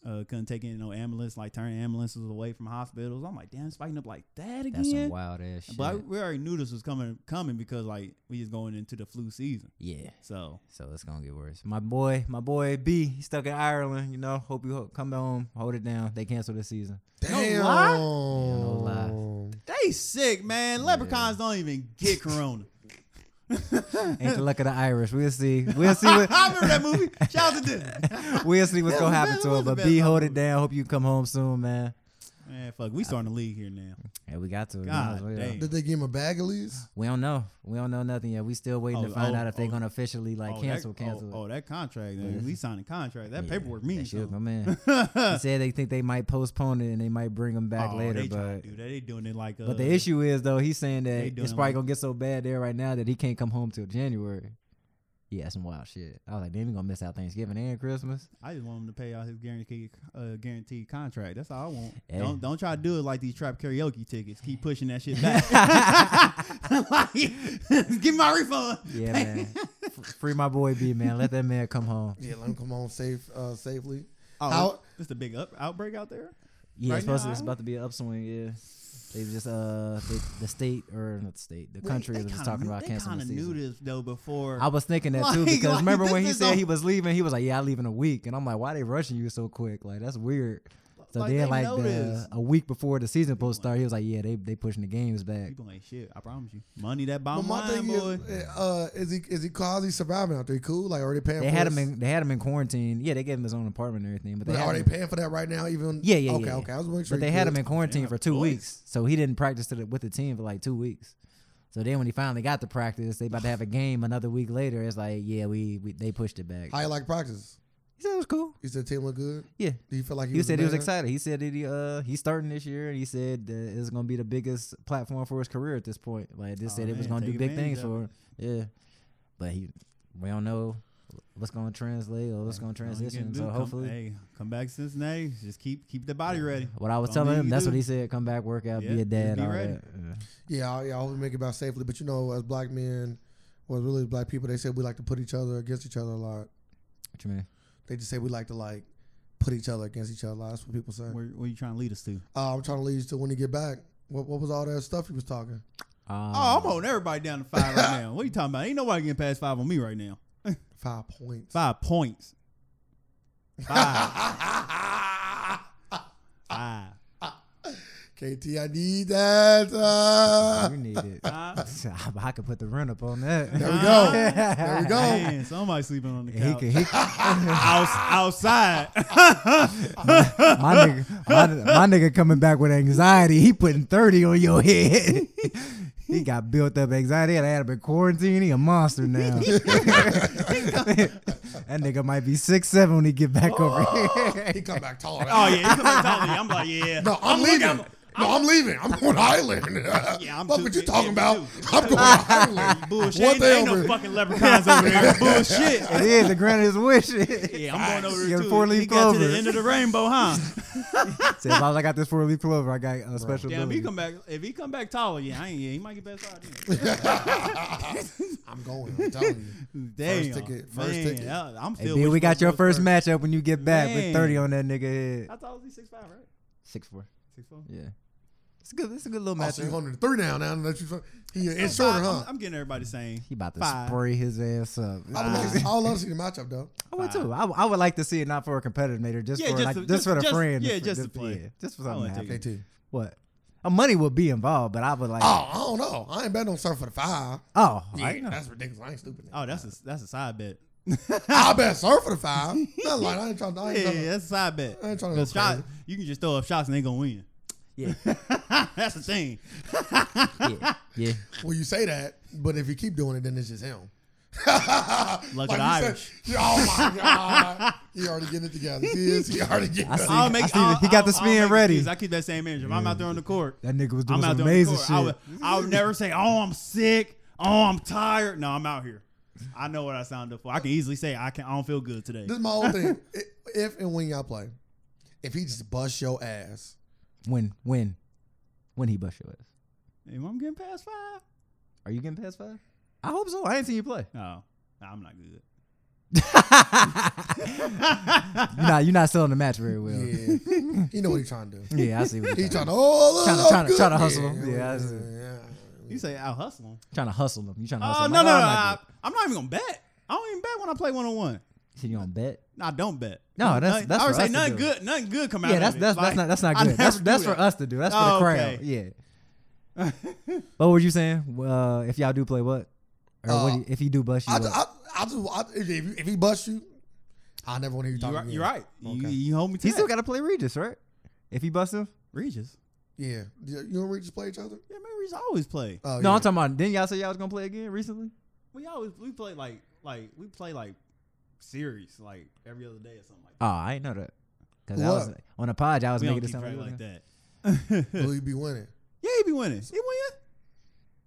[SPEAKER 1] uh couldn't take in no ambulance, like turn ambulances away from hospitals. I'm like, damn, it's spiking up like that
[SPEAKER 3] That's some
[SPEAKER 1] again.
[SPEAKER 3] wild ass shit.
[SPEAKER 1] But I- we already knew this was coming coming because like we just going into the flu season.
[SPEAKER 3] yeah.
[SPEAKER 1] So
[SPEAKER 3] So it's gonna get worse. My boy, my boy B, he's stuck in Ireland. You know, hope you ho- come home, hold it down. They cancel this season.
[SPEAKER 2] Damn.
[SPEAKER 1] lie.
[SPEAKER 3] Oh. no
[SPEAKER 1] they sick, man. Leprechauns don't even get [LAUGHS] corona.
[SPEAKER 3] Ain't the luck of the Irish. We'll see. We'll see [LAUGHS] what
[SPEAKER 1] [LAUGHS] I remember that movie. Shout out to Disney.
[SPEAKER 3] we'll see what's
[SPEAKER 1] That
[SPEAKER 3] gonna
[SPEAKER 1] was-
[SPEAKER 3] happen
[SPEAKER 1] that
[SPEAKER 3] to
[SPEAKER 1] was
[SPEAKER 3] him.
[SPEAKER 1] the
[SPEAKER 3] But
[SPEAKER 1] best
[SPEAKER 3] B,
[SPEAKER 1] part
[SPEAKER 3] hold
[SPEAKER 1] of
[SPEAKER 3] it down. Hope you come home soon, man.
[SPEAKER 1] [LAUGHS] man, fuck, we starting the league here now.
[SPEAKER 3] Yeah, we got to. We might
[SPEAKER 1] God
[SPEAKER 3] as well.
[SPEAKER 1] damn.
[SPEAKER 2] Did they give him a bag at least?
[SPEAKER 3] We don't know. We don't know nothing yet. We still waiting
[SPEAKER 1] Oh,
[SPEAKER 3] to find
[SPEAKER 1] oh,
[SPEAKER 3] out if they're
[SPEAKER 1] oh.
[SPEAKER 3] gonna officially like
[SPEAKER 1] Oh, that-
[SPEAKER 3] cancel,
[SPEAKER 1] oh,
[SPEAKER 3] cancel.
[SPEAKER 1] Oh,
[SPEAKER 3] it.
[SPEAKER 1] that contract. Man. We signed a contract. That
[SPEAKER 3] Yeah,
[SPEAKER 1] paperwork
[SPEAKER 3] that
[SPEAKER 1] means
[SPEAKER 3] shit was
[SPEAKER 1] something.
[SPEAKER 3] my man.
[SPEAKER 1] [LAUGHS]
[SPEAKER 3] he said they think they might postpone it and they might bring him back
[SPEAKER 1] Oh,
[SPEAKER 3] later,
[SPEAKER 1] they trying
[SPEAKER 3] but.
[SPEAKER 1] to do that. They doing it like. Uh,
[SPEAKER 3] But the issue is though, he's saying that
[SPEAKER 1] they
[SPEAKER 3] it's
[SPEAKER 1] doing
[SPEAKER 3] probably
[SPEAKER 1] like-
[SPEAKER 3] gonna get so bad there right now that he can't come home till January. Yeah, some wild shit. I was like, damn, we gonna miss out Thanksgiving and Christmas.
[SPEAKER 1] I just want him to pay out his guaranteed uh, guaranteed contract. That's all I want.
[SPEAKER 3] Hey.
[SPEAKER 1] Don't don't try to do it like these trap karaoke tickets. Keep pushing that shit
[SPEAKER 3] [LAUGHS]
[SPEAKER 1] back. [LAUGHS] like, [LAUGHS] give me my refund. [LAUGHS]
[SPEAKER 3] Yeah, man. F- Free my boy B, man. Let that man come home.
[SPEAKER 2] Yeah, let him come home safe, uh, safely.
[SPEAKER 1] Oh,
[SPEAKER 2] How-
[SPEAKER 1] it's the big up, outbreak out there.
[SPEAKER 3] Yeah,
[SPEAKER 1] Right
[SPEAKER 3] it's supposed
[SPEAKER 1] now,
[SPEAKER 3] to, it's
[SPEAKER 1] I-
[SPEAKER 3] about to be an upswing. Yeah, they just uh they, the state or not the state, the
[SPEAKER 1] Wait,
[SPEAKER 3] country
[SPEAKER 1] they
[SPEAKER 3] was just
[SPEAKER 1] kinda
[SPEAKER 3] talking
[SPEAKER 1] knew-
[SPEAKER 3] about
[SPEAKER 1] they
[SPEAKER 3] canceling the
[SPEAKER 1] kinda knew
[SPEAKER 3] season.
[SPEAKER 1] this though before.
[SPEAKER 3] I was thinking that too
[SPEAKER 1] [LAUGHS] Like-
[SPEAKER 3] because
[SPEAKER 1] like,
[SPEAKER 3] remember when
[SPEAKER 1] this
[SPEAKER 3] he
[SPEAKER 1] is
[SPEAKER 3] said
[SPEAKER 1] a-
[SPEAKER 3] he was leaving, he was like, "Yeah, I leave in a week," and I'm like, "Why they rushing you so quick? Like that's weird." So
[SPEAKER 1] Like, they
[SPEAKER 3] then, like
[SPEAKER 1] know this.
[SPEAKER 3] the, a week before the season supposed to start, he was like, "Yeah, they they pushing the games back."
[SPEAKER 1] People ain't shit. I promise you. Money that
[SPEAKER 2] But
[SPEAKER 1] bottom
[SPEAKER 2] my
[SPEAKER 1] line,
[SPEAKER 2] thing
[SPEAKER 1] boy.
[SPEAKER 2] is, uh, is he is he cause he surviving out there? He cool? Like, are they paying?
[SPEAKER 3] They
[SPEAKER 2] for
[SPEAKER 3] had
[SPEAKER 2] his-
[SPEAKER 3] him in they had him in quarantine. Yeah, they gave him his own apartment and everything, but they
[SPEAKER 2] But
[SPEAKER 3] had
[SPEAKER 2] are
[SPEAKER 3] him-
[SPEAKER 2] they paying for that right now? Even
[SPEAKER 3] Yeah, yeah,
[SPEAKER 2] okay,
[SPEAKER 3] yeah.
[SPEAKER 2] okay. I was making sure.
[SPEAKER 3] But
[SPEAKER 2] he
[SPEAKER 3] they had
[SPEAKER 2] could.
[SPEAKER 3] him in quarantine
[SPEAKER 1] Damn,
[SPEAKER 3] for two
[SPEAKER 1] boys.
[SPEAKER 3] weeks, so he didn't practice to the, with the team for like two weeks. So then, when he finally got to practice, they about to have a game another week later. It's like, yeah, we, we they pushed it back.
[SPEAKER 2] How you like practice?
[SPEAKER 3] he said it was cool.
[SPEAKER 2] You said the team look good.
[SPEAKER 3] Yeah,
[SPEAKER 2] Do you feel like he,
[SPEAKER 3] he said
[SPEAKER 2] the
[SPEAKER 3] he was
[SPEAKER 2] man?
[SPEAKER 3] excited. He said that he uh he's starting this year, and he said that it's gonna be the biggest platform for his career at this point. Like they
[SPEAKER 1] Aw,
[SPEAKER 3] said, it was
[SPEAKER 1] Oh, man,
[SPEAKER 3] gonna do
[SPEAKER 1] take
[SPEAKER 3] big
[SPEAKER 1] advantage
[SPEAKER 3] things
[SPEAKER 1] of
[SPEAKER 3] for him. Yeah, but he we don't know what's gonna translate or what's gonna
[SPEAKER 1] All you can
[SPEAKER 3] transition.
[SPEAKER 1] do,
[SPEAKER 3] So
[SPEAKER 1] come-
[SPEAKER 3] hopefully,
[SPEAKER 1] hey, come back to Cincinnati. Just keep keep the body ready.
[SPEAKER 3] What I was
[SPEAKER 1] That's all
[SPEAKER 3] telling
[SPEAKER 1] you
[SPEAKER 3] him,
[SPEAKER 1] can
[SPEAKER 3] that's
[SPEAKER 1] do.
[SPEAKER 3] what he said. Come back, work out,
[SPEAKER 1] Yeah,
[SPEAKER 3] be a
[SPEAKER 1] just
[SPEAKER 3] dad.
[SPEAKER 1] be
[SPEAKER 3] all
[SPEAKER 1] ready.
[SPEAKER 3] that. Yeah.
[SPEAKER 2] Yeah, I, yeah, I hope we make it out safely. But you know, as black men, well, really black people, they said we like to put each other against each other a lot.
[SPEAKER 3] What you mean?
[SPEAKER 2] They just say we like to like put each other against each other. a lot. That's what people say.
[SPEAKER 1] Where, where you trying to lead us
[SPEAKER 3] Um,
[SPEAKER 1] to?
[SPEAKER 2] Uh, I'm trying to lead you to when you get back. What, what was all that stuff you was talking?
[SPEAKER 1] Oh, I'm holding everybody down to five right now. What you talking about? Ain't nobody getting past five on me right now.
[SPEAKER 2] Five points.
[SPEAKER 1] Five points.
[SPEAKER 2] [LAUGHS]
[SPEAKER 1] Five. Five.
[SPEAKER 2] KT, I need that. Uh,
[SPEAKER 3] Um, you need
[SPEAKER 1] [LAUGHS]
[SPEAKER 3] it.
[SPEAKER 1] Five.
[SPEAKER 3] I, [LAUGHS] I could put the rent up on that.
[SPEAKER 2] there we go. There we
[SPEAKER 1] [LAUGHS]
[SPEAKER 2] go.
[SPEAKER 1] Man, somebody sleeping on
[SPEAKER 3] [LAUGHS]
[SPEAKER 1] the
[SPEAKER 3] He
[SPEAKER 1] couch.
[SPEAKER 3] could, he,
[SPEAKER 1] Outs-
[SPEAKER 2] [LAUGHS]
[SPEAKER 1] outside.
[SPEAKER 3] my, nigga, my, my nigga coming back with anxiety. He putting 30 on your head. he got built up anxiety. and I had him in quarantine. He a monster now. that nigga might be six seven when he get back over here.
[SPEAKER 2] He come back taller.
[SPEAKER 1] oh yeah, he come back talk to me. I'm like, yeah.
[SPEAKER 2] No, I'm,
[SPEAKER 1] looking-
[SPEAKER 2] leaving. no, I'm leaving. I'm going island.
[SPEAKER 1] [LAUGHS] Yeah,
[SPEAKER 2] [LAUGHS]
[SPEAKER 1] I'm
[SPEAKER 2] what
[SPEAKER 1] too-
[SPEAKER 2] what you
[SPEAKER 1] yeah,
[SPEAKER 2] talking
[SPEAKER 1] me
[SPEAKER 2] about?
[SPEAKER 1] too.
[SPEAKER 2] I'm going island.
[SPEAKER 1] [LAUGHS] Bullshit.
[SPEAKER 2] What
[SPEAKER 1] ain't
[SPEAKER 2] they
[SPEAKER 1] ain't no
[SPEAKER 2] over-
[SPEAKER 1] fucking leprechauns over there.
[SPEAKER 2] [LAUGHS]
[SPEAKER 1] Bullshit.
[SPEAKER 3] it is the granted his wish.
[SPEAKER 1] Yeah, I'm going over
[SPEAKER 3] You
[SPEAKER 1] there
[SPEAKER 3] got a
[SPEAKER 1] too.
[SPEAKER 3] four-leaf
[SPEAKER 1] he got to
[SPEAKER 3] clover.
[SPEAKER 1] the end of the
[SPEAKER 2] [LAUGHS]
[SPEAKER 1] rainbow, huh?
[SPEAKER 3] Said, as long as I got this four leaf clover, I got a special.
[SPEAKER 1] Damn,
[SPEAKER 3] ability."
[SPEAKER 1] he come back. If he come back taller, yeah, I ain't, yeah he might get best five.
[SPEAKER 2] I'm going. I'm telling you.
[SPEAKER 1] [LAUGHS] Damn,
[SPEAKER 2] ticket, first
[SPEAKER 1] man,
[SPEAKER 2] ticket.
[SPEAKER 1] I- I'm
[SPEAKER 3] Hey,
[SPEAKER 1] still.
[SPEAKER 3] B,
[SPEAKER 1] wishing
[SPEAKER 3] we got
[SPEAKER 1] for
[SPEAKER 3] your
[SPEAKER 1] a
[SPEAKER 3] first matchup when you get back with
[SPEAKER 1] Man.
[SPEAKER 3] 30 on that nigga head.
[SPEAKER 1] I thought it was six five, right?
[SPEAKER 3] Six four.
[SPEAKER 1] Six
[SPEAKER 3] Yeah. It's a good it's a good little
[SPEAKER 2] Oh, so
[SPEAKER 3] matchup.
[SPEAKER 2] you're holding the three now. Now and let you. He in shorter, huh?
[SPEAKER 1] I'm, I'm getting everybody saying.
[SPEAKER 3] he about to
[SPEAKER 1] Five.
[SPEAKER 3] spray his ass up.
[SPEAKER 2] I would, love to, I would love to see the matchup though.
[SPEAKER 3] I would too. I, would- I would like to see it not for a competitor, Nader, just
[SPEAKER 1] Yeah,
[SPEAKER 3] for
[SPEAKER 1] just
[SPEAKER 3] like,
[SPEAKER 1] to-
[SPEAKER 3] just,
[SPEAKER 1] just-
[SPEAKER 3] for the
[SPEAKER 1] just-
[SPEAKER 3] friend.
[SPEAKER 1] yeah,
[SPEAKER 3] for-
[SPEAKER 1] just to
[SPEAKER 3] for-
[SPEAKER 1] play.
[SPEAKER 3] yeah, just for
[SPEAKER 1] I
[SPEAKER 3] something
[SPEAKER 1] wanna
[SPEAKER 3] to
[SPEAKER 1] take
[SPEAKER 3] happen.
[SPEAKER 1] it.
[SPEAKER 2] KT.
[SPEAKER 3] What? Uh, money would be involved, but I would like.
[SPEAKER 2] Oh,
[SPEAKER 3] Oh,
[SPEAKER 2] I don't know. I ain't betting on surf for the five. Yeah,
[SPEAKER 3] I know.
[SPEAKER 1] [LAUGHS]
[SPEAKER 2] that's ridiculous. I ain't stupid.
[SPEAKER 1] Oh, that's a that's a side bet.
[SPEAKER 2] I bet surf for the five.
[SPEAKER 3] [LAUGHS]
[SPEAKER 2] Not like I ain't trying. I ain't
[SPEAKER 1] Yeah,
[SPEAKER 2] trying to,
[SPEAKER 1] that's a side bet.
[SPEAKER 2] I ain't trying to go
[SPEAKER 1] The shot,
[SPEAKER 2] crazy.
[SPEAKER 1] you can just throw up shots and they gonna win.
[SPEAKER 3] Yeah.
[SPEAKER 1] [LAUGHS] that's the thing.
[SPEAKER 3] yeah, yeah.
[SPEAKER 2] Well, you say that, but if you keep doing it, then it's just him.
[SPEAKER 1] Look
[SPEAKER 2] Like
[SPEAKER 1] at
[SPEAKER 2] you
[SPEAKER 1] Irish.
[SPEAKER 2] Said, oh
[SPEAKER 3] [LAUGHS]
[SPEAKER 2] my god, he already getting it together. He is. He already getting.
[SPEAKER 3] I
[SPEAKER 2] it.
[SPEAKER 3] see.
[SPEAKER 1] I'll make,
[SPEAKER 3] I see
[SPEAKER 1] I'll-
[SPEAKER 3] he got the
[SPEAKER 1] I'll- I'll
[SPEAKER 3] spin
[SPEAKER 1] make
[SPEAKER 3] ready.
[SPEAKER 1] excuses. I keep that same energy. If I'm out there on the court,
[SPEAKER 3] That nigga was doing
[SPEAKER 1] I'm out
[SPEAKER 3] some
[SPEAKER 1] there amazing
[SPEAKER 3] amazing
[SPEAKER 1] on the
[SPEAKER 3] shit.
[SPEAKER 1] court. I would, I would never say, "Oh, I'm sick. Oh, I'm tired." No, I'm out here. I know what I signed up for. I can easily say, "I can. I don't feel good today."
[SPEAKER 2] This is my whole thing. I- if and when y'all play, if he just busts your ass,
[SPEAKER 3] when, when, when he bust your ass?
[SPEAKER 1] Hey, I'm getting past five.
[SPEAKER 3] Are you getting past five? I hope so. I ain't seen you
[SPEAKER 1] [LAUGHS]
[SPEAKER 3] play.
[SPEAKER 1] No, nah, I'm not good.
[SPEAKER 3] You're not, you're not selling the match very [LAUGHS] well. Yeah,
[SPEAKER 2] yeah, you know what he's trying to do.
[SPEAKER 3] I see. What
[SPEAKER 2] He's
[SPEAKER 3] you're
[SPEAKER 2] trying to oh, look,
[SPEAKER 3] Tryna-
[SPEAKER 2] I'm
[SPEAKER 3] tryna-
[SPEAKER 2] good.
[SPEAKER 3] tryna hustle him. Yeah, I see.
[SPEAKER 2] yeah.
[SPEAKER 1] You say I'll hustle him.
[SPEAKER 3] trying to hustle them. You trying to
[SPEAKER 1] Oh
[SPEAKER 3] hustle
[SPEAKER 1] no, no,
[SPEAKER 3] them.
[SPEAKER 1] no!
[SPEAKER 3] Like, oh,
[SPEAKER 1] I,
[SPEAKER 3] I'm not
[SPEAKER 1] I'm not even gonna bet. I don't even bet when I play one on one.
[SPEAKER 3] good. So you don't bet?
[SPEAKER 1] I don't bet.
[SPEAKER 3] No, that's-
[SPEAKER 1] Nothing-
[SPEAKER 3] that's
[SPEAKER 1] I
[SPEAKER 3] for
[SPEAKER 1] would say
[SPEAKER 3] us to
[SPEAKER 1] nothing
[SPEAKER 3] do.
[SPEAKER 1] good. Nothing good come out.
[SPEAKER 3] Yeah,
[SPEAKER 1] of
[SPEAKER 3] that's
[SPEAKER 1] it.
[SPEAKER 3] that's
[SPEAKER 1] Like,
[SPEAKER 3] that's not that's not
[SPEAKER 1] I
[SPEAKER 3] good. That's
[SPEAKER 1] never
[SPEAKER 3] that's
[SPEAKER 1] do
[SPEAKER 3] for
[SPEAKER 1] that.
[SPEAKER 3] us to do. That's for
[SPEAKER 1] Oh,
[SPEAKER 3] the crowd.
[SPEAKER 1] okay.
[SPEAKER 3] Yeah.
[SPEAKER 1] [LAUGHS]
[SPEAKER 3] what were you saying? Uh, if y'all do play what, or what
[SPEAKER 2] Uh,
[SPEAKER 3] do you- if you do bust you?
[SPEAKER 2] I,
[SPEAKER 3] what?
[SPEAKER 2] I, I just I, if, you- if he busts you, I never want to hear you
[SPEAKER 1] You're
[SPEAKER 2] talking.
[SPEAKER 1] right.
[SPEAKER 2] again.
[SPEAKER 1] You're right. You,
[SPEAKER 2] Okay.
[SPEAKER 1] you hold me to
[SPEAKER 3] he still
[SPEAKER 1] that.
[SPEAKER 3] got to play Regis, right? If he busts him.
[SPEAKER 1] Regis.
[SPEAKER 2] Yeah, you you and Regis play each other.
[SPEAKER 1] Yeah, man, Regis always play.
[SPEAKER 2] Oh,
[SPEAKER 3] no,
[SPEAKER 2] yeah.
[SPEAKER 3] I'm talking about. Didn't y'all say y'all was gonna play again recently?
[SPEAKER 1] We always we play like like we play like series like every other day or something like that.
[SPEAKER 3] Oh, I didn't know that. Cause I
[SPEAKER 2] What?
[SPEAKER 3] was on the pod. I was
[SPEAKER 1] we
[SPEAKER 3] making
[SPEAKER 1] don't
[SPEAKER 3] this
[SPEAKER 1] keep
[SPEAKER 3] sound
[SPEAKER 1] track
[SPEAKER 3] like,
[SPEAKER 1] like
[SPEAKER 3] that.
[SPEAKER 1] that.
[SPEAKER 2] Will he be winning?
[SPEAKER 1] [LAUGHS] yeah, he be winning. He win.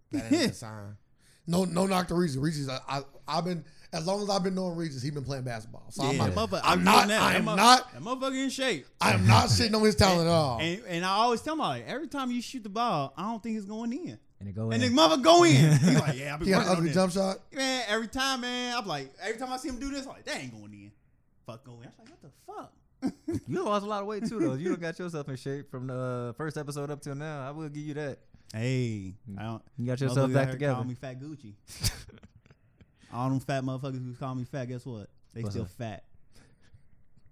[SPEAKER 1] [LAUGHS]
[SPEAKER 2] That ain't a sign. [LAUGHS] No, no knock to Regis. Regis, I, I, I've been as long as I've been knowing Regis, he's been playing basketball. So I'm
[SPEAKER 1] Yeah, [LAUGHS]
[SPEAKER 2] not,
[SPEAKER 1] motherfucker-
[SPEAKER 2] I'm
[SPEAKER 1] doing
[SPEAKER 2] not,
[SPEAKER 1] that.
[SPEAKER 2] I
[SPEAKER 1] That
[SPEAKER 2] am
[SPEAKER 1] mother-
[SPEAKER 2] not,
[SPEAKER 1] That motherfucker in shape.
[SPEAKER 2] I am not sitting on his talent at all.
[SPEAKER 1] And and I always tell him like every time you shoot the ball, I don't think it's going in.
[SPEAKER 3] And it go
[SPEAKER 1] And
[SPEAKER 3] in.
[SPEAKER 1] this mother go in.
[SPEAKER 3] [LAUGHS]
[SPEAKER 1] He's like, yeah, I've
[SPEAKER 2] He got
[SPEAKER 1] been working
[SPEAKER 2] an
[SPEAKER 1] on
[SPEAKER 2] ugly
[SPEAKER 1] this.
[SPEAKER 2] jump shot.
[SPEAKER 1] Man, every time, man, I'm like, every time I see him do this, I'm like, that ain't going in. Fuck going in. I'm like, what the fuck?
[SPEAKER 3] you lost a lot of weight too, though. You don't got yourself in shape from the uh, first episode up till now. I will give you that.
[SPEAKER 1] Hey, I don't.
[SPEAKER 3] You got yourself
[SPEAKER 1] motherfuckers out
[SPEAKER 3] back
[SPEAKER 1] here
[SPEAKER 3] together.
[SPEAKER 1] Call me Fat Gucci. [LAUGHS] All them fat motherfuckers who call me fat, guess what? They
[SPEAKER 3] What's
[SPEAKER 1] still
[SPEAKER 3] up?
[SPEAKER 1] fat.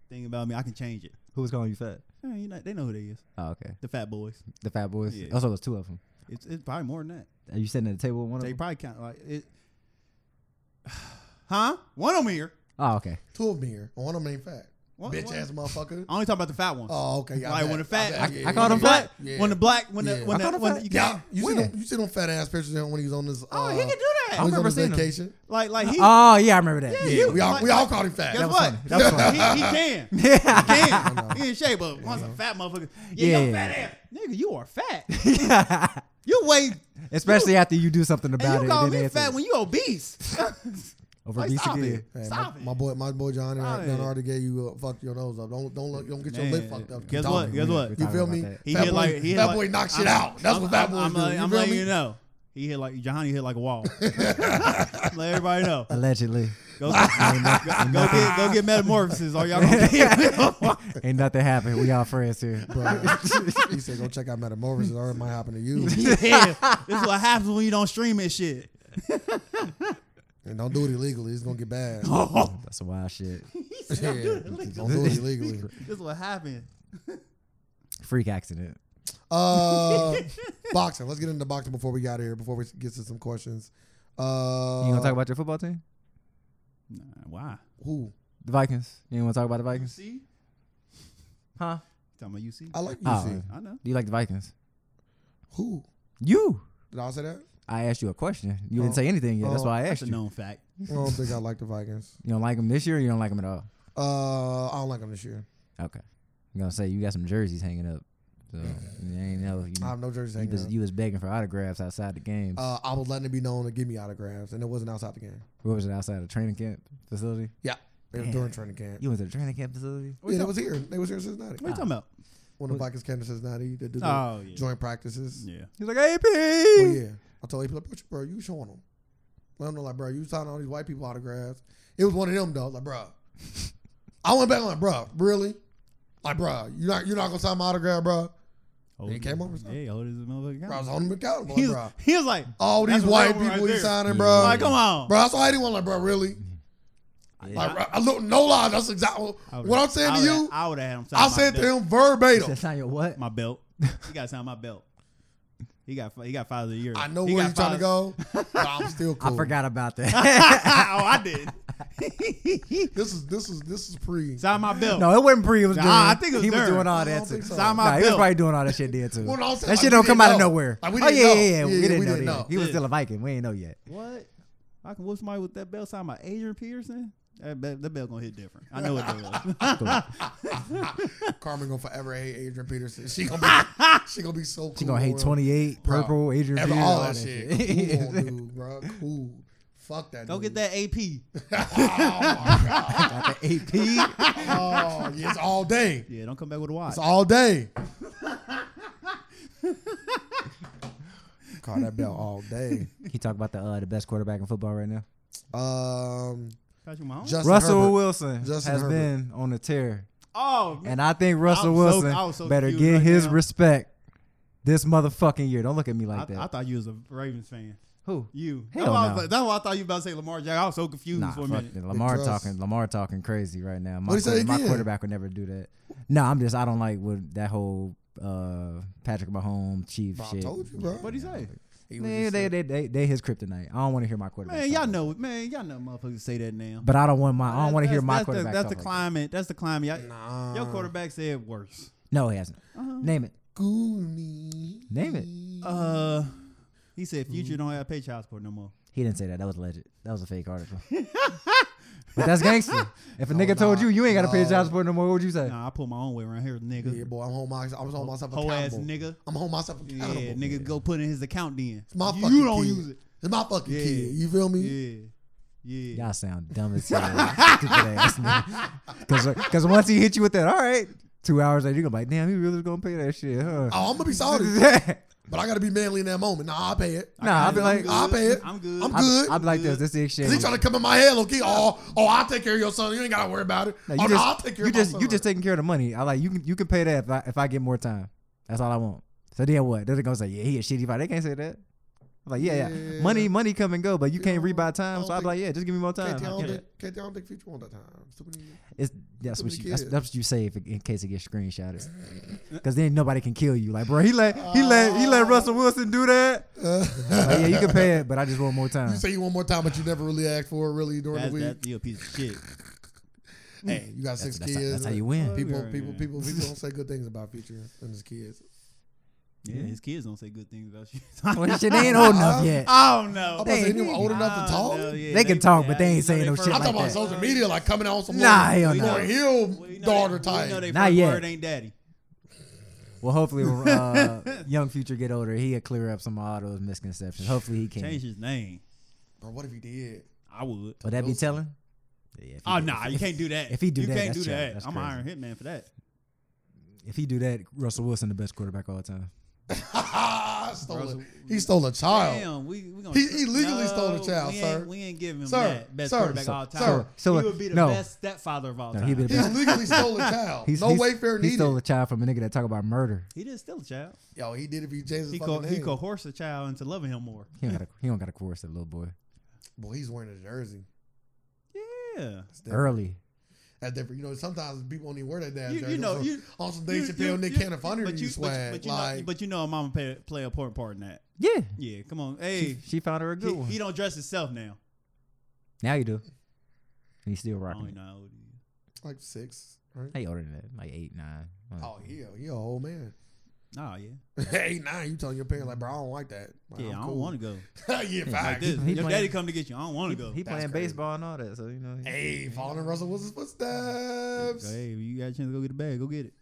[SPEAKER 1] Thing about me, I can change it.
[SPEAKER 3] Who was calling you fat?
[SPEAKER 1] Eh, you know, they know who they is.
[SPEAKER 3] Oh, okay.
[SPEAKER 1] The Fat Boys.
[SPEAKER 3] The Fat Boys.
[SPEAKER 1] Yeah.
[SPEAKER 3] Oh, so there's two of them.
[SPEAKER 1] It's, it's probably more than that.
[SPEAKER 3] Are you sitting at the table with one of
[SPEAKER 1] They
[SPEAKER 3] them?
[SPEAKER 1] probably count like it. [SIGHS] Huh? One of them here.
[SPEAKER 3] Oh, okay.
[SPEAKER 2] Two of them here. One of them ain't fat.
[SPEAKER 1] One-
[SPEAKER 2] Bitch
[SPEAKER 1] one-
[SPEAKER 2] ass motherfucker.
[SPEAKER 1] I only talk about the fat one.
[SPEAKER 2] Oh, okay. Yeah, I
[SPEAKER 1] like
[SPEAKER 2] bet.
[SPEAKER 1] when the fat,
[SPEAKER 2] bet.
[SPEAKER 1] I,
[SPEAKER 2] Yeah,
[SPEAKER 3] I called
[SPEAKER 2] yeah,
[SPEAKER 3] him
[SPEAKER 2] yeah.
[SPEAKER 1] black.
[SPEAKER 3] fat?
[SPEAKER 2] Yeah.
[SPEAKER 1] When the black, when the
[SPEAKER 2] Yeah.
[SPEAKER 1] when
[SPEAKER 3] I
[SPEAKER 1] the,
[SPEAKER 3] called him
[SPEAKER 1] when
[SPEAKER 3] fat.
[SPEAKER 1] the, you
[SPEAKER 2] Yeah,
[SPEAKER 1] got,
[SPEAKER 2] you see
[SPEAKER 3] When?
[SPEAKER 2] them, you see them fat ass pictures of him when he was on this. Uh,
[SPEAKER 1] oh, he can do
[SPEAKER 2] when he
[SPEAKER 1] that. I
[SPEAKER 2] was on
[SPEAKER 1] remember
[SPEAKER 2] his
[SPEAKER 1] seeing him.
[SPEAKER 2] vacation.
[SPEAKER 1] Like like he,
[SPEAKER 3] Oh, yeah, I remember that.
[SPEAKER 1] Yeah,
[SPEAKER 3] Yeah.
[SPEAKER 1] he
[SPEAKER 2] Yeah,
[SPEAKER 1] was
[SPEAKER 2] we all
[SPEAKER 1] like-
[SPEAKER 2] we all called him fat.
[SPEAKER 1] guess
[SPEAKER 2] That was-
[SPEAKER 1] what?
[SPEAKER 3] funny. That was funny.
[SPEAKER 1] he, he
[SPEAKER 2] [LAUGHS]
[SPEAKER 1] can. He can. He in shape, but once a fat motherfucker, yeah, you
[SPEAKER 3] Yeah.
[SPEAKER 1] fat ass nigga, you are fat.
[SPEAKER 2] [LAUGHS]
[SPEAKER 1] You weigh.
[SPEAKER 3] [LAUGHS] Especially after you do something
[SPEAKER 1] And
[SPEAKER 3] about
[SPEAKER 1] you
[SPEAKER 3] it.
[SPEAKER 1] call
[SPEAKER 3] and then
[SPEAKER 1] me
[SPEAKER 3] they have
[SPEAKER 1] fat
[SPEAKER 3] to-
[SPEAKER 1] when you
[SPEAKER 2] [LAUGHS]
[SPEAKER 1] obese.
[SPEAKER 3] over
[SPEAKER 1] like,
[SPEAKER 3] obesity.
[SPEAKER 1] stop it.
[SPEAKER 2] Hey,
[SPEAKER 1] Stop
[SPEAKER 2] my,
[SPEAKER 1] it.
[SPEAKER 2] my boy, my boy John,
[SPEAKER 1] Stop
[SPEAKER 2] done
[SPEAKER 1] it.
[SPEAKER 2] already gave you uh, fuck your nose up. Don't don't look, don't get your
[SPEAKER 1] Man,
[SPEAKER 2] lip fucked up.
[SPEAKER 1] guess
[SPEAKER 2] Keep
[SPEAKER 1] what?
[SPEAKER 2] talking.
[SPEAKER 1] Guess what?
[SPEAKER 2] You feel me?
[SPEAKER 1] He
[SPEAKER 2] Fat
[SPEAKER 1] hit
[SPEAKER 2] boy-
[SPEAKER 1] like he hit
[SPEAKER 2] fat
[SPEAKER 1] like,
[SPEAKER 2] boy knock shit
[SPEAKER 1] I'm-
[SPEAKER 2] out. That's
[SPEAKER 1] I'm-
[SPEAKER 2] what fat boys
[SPEAKER 1] I'm- I'm,
[SPEAKER 2] do.
[SPEAKER 1] letting-
[SPEAKER 2] You
[SPEAKER 1] I'm
[SPEAKER 2] feel
[SPEAKER 1] letting
[SPEAKER 2] me?
[SPEAKER 1] you know. He hit like Johnny hit like
[SPEAKER 2] [LAUGHS]
[SPEAKER 1] a wall. [LAUGHS] Let everybody know.
[SPEAKER 3] Allegedly.
[SPEAKER 1] Go, go, go get go get metamorphosis. Are y'all gonna
[SPEAKER 2] [LAUGHS]
[SPEAKER 1] get
[SPEAKER 3] Ain't nothing happened. We all friends here.
[SPEAKER 1] [LAUGHS]
[SPEAKER 2] Bro, he said, "Go check out Metamorphosis, or it might happen to you."
[SPEAKER 1] yeah, this is what happens when you don't stream this shit. [LAUGHS]
[SPEAKER 2] And don't do it illegally; it's gonna get
[SPEAKER 1] [LAUGHS]
[SPEAKER 2] bad.
[SPEAKER 3] That's some wild shit.
[SPEAKER 2] Yeah, don't do it illegally.
[SPEAKER 1] This is what happened.
[SPEAKER 3] Freak accident.
[SPEAKER 1] [LAUGHS]
[SPEAKER 2] Uh, boxing. Let's get into boxing before we got here. Before we get to some questions. Uh,
[SPEAKER 3] You gonna talk about your football team?
[SPEAKER 1] Nah, why?
[SPEAKER 2] who?
[SPEAKER 3] The Vikings. You wanna talk about the Vikings?
[SPEAKER 1] See,
[SPEAKER 3] Huh?
[SPEAKER 1] talking about UC.
[SPEAKER 2] I like you.
[SPEAKER 3] Oh.
[SPEAKER 2] see.
[SPEAKER 1] I know.
[SPEAKER 3] Do you like the Vikings?
[SPEAKER 2] Who?
[SPEAKER 3] You.
[SPEAKER 2] Did I say that?
[SPEAKER 3] I asked you a question. You
[SPEAKER 2] Oh.
[SPEAKER 3] didn't say anything yet. That's
[SPEAKER 2] Oh.
[SPEAKER 3] why I
[SPEAKER 1] That's
[SPEAKER 3] asked
[SPEAKER 1] a
[SPEAKER 3] you.
[SPEAKER 1] known fact.
[SPEAKER 2] I don't think I like the Vikings.
[SPEAKER 3] You don't like them this year. Or you don't like them at all.
[SPEAKER 2] Uh, I don't like them this year.
[SPEAKER 3] Okay. I'm gonna say you got some jerseys hanging up. So you ain't know. You,
[SPEAKER 2] I have no jerseys
[SPEAKER 3] you,
[SPEAKER 2] hanging.
[SPEAKER 3] was,
[SPEAKER 2] up.
[SPEAKER 3] you was begging for autographs outside the games.
[SPEAKER 2] Uh, I was letting it be known to give me autographs, and it wasn't outside the game.
[SPEAKER 3] what was it outside the training camp facility?
[SPEAKER 2] Yeah, it was
[SPEAKER 3] Damn.
[SPEAKER 2] during training camp.
[SPEAKER 3] You went to the training camp facility.
[SPEAKER 2] yeah, it was here. They was here in Cincinnati.
[SPEAKER 1] What are you talking about?
[SPEAKER 2] When the Vikings came to Cincinnati, they did the
[SPEAKER 1] Oh yeah,
[SPEAKER 2] joint practices.
[SPEAKER 1] yeah.
[SPEAKER 3] He's like, AP.
[SPEAKER 2] Oh yeah, I told people like, "Bro, bro, you showing them? Let them know like, bro, you signing all these white people autographs. It was one of them though. Like, bro, I went back like, bro, really? Like, bro, you not you not gonna sign my autograph, bro?
[SPEAKER 1] Hold
[SPEAKER 2] He came over, son.
[SPEAKER 1] Yeah, hold his motherfucking
[SPEAKER 2] Bro, I was
[SPEAKER 1] account.
[SPEAKER 2] holding him accountable,
[SPEAKER 1] He
[SPEAKER 2] like,
[SPEAKER 1] was,
[SPEAKER 2] bro.
[SPEAKER 1] he was like,
[SPEAKER 2] All these
[SPEAKER 1] That's a
[SPEAKER 2] white
[SPEAKER 1] real one
[SPEAKER 2] people
[SPEAKER 1] right
[SPEAKER 2] you
[SPEAKER 1] there.
[SPEAKER 2] signing,
[SPEAKER 3] Yeah.
[SPEAKER 2] bro.
[SPEAKER 1] like, come on,
[SPEAKER 2] Bro, that's why I didn't want like, bro, really?
[SPEAKER 3] Yeah.
[SPEAKER 2] Like, bro, I look, no lie, that's exactly
[SPEAKER 1] I would've-
[SPEAKER 2] what I'm saying
[SPEAKER 1] I
[SPEAKER 2] to
[SPEAKER 1] would've-
[SPEAKER 2] you.
[SPEAKER 1] I would have had him. sign
[SPEAKER 2] I
[SPEAKER 1] my
[SPEAKER 2] said
[SPEAKER 1] belt.
[SPEAKER 2] to him
[SPEAKER 3] [LAUGHS]
[SPEAKER 2] verbatim.
[SPEAKER 3] That's not your what?
[SPEAKER 1] my belt. He got to sign my belt. He got he got five of the year.
[SPEAKER 2] I know
[SPEAKER 1] he
[SPEAKER 2] where
[SPEAKER 1] got
[SPEAKER 2] he's trying to
[SPEAKER 1] five-
[SPEAKER 2] go, but I'm still cool.
[SPEAKER 3] I forgot about
[SPEAKER 2] [LAUGHS]
[SPEAKER 3] that.
[SPEAKER 1] [LAUGHS]
[SPEAKER 3] [LAUGHS]
[SPEAKER 1] oh, I did.
[SPEAKER 2] This is this is this is pre.
[SPEAKER 1] sign my belt.
[SPEAKER 3] no, it wasn't Bree. It was
[SPEAKER 1] Nah,
[SPEAKER 3] doing,
[SPEAKER 1] I think it was
[SPEAKER 3] he was
[SPEAKER 1] during.
[SPEAKER 3] doing
[SPEAKER 2] I
[SPEAKER 3] all
[SPEAKER 2] don't
[SPEAKER 3] that too.
[SPEAKER 2] think so.
[SPEAKER 1] Sign my
[SPEAKER 3] Nah, he was
[SPEAKER 1] belt.
[SPEAKER 3] probably doing all that shit then too.
[SPEAKER 2] Well, no, I'm saying,
[SPEAKER 3] that
[SPEAKER 2] like,
[SPEAKER 3] shit
[SPEAKER 2] we
[SPEAKER 3] don't come
[SPEAKER 2] didn't
[SPEAKER 3] out of
[SPEAKER 2] know.
[SPEAKER 3] nowhere.
[SPEAKER 2] Like, we
[SPEAKER 3] oh
[SPEAKER 2] didn't
[SPEAKER 3] yeah,
[SPEAKER 2] know.
[SPEAKER 3] yeah, yeah, We
[SPEAKER 2] Yeah,
[SPEAKER 3] didn't
[SPEAKER 2] we
[SPEAKER 3] know
[SPEAKER 2] didn't
[SPEAKER 3] that.
[SPEAKER 2] know.
[SPEAKER 3] He was
[SPEAKER 1] Yeah.
[SPEAKER 3] still a Viking. We ain't know yet.
[SPEAKER 1] What? I can whoop somebody with that belt signed by Adrian Peterson. That, belt- that belt gonna hit different.
[SPEAKER 2] [LAUGHS]
[SPEAKER 1] I know it does.
[SPEAKER 2] Carmen gonna forever hate Adrian Peterson. She gonna be she gonna be so cool.
[SPEAKER 3] She gonna hate
[SPEAKER 2] bro.
[SPEAKER 3] twenty eight
[SPEAKER 2] Bro,
[SPEAKER 3] purple Adrian
[SPEAKER 2] Ever,
[SPEAKER 3] Peterson,
[SPEAKER 2] all that
[SPEAKER 3] [LAUGHS]
[SPEAKER 2] shit. Cool, dude, bro. Cool. Fuck that.
[SPEAKER 1] Go
[SPEAKER 2] dude.
[SPEAKER 1] get that AP.
[SPEAKER 3] Got the
[SPEAKER 2] [LAUGHS]
[SPEAKER 3] AP.
[SPEAKER 2] Oh, yeah, it's all day.
[SPEAKER 1] Yeah, don't come back with a watch.
[SPEAKER 2] It's all day. Call that bell all day.
[SPEAKER 3] he talked about the uh, the best quarterback in football right now.
[SPEAKER 2] Um,
[SPEAKER 1] Patrick Mahomes.
[SPEAKER 2] Justin
[SPEAKER 3] Russell
[SPEAKER 2] Herbert.
[SPEAKER 3] Wilson
[SPEAKER 2] Justin
[SPEAKER 3] has
[SPEAKER 2] Herbert.
[SPEAKER 3] been on a tear,
[SPEAKER 1] oh man,
[SPEAKER 3] and I think Russell
[SPEAKER 1] I'm so-
[SPEAKER 3] Wilson
[SPEAKER 1] I was so
[SPEAKER 3] better
[SPEAKER 1] confused
[SPEAKER 3] get
[SPEAKER 1] right
[SPEAKER 3] his
[SPEAKER 1] now.
[SPEAKER 3] respect this motherfucking year. Don't look at me
[SPEAKER 1] I,
[SPEAKER 3] like that.
[SPEAKER 1] I thought you was a Ravens fan.
[SPEAKER 3] Who?
[SPEAKER 1] You.
[SPEAKER 3] Hell
[SPEAKER 1] that's, why
[SPEAKER 3] no.
[SPEAKER 1] I was like, that's why I thought you about to say Lamar Jackson. I was so confused
[SPEAKER 3] Nah,
[SPEAKER 1] for a
[SPEAKER 3] fuck
[SPEAKER 1] minute.
[SPEAKER 3] it. Lamar
[SPEAKER 2] Trust.
[SPEAKER 3] talking. Lamar talking crazy right now. My,
[SPEAKER 2] What'd he say
[SPEAKER 3] quarter- my
[SPEAKER 2] again?
[SPEAKER 3] quarterback would never do that. No, I'm just. I don't like what that whole uh, Patrick Mahomes Chief
[SPEAKER 2] Bro, I
[SPEAKER 3] shit.
[SPEAKER 2] told you, bro.
[SPEAKER 1] What'd he say?
[SPEAKER 2] He was
[SPEAKER 3] Man,
[SPEAKER 2] just
[SPEAKER 3] they,
[SPEAKER 2] saying-
[SPEAKER 3] they they they his kryptonite. I don't want to hear my quarterback.
[SPEAKER 1] Man,
[SPEAKER 3] talk
[SPEAKER 1] y'all
[SPEAKER 3] like
[SPEAKER 1] know, man, y'all know motherfuckers say that now.
[SPEAKER 3] that. But I don't want my. I don't
[SPEAKER 1] That's-
[SPEAKER 3] want to hear
[SPEAKER 1] that's-
[SPEAKER 3] my
[SPEAKER 1] that's the-
[SPEAKER 3] quarterback.
[SPEAKER 1] That's
[SPEAKER 3] talk
[SPEAKER 1] the
[SPEAKER 3] like that.
[SPEAKER 1] climate. That's the climate. Y'all-
[SPEAKER 2] Nah.
[SPEAKER 1] Your quarterback said worse.
[SPEAKER 3] No, he hasn't.
[SPEAKER 2] Uh-huh.
[SPEAKER 3] Name it.
[SPEAKER 2] Goonie.
[SPEAKER 3] Name it.
[SPEAKER 1] Uh, he said
[SPEAKER 3] Mm-hmm.
[SPEAKER 1] Future don't have pay child support no more.
[SPEAKER 3] He didn't say that. That was legit. That was a fake
[SPEAKER 2] [LAUGHS]
[SPEAKER 3] article. but that's gangster. If a
[SPEAKER 2] No,
[SPEAKER 3] nigga told
[SPEAKER 2] nah.
[SPEAKER 3] you you ain't got to pay
[SPEAKER 2] No.
[SPEAKER 3] child support no more, what would you say?
[SPEAKER 1] Nah, I pull my own way around here, nigga.
[SPEAKER 2] Yeah, boy, I'm holding myself. I'm holding myself
[SPEAKER 1] Whole
[SPEAKER 2] accountable.
[SPEAKER 1] ass nigga.
[SPEAKER 2] I'm holding myself
[SPEAKER 1] Yeah,
[SPEAKER 2] accountable.
[SPEAKER 1] nigga, go put in his account then.
[SPEAKER 2] It's my
[SPEAKER 1] you
[SPEAKER 2] fucking
[SPEAKER 1] don't
[SPEAKER 2] kid.
[SPEAKER 1] use it.
[SPEAKER 2] It's my fucking
[SPEAKER 1] Yeah.
[SPEAKER 2] kid. You feel me?
[SPEAKER 1] Yeah, yeah.
[SPEAKER 3] Y'all sound dumb as hell.
[SPEAKER 2] [LAUGHS]
[SPEAKER 3] Because once he hit you with that, all right, two hours later, you're going to be like, damn, he really going to pay that shit, huh?
[SPEAKER 2] Oh, I'm gonna be sorry,
[SPEAKER 1] [LAUGHS]
[SPEAKER 2] but I gotta be manly in that moment. Nah, I'll pay it.
[SPEAKER 3] [LAUGHS] nah, I'll be
[SPEAKER 1] I'm
[SPEAKER 3] like,
[SPEAKER 1] good.
[SPEAKER 2] I'll pay it.
[SPEAKER 1] I'm good.
[SPEAKER 2] I'm
[SPEAKER 1] I-
[SPEAKER 2] good.
[SPEAKER 3] I'd be like this. This the
[SPEAKER 2] Cause he
[SPEAKER 3] exchange.
[SPEAKER 2] trying to come in my head, okay? Oh, oh, I'll take care of your son. You ain't gotta worry about it.
[SPEAKER 3] No,
[SPEAKER 2] oh,
[SPEAKER 3] you
[SPEAKER 2] no,
[SPEAKER 3] just,
[SPEAKER 2] I'll take care
[SPEAKER 3] you
[SPEAKER 2] of
[SPEAKER 3] just,
[SPEAKER 2] my son.
[SPEAKER 3] you just taking care of the money. I like you. Can, you can pay that if I, if I get more time. That's all I want. So then what? They're gonna say, yeah, he a shitty father. They can't say that. I'm like, yeah,
[SPEAKER 2] Yeah.
[SPEAKER 3] money, money come and go, but you can't
[SPEAKER 2] Yeah,
[SPEAKER 3] rebuy
[SPEAKER 2] I
[SPEAKER 3] time.
[SPEAKER 2] don't
[SPEAKER 3] So I'm
[SPEAKER 2] think-
[SPEAKER 3] like, yeah, just give me more time.
[SPEAKER 2] KT, I don't
[SPEAKER 1] get
[SPEAKER 2] think, KT, I don't think Future on that time. It's too many-
[SPEAKER 3] It's that's
[SPEAKER 2] Too
[SPEAKER 3] what
[SPEAKER 2] many
[SPEAKER 3] you that's,
[SPEAKER 2] kids.
[SPEAKER 3] that's what you say if, in case it gets screenshotted, because then nobody can kill you. Like, bro, he let he let he let Russell Wilson do that. [LAUGHS] Like, yeah, you can pay it, but I just want more time.
[SPEAKER 2] You say you one more time, but you never really asked for it really during the
[SPEAKER 1] That's
[SPEAKER 2] week.
[SPEAKER 1] that you a piece
[SPEAKER 2] [LAUGHS]
[SPEAKER 1] of shit.
[SPEAKER 2] Hey, you got
[SPEAKER 3] That's,
[SPEAKER 2] six
[SPEAKER 3] that's, how,
[SPEAKER 2] kids.
[SPEAKER 3] that's how you win.
[SPEAKER 2] people,
[SPEAKER 1] Yeah.
[SPEAKER 2] people, people,
[SPEAKER 1] [LAUGHS]
[SPEAKER 2] people don't say good things about Future and his kids.
[SPEAKER 1] Yeah, his kids don't say good things about you. [LAUGHS]
[SPEAKER 3] Well, this shit ain't old enough yet.
[SPEAKER 1] oh no.
[SPEAKER 2] I'm about to say
[SPEAKER 3] Dang,
[SPEAKER 2] anyone
[SPEAKER 3] he-
[SPEAKER 2] old enough to talk.
[SPEAKER 3] They can talk, but they ain't saying no shit
[SPEAKER 2] I'm
[SPEAKER 3] like
[SPEAKER 2] talking about
[SPEAKER 3] that.
[SPEAKER 2] social media, like coming out on some
[SPEAKER 3] Nah,
[SPEAKER 2] Lauryn-
[SPEAKER 3] hell
[SPEAKER 1] we
[SPEAKER 3] no.
[SPEAKER 1] know-
[SPEAKER 2] Lauryn Hill
[SPEAKER 1] Well, you know
[SPEAKER 2] daughter
[SPEAKER 1] they- well,
[SPEAKER 2] type.
[SPEAKER 1] You know they
[SPEAKER 3] Not
[SPEAKER 1] first
[SPEAKER 3] yet.
[SPEAKER 1] word ain't daddy.
[SPEAKER 3] Well, hopefully, when, uh, young future get older, he'll clear up some of all those misconceptions. Hopefully, he can.
[SPEAKER 1] Change his name.
[SPEAKER 2] Bro, what if he did? [LAUGHS]
[SPEAKER 1] I would.
[SPEAKER 3] Would that be telling? Yeah, if he
[SPEAKER 1] Oh
[SPEAKER 3] do-
[SPEAKER 1] nah,
[SPEAKER 3] if-
[SPEAKER 1] you can't do that.
[SPEAKER 3] if he do
[SPEAKER 1] you
[SPEAKER 3] that,
[SPEAKER 1] can't
[SPEAKER 3] that's
[SPEAKER 1] do
[SPEAKER 3] child.
[SPEAKER 1] that.
[SPEAKER 3] That's
[SPEAKER 1] I'm
[SPEAKER 3] crazy.
[SPEAKER 1] hiring hitman for that.
[SPEAKER 3] If he do that, Russell Wilson the best quarterback of all time.
[SPEAKER 2] stole
[SPEAKER 1] Russell-
[SPEAKER 2] a, he stole a child.
[SPEAKER 1] Damn, we, we gonna
[SPEAKER 2] He- he legally stole the child,
[SPEAKER 1] we
[SPEAKER 2] sir.
[SPEAKER 1] Ain't, we ain't giving him
[SPEAKER 2] Sir,
[SPEAKER 1] that best
[SPEAKER 2] sir,
[SPEAKER 1] quarterback
[SPEAKER 2] sir,
[SPEAKER 1] all time.
[SPEAKER 2] sir.
[SPEAKER 3] So,
[SPEAKER 1] he would be the
[SPEAKER 3] no.
[SPEAKER 1] best stepfather of all
[SPEAKER 3] No,
[SPEAKER 1] time.
[SPEAKER 3] he'd be the
[SPEAKER 2] He
[SPEAKER 3] best.
[SPEAKER 2] legally stole a child.
[SPEAKER 3] He's,
[SPEAKER 2] [LAUGHS] no
[SPEAKER 3] he's,
[SPEAKER 2] Wayfair
[SPEAKER 3] He
[SPEAKER 2] needed.
[SPEAKER 3] stole a child from a nigga that talk about murder.
[SPEAKER 1] He did steal a child.
[SPEAKER 2] Yo, he did if he changed his
[SPEAKER 1] He
[SPEAKER 2] fucking
[SPEAKER 1] co-
[SPEAKER 2] name.
[SPEAKER 1] he coerced a child into loving him more.
[SPEAKER 3] He don't got he don't got to coerce that little boy
[SPEAKER 2] Boy, he's wearing a jersey.
[SPEAKER 1] Yeah.
[SPEAKER 2] That's different.
[SPEAKER 3] early.
[SPEAKER 2] That's different. You know, sometimes people only wear that damn
[SPEAKER 1] You- you
[SPEAKER 2] jersey.
[SPEAKER 1] know,
[SPEAKER 2] on,
[SPEAKER 1] you-
[SPEAKER 2] on some Dave
[SPEAKER 1] You-
[SPEAKER 2] Chappelle,
[SPEAKER 1] you-
[SPEAKER 2] Nick
[SPEAKER 1] you-
[SPEAKER 2] Cannon Funner, you, swag.
[SPEAKER 1] But you,
[SPEAKER 2] like,
[SPEAKER 1] know, but you know, a mama play, play a important part in that.
[SPEAKER 3] Yeah,
[SPEAKER 1] Yeah, come on. Hey,
[SPEAKER 3] she found her a good
[SPEAKER 1] he,
[SPEAKER 3] one.
[SPEAKER 1] he don't dress himself now.
[SPEAKER 3] now you do. And he's
[SPEAKER 2] Oh,
[SPEAKER 3] still
[SPEAKER 1] I don't
[SPEAKER 3] rocking.
[SPEAKER 1] even
[SPEAKER 3] it.
[SPEAKER 1] know how old Oh, he is.
[SPEAKER 2] like six, right?
[SPEAKER 3] Hey, older than that, like eight, nine. I don't know.
[SPEAKER 2] Oh, yeah, he a old man. [LAUGHS]
[SPEAKER 1] Oh yeah,
[SPEAKER 2] hey, nah, you telling your parents like, bro, I don't like that. Like,
[SPEAKER 1] yeah.
[SPEAKER 2] I'm
[SPEAKER 1] I don't
[SPEAKER 2] cool.
[SPEAKER 1] want to go.
[SPEAKER 2] [LAUGHS] yeah,
[SPEAKER 1] [LAUGHS] Like
[SPEAKER 2] facts.
[SPEAKER 1] this,
[SPEAKER 3] he
[SPEAKER 1] your
[SPEAKER 3] playing-
[SPEAKER 1] daddy come to get you. I don't want to go.
[SPEAKER 3] He
[SPEAKER 2] That's
[SPEAKER 3] playing
[SPEAKER 2] crazy.
[SPEAKER 3] baseball and all that, so you know. he-
[SPEAKER 2] Hey, following Russell Wilson's footsteps.
[SPEAKER 1] hey, you got a chance to go get a bag. Go get it.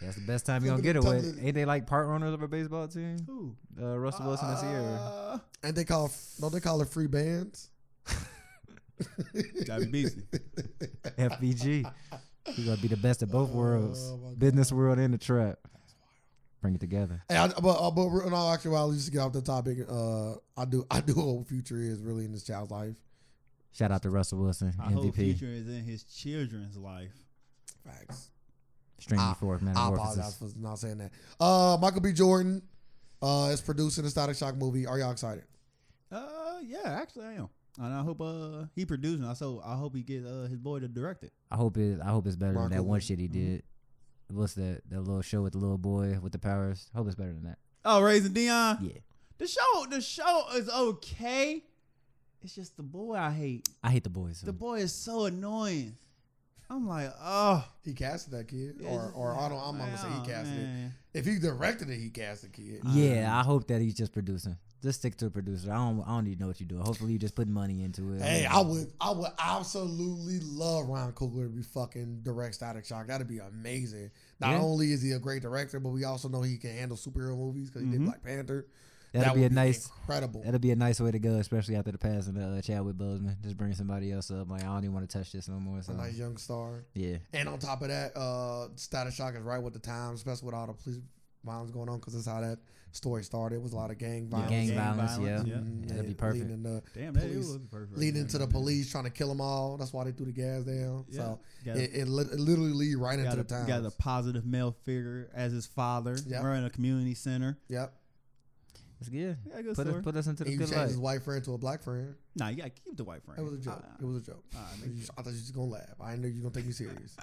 [SPEAKER 3] That's the best time you gonna get
[SPEAKER 2] Somebody
[SPEAKER 3] it
[SPEAKER 2] tell
[SPEAKER 3] with.
[SPEAKER 2] me-
[SPEAKER 3] Ain't they like part owners of a baseball team?
[SPEAKER 1] Who?
[SPEAKER 3] Uh, Russell Wilson and Sierra.
[SPEAKER 2] Ah.
[SPEAKER 3] [LAUGHS]
[SPEAKER 1] [LAUGHS] Uh,
[SPEAKER 2] And they call don't they call it free bands?
[SPEAKER 1] Bobby
[SPEAKER 3] [LAUGHS]
[SPEAKER 1] Beasley.
[SPEAKER 3] FBG. He gonna be the best of both worlds,
[SPEAKER 2] Oh, my
[SPEAKER 3] business world and the trap. Bring it together.
[SPEAKER 2] Hey, I, but uh, but in all actuality, just to get off the topic, uh, I do I do hope future is really in this child's life.
[SPEAKER 3] Shout out to Russell Wilson,
[SPEAKER 1] Our whole
[SPEAKER 3] MVP.
[SPEAKER 1] future is in his children's life.
[SPEAKER 2] Facts.
[SPEAKER 3] Extremely
[SPEAKER 2] I-
[SPEAKER 3] fourth
[SPEAKER 2] I apologize
[SPEAKER 3] metamorphosis.
[SPEAKER 2] for not saying that. Uh, Michael B. Jordan, uh, is producing the Static Shock movie. Are y'all excited?
[SPEAKER 1] Uh, yeah, actually I am, and I hope uh he producing. I so I hope he gets uh his boy to direct it.
[SPEAKER 3] I hope it. I hope it's better than
[SPEAKER 2] Michael-
[SPEAKER 3] that one shit he did. What's that? That little show with the little boy with the powers. Hope it's better than that.
[SPEAKER 1] Oh, raising Dion.
[SPEAKER 3] Yeah,
[SPEAKER 1] The show, the show is okay. It's just the boy I hate.
[SPEAKER 3] I hate the boys.
[SPEAKER 1] The boy is so annoying. I'm like, oh,
[SPEAKER 2] He casted that kid,
[SPEAKER 1] Yeah,
[SPEAKER 2] or
[SPEAKER 1] it's-
[SPEAKER 2] or I don't. I'm not gonna say he
[SPEAKER 1] yeah,
[SPEAKER 2] casted
[SPEAKER 1] man.
[SPEAKER 2] it. If he directed it, he casted the kid.
[SPEAKER 3] yeah, I hope that he's just producing. Just stick to a producer. I don't. I don't even know what you're doing. Hopefully, you just put money into it.
[SPEAKER 2] Hey, I would, I would absolutely love Ron Coogler to be fucking direct Static Shock. That'd be amazing. Not
[SPEAKER 3] Yeah.
[SPEAKER 2] only is he a great director, but we also know he can handle superhero movies because he did
[SPEAKER 1] Mhm.
[SPEAKER 2] Black Panther.
[SPEAKER 3] Mm-hmm. That'd
[SPEAKER 2] That
[SPEAKER 3] be
[SPEAKER 2] would
[SPEAKER 3] a nice.
[SPEAKER 2] incredible.
[SPEAKER 3] That'd be a nice way to go, especially after the passing of uh, Chadwick Boseman. Just bring somebody else up. Like I don't even want to touch this no more.
[SPEAKER 2] a
[SPEAKER 3] So
[SPEAKER 2] nice young star.
[SPEAKER 3] yeah,
[SPEAKER 2] And on top of that, uh, Static Shock is right with the times, especially with all the police violence going on because that's how that story started. It was a lot of gang
[SPEAKER 3] The
[SPEAKER 2] violence.
[SPEAKER 3] gang
[SPEAKER 1] Gang
[SPEAKER 3] violence.
[SPEAKER 1] violence,
[SPEAKER 3] Yeah,
[SPEAKER 1] yeah.
[SPEAKER 2] Mhm.
[SPEAKER 3] that'd be
[SPEAKER 2] And
[SPEAKER 3] perfect.
[SPEAKER 2] Leading, the,
[SPEAKER 1] Damn, that
[SPEAKER 2] Police.
[SPEAKER 1] it would be perfect.
[SPEAKER 2] leading
[SPEAKER 1] right
[SPEAKER 2] to the
[SPEAKER 1] there.
[SPEAKER 2] police trying to kill them all. That's why they threw the gas down.
[SPEAKER 1] Yeah.
[SPEAKER 2] So
[SPEAKER 1] Got,
[SPEAKER 2] it, it, lit- it literally lead right
[SPEAKER 1] got
[SPEAKER 2] into the
[SPEAKER 1] a,
[SPEAKER 2] times.
[SPEAKER 1] got a positive male figure as his father.
[SPEAKER 2] Yep.
[SPEAKER 1] We're in a community center.
[SPEAKER 2] yep.
[SPEAKER 3] It's good.
[SPEAKER 1] Yeah, good
[SPEAKER 3] Put us,
[SPEAKER 1] story.
[SPEAKER 3] put us into the
[SPEAKER 2] And you
[SPEAKER 3] good
[SPEAKER 2] changed
[SPEAKER 3] life. Uh,
[SPEAKER 2] his white friend to a black friend.
[SPEAKER 1] nah, you gotta keep the white friend.
[SPEAKER 2] It was a joke.
[SPEAKER 1] Ah,
[SPEAKER 2] It was a joke.
[SPEAKER 1] ah,
[SPEAKER 2] You
[SPEAKER 1] nigga.
[SPEAKER 2] just- I thought you was just gonna laugh. I didn't know you were gonna take
[SPEAKER 3] [LAUGHS]
[SPEAKER 2] me serious.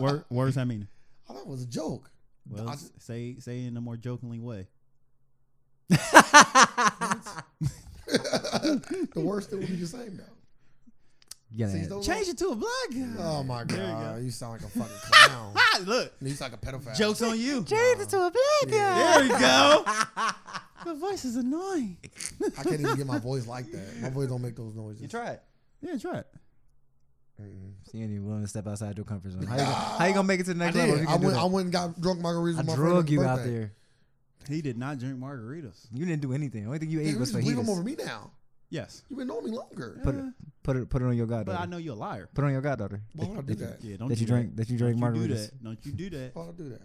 [SPEAKER 1] Wor- wor- Words I mean.
[SPEAKER 2] [LAUGHS] I thought it was a joke. [LAUGHS]
[SPEAKER 1] Well,
[SPEAKER 2] I
[SPEAKER 1] s- say say in a more jokingly [LAUGHS] way.
[SPEAKER 2] the worst thing would be the same though.
[SPEAKER 3] You gotta
[SPEAKER 2] See,
[SPEAKER 3] add-
[SPEAKER 2] don't-
[SPEAKER 1] Change it to a black guy.
[SPEAKER 2] Oh my
[SPEAKER 1] There you
[SPEAKER 2] god,
[SPEAKER 1] go.
[SPEAKER 2] you, sound like a fucking
[SPEAKER 3] [LAUGHS]
[SPEAKER 2] clown.
[SPEAKER 1] Ah, look,
[SPEAKER 2] you sound like a pedophile.
[SPEAKER 1] jokes on you.
[SPEAKER 3] Change it to a black
[SPEAKER 1] There
[SPEAKER 3] [LAUGHS]
[SPEAKER 1] we go. Your voice is annoying.
[SPEAKER 2] I can't even get my voice like that. My voice don't make those noises.
[SPEAKER 3] try it.
[SPEAKER 1] Yeah, try it.
[SPEAKER 2] Mm-mm.
[SPEAKER 3] See, you willing to step outside your comfort zone? How you, gonna, how you gonna make it to the
[SPEAKER 2] I
[SPEAKER 3] next level? if
[SPEAKER 2] did.
[SPEAKER 3] you
[SPEAKER 2] I
[SPEAKER 3] can do
[SPEAKER 2] went.
[SPEAKER 3] that?
[SPEAKER 2] I went and got drunk margaritas.
[SPEAKER 3] I
[SPEAKER 2] with my friend on
[SPEAKER 3] drug
[SPEAKER 2] his
[SPEAKER 3] you out
[SPEAKER 2] birthday.
[SPEAKER 3] there.
[SPEAKER 1] He did not drink margaritas.
[SPEAKER 3] You didn't do anything. Only thing you
[SPEAKER 2] Nigga,
[SPEAKER 3] ate
[SPEAKER 2] you
[SPEAKER 3] was
[SPEAKER 2] just believe him over
[SPEAKER 3] fajitas.
[SPEAKER 2] me now.
[SPEAKER 1] Yes.
[SPEAKER 2] You've been knowing me longer.
[SPEAKER 3] Put it,
[SPEAKER 1] Yeah.
[SPEAKER 3] put it, put it on your
[SPEAKER 1] But I
[SPEAKER 3] goddaughter.
[SPEAKER 1] know you're a liar.
[SPEAKER 3] Put it on your goddaughter.
[SPEAKER 2] Why would I Oh, do that?
[SPEAKER 1] Yeah, don't
[SPEAKER 3] That
[SPEAKER 1] do
[SPEAKER 3] you drink, that you drink
[SPEAKER 1] Don't you do
[SPEAKER 3] margaritas.
[SPEAKER 1] that. Don't you do that.
[SPEAKER 2] Why would I do that?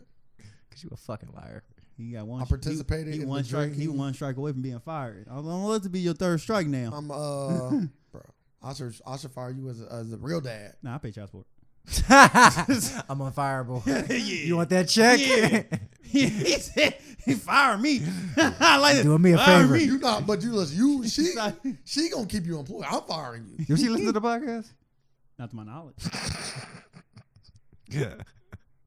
[SPEAKER 3] Cause you a fucking
[SPEAKER 2] [LAUGHS]
[SPEAKER 3] liar. [LAUGHS]
[SPEAKER 1] He got one.
[SPEAKER 2] I participated
[SPEAKER 1] He, he
[SPEAKER 2] in
[SPEAKER 1] one
[SPEAKER 2] the
[SPEAKER 1] strike. He
[SPEAKER 2] drinking.
[SPEAKER 1] one strike away from being fired. I don't let it be your third strike now. [LAUGHS]
[SPEAKER 2] I'm uh, bro. I should I should fire you as a, as a real dad.
[SPEAKER 1] nah, I pay child support. [LAUGHS]
[SPEAKER 3] I'm unfireable.
[SPEAKER 1] yeah.
[SPEAKER 3] You want that check? [LAUGHS]
[SPEAKER 1] Yeah. he said, he fired me. [LAUGHS] I like that.
[SPEAKER 3] Doing me a
[SPEAKER 1] Fire
[SPEAKER 3] favor.
[SPEAKER 1] me.
[SPEAKER 2] You not, but you listen. You
[SPEAKER 1] [LAUGHS]
[SPEAKER 2] she
[SPEAKER 1] Not,
[SPEAKER 2] she gonna keep you employed. I'm firing you.
[SPEAKER 7] Did she listen to the podcast?
[SPEAKER 1] not to my knowledge.
[SPEAKER 7] Yeah.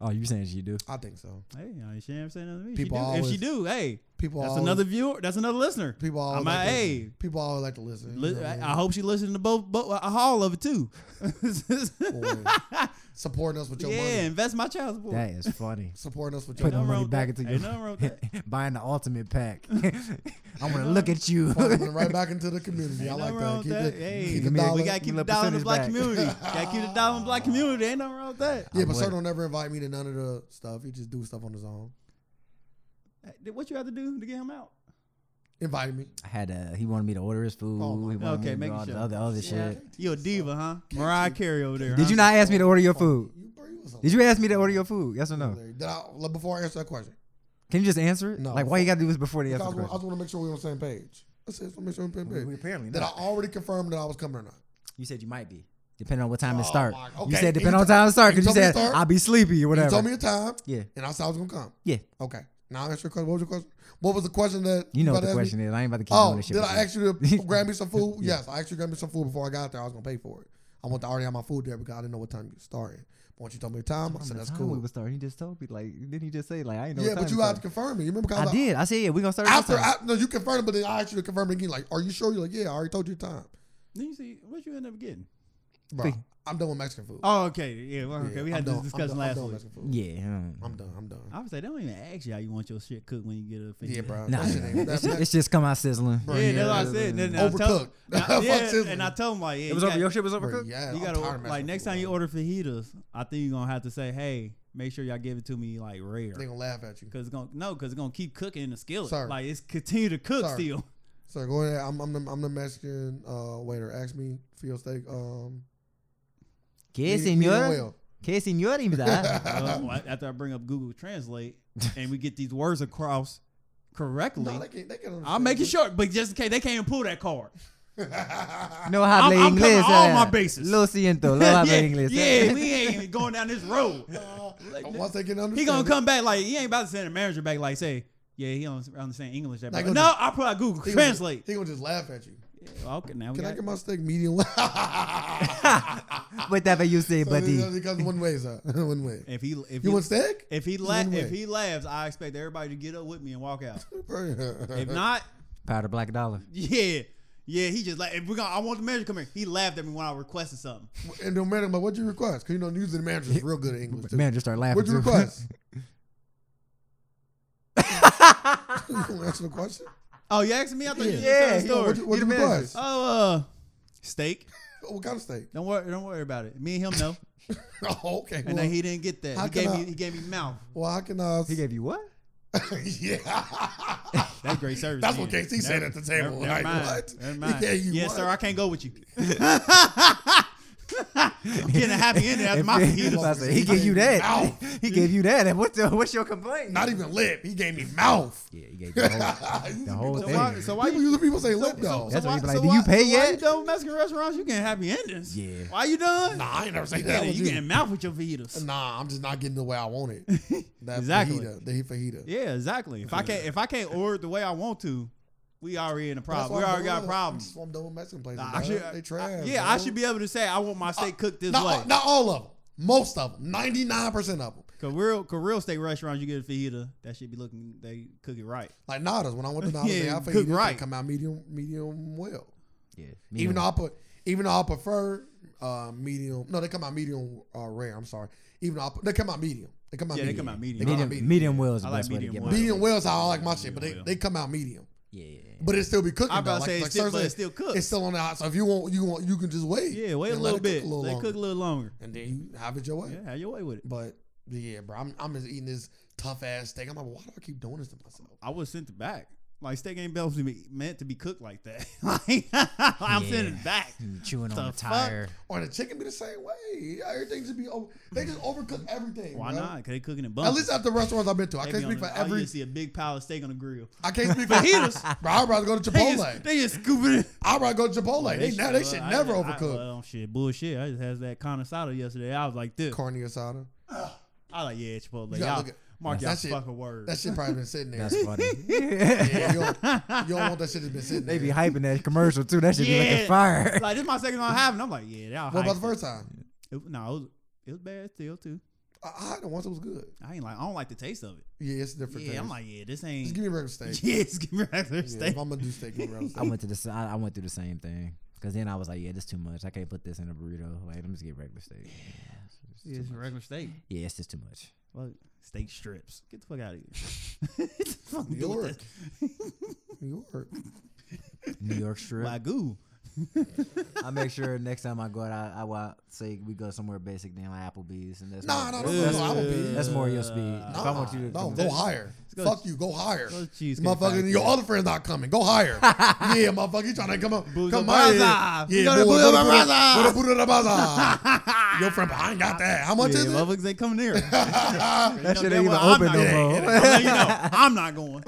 [SPEAKER 3] Oh, you saying she do?
[SPEAKER 2] I think so.
[SPEAKER 1] Hey, I ain't- she ain't saying nothing to me.
[SPEAKER 2] People
[SPEAKER 1] she do. If she
[SPEAKER 2] always-
[SPEAKER 1] do, hey,
[SPEAKER 2] People
[SPEAKER 1] that's
[SPEAKER 2] always,
[SPEAKER 1] another viewer. That's another listener.
[SPEAKER 2] People always
[SPEAKER 1] I'm
[SPEAKER 2] like
[SPEAKER 1] like,
[SPEAKER 2] to-
[SPEAKER 1] hey,
[SPEAKER 2] People always like to listen. you
[SPEAKER 1] li-
[SPEAKER 2] know what I
[SPEAKER 1] I,
[SPEAKER 2] mean?
[SPEAKER 1] I hope she listened to both, both a all of it too. [LAUGHS]
[SPEAKER 2] Boy, supporting us with your
[SPEAKER 1] yeah,
[SPEAKER 2] money.
[SPEAKER 1] invest my child support.
[SPEAKER 3] That is funny.
[SPEAKER 2] Supporting us with your
[SPEAKER 3] Putting the
[SPEAKER 1] nothing wrong
[SPEAKER 3] money
[SPEAKER 1] with
[SPEAKER 3] back
[SPEAKER 1] that.
[SPEAKER 3] into
[SPEAKER 1] Ain't
[SPEAKER 3] your
[SPEAKER 1] nothing wrong
[SPEAKER 3] [LAUGHS]
[SPEAKER 1] with
[SPEAKER 3] buying the ultimate
[SPEAKER 2] [LAUGHS]
[SPEAKER 3] pack. [LAUGHS] I
[SPEAKER 1] [LAUGHS]
[SPEAKER 3] want to look at you.
[SPEAKER 2] money. Farming it right back into the community. I
[SPEAKER 1] Ain't
[SPEAKER 2] like
[SPEAKER 1] nothing wrong
[SPEAKER 2] that.
[SPEAKER 1] with
[SPEAKER 2] Keep
[SPEAKER 1] that.
[SPEAKER 2] it,
[SPEAKER 1] Hey,
[SPEAKER 2] keep the
[SPEAKER 3] give me a-
[SPEAKER 2] dollar.
[SPEAKER 1] we gotta keep
[SPEAKER 3] Give
[SPEAKER 1] the
[SPEAKER 3] a
[SPEAKER 1] dollar in the
[SPEAKER 3] percentage
[SPEAKER 1] black
[SPEAKER 3] back.
[SPEAKER 1] community. gotta keep the dollar in the black community. Ain't nothing wrong with that.
[SPEAKER 2] yeah, but
[SPEAKER 3] would.
[SPEAKER 2] Sir don't ever invite me to none of the stuff. He just do stuff on his own.
[SPEAKER 1] Hey, What you have to do to get him out?
[SPEAKER 2] Invite me.
[SPEAKER 3] [LAUGHS] I had a, he wanted me to order his food.
[SPEAKER 2] Oh, my
[SPEAKER 3] he wanted
[SPEAKER 1] Okay,
[SPEAKER 3] me to do
[SPEAKER 1] making
[SPEAKER 3] all
[SPEAKER 1] sure.
[SPEAKER 3] the other, other
[SPEAKER 2] Yeah.
[SPEAKER 3] shit.
[SPEAKER 1] You a diva, huh? Mariah Carey over there. huh?
[SPEAKER 3] Did you not ask me to order your food?
[SPEAKER 2] You, bro, was
[SPEAKER 3] Did you ask me to order your food? Yes or no?
[SPEAKER 2] hilarious. Did I, like, before I answer that question,
[SPEAKER 3] Can you just answer it?
[SPEAKER 2] No.
[SPEAKER 3] Like, why you got to do this before the
[SPEAKER 2] I
[SPEAKER 3] answer
[SPEAKER 2] was,
[SPEAKER 3] the
[SPEAKER 2] gonna- I
[SPEAKER 3] question?
[SPEAKER 2] was want to make sure we were on the same page. I said, make sure we're on the same
[SPEAKER 3] We-
[SPEAKER 2] page.
[SPEAKER 3] we apparently
[SPEAKER 2] Did I
[SPEAKER 3] not.
[SPEAKER 2] already confirm that I was coming or not?
[SPEAKER 3] You said you might be, depending on what time
[SPEAKER 2] Oh,
[SPEAKER 3] it start.
[SPEAKER 2] my-
[SPEAKER 3] You
[SPEAKER 2] okay.
[SPEAKER 3] said
[SPEAKER 2] You
[SPEAKER 3] depending
[SPEAKER 2] t-
[SPEAKER 3] on time it start
[SPEAKER 2] you
[SPEAKER 3] because you,
[SPEAKER 2] told me to
[SPEAKER 3] said
[SPEAKER 2] start?
[SPEAKER 3] I'll be sleepy or whatever.
[SPEAKER 2] You told me a time.
[SPEAKER 3] Yeah.
[SPEAKER 2] And I said I was going to come.
[SPEAKER 3] yeah,
[SPEAKER 2] Okay. Now I answer your question. What was your question? What was the question that
[SPEAKER 3] you know
[SPEAKER 2] about
[SPEAKER 3] what
[SPEAKER 2] to
[SPEAKER 3] the
[SPEAKER 2] ask me?
[SPEAKER 3] question is. I ain't about to keep
[SPEAKER 2] Oh,
[SPEAKER 3] doing this shit.
[SPEAKER 2] did
[SPEAKER 3] with
[SPEAKER 2] I
[SPEAKER 3] you.
[SPEAKER 2] ask
[SPEAKER 3] [LAUGHS]
[SPEAKER 2] you to grab me some food? Yes, I actually grabbed me some food before I got there. I was gonna pay for it. I want to already have my food there because I didn't know what time you started. But once you told me the time, I
[SPEAKER 3] From
[SPEAKER 2] said
[SPEAKER 3] the
[SPEAKER 2] that's
[SPEAKER 3] time
[SPEAKER 2] cool.
[SPEAKER 3] We was starting. He just told me like, didn't he just say like I ain't know?
[SPEAKER 2] yeah,
[SPEAKER 3] what
[SPEAKER 2] but
[SPEAKER 3] time
[SPEAKER 2] you
[SPEAKER 3] it
[SPEAKER 2] had to
[SPEAKER 3] started.
[SPEAKER 2] confirm it. You remember? 'cause
[SPEAKER 3] I
[SPEAKER 2] was "Oh,
[SPEAKER 3] did. I said yeah. We gonna start
[SPEAKER 2] Like, after
[SPEAKER 3] I,
[SPEAKER 2] I, no, you confirmed, but then I asked you to confirm it again. Like, are you sure? You're like, yeah, I already told you the time.
[SPEAKER 1] Then you see what you end up getting.
[SPEAKER 2] Bro, I'm done with Mexican food.
[SPEAKER 1] Oh, okay, yeah, well, okay.
[SPEAKER 2] Yeah,
[SPEAKER 1] we
[SPEAKER 2] I'm
[SPEAKER 1] had
[SPEAKER 2] done.
[SPEAKER 1] this
[SPEAKER 2] I'm
[SPEAKER 1] discussion
[SPEAKER 2] done.
[SPEAKER 1] last
[SPEAKER 2] I'm done
[SPEAKER 1] week.
[SPEAKER 2] with Mexican food.
[SPEAKER 3] yeah. um,
[SPEAKER 2] I'm done. I'm done.
[SPEAKER 1] I would say they don't even ask you how you want your shit cooked when you get a
[SPEAKER 2] Yeah,
[SPEAKER 1] fifty.
[SPEAKER 2] bro.
[SPEAKER 3] Nah,
[SPEAKER 2] That shit ain't
[SPEAKER 3] it's,
[SPEAKER 2] that,
[SPEAKER 3] just,
[SPEAKER 2] that,
[SPEAKER 3] it's just come out sizzling.
[SPEAKER 2] bro,
[SPEAKER 1] yeah, that's
[SPEAKER 2] yeah.
[SPEAKER 1] what I said. Then [LAUGHS] I
[SPEAKER 2] Overcooked.
[SPEAKER 1] Tell,
[SPEAKER 2] Fuck
[SPEAKER 1] yeah,
[SPEAKER 2] sizzling.
[SPEAKER 1] and I told him like, yeah,
[SPEAKER 3] It was
[SPEAKER 1] you
[SPEAKER 3] over.
[SPEAKER 1] got-
[SPEAKER 3] Your shit was
[SPEAKER 2] Bro,
[SPEAKER 3] overcooked.
[SPEAKER 2] yeah,
[SPEAKER 1] you
[SPEAKER 2] I'm
[SPEAKER 1] gotta
[SPEAKER 2] tired of
[SPEAKER 1] like next
[SPEAKER 2] Mexican
[SPEAKER 1] time you
[SPEAKER 2] food,
[SPEAKER 1] order fajitas, I think you're gonna have to say, hey, make sure y'all give it to me like rare,
[SPEAKER 2] bro. they gonna laugh at you.
[SPEAKER 1] cause it's gonna no, cause it's gonna keep cooking in the skillet.
[SPEAKER 2] Sorry.
[SPEAKER 1] Like it's continue to cook
[SPEAKER 2] Sorry. [LAUGHS]
[SPEAKER 1] still.
[SPEAKER 2] So go ahead. I'm, I'm the I'm the Mexican uh, waiter. Ask me for your steak. Um,
[SPEAKER 3] Que
[SPEAKER 2] me- medium
[SPEAKER 3] señor,
[SPEAKER 2] well.
[SPEAKER 3] que señor,
[SPEAKER 2] [LAUGHS]
[SPEAKER 3] ah.
[SPEAKER 1] Uh, well, after I bring up Google Translate and we get these words across correctly,
[SPEAKER 2] No, they can't. They can
[SPEAKER 1] I'm making sure. But just in case they can't even pull that card. [LAUGHS]
[SPEAKER 3] No habla
[SPEAKER 1] I'm covering
[SPEAKER 3] inglés.
[SPEAKER 1] all
[SPEAKER 3] eh.
[SPEAKER 1] my bases.
[SPEAKER 3] Lo siento, no
[SPEAKER 2] [LAUGHS]
[SPEAKER 3] habla
[SPEAKER 1] [LAUGHS] yeah,
[SPEAKER 3] inglés. eh.
[SPEAKER 1] yeah, we ain't even going down this road.
[SPEAKER 2] [LAUGHS] Once they can understand,
[SPEAKER 1] He gonna
[SPEAKER 2] it,
[SPEAKER 1] come back like he ain't about to send a manager back like say, yeah, he don't understand English that
[SPEAKER 2] Like, go
[SPEAKER 1] bad. No,
[SPEAKER 2] to-
[SPEAKER 1] I'll probably Google
[SPEAKER 2] he gonna- [LAUGHS]
[SPEAKER 1] Translate.
[SPEAKER 2] He gonna just laugh at you.
[SPEAKER 1] Okay, now we
[SPEAKER 2] Can I
[SPEAKER 1] got
[SPEAKER 2] get my steak medium? well? [LAUGHS]
[SPEAKER 3] [LAUGHS] Whatever you say, buddy.
[SPEAKER 2] It comes one way, sir. [LAUGHS] One way.
[SPEAKER 1] if he if
[SPEAKER 2] You
[SPEAKER 1] he
[SPEAKER 2] want steak?
[SPEAKER 1] if he la-
[SPEAKER 2] one way.
[SPEAKER 1] if he laughs, I expect everybody to get up with me and walk out. if
[SPEAKER 2] if
[SPEAKER 1] not,
[SPEAKER 3] Powder black dollar.
[SPEAKER 1] yeah. Yeah, he just like if we gonna I want the manager to come here. He laughed at me when I requested something.
[SPEAKER 2] and the manager, like, what'd you request? Cause you know, usually the manager is real good at English. Too.
[SPEAKER 3] Man, just start laughing.
[SPEAKER 2] What'd you
[SPEAKER 3] too.
[SPEAKER 1] [LAUGHS]
[SPEAKER 2] request? you gonna answer the
[SPEAKER 1] [LAUGHS]
[SPEAKER 2] question?
[SPEAKER 1] Oh, you asking me? I thought you just
[SPEAKER 3] Yeah,
[SPEAKER 1] yeah,
[SPEAKER 3] he-
[SPEAKER 1] told the
[SPEAKER 2] What'd you,
[SPEAKER 1] story.
[SPEAKER 2] what'd you
[SPEAKER 3] He the manager.
[SPEAKER 2] request?
[SPEAKER 1] Oh, uh, steak.
[SPEAKER 2] what kind of steak? [LAUGHS]
[SPEAKER 1] Don't worry, don't worry about it. Me and him know.
[SPEAKER 2] Oh, okay.
[SPEAKER 1] And
[SPEAKER 2] well,
[SPEAKER 1] then he didn't get that.
[SPEAKER 2] how
[SPEAKER 1] He gave
[SPEAKER 2] can I-
[SPEAKER 1] me he gave me mouth.
[SPEAKER 2] well, how can I?
[SPEAKER 3] [LAUGHS] He gave you what?
[SPEAKER 2] [LAUGHS] yeah.
[SPEAKER 1] That's
[SPEAKER 2] [LAUGHS]
[SPEAKER 1] great service.
[SPEAKER 2] That's what
[SPEAKER 1] then.
[SPEAKER 2] KC said at the table.
[SPEAKER 1] Never,
[SPEAKER 2] Like,
[SPEAKER 1] never mind.
[SPEAKER 2] what?
[SPEAKER 1] Never
[SPEAKER 2] He
[SPEAKER 1] mind.
[SPEAKER 2] gave you
[SPEAKER 1] yes,
[SPEAKER 2] what?
[SPEAKER 1] sir. I can't go
[SPEAKER 2] [LAUGHS]
[SPEAKER 1] with you. [LAUGHS] I'm getting a happy ending after my
[SPEAKER 3] I
[SPEAKER 1] fajitas.
[SPEAKER 3] said, he gave you that.
[SPEAKER 2] Mouth.
[SPEAKER 3] he gave you that. And what's your, what's your complaint?
[SPEAKER 2] Not even lip. He gave me mouth. [LAUGHS]
[SPEAKER 3] yeah, he gave you the whole, the whole
[SPEAKER 1] So
[SPEAKER 3] thing.
[SPEAKER 1] why? So why
[SPEAKER 2] People
[SPEAKER 1] you?
[SPEAKER 2] usually people say lip though.
[SPEAKER 3] That's why
[SPEAKER 1] why,
[SPEAKER 3] he be like,
[SPEAKER 1] so
[SPEAKER 3] "Do
[SPEAKER 1] why-
[SPEAKER 3] you pay
[SPEAKER 1] so Why
[SPEAKER 3] yet?"
[SPEAKER 1] you done with Mexican restaurants? You can't happy endings.
[SPEAKER 3] Yeah.
[SPEAKER 1] Why you done?
[SPEAKER 2] [LAUGHS] nah, I ain't never say
[SPEAKER 1] Yeah,
[SPEAKER 2] that.
[SPEAKER 1] [LAUGHS] you getting mouth with your fajitas.
[SPEAKER 2] Nah, I'm just not getting the way I want it.
[SPEAKER 1] [LAUGHS]
[SPEAKER 2] That
[SPEAKER 1] Exactly.
[SPEAKER 2] fajita, the fajita.
[SPEAKER 1] Yeah, exactly. If I can't, if I can't order it the way I want to, we already in a
[SPEAKER 2] That's
[SPEAKER 1] problem.
[SPEAKER 2] why
[SPEAKER 1] We
[SPEAKER 2] I'm
[SPEAKER 1] already
[SPEAKER 2] done
[SPEAKER 1] got
[SPEAKER 2] with-
[SPEAKER 1] problems.
[SPEAKER 2] That's why I'm done with Mexican places.
[SPEAKER 1] I
[SPEAKER 2] dog.
[SPEAKER 1] should,
[SPEAKER 2] they trash. Uh,
[SPEAKER 1] yeah, I should be able to say I want my steak cooked this
[SPEAKER 2] Not,
[SPEAKER 1] way.
[SPEAKER 2] not all of them. Most of them. Ninety nine percent of them.
[SPEAKER 1] Cause real, cause real steak restaurants, you get a fajita, that should be looking, they cook
[SPEAKER 2] [LAUGHS]
[SPEAKER 1] it right.
[SPEAKER 2] Like Nadas, when I
[SPEAKER 1] [LAUGHS]
[SPEAKER 2] went to Nadas,
[SPEAKER 1] Yeah,
[SPEAKER 2] they, I
[SPEAKER 1] cook
[SPEAKER 2] figured right.
[SPEAKER 1] right.
[SPEAKER 2] come out medium, medium well.
[SPEAKER 3] yeah,
[SPEAKER 2] Even though I put, even though I prefer uh, medium. No, they come out medium uh, rare. I'm sorry. Even though I put, they come out medium. They come out.
[SPEAKER 1] Yeah, they
[SPEAKER 2] medium.
[SPEAKER 1] come out medium.
[SPEAKER 2] They come out
[SPEAKER 3] medium,
[SPEAKER 2] medium.
[SPEAKER 3] medium, well is the
[SPEAKER 1] I like
[SPEAKER 3] best way to
[SPEAKER 1] medium
[SPEAKER 3] get
[SPEAKER 1] well.
[SPEAKER 3] mine.
[SPEAKER 2] Medium well is how I like my shit, but they,
[SPEAKER 1] well.
[SPEAKER 2] they come out medium.
[SPEAKER 3] Yeah, yeah, yeah.
[SPEAKER 2] But it still be cooking.
[SPEAKER 1] I about
[SPEAKER 2] though. Like-
[SPEAKER 1] to say
[SPEAKER 2] like
[SPEAKER 1] it's still,
[SPEAKER 2] Sir
[SPEAKER 1] but
[SPEAKER 2] said,
[SPEAKER 1] it's still cooked.
[SPEAKER 2] It's still on the hot. So if you want, you want, you can just wait.
[SPEAKER 1] yeah, wait a
[SPEAKER 2] and let
[SPEAKER 1] little
[SPEAKER 2] it cook
[SPEAKER 1] bit.
[SPEAKER 2] a little
[SPEAKER 1] Let it
[SPEAKER 2] longer.
[SPEAKER 1] cook a little longer.
[SPEAKER 2] and then you have it your way.
[SPEAKER 1] Yeah, have your way with it.
[SPEAKER 2] But yeah, bro, I'm, I'm just eating this tough ass steak. I'm like, why do I keep doing this to myself?
[SPEAKER 1] I was sent it back. Like steak ain't built to be meant to be cooked like that. [LAUGHS] like I'm
[SPEAKER 3] Yeah.
[SPEAKER 1] sending it back.
[SPEAKER 3] You Chewing
[SPEAKER 1] The
[SPEAKER 3] on the
[SPEAKER 1] fuck?
[SPEAKER 3] tire.
[SPEAKER 2] Or the chicken be the same way. Everything should be over. They just overcook everything.
[SPEAKER 1] Why
[SPEAKER 2] bro.
[SPEAKER 1] not? Cause they cooking in
[SPEAKER 2] At
[SPEAKER 1] bunches.
[SPEAKER 2] least at the restaurants I've been to, I
[SPEAKER 1] They
[SPEAKER 2] can't
[SPEAKER 1] be
[SPEAKER 2] speak
[SPEAKER 1] on
[SPEAKER 2] for
[SPEAKER 1] the- all you
[SPEAKER 2] every.
[SPEAKER 1] see a big pile of steak on the grill.
[SPEAKER 2] I can't speak
[SPEAKER 1] [LAUGHS]
[SPEAKER 2] for
[SPEAKER 1] Fajitas.
[SPEAKER 2] Bro, [LAUGHS] I'd rather go to
[SPEAKER 1] [LAUGHS] They just,
[SPEAKER 2] Chipotle.
[SPEAKER 1] they Oh, just
[SPEAKER 2] [LAUGHS]
[SPEAKER 1] scooping it.
[SPEAKER 2] I'd rather go to Chipotle. They, now they
[SPEAKER 1] well,
[SPEAKER 2] should
[SPEAKER 1] I-
[SPEAKER 2] never
[SPEAKER 1] I-
[SPEAKER 2] overcook.
[SPEAKER 1] well, shit, bullshit. I just had that carne asada yesterday. I was like, this.
[SPEAKER 2] Carne asada.
[SPEAKER 1] I was like, yeah, Chipotle.
[SPEAKER 2] You gotta
[SPEAKER 1] Y'all,
[SPEAKER 2] look at-
[SPEAKER 1] Mark y'all
[SPEAKER 2] That shit-
[SPEAKER 1] fucking words.
[SPEAKER 2] That shit probably been sitting there.
[SPEAKER 3] That's funny.
[SPEAKER 1] [LAUGHS]
[SPEAKER 2] Yeah, you, don't, you don't want that shit that's been sitting
[SPEAKER 3] they be
[SPEAKER 2] there.
[SPEAKER 3] hyping that commercial too. That should be
[SPEAKER 1] Yeah.
[SPEAKER 3] looking fire.
[SPEAKER 1] [LAUGHS] like this is my second time having. it. I'm like, yeah, y'all.
[SPEAKER 2] What about the
[SPEAKER 1] hyped
[SPEAKER 2] first time?
[SPEAKER 1] it. It- no, it was, it was bad still too.
[SPEAKER 2] I, I had it once. It was good.
[SPEAKER 1] I ain't like. I don't like the taste of it.
[SPEAKER 2] Yeah, it's a different.
[SPEAKER 1] yeah,
[SPEAKER 2] taste.
[SPEAKER 1] I'm like, yeah, this
[SPEAKER 2] just
[SPEAKER 1] ain't. [LAUGHS]
[SPEAKER 2] give me a regular steak.
[SPEAKER 1] Yes, give me regular
[SPEAKER 2] Yeah,
[SPEAKER 1] steak.
[SPEAKER 2] If I'm gonna do steak, give me a
[SPEAKER 1] [LAUGHS]
[SPEAKER 2] regular
[SPEAKER 3] I
[SPEAKER 2] steak.
[SPEAKER 3] went to the s- I, I went through the same thing because then I was like, yeah, this too much. I can't put this in a burrito. Like, let me just get regular steak. Yeah, it's just
[SPEAKER 1] Yeah,
[SPEAKER 3] too
[SPEAKER 1] it's
[SPEAKER 3] much.
[SPEAKER 1] regular steak.
[SPEAKER 3] Yeah, it's just too much.
[SPEAKER 1] Fuck, steak strips. Get the fuck out of
[SPEAKER 2] [LAUGHS]
[SPEAKER 1] here. [LAUGHS] Fuck
[SPEAKER 2] New
[SPEAKER 1] do with
[SPEAKER 2] York.
[SPEAKER 1] this.
[SPEAKER 2] [LAUGHS] New York.
[SPEAKER 3] New York strip.
[SPEAKER 1] Wagyu.
[SPEAKER 3] I make sure next time I go out, I, I wa- say we go somewhere basic, then like Applebee's, and that's
[SPEAKER 2] Nah,
[SPEAKER 3] more-
[SPEAKER 2] nah,
[SPEAKER 3] that's-
[SPEAKER 2] don't go
[SPEAKER 3] that's,
[SPEAKER 2] to Applebee's.
[SPEAKER 3] that's more your speed.
[SPEAKER 1] Nah,
[SPEAKER 3] if I want you to
[SPEAKER 2] No,
[SPEAKER 3] come-
[SPEAKER 2] go higher.
[SPEAKER 1] go-
[SPEAKER 2] Fuck you. Go higher.
[SPEAKER 1] Go to Cheesecake
[SPEAKER 2] Motherfucker,
[SPEAKER 1] Factory.
[SPEAKER 2] your other friend's not coming. Go higher. yeah, motherfucker, you trying to come up.
[SPEAKER 1] Buddha
[SPEAKER 2] come higher.
[SPEAKER 1] Bazaar. You
[SPEAKER 2] Yeah,
[SPEAKER 1] go to
[SPEAKER 2] boy,
[SPEAKER 1] Buddha
[SPEAKER 2] go to Buddha-
[SPEAKER 1] Bazaar.
[SPEAKER 2] go to Buddha Bazaar. Your friend, I ain't got that. How much
[SPEAKER 1] Yeah,
[SPEAKER 2] is it?
[SPEAKER 1] motherfuckers ain't coming
[SPEAKER 2] [LAUGHS]
[SPEAKER 1] near. it.
[SPEAKER 3] that shit
[SPEAKER 1] that
[SPEAKER 3] ain't even
[SPEAKER 1] one, I'm
[SPEAKER 3] open
[SPEAKER 1] not
[SPEAKER 3] no
[SPEAKER 1] getting
[SPEAKER 3] more.
[SPEAKER 1] I'll let
[SPEAKER 3] [LAUGHS]
[SPEAKER 1] you know, I'm not going.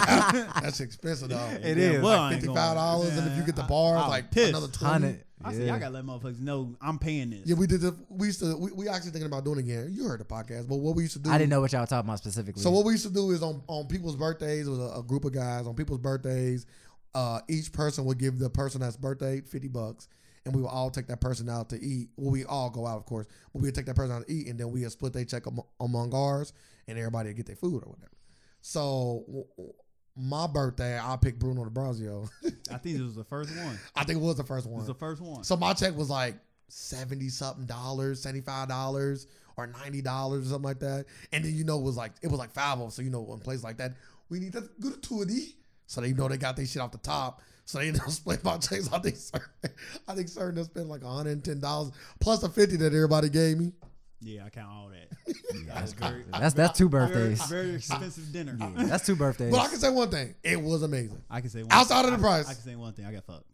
[SPEAKER 2] That's expensive, though.
[SPEAKER 3] It
[SPEAKER 1] Yeah,
[SPEAKER 3] is.
[SPEAKER 1] well, I ain't going.
[SPEAKER 2] Fifty-five dollars, and if you
[SPEAKER 1] Yeah,
[SPEAKER 2] get the
[SPEAKER 1] I-
[SPEAKER 2] bar,
[SPEAKER 1] I'm
[SPEAKER 2] like
[SPEAKER 1] pissed.
[SPEAKER 2] another twenty.
[SPEAKER 3] Hundred.
[SPEAKER 1] I said,
[SPEAKER 3] yeah.
[SPEAKER 1] y'all gotta let motherfuckers know I'm paying this.
[SPEAKER 2] Yeah, we did. The, we used to. We, we actually thinking about doing it again. You heard the podcast, but what we used to do.
[SPEAKER 3] I didn't know what y'all talking about specifically.
[SPEAKER 2] So what we used to do is on on people's birthdays with a, a group of guys on people's birthdays, uh, each person would give the person that's birthday fifty bucks, and we would all take that person out to eat. Well, we all go out, of course. But we would take that person out to eat, and then we would split their check am- among ours, and everybody would get their food or whatever. So w- w- my birthday, I picked Bruno De Blasio.
[SPEAKER 1] I think this was the first one.
[SPEAKER 2] [LAUGHS] I think it was the first
[SPEAKER 1] This
[SPEAKER 2] one.
[SPEAKER 1] was the first one.
[SPEAKER 2] So my check was like seventy something dollars, seventy five dollars, or ninety dollars or something like that. And then you know it was like it was like five of us. So you know in place like that, we need that gratuity. So they know they got their shit off the top. So they [LAUGHS] don't split my checks. I think certain, [LAUGHS] I think certain done spent like hundred and ten dollars plus the fifty that everybody gave me.
[SPEAKER 1] yeah, I count
[SPEAKER 2] [LAUGHS]
[SPEAKER 1] all that. That's very,
[SPEAKER 3] that's that's two
[SPEAKER 1] very,
[SPEAKER 3] birthdays.
[SPEAKER 1] very expensive dinner.
[SPEAKER 3] Yeah, that's two birthdays.
[SPEAKER 2] But I can say one thing: it was amazing.
[SPEAKER 1] [LAUGHS] I can say one
[SPEAKER 2] Outside of the
[SPEAKER 1] I-
[SPEAKER 2] price.
[SPEAKER 1] I can say one thing. I
[SPEAKER 2] [LAUGHS]
[SPEAKER 1] got fucked.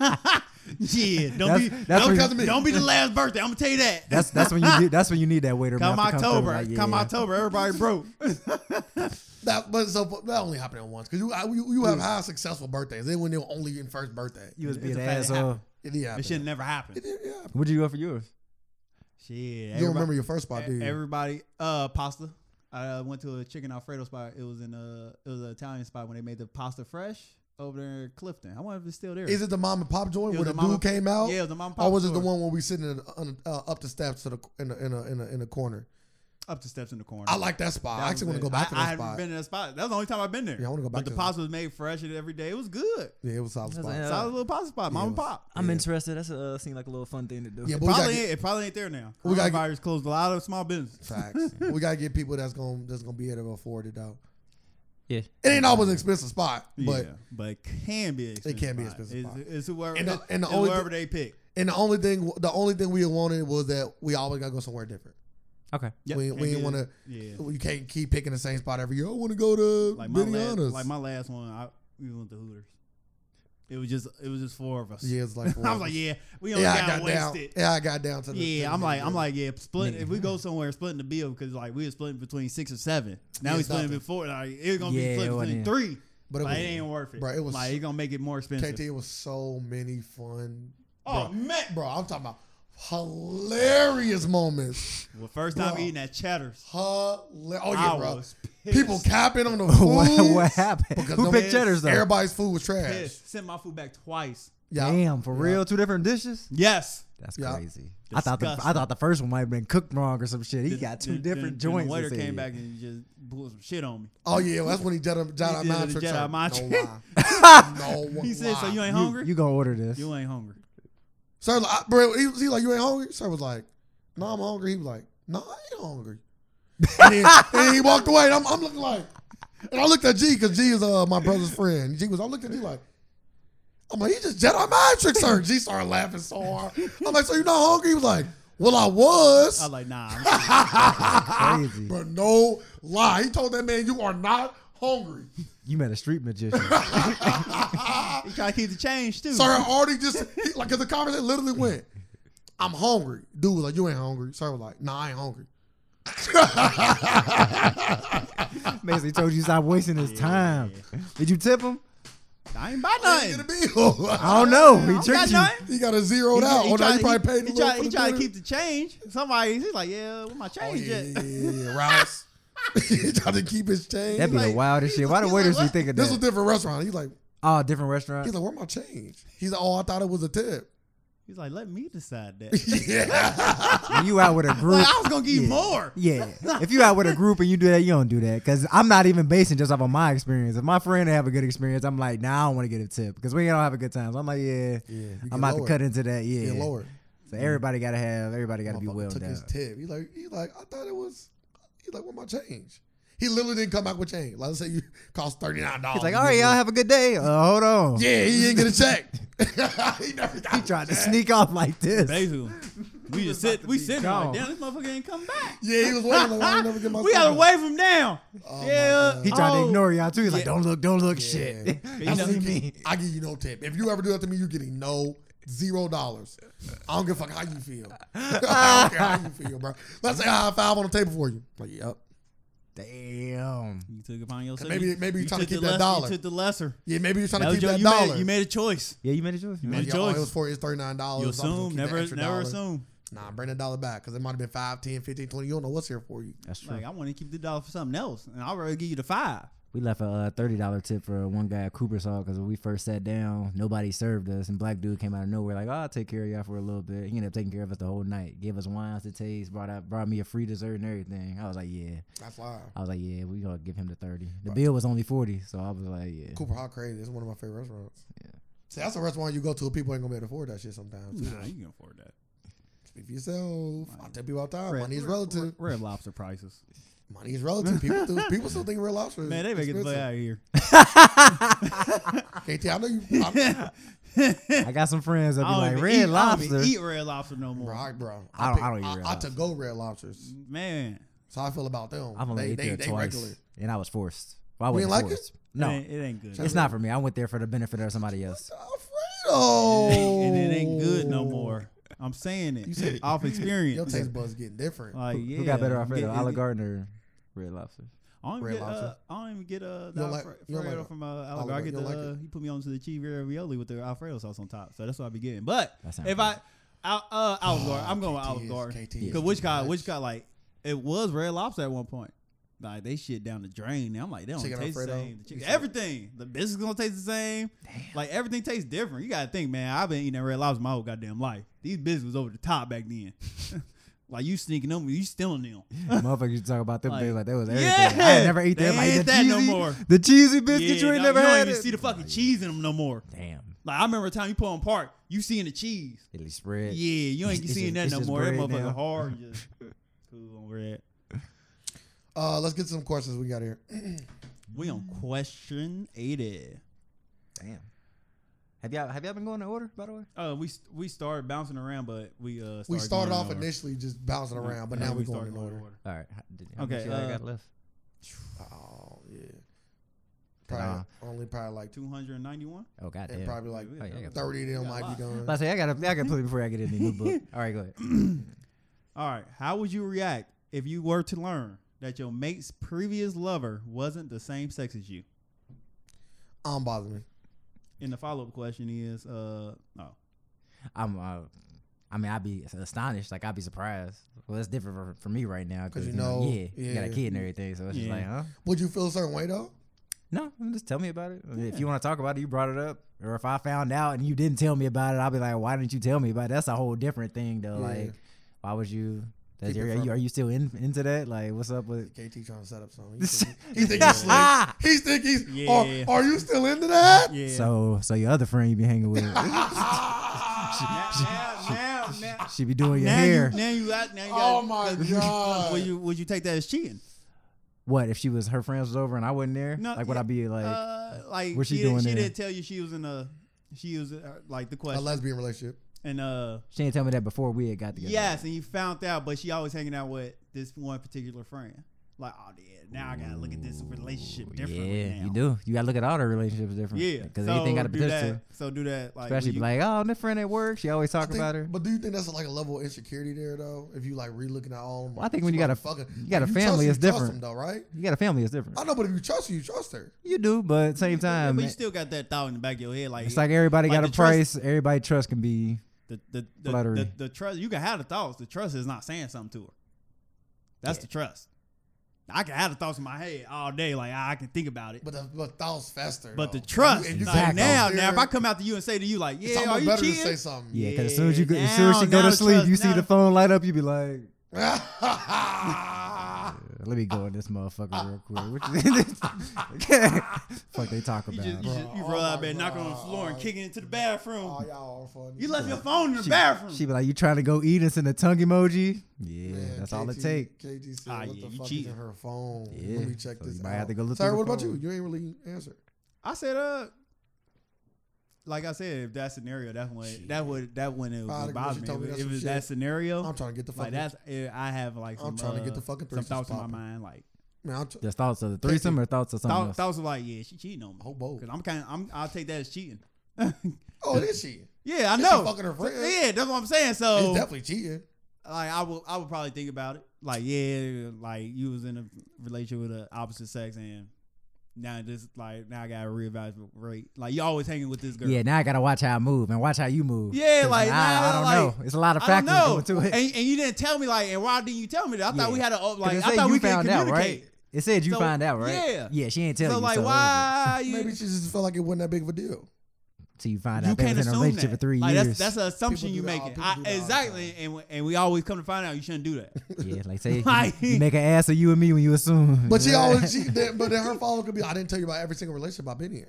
[SPEAKER 1] yeah, don't be
[SPEAKER 3] That's- that's
[SPEAKER 1] don't,
[SPEAKER 3] what-
[SPEAKER 1] come to me. don't be the last birthday. I'm gonna tell you that.
[SPEAKER 3] [LAUGHS] that's that's when you do, that's when you need that waiter.
[SPEAKER 1] come
[SPEAKER 3] mouth to through,
[SPEAKER 1] October,
[SPEAKER 3] like, yeah.
[SPEAKER 1] come October, everybody broke.
[SPEAKER 2] That but so but that only happened once because you, I- you you have high successful birthdays. Then when they're only your first birthday,
[SPEAKER 3] You was
[SPEAKER 1] It's
[SPEAKER 3] being
[SPEAKER 1] a
[SPEAKER 3] an
[SPEAKER 1] fact, it
[SPEAKER 3] asshole.
[SPEAKER 1] happened.
[SPEAKER 2] it did
[SPEAKER 1] It
[SPEAKER 2] happen.
[SPEAKER 1] should never
[SPEAKER 2] It
[SPEAKER 1] happen.
[SPEAKER 2] did, yeah. You
[SPEAKER 3] What'd you go for yours?
[SPEAKER 1] Shit,
[SPEAKER 2] don't
[SPEAKER 1] everybody-
[SPEAKER 2] remember your first spot, do you?
[SPEAKER 1] E- Everybody, uh, pasta. I uh, went to a chicken Alfredo spot. It was in a it was an Italian spot when they made the pasta fresh over there in Clifton. I wonder if it's still there.
[SPEAKER 2] Is it the mom and pop joint
[SPEAKER 1] It
[SPEAKER 2] where
[SPEAKER 1] was
[SPEAKER 2] the,
[SPEAKER 1] the mom
[SPEAKER 2] dude
[SPEAKER 1] and-
[SPEAKER 2] came out?
[SPEAKER 1] Yeah, it was the mom and
[SPEAKER 2] Or
[SPEAKER 1] pop
[SPEAKER 2] was it the
[SPEAKER 1] store.
[SPEAKER 2] one where we sitting in, on, uh, up the steps to the in a, in a, in a, in a corner?
[SPEAKER 1] up the steps in the corner?
[SPEAKER 2] I like that spot.
[SPEAKER 1] That
[SPEAKER 2] I
[SPEAKER 1] was
[SPEAKER 2] actually want to go
[SPEAKER 1] good.
[SPEAKER 2] back to
[SPEAKER 1] I, I
[SPEAKER 2] that
[SPEAKER 1] haven't
[SPEAKER 2] spot.
[SPEAKER 1] been in that spot. That was the only time I've been there.
[SPEAKER 2] Yeah, I wanna go back
[SPEAKER 1] But the
[SPEAKER 2] to that.
[SPEAKER 1] pasta was made fresh and every day. It was good.
[SPEAKER 2] Yeah, it was a solid
[SPEAKER 3] That's
[SPEAKER 2] spot.
[SPEAKER 3] like, uh,
[SPEAKER 1] Solid little pasta spot. Mom
[SPEAKER 2] yeah,
[SPEAKER 1] and
[SPEAKER 2] it was-
[SPEAKER 1] pop.
[SPEAKER 3] I'm
[SPEAKER 2] Yeah.
[SPEAKER 3] interested. That's uh, seemed like a little fun thing to do.
[SPEAKER 2] yeah, but we
[SPEAKER 1] Probably
[SPEAKER 2] gotta
[SPEAKER 1] ain't,
[SPEAKER 2] get,
[SPEAKER 1] it probably ain't there now.
[SPEAKER 2] We gotta get-
[SPEAKER 1] Coronavirus closed a lot of small
[SPEAKER 2] [LAUGHS]
[SPEAKER 1] businesses.
[SPEAKER 2] facts. we gotta get people that's gonna that's gonna be able to afford it though.
[SPEAKER 3] yeah.
[SPEAKER 2] It ain't always an expensive spot, but
[SPEAKER 1] yeah, but it can be. An
[SPEAKER 2] It can be an
[SPEAKER 1] spot.
[SPEAKER 2] expensive spot.
[SPEAKER 1] It's, it's whoever
[SPEAKER 2] And the- and the
[SPEAKER 1] it's
[SPEAKER 2] only
[SPEAKER 1] whoever they pick.
[SPEAKER 2] and the only thing the only thing we wanted was that we always gotta go somewhere different.
[SPEAKER 3] Okay.
[SPEAKER 1] Yep,
[SPEAKER 2] we
[SPEAKER 1] can't
[SPEAKER 2] we
[SPEAKER 1] be-
[SPEAKER 2] didn't want to.
[SPEAKER 1] Yeah.
[SPEAKER 2] You can't keep picking the same spot every year. I want to go to
[SPEAKER 1] like
[SPEAKER 2] like
[SPEAKER 1] my last,
[SPEAKER 2] Benihana's.
[SPEAKER 1] like my last one, I we went to Hooters. It was just it was just four of us.
[SPEAKER 2] yeah, it's like
[SPEAKER 1] [LAUGHS] I was like, yeah, we only
[SPEAKER 2] yeah, I
[SPEAKER 1] got
[SPEAKER 2] got down.
[SPEAKER 1] wasted.
[SPEAKER 2] Yeah, I got down to the. to
[SPEAKER 1] [LAUGHS]
[SPEAKER 2] [LAUGHS]
[SPEAKER 1] Yeah,
[SPEAKER 2] the
[SPEAKER 1] I'm like,
[SPEAKER 2] nitty-gritty.
[SPEAKER 1] I'm like, yeah, split. If we go somewhere, splitting the bill because like we were splitting between six and seven. Now
[SPEAKER 2] Yeah,
[SPEAKER 1] we splitting
[SPEAKER 2] nothing.
[SPEAKER 1] between four. Like it's gonna
[SPEAKER 3] Yeah, it
[SPEAKER 1] be split between
[SPEAKER 3] wasn't-
[SPEAKER 1] three.
[SPEAKER 2] But
[SPEAKER 1] But
[SPEAKER 2] it
[SPEAKER 1] it,
[SPEAKER 2] was-
[SPEAKER 1] it ain't worth it.
[SPEAKER 2] bro, it was-
[SPEAKER 1] like it's gonna make it more expensive.
[SPEAKER 2] KT, it was so many fun.
[SPEAKER 1] oh man,
[SPEAKER 2] Bro, I'm talking about hilarious moments.
[SPEAKER 1] well, first time
[SPEAKER 2] Bro.
[SPEAKER 1] eating at Cheddar's,
[SPEAKER 2] Hila- oh,
[SPEAKER 1] I
[SPEAKER 2] yeah, bro.
[SPEAKER 1] was
[SPEAKER 2] People
[SPEAKER 1] pissed.
[SPEAKER 2] capping on
[SPEAKER 3] [LAUGHS]
[SPEAKER 2] the
[SPEAKER 3] what,
[SPEAKER 2] food.
[SPEAKER 3] what happened?
[SPEAKER 2] Because
[SPEAKER 3] Who
[SPEAKER 2] no
[SPEAKER 3] picked
[SPEAKER 2] man-
[SPEAKER 3] cheddars though?
[SPEAKER 2] Everybody's food was trash.
[SPEAKER 1] pissed. Sent my food back twice.
[SPEAKER 2] Yeah.
[SPEAKER 3] Damn, for real, two different dishes.
[SPEAKER 1] Yes.
[SPEAKER 3] That's
[SPEAKER 2] Yeah.
[SPEAKER 3] crazy. I thought the, I
[SPEAKER 1] Disgusting.
[SPEAKER 3] thought the first one might have been cooked wrong or some shit. He got two
[SPEAKER 1] Then- then-
[SPEAKER 3] different
[SPEAKER 1] then
[SPEAKER 3] joints.
[SPEAKER 1] The waiter
[SPEAKER 3] and
[SPEAKER 1] came
[SPEAKER 3] said-
[SPEAKER 1] back and just pulled some shit on me.
[SPEAKER 2] Oh, yeah. Well, that's when he Jedi, Jedi
[SPEAKER 1] He
[SPEAKER 2] mind
[SPEAKER 1] did the
[SPEAKER 2] tricks
[SPEAKER 1] Jedi
[SPEAKER 2] her.
[SPEAKER 1] mind
[SPEAKER 2] No
[SPEAKER 1] trick. [LAUGHS]
[SPEAKER 2] lie. No
[SPEAKER 1] He said, "So
[SPEAKER 2] lie.
[SPEAKER 1] you ain't
[SPEAKER 3] You-
[SPEAKER 1] hungry?
[SPEAKER 3] You, gonna order this?
[SPEAKER 1] You ain't hungry."
[SPEAKER 2] Sir, like, I- bro, he was he like, you ain't hungry? Sir was like, no, I'm hungry. He was like, no, I ain't hungry. and,
[SPEAKER 1] [LAUGHS]
[SPEAKER 2] then, and he walked away. And I'm, I'm looking like, and I looked at G because G is uh, my brother's friend. G was, I looked at G like, I'm like, he just Jedi mind trick, sir. G started laughing so hard. I'm like, so you not hungry? He was like, well, I was.
[SPEAKER 1] I was like, "Nah." I'm-
[SPEAKER 3] Crazy.
[SPEAKER 2] But no lie, he told that man, you are not hungry.
[SPEAKER 3] [LAUGHS]
[SPEAKER 2] [LAUGHS]
[SPEAKER 3] You met a street
[SPEAKER 1] [LAUGHS]
[SPEAKER 3] magician. [LAUGHS]
[SPEAKER 1] he tried to keep the change too.
[SPEAKER 2] Sir, I already just he- like because the conversation literally went. I'm hungry. Dude was like, "You ain't hungry." Sir was like, "Nah, I ain't hungry."
[SPEAKER 1] [LAUGHS]
[SPEAKER 3] Basically told you stop wasting his time. Did you tip him?
[SPEAKER 1] I ain't buy
[SPEAKER 2] I ain't
[SPEAKER 1] nothing.
[SPEAKER 2] get a bill.
[SPEAKER 3] I don't know. He
[SPEAKER 1] I don't
[SPEAKER 3] tricked
[SPEAKER 1] got
[SPEAKER 3] you.
[SPEAKER 2] [LAUGHS]
[SPEAKER 1] nothing.
[SPEAKER 2] He got a zeroed out.
[SPEAKER 1] he
[SPEAKER 2] oh, no,
[SPEAKER 1] tried-
[SPEAKER 2] he probably paid a
[SPEAKER 1] he
[SPEAKER 2] little
[SPEAKER 1] tried,
[SPEAKER 2] for
[SPEAKER 1] he
[SPEAKER 2] the
[SPEAKER 1] tried to
[SPEAKER 2] dinner.
[SPEAKER 1] keep the change. Somebody, he's like, yeah, where my
[SPEAKER 2] Oh,
[SPEAKER 1] change
[SPEAKER 2] yeah,
[SPEAKER 1] at?
[SPEAKER 2] yeah, yeah,
[SPEAKER 3] [LAUGHS]
[SPEAKER 2] yeah. Rouse. [LAUGHS] he tried to keep his change.
[SPEAKER 3] That'd be
[SPEAKER 1] Like,
[SPEAKER 3] the wildest shit. Why the
[SPEAKER 1] he's like,
[SPEAKER 3] waiters be
[SPEAKER 1] what?
[SPEAKER 3] thinking
[SPEAKER 2] this was a
[SPEAKER 3] that?
[SPEAKER 2] different restaurant. He's like,
[SPEAKER 3] Oh, different restaurant.
[SPEAKER 1] [LAUGHS]
[SPEAKER 2] he's like, where my change? He's like, oh, I thought it was
[SPEAKER 3] [LAUGHS]
[SPEAKER 2] a tip. [LAUGHS]
[SPEAKER 1] He's like, let me decide that.
[SPEAKER 2] yeah.
[SPEAKER 3] When you out with a group.
[SPEAKER 1] like, I was gonna give you more.
[SPEAKER 3] Yeah,
[SPEAKER 1] [LAUGHS]
[SPEAKER 3] if you out with a group and you do that, you don't do that because I'm not even basing just off of my experience. If my friend have a good experience, I'm like, nah, I don't want to get a tip because we don't have a good time. So I'm like, yeah,
[SPEAKER 2] Yeah, we
[SPEAKER 3] I'm
[SPEAKER 2] get
[SPEAKER 3] about
[SPEAKER 2] lower.
[SPEAKER 3] to cut into that. Yeah,
[SPEAKER 2] Get lower.
[SPEAKER 3] so everybody gotta have, everybody gotta be
[SPEAKER 2] Motherfucker
[SPEAKER 3] well
[SPEAKER 2] took
[SPEAKER 3] done.
[SPEAKER 2] his tip. He like, he like, I thought it was. He like, where my change? He literally didn't come back with change. Like, let's say you cost thirty nine
[SPEAKER 3] He's
[SPEAKER 2] dollars.
[SPEAKER 3] like, all right, y'all have a good day. Uh, hold on.
[SPEAKER 2] Oh, Yeah, he didn't get a
[SPEAKER 3] [LAUGHS]
[SPEAKER 2] check. [LAUGHS] he never got
[SPEAKER 3] He
[SPEAKER 2] a
[SPEAKER 3] tried to
[SPEAKER 2] check.
[SPEAKER 3] sneak off like this.
[SPEAKER 2] [LAUGHS]
[SPEAKER 1] Basically, we just sit, we sitting
[SPEAKER 3] gone.
[SPEAKER 1] like, damn, this motherfucker ain't come back.
[SPEAKER 2] Yeah, he was waiting. Like, I'll never get my.
[SPEAKER 1] We gotta
[SPEAKER 2] check.
[SPEAKER 1] wait for him down.
[SPEAKER 2] Oh, my
[SPEAKER 1] yeah,
[SPEAKER 2] God.
[SPEAKER 3] He tried
[SPEAKER 1] oh,
[SPEAKER 3] to ignore y'all too. He's like,
[SPEAKER 1] Yeah.
[SPEAKER 3] don't look, don't look,
[SPEAKER 2] Yeah.
[SPEAKER 3] shit. [LAUGHS]
[SPEAKER 1] [LAUGHS] You
[SPEAKER 2] That's
[SPEAKER 1] know
[SPEAKER 2] what
[SPEAKER 1] what
[SPEAKER 2] you
[SPEAKER 1] I
[SPEAKER 2] get. I give you no tip. If you ever do that to me, you're getting no zero dollars. I don't give a fuck how you feel. [LAUGHS] I don't care how you feel, bro. Let's say I high five on the table for you. Like, yep.
[SPEAKER 3] Damn.
[SPEAKER 1] You took it upon yourself.
[SPEAKER 2] Maybe-
[SPEAKER 1] You-
[SPEAKER 2] maybe you trying to
[SPEAKER 1] took
[SPEAKER 2] keep
[SPEAKER 1] the
[SPEAKER 2] that
[SPEAKER 1] lesser-
[SPEAKER 2] dollar.
[SPEAKER 1] You took the lesser.
[SPEAKER 2] Yeah, maybe you're trying
[SPEAKER 1] That
[SPEAKER 2] to
[SPEAKER 1] was
[SPEAKER 2] keep
[SPEAKER 1] your,
[SPEAKER 2] that
[SPEAKER 1] you,
[SPEAKER 2] dollar.
[SPEAKER 1] made, you made a choice.
[SPEAKER 3] Yeah, you made a choice. You
[SPEAKER 1] made
[SPEAKER 3] made
[SPEAKER 2] Like,
[SPEAKER 1] a
[SPEAKER 2] yo, oh,
[SPEAKER 1] choice.
[SPEAKER 2] it was for it's thirty nine dollars.
[SPEAKER 1] You assume, never, never assume.
[SPEAKER 2] Nah, bring the dollar back because it might have been 5, 10, 15, 20. You don't know what's here for you.
[SPEAKER 3] That's true.
[SPEAKER 1] Like I want to keep the dollar for something else, and I'd rather give you the five.
[SPEAKER 3] We left a uh, thirty dollar tip for one guy at Cooper Saw because when we first sat down, nobody served us, and black dude came out of nowhere like, "Oh, "I'll take care of y'all for a little bit." He ended up taking care of us the whole night, gave us wines to taste, brought out, brought me a free dessert and everything. I was like, "Yeah,"
[SPEAKER 2] That's live.
[SPEAKER 3] I was like, "Yeah, we gonna give him the 30 The bill was only forty, so I was like, "Yeah."
[SPEAKER 2] Cooper Hot Crazy. It's one of my favorite restaurants.
[SPEAKER 3] Yeah.
[SPEAKER 2] See, that's a restaurant you go to. People ain't gonna be able to afford that shit sometimes.
[SPEAKER 1] Nah, you can afford that.
[SPEAKER 2] Speak for yourself. I tell people all the time,
[SPEAKER 1] Red-
[SPEAKER 2] money is
[SPEAKER 1] red-
[SPEAKER 2] relative.
[SPEAKER 1] red- Red lobster prices.
[SPEAKER 2] Money is relative. People, still,
[SPEAKER 1] [LAUGHS]
[SPEAKER 2] people still think real lobster is
[SPEAKER 1] Man, they make it the fuck out
[SPEAKER 2] expensive.
[SPEAKER 1] of here.
[SPEAKER 2] KT, I know you. I,
[SPEAKER 1] [LAUGHS]
[SPEAKER 3] I got some friends that be
[SPEAKER 1] I don't
[SPEAKER 3] like,
[SPEAKER 1] even
[SPEAKER 3] "Red
[SPEAKER 1] eat- I
[SPEAKER 3] lobster."
[SPEAKER 1] don't even eat red lobster no more.
[SPEAKER 2] bro, I, bro,
[SPEAKER 3] I don't- I don't eat
[SPEAKER 2] pick-
[SPEAKER 3] red
[SPEAKER 2] I,
[SPEAKER 3] lobster.
[SPEAKER 2] to go red lobsters.
[SPEAKER 1] Man,
[SPEAKER 2] So I feel about them.
[SPEAKER 3] I've only
[SPEAKER 2] they
[SPEAKER 3] ate
[SPEAKER 2] they,
[SPEAKER 3] there
[SPEAKER 2] they
[SPEAKER 3] twice,
[SPEAKER 2] regular.
[SPEAKER 3] and I was forced. Well, I
[SPEAKER 2] You
[SPEAKER 3] wasn't
[SPEAKER 2] didn't like it?
[SPEAKER 3] forced. No,
[SPEAKER 1] it ain't, it ain't good.
[SPEAKER 3] it's not for me. I went there for the benefit of somebody else.
[SPEAKER 2] Alfredo.
[SPEAKER 1] [LAUGHS] and it ain't good no more. I'm saying it
[SPEAKER 2] Oh. You said-
[SPEAKER 1] off experience.
[SPEAKER 2] Your
[SPEAKER 1] [LAUGHS]
[SPEAKER 2] taste buds getting different.
[SPEAKER 1] Like, yeah,
[SPEAKER 3] Who got better off
[SPEAKER 1] I'm
[SPEAKER 3] Alfredo,
[SPEAKER 1] getting-
[SPEAKER 3] Olive Garden or Red
[SPEAKER 1] [LAUGHS]
[SPEAKER 3] Lobster?
[SPEAKER 1] I don't even
[SPEAKER 2] Red
[SPEAKER 1] get. Uh,
[SPEAKER 2] Lobster?
[SPEAKER 1] I don't even get uh,
[SPEAKER 2] You
[SPEAKER 1] the
[SPEAKER 2] don't like-
[SPEAKER 1] Alfre-
[SPEAKER 2] you don't like
[SPEAKER 1] Alfredo from uh, Olive
[SPEAKER 2] Olive
[SPEAKER 1] Garden. I
[SPEAKER 2] Garden,
[SPEAKER 1] get
[SPEAKER 2] you
[SPEAKER 1] the,
[SPEAKER 2] don't
[SPEAKER 1] uh,
[SPEAKER 2] like it?
[SPEAKER 1] he put me onto the cheese ravioli with the Alfredo sauce on top, so that's what I be getting. But
[SPEAKER 3] That sound
[SPEAKER 1] if
[SPEAKER 3] good.
[SPEAKER 1] I, I uh,
[SPEAKER 2] Oh,
[SPEAKER 1] Olive Garden, I'm going with
[SPEAKER 2] KT
[SPEAKER 1] Olive
[SPEAKER 2] is-
[SPEAKER 1] Garden
[SPEAKER 2] KT is
[SPEAKER 1] because which
[SPEAKER 2] too
[SPEAKER 1] guy,
[SPEAKER 2] much.
[SPEAKER 1] which guy, like it was Red Lobster at one point. Like they shit down the drain. Now I'm like, they don't
[SPEAKER 2] Chicken
[SPEAKER 1] taste
[SPEAKER 2] Alfredo?
[SPEAKER 1] the same. The
[SPEAKER 2] You
[SPEAKER 1] chicken,
[SPEAKER 2] said-
[SPEAKER 1] everything, the biscuits gonna taste the same. Like everything tastes different. You gotta think, man. I've been eating that Red Lobster my whole goddamn life. These biscuits was over the top back then. [LAUGHS] like you sneaking them, you stealing them.
[SPEAKER 3] Motherfuckers used to talk about them
[SPEAKER 1] Like,
[SPEAKER 3] like, like that was everything. I
[SPEAKER 1] yeah,
[SPEAKER 3] ain't never ate
[SPEAKER 1] they
[SPEAKER 3] that. Like,
[SPEAKER 1] ain't
[SPEAKER 3] the
[SPEAKER 1] that no
[SPEAKER 3] cheesy,
[SPEAKER 1] more.
[SPEAKER 3] The cheesy biscuit you ain't
[SPEAKER 1] nah,
[SPEAKER 3] never
[SPEAKER 1] you
[SPEAKER 3] had
[SPEAKER 1] don't even
[SPEAKER 3] it.
[SPEAKER 1] see the fucking cheese in them no more.
[SPEAKER 3] Damn,
[SPEAKER 1] Like I remember a time you pull on park, you seeing the cheese.
[SPEAKER 3] Italy spread.
[SPEAKER 1] Yeah, you ain't
[SPEAKER 3] It's- it's just-
[SPEAKER 1] seeing that
[SPEAKER 3] it's
[SPEAKER 1] no
[SPEAKER 3] just
[SPEAKER 1] more. That
[SPEAKER 3] bread
[SPEAKER 1] motherfucker
[SPEAKER 3] now.
[SPEAKER 1] hard. and Just cool on red.
[SPEAKER 2] Uh, let's get some questions we got here. [CLEARS THROAT]
[SPEAKER 1] We on question eighty.
[SPEAKER 3] Damn. Have y'all have y'all been going to order by the way?
[SPEAKER 1] Uh, we we started bouncing around, but we uh started
[SPEAKER 2] we started
[SPEAKER 1] going
[SPEAKER 2] off
[SPEAKER 1] in order.
[SPEAKER 2] initially just bouncing around, but
[SPEAKER 1] Yeah,
[SPEAKER 2] now we're
[SPEAKER 1] started
[SPEAKER 2] going in order.
[SPEAKER 3] All right. How, did, how
[SPEAKER 1] Okay,
[SPEAKER 3] much y'all
[SPEAKER 1] uh,
[SPEAKER 3] got left?
[SPEAKER 2] Oh yeah, probably only probably like two,
[SPEAKER 1] Two hundred and ninety-one.
[SPEAKER 3] Oh god
[SPEAKER 2] and
[SPEAKER 3] damn.
[SPEAKER 2] probably like
[SPEAKER 3] Oh, yeah, I got
[SPEAKER 2] thirty of them
[SPEAKER 1] Yeah, a
[SPEAKER 2] might be
[SPEAKER 3] I
[SPEAKER 2] done.
[SPEAKER 3] say I gotta I gotta play before I get in the new
[SPEAKER 1] [LAUGHS]
[SPEAKER 3] book. All right, go ahead.
[SPEAKER 1] All right. How would you react if you were to learn that your mate's previous lover wasn't the same sex as you?
[SPEAKER 2] I'm bothering me.
[SPEAKER 1] And the follow-up question is, uh, oh,
[SPEAKER 3] I'm uh, I mean I'd be astonished, like I'd be surprised. Well, that's different for, for me right now
[SPEAKER 2] 'Cause you know,
[SPEAKER 3] yeah, you got a
[SPEAKER 2] yeah.
[SPEAKER 3] kid and everything, so it's
[SPEAKER 1] Yeah.
[SPEAKER 3] just like, huh?
[SPEAKER 2] Would you feel a certain way though?
[SPEAKER 3] No, just tell me about it. If you want to talk about it, you brought it up. Or if I found out and you didn't tell me about it, I'll be like, why didn't you tell me about it? That's a whole different thing, though.
[SPEAKER 2] Yeah.
[SPEAKER 3] Like, why was you? That's
[SPEAKER 2] Keep
[SPEAKER 3] your,
[SPEAKER 2] it
[SPEAKER 3] are,
[SPEAKER 2] from
[SPEAKER 3] you are you still in, into that? Like, what's up with?
[SPEAKER 2] KT trying to set up something. He think, he think he's slick.
[SPEAKER 3] [LAUGHS]
[SPEAKER 2] He think he's.
[SPEAKER 1] Yeah.
[SPEAKER 2] Are, are you still into that?
[SPEAKER 1] yeah.
[SPEAKER 3] So, so your other friend you be hanging with, [LAUGHS]
[SPEAKER 2] [LAUGHS]
[SPEAKER 1] now, now, now, now,
[SPEAKER 3] she be doing your
[SPEAKER 1] now
[SPEAKER 3] hair.
[SPEAKER 1] you, now you out, now you
[SPEAKER 2] Oh
[SPEAKER 1] got.
[SPEAKER 2] my
[SPEAKER 1] 'cause you- 'cause Would
[SPEAKER 2] God.
[SPEAKER 1] you would you take that as cheating?
[SPEAKER 3] what if she was her friends was over and I wasn't there?
[SPEAKER 1] No,
[SPEAKER 3] like, would
[SPEAKER 1] yeah,
[SPEAKER 3] I be like?
[SPEAKER 1] uh, like
[SPEAKER 3] what's she
[SPEAKER 1] she, didn't-
[SPEAKER 3] doing
[SPEAKER 1] She
[SPEAKER 3] there?
[SPEAKER 1] didn't tell you she was in a. She was uh, like the
[SPEAKER 2] A
[SPEAKER 1] question,
[SPEAKER 2] lesbian relationship.
[SPEAKER 1] and uh,
[SPEAKER 3] she didn't tell me that before we had got together.
[SPEAKER 1] yes, and you found out, but she always hanging out with this one particular friend. like, oh yeah, now I gotta look at this relationship
[SPEAKER 3] Yeah,
[SPEAKER 1] differently. now.
[SPEAKER 3] you do. You gotta look at all their relationships different.
[SPEAKER 1] Yeah,
[SPEAKER 3] because
[SPEAKER 1] so
[SPEAKER 3] anything got a
[SPEAKER 1] do
[SPEAKER 3] potential.
[SPEAKER 1] that- So do that, like when
[SPEAKER 3] Especially
[SPEAKER 1] you-
[SPEAKER 3] like, oh, my friend at work. She always
[SPEAKER 2] I
[SPEAKER 3] talk
[SPEAKER 2] think-
[SPEAKER 3] about her.
[SPEAKER 2] But do you think that's like a level of insecurity there though? If you like re-looking at all,
[SPEAKER 3] Well, I think when you got a-
[SPEAKER 2] fucking,
[SPEAKER 3] you got a family, it's different.
[SPEAKER 2] though, right?
[SPEAKER 3] You got a family, it's different.
[SPEAKER 2] I know, but if you trust her, you trust her.
[SPEAKER 3] You do, but at the same
[SPEAKER 1] Yeah,
[SPEAKER 3] time, eh.
[SPEAKER 1] but you still got that thought in the back of your head, like
[SPEAKER 3] it's like everybody
[SPEAKER 1] like
[SPEAKER 3] got a
[SPEAKER 1] the trust-
[SPEAKER 3] price. Everybody trust can be.
[SPEAKER 1] the the the,
[SPEAKER 3] Flattery.
[SPEAKER 1] the, the trust. You can have the thoughts. The trust is not saying something to her. That's the trust. I can have the thoughts in my head all day, like I can think about it. But,
[SPEAKER 2] But the but thoughts faster.
[SPEAKER 1] the
[SPEAKER 2] though.
[SPEAKER 1] trust,
[SPEAKER 2] If you
[SPEAKER 1] like
[SPEAKER 2] come
[SPEAKER 1] now,
[SPEAKER 2] up
[SPEAKER 1] now if
[SPEAKER 2] there,
[SPEAKER 1] I come out to you and say to you, like,
[SPEAKER 2] it's
[SPEAKER 1] yeah, are
[SPEAKER 2] almost
[SPEAKER 1] you
[SPEAKER 2] better to say
[SPEAKER 1] cheating?
[SPEAKER 2] something. [LAUGHS]
[SPEAKER 3] Yeah, because as soon as you go, as soon as
[SPEAKER 1] now-
[SPEAKER 3] she go
[SPEAKER 1] now
[SPEAKER 3] to
[SPEAKER 1] the
[SPEAKER 3] sleep,
[SPEAKER 1] trust-
[SPEAKER 3] you see
[SPEAKER 1] now
[SPEAKER 3] the
[SPEAKER 1] the-
[SPEAKER 3] phone light up. You be like, let me go in this motherfucker
[SPEAKER 1] [LAUGHS]
[SPEAKER 3] real quick. What you- [LAUGHS] Fuck, they talk
[SPEAKER 1] You
[SPEAKER 3] about.
[SPEAKER 1] just you,
[SPEAKER 2] Bruh,
[SPEAKER 1] just, you
[SPEAKER 2] oh
[SPEAKER 1] roll out
[SPEAKER 2] my
[SPEAKER 1] of bed, knock on the
[SPEAKER 2] God,
[SPEAKER 1] floor, and
[SPEAKER 2] oh.
[SPEAKER 1] kick it into the bathroom.
[SPEAKER 2] oh, y'all are funny.
[SPEAKER 1] you left your phone in the
[SPEAKER 3] She-
[SPEAKER 1] bathroom.
[SPEAKER 3] She be like, you trying to go eat? It's in a tongue emoji. Yeah,
[SPEAKER 2] Man,
[SPEAKER 3] that's all it
[SPEAKER 2] KG
[SPEAKER 3] take.
[SPEAKER 2] KG said,
[SPEAKER 1] Ah,
[SPEAKER 2] "What
[SPEAKER 1] yeah,
[SPEAKER 2] the
[SPEAKER 1] you
[SPEAKER 2] fuck is
[SPEAKER 1] cheating.
[SPEAKER 2] in her phone?"
[SPEAKER 3] Yeah.
[SPEAKER 2] Let me check
[SPEAKER 3] So
[SPEAKER 2] this.
[SPEAKER 3] you might
[SPEAKER 2] out.
[SPEAKER 3] have to go look
[SPEAKER 2] Sorry,
[SPEAKER 3] through
[SPEAKER 2] what
[SPEAKER 3] the
[SPEAKER 2] about you?
[SPEAKER 3] phone.
[SPEAKER 2] You ain't really answered.
[SPEAKER 1] I said, uh, like I said, if that scenario, that one, that would, that one, it
[SPEAKER 2] Ah,
[SPEAKER 1] would
[SPEAKER 2] she
[SPEAKER 1] bother me.
[SPEAKER 2] told me
[SPEAKER 1] If
[SPEAKER 2] that's
[SPEAKER 1] it
[SPEAKER 2] some
[SPEAKER 1] was that
[SPEAKER 2] shit.
[SPEAKER 1] scenario,
[SPEAKER 2] I'm trying to get the fuck.
[SPEAKER 1] Oh. like that's, eh, I have like some,
[SPEAKER 2] I'm trying to get
[SPEAKER 1] uh,
[SPEAKER 2] the fucking
[SPEAKER 1] some
[SPEAKER 2] threesomes
[SPEAKER 1] thoughts in my
[SPEAKER 2] popping.
[SPEAKER 1] mind, like
[SPEAKER 2] man,
[SPEAKER 1] [LAUGHS]
[SPEAKER 2] I'm tr-
[SPEAKER 3] Just thoughts of the threesome or thoughts of something
[SPEAKER 1] thought,
[SPEAKER 3] else.
[SPEAKER 1] thoughts of like, yeah, she cheating on me.
[SPEAKER 2] oh, both.
[SPEAKER 1] Cause I'm kind of, I'm, I'll take that as cheating.
[SPEAKER 2] Oh, is she?
[SPEAKER 1] Yeah, I
[SPEAKER 2] Is she
[SPEAKER 1] know.
[SPEAKER 2] fucking her
[SPEAKER 1] So-
[SPEAKER 2] friend?
[SPEAKER 1] yeah, that's what I'm saying.
[SPEAKER 2] It's
[SPEAKER 1] So,
[SPEAKER 2] definitely cheating.
[SPEAKER 1] like, I will, I would probably think about it. Like, yeah, like you was in a relationship with the opposite sex, and now this, like, now I gotta reevaluate. Like, you always hanging with this girl.
[SPEAKER 3] Yeah, now I gotta watch how I move and watch how you move.
[SPEAKER 1] Yeah,
[SPEAKER 3] 'Cause
[SPEAKER 1] like,
[SPEAKER 3] I,
[SPEAKER 1] nah,
[SPEAKER 3] I don't
[SPEAKER 1] like,
[SPEAKER 3] know. It's a lot of
[SPEAKER 1] I don't
[SPEAKER 3] factors
[SPEAKER 1] know.
[SPEAKER 3] going to it.
[SPEAKER 1] And, and you didn't tell me like, and why didn't you tell me that? I
[SPEAKER 3] Yeah.
[SPEAKER 1] thought we had a oh,
[SPEAKER 3] 'Cause
[SPEAKER 1] like,
[SPEAKER 3] it
[SPEAKER 1] I
[SPEAKER 3] said
[SPEAKER 1] thought
[SPEAKER 3] you
[SPEAKER 1] we could
[SPEAKER 3] found out,
[SPEAKER 1] communicate.
[SPEAKER 3] right? It said you
[SPEAKER 1] So,
[SPEAKER 3] find out, right?
[SPEAKER 1] yeah.
[SPEAKER 3] yeah. She ain't tell
[SPEAKER 1] So
[SPEAKER 3] you.
[SPEAKER 1] like,
[SPEAKER 3] so it was-
[SPEAKER 1] why you?
[SPEAKER 2] Maybe she just felt like it wasn't that big of
[SPEAKER 3] [LAUGHS]
[SPEAKER 2] a deal.
[SPEAKER 3] Till you find
[SPEAKER 1] you
[SPEAKER 3] out they
[SPEAKER 1] can't
[SPEAKER 3] was in a
[SPEAKER 1] assume
[SPEAKER 3] relationship
[SPEAKER 1] that.
[SPEAKER 3] for three
[SPEAKER 1] like,
[SPEAKER 3] years.
[SPEAKER 1] That's, that's an assumption you
[SPEAKER 2] People do that all- people
[SPEAKER 1] making. I,
[SPEAKER 2] do that all the
[SPEAKER 1] exactly, and we- and we always come to find out you shouldn't do that.
[SPEAKER 3] yeah, like
[SPEAKER 1] [LAUGHS]
[SPEAKER 3] say
[SPEAKER 1] Like-
[SPEAKER 3] you make an ass of you and me when you assume. [LAUGHS]
[SPEAKER 2] But she always, she, that- but then her follow could be, I didn't tell you about every single relationship I've been in.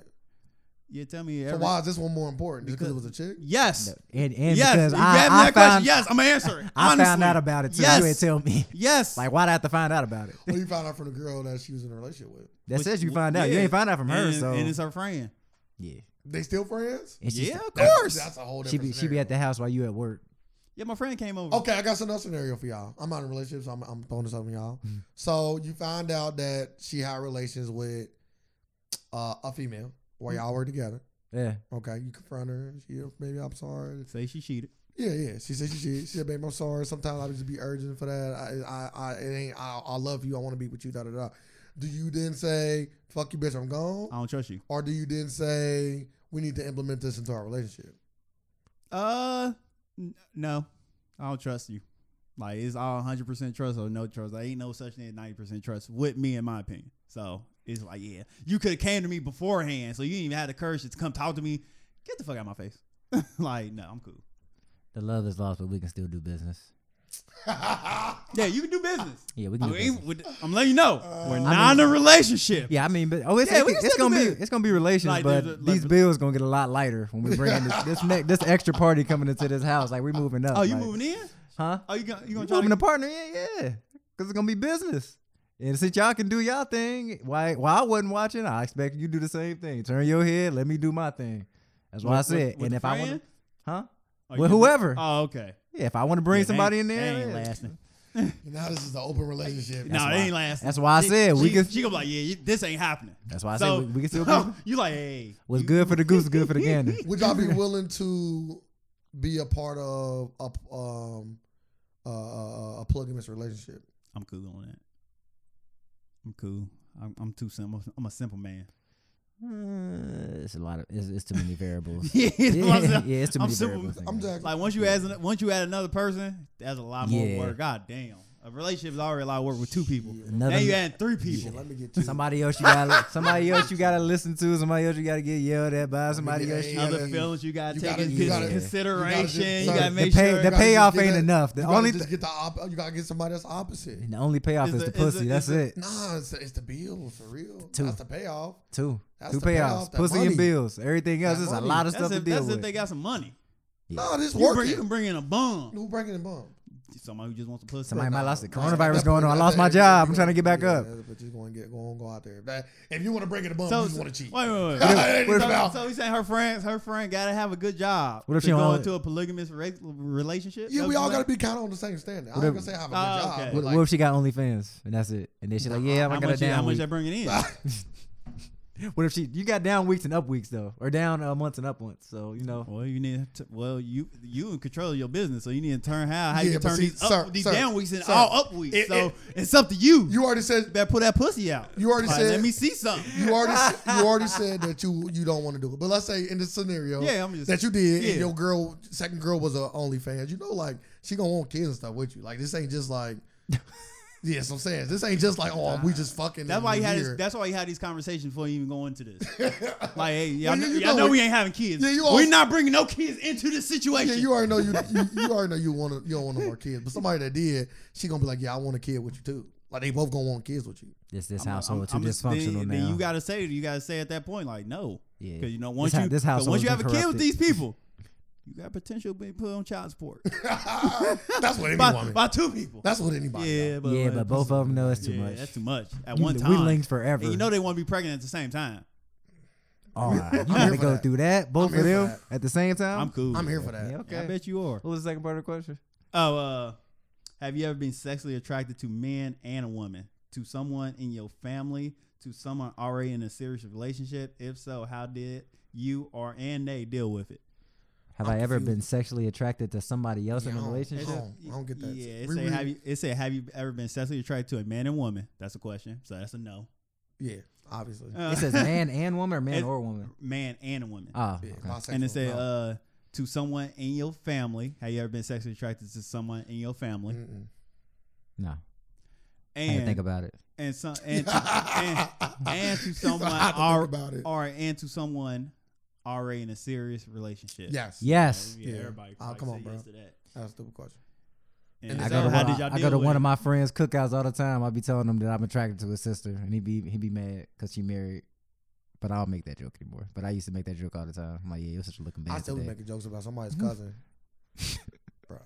[SPEAKER 1] Yeah, tell me.
[SPEAKER 2] So
[SPEAKER 1] every-
[SPEAKER 2] why is this one more important? Just because it was a chick?
[SPEAKER 1] Yes,
[SPEAKER 3] and, and
[SPEAKER 1] yes.
[SPEAKER 3] because
[SPEAKER 1] you
[SPEAKER 3] I,
[SPEAKER 1] grabbed
[SPEAKER 3] I
[SPEAKER 1] me
[SPEAKER 3] found,
[SPEAKER 1] that question. Yes, I'm gonna answer it.
[SPEAKER 3] I found
[SPEAKER 1] honestly.
[SPEAKER 3] out about it too.
[SPEAKER 1] Yes.
[SPEAKER 3] You ain't tell me. [LAUGHS]
[SPEAKER 1] Yes,
[SPEAKER 3] Like why'd I have to find out about it?
[SPEAKER 2] Well, you found out from the girl that she was in a relationship with.
[SPEAKER 3] That
[SPEAKER 1] Which-
[SPEAKER 3] says you find out. You
[SPEAKER 1] yeah.
[SPEAKER 3] ain't find out from her,
[SPEAKER 1] and,
[SPEAKER 3] so
[SPEAKER 1] and it's her friend.
[SPEAKER 3] yeah.
[SPEAKER 2] They still friends?
[SPEAKER 3] And she's-
[SPEAKER 1] Yeah, of
[SPEAKER 2] That's-
[SPEAKER 1] course.
[SPEAKER 2] That's a whole
[SPEAKER 3] She
[SPEAKER 2] different
[SPEAKER 3] be she be at the
[SPEAKER 2] scenario.
[SPEAKER 3] house while you at work.
[SPEAKER 1] Yeah, my friend came over.
[SPEAKER 2] Okay, I got another scenario for y'all. I'm not in relationships. I'm, I'm throwing this up on y'all. So you find out that she had relations with uh, a female while y'all were together.
[SPEAKER 3] Yeah.
[SPEAKER 2] Okay, you confront her. She, maybe I'm sorry.
[SPEAKER 1] Say she cheated.
[SPEAKER 2] Yeah, yeah. She said she she, she said, babe, I'm sorry. Sometimes I just be urgent for that. I I, I it ain't. I, I love you. I want to be with you. Da da da. Do you then say fuck you, bitch? I'm gone,
[SPEAKER 1] I don't trust you.
[SPEAKER 2] or do you then say we need to implement this into our relationship?
[SPEAKER 1] Uh, n- no, I don't trust you. Like it's all 100 percent trust or no trust. There ain't no such thing as 90 percent trust with me, in my opinion. So it's like, yeah, you could have came to me beforehand, so you didn't even have the courage to come talk to me. Get the fuck out of my face. [LAUGHS] like, no, I'm cool.
[SPEAKER 3] The love is lost, but we can still do business.
[SPEAKER 1] Yeah, you can do business.
[SPEAKER 3] Yeah, we can
[SPEAKER 1] I
[SPEAKER 3] do business. Uh,
[SPEAKER 1] ain't, with- I'm letting you know, we're not
[SPEAKER 3] mean-
[SPEAKER 1] in a relationship.
[SPEAKER 3] Yeah, I mean, but oh, it's,
[SPEAKER 1] Yeah,
[SPEAKER 3] it's,
[SPEAKER 1] we can
[SPEAKER 3] it's
[SPEAKER 1] still
[SPEAKER 3] gonna
[SPEAKER 1] do
[SPEAKER 3] be
[SPEAKER 1] business.
[SPEAKER 3] it's gonna be relations,
[SPEAKER 1] Like,
[SPEAKER 3] but
[SPEAKER 1] there's a- like-
[SPEAKER 3] these bills gonna get a lot lighter when we bring in this this, ne- this extra party coming into this house. Like we moving up.
[SPEAKER 1] Oh, you
[SPEAKER 3] like,
[SPEAKER 1] moving in?
[SPEAKER 3] Huh?
[SPEAKER 1] Oh, you gonna you
[SPEAKER 3] You
[SPEAKER 1] gonna try
[SPEAKER 3] moving
[SPEAKER 1] to?
[SPEAKER 3] a partner? Yeah, yeah. Cause it's gonna be business. And since y'all can do y'all thing, why while I wasn't watching, I expect you to do the same thing. Turn your head, let me do my thing. That's what, I
[SPEAKER 1] With-
[SPEAKER 3] said.
[SPEAKER 1] with- with
[SPEAKER 3] and
[SPEAKER 1] the
[SPEAKER 3] if I
[SPEAKER 1] friend?
[SPEAKER 3] want, huh?
[SPEAKER 1] Oh, you
[SPEAKER 3] with
[SPEAKER 1] gonna-
[SPEAKER 3] whoever.
[SPEAKER 1] Oh, okay.
[SPEAKER 3] Yeah, if I want to bring
[SPEAKER 1] Yeah, they
[SPEAKER 3] somebody
[SPEAKER 1] ain't-
[SPEAKER 3] in there,
[SPEAKER 1] they ain't
[SPEAKER 3] yeah.
[SPEAKER 1] lasting.
[SPEAKER 2] now this is the open relationship.
[SPEAKER 1] No,
[SPEAKER 3] why-
[SPEAKER 1] it ain't lasting.
[SPEAKER 3] that's why I said we
[SPEAKER 1] she,
[SPEAKER 3] can-
[SPEAKER 1] She gonna be like, yeah, you, this ain't happening.
[SPEAKER 3] That's why I
[SPEAKER 1] so,
[SPEAKER 3] said we, we
[SPEAKER 1] [LAUGHS]
[SPEAKER 3] can still do.
[SPEAKER 1] you like, [LAUGHS] hey,
[SPEAKER 3] What's
[SPEAKER 1] you-
[SPEAKER 3] good for the goose, good for the
[SPEAKER 1] [LAUGHS]
[SPEAKER 3] gander.
[SPEAKER 2] Would y'all be willing to be a part of a um uh, a, a polygamous relationship?
[SPEAKER 1] I'm cool on that. I'm cool. I'm, I'm too simple. I'm a simple man.
[SPEAKER 3] Uh, it's a lot of it's, it's too many variables.
[SPEAKER 1] [LAUGHS] [LAUGHS] yeah,
[SPEAKER 3] yeah, yeah, it's too
[SPEAKER 1] I'm
[SPEAKER 3] many
[SPEAKER 1] simple.
[SPEAKER 3] variables.
[SPEAKER 2] I'm just
[SPEAKER 1] [LAUGHS] Like once you add an- once you add another person, that's a lot more
[SPEAKER 3] Yeah.
[SPEAKER 1] work. God damn, a relationship is already a lot of work with two people.
[SPEAKER 3] Another-
[SPEAKER 1] now you add three people.
[SPEAKER 2] let me get you.
[SPEAKER 3] Somebody else you got. Somebody else you got to listen to. Somebody else you got to get yelled at by. Somebody
[SPEAKER 2] yeah,
[SPEAKER 3] else. You
[SPEAKER 2] yeah,
[SPEAKER 1] Other
[SPEAKER 2] yeah, you-
[SPEAKER 1] feelings you gotta
[SPEAKER 2] you
[SPEAKER 1] take
[SPEAKER 2] gotta-
[SPEAKER 1] into
[SPEAKER 3] you gotta-
[SPEAKER 1] consideration.
[SPEAKER 2] you
[SPEAKER 1] You
[SPEAKER 2] gotta
[SPEAKER 1] gotta,
[SPEAKER 2] just-
[SPEAKER 1] make
[SPEAKER 3] the pay,
[SPEAKER 1] sure
[SPEAKER 3] the
[SPEAKER 2] gotta just
[SPEAKER 3] payoff
[SPEAKER 2] do
[SPEAKER 3] ain't
[SPEAKER 2] that.
[SPEAKER 3] enough. The
[SPEAKER 2] you
[SPEAKER 3] only
[SPEAKER 2] only just
[SPEAKER 3] th-
[SPEAKER 2] get the op- you gotta get somebody that's opposite.
[SPEAKER 3] the only payoff
[SPEAKER 1] Is
[SPEAKER 3] is,
[SPEAKER 1] the-
[SPEAKER 3] the
[SPEAKER 1] is
[SPEAKER 3] pussy.
[SPEAKER 1] the-
[SPEAKER 3] That's
[SPEAKER 1] is the-
[SPEAKER 3] it.
[SPEAKER 2] Nah, it's the, it's the bill for real.
[SPEAKER 3] Two.
[SPEAKER 2] That's the payoff.
[SPEAKER 3] Two,
[SPEAKER 2] That's
[SPEAKER 3] two
[SPEAKER 2] the payoff,
[SPEAKER 3] payoff.
[SPEAKER 2] that
[SPEAKER 3] Pussy
[SPEAKER 2] money.
[SPEAKER 3] and bills. Everything else
[SPEAKER 2] That
[SPEAKER 3] is a
[SPEAKER 2] money.
[SPEAKER 3] lot of
[SPEAKER 1] that's
[SPEAKER 3] stuff
[SPEAKER 1] if,
[SPEAKER 3] to deal
[SPEAKER 1] that's if
[SPEAKER 3] with.
[SPEAKER 1] they got some money.
[SPEAKER 3] Yeah.
[SPEAKER 2] Nah, this
[SPEAKER 1] You,
[SPEAKER 2] working.
[SPEAKER 1] bring, you can bring in a bum.
[SPEAKER 2] Who breaking the bum?
[SPEAKER 1] somebody who just wants to pussy.
[SPEAKER 3] Somebody might
[SPEAKER 2] Nah,
[SPEAKER 3] lost the
[SPEAKER 2] nah,
[SPEAKER 3] coronavirus
[SPEAKER 2] that's-
[SPEAKER 3] going on. I
[SPEAKER 2] that's-
[SPEAKER 3] lost my
[SPEAKER 2] that's-
[SPEAKER 3] job. I'm trying to get back
[SPEAKER 2] yeah,
[SPEAKER 3] up.
[SPEAKER 2] that's- But you're going to get going go out there. If that- If you want to break it above,
[SPEAKER 1] So,
[SPEAKER 2] you want to cheat.
[SPEAKER 1] Wait, wait, wait.
[SPEAKER 2] Ain't
[SPEAKER 1] so,
[SPEAKER 2] it about-
[SPEAKER 1] so he's saying her friends, her friend gotta have a good job.
[SPEAKER 3] What if
[SPEAKER 1] to
[SPEAKER 3] she
[SPEAKER 1] go
[SPEAKER 3] don't-
[SPEAKER 1] into a polygamous re- relationship?
[SPEAKER 2] Yeah,
[SPEAKER 1] That's
[SPEAKER 2] we all
[SPEAKER 1] what-
[SPEAKER 2] got to be kind of on the same standard. I'm
[SPEAKER 3] Whatever.
[SPEAKER 2] gonna say I have a good
[SPEAKER 1] Ah,
[SPEAKER 2] job.
[SPEAKER 1] okay.
[SPEAKER 2] but
[SPEAKER 3] What,
[SPEAKER 2] like,
[SPEAKER 3] what if she got OnlyFans and that's it? And then she's like, yeah, I
[SPEAKER 1] How
[SPEAKER 3] got a
[SPEAKER 1] much? you- How
[SPEAKER 3] down
[SPEAKER 1] much
[SPEAKER 3] week.
[SPEAKER 1] that bringing in?
[SPEAKER 3] What if she? You got down weeks and up weeks though, or down uh, months and up months. So you know,
[SPEAKER 1] Well, you need to, well you you in control of your business, so you need to turn how how
[SPEAKER 2] Yeah,
[SPEAKER 1] you
[SPEAKER 2] but
[SPEAKER 1] turn
[SPEAKER 2] see,
[SPEAKER 1] these up,
[SPEAKER 2] sir,
[SPEAKER 1] these
[SPEAKER 2] sir,
[SPEAKER 1] down weeks and
[SPEAKER 2] sir.
[SPEAKER 1] all up weeks.
[SPEAKER 2] It-
[SPEAKER 1] so
[SPEAKER 2] it-
[SPEAKER 1] it's up to you.
[SPEAKER 2] you already said
[SPEAKER 1] better pull that pussy out.
[SPEAKER 2] You already
[SPEAKER 1] Like,
[SPEAKER 2] said-
[SPEAKER 1] Let me see something.
[SPEAKER 2] you
[SPEAKER 1] [LAUGHS]
[SPEAKER 2] already s- you already said that you you don't want to do it. But let's say in this scenario,
[SPEAKER 1] Yeah, I'm just-
[SPEAKER 2] that you did,
[SPEAKER 1] yeah.
[SPEAKER 2] and your girl second girl was a OnlyFans. You know, like she gonna want kids and stuff with you. Like this ain't just like.
[SPEAKER 1] [LAUGHS]
[SPEAKER 2] Yes, I'm saying this ain't just like oh we just fucking.
[SPEAKER 1] That's
[SPEAKER 2] in
[SPEAKER 1] why he
[SPEAKER 2] the
[SPEAKER 1] had. [LAUGHS]
[SPEAKER 2] year.
[SPEAKER 1] His, that's why he had these conversations before he even go
[SPEAKER 2] [LAUGHS]
[SPEAKER 1] into this. like, hey,
[SPEAKER 2] Well,
[SPEAKER 1] y'all,
[SPEAKER 2] you-
[SPEAKER 1] know,
[SPEAKER 2] you
[SPEAKER 1] y'all
[SPEAKER 2] know
[SPEAKER 1] know we
[SPEAKER 2] it.
[SPEAKER 1] ain't having kids.
[SPEAKER 2] Yeah, you
[SPEAKER 1] We're
[SPEAKER 2] all-
[SPEAKER 1] not bringing no kids into this situation.
[SPEAKER 2] Yeah, you already know you, you
[SPEAKER 1] [LAUGHS]
[SPEAKER 2] you already know you want to you don't want no more kids. But somebody that did, she gonna be like, yeah, I want a kid with you too. Like they both gonna want kids with
[SPEAKER 1] [LAUGHS]
[SPEAKER 2] you.
[SPEAKER 3] this this
[SPEAKER 1] I'm-
[SPEAKER 3] household
[SPEAKER 1] I'm-
[SPEAKER 3] too
[SPEAKER 1] I'm just- then-
[SPEAKER 3] dysfunctional
[SPEAKER 1] then,
[SPEAKER 3] now.
[SPEAKER 1] you gotta say you gotta say at that point like no,
[SPEAKER 3] Yeah.
[SPEAKER 1] because you know once
[SPEAKER 3] hou-
[SPEAKER 1] you
[SPEAKER 3] this
[SPEAKER 1] 'cause
[SPEAKER 3] household
[SPEAKER 1] once you
[SPEAKER 3] has
[SPEAKER 1] have a
[SPEAKER 3] been
[SPEAKER 1] kid with
[SPEAKER 3] corrupted.
[SPEAKER 1] these people, you got potential being put on
[SPEAKER 2] [LAUGHS]
[SPEAKER 1] child support
[SPEAKER 2] That's what any
[SPEAKER 1] by,
[SPEAKER 2] woman.
[SPEAKER 1] by two people.
[SPEAKER 2] That's what anybody. does.
[SPEAKER 1] yeah, but
[SPEAKER 3] yeah,
[SPEAKER 1] like,
[SPEAKER 3] but both of them know it's too
[SPEAKER 1] yeah,
[SPEAKER 3] much.
[SPEAKER 1] That's too much at
[SPEAKER 3] You-
[SPEAKER 1] one time.
[SPEAKER 3] we linked forever.
[SPEAKER 1] And you know they want to be pregnant at the same time.
[SPEAKER 3] oh, you
[SPEAKER 2] here
[SPEAKER 3] gotta
[SPEAKER 2] for
[SPEAKER 3] go
[SPEAKER 2] that.
[SPEAKER 3] through that both
[SPEAKER 2] I'm
[SPEAKER 3] of
[SPEAKER 2] here for
[SPEAKER 3] them at the same time.
[SPEAKER 1] I'm cool.
[SPEAKER 2] I'm here for
[SPEAKER 1] that.
[SPEAKER 2] that.
[SPEAKER 3] Yeah,
[SPEAKER 1] I
[SPEAKER 3] okay.
[SPEAKER 1] bet you are.
[SPEAKER 3] What was the second part of the question?
[SPEAKER 1] Oh, uh, have you ever been sexually attracted to men and a woman, to someone in your family, to someone already in a serious relationship? If so, how did you or and they deal with it?
[SPEAKER 3] Have
[SPEAKER 2] I'm
[SPEAKER 3] i ever
[SPEAKER 2] confused.
[SPEAKER 3] been sexually attracted to somebody else in
[SPEAKER 2] Yeah,
[SPEAKER 3] a
[SPEAKER 2] I don't-
[SPEAKER 3] relationship?
[SPEAKER 2] I don't, I don't get that.
[SPEAKER 1] Yeah, it
[SPEAKER 2] We
[SPEAKER 1] say,
[SPEAKER 2] really-
[SPEAKER 1] have you, it say, have you ever been sexually attracted to a man and woman? That's a question. So that's a no.
[SPEAKER 2] yeah, obviously.
[SPEAKER 1] Uh,
[SPEAKER 3] It says man and woman or man
[SPEAKER 1] It-
[SPEAKER 3] or woman?
[SPEAKER 1] [LAUGHS] man and a woman.
[SPEAKER 3] Oh, okay.
[SPEAKER 2] Yeah, bisexual,
[SPEAKER 1] and it say,
[SPEAKER 2] no.
[SPEAKER 1] uh, to someone in your family. Have you ever been sexually attracted to someone in your family?
[SPEAKER 2] Mm-mm.
[SPEAKER 3] no. Mm. I didn't
[SPEAKER 1] And
[SPEAKER 3] think about it.
[SPEAKER 1] and some and to, and,
[SPEAKER 2] [LAUGHS]
[SPEAKER 1] and to
[SPEAKER 2] He's
[SPEAKER 1] someone
[SPEAKER 2] like, I had to think
[SPEAKER 1] al-
[SPEAKER 2] about it.
[SPEAKER 1] or and to someone already in a serious relationship.
[SPEAKER 2] Yes.
[SPEAKER 3] Yes. Ah,
[SPEAKER 1] Yeah,
[SPEAKER 2] Yeah.
[SPEAKER 1] everybody.
[SPEAKER 2] Oh,
[SPEAKER 1] probably
[SPEAKER 2] come
[SPEAKER 1] said
[SPEAKER 2] on, bro.
[SPEAKER 1] yes to that.
[SPEAKER 2] That's a stupid question.
[SPEAKER 1] And
[SPEAKER 2] I
[SPEAKER 3] I
[SPEAKER 1] so
[SPEAKER 3] go, to
[SPEAKER 1] how
[SPEAKER 3] one,
[SPEAKER 1] did y'all
[SPEAKER 3] I
[SPEAKER 1] deal
[SPEAKER 3] go to
[SPEAKER 1] with
[SPEAKER 3] one
[SPEAKER 1] it?
[SPEAKER 3] of my friends' cookouts all the time. I be telling him that I'm attracted to his sister, and he be he be mad because she married. But I don't make that joke anymore. But I used to make that joke all the time. I'm like, yeah, your sister looking
[SPEAKER 2] I
[SPEAKER 3] bad
[SPEAKER 2] still be
[SPEAKER 3] today.
[SPEAKER 2] making jokes about somebody's cousin. bro,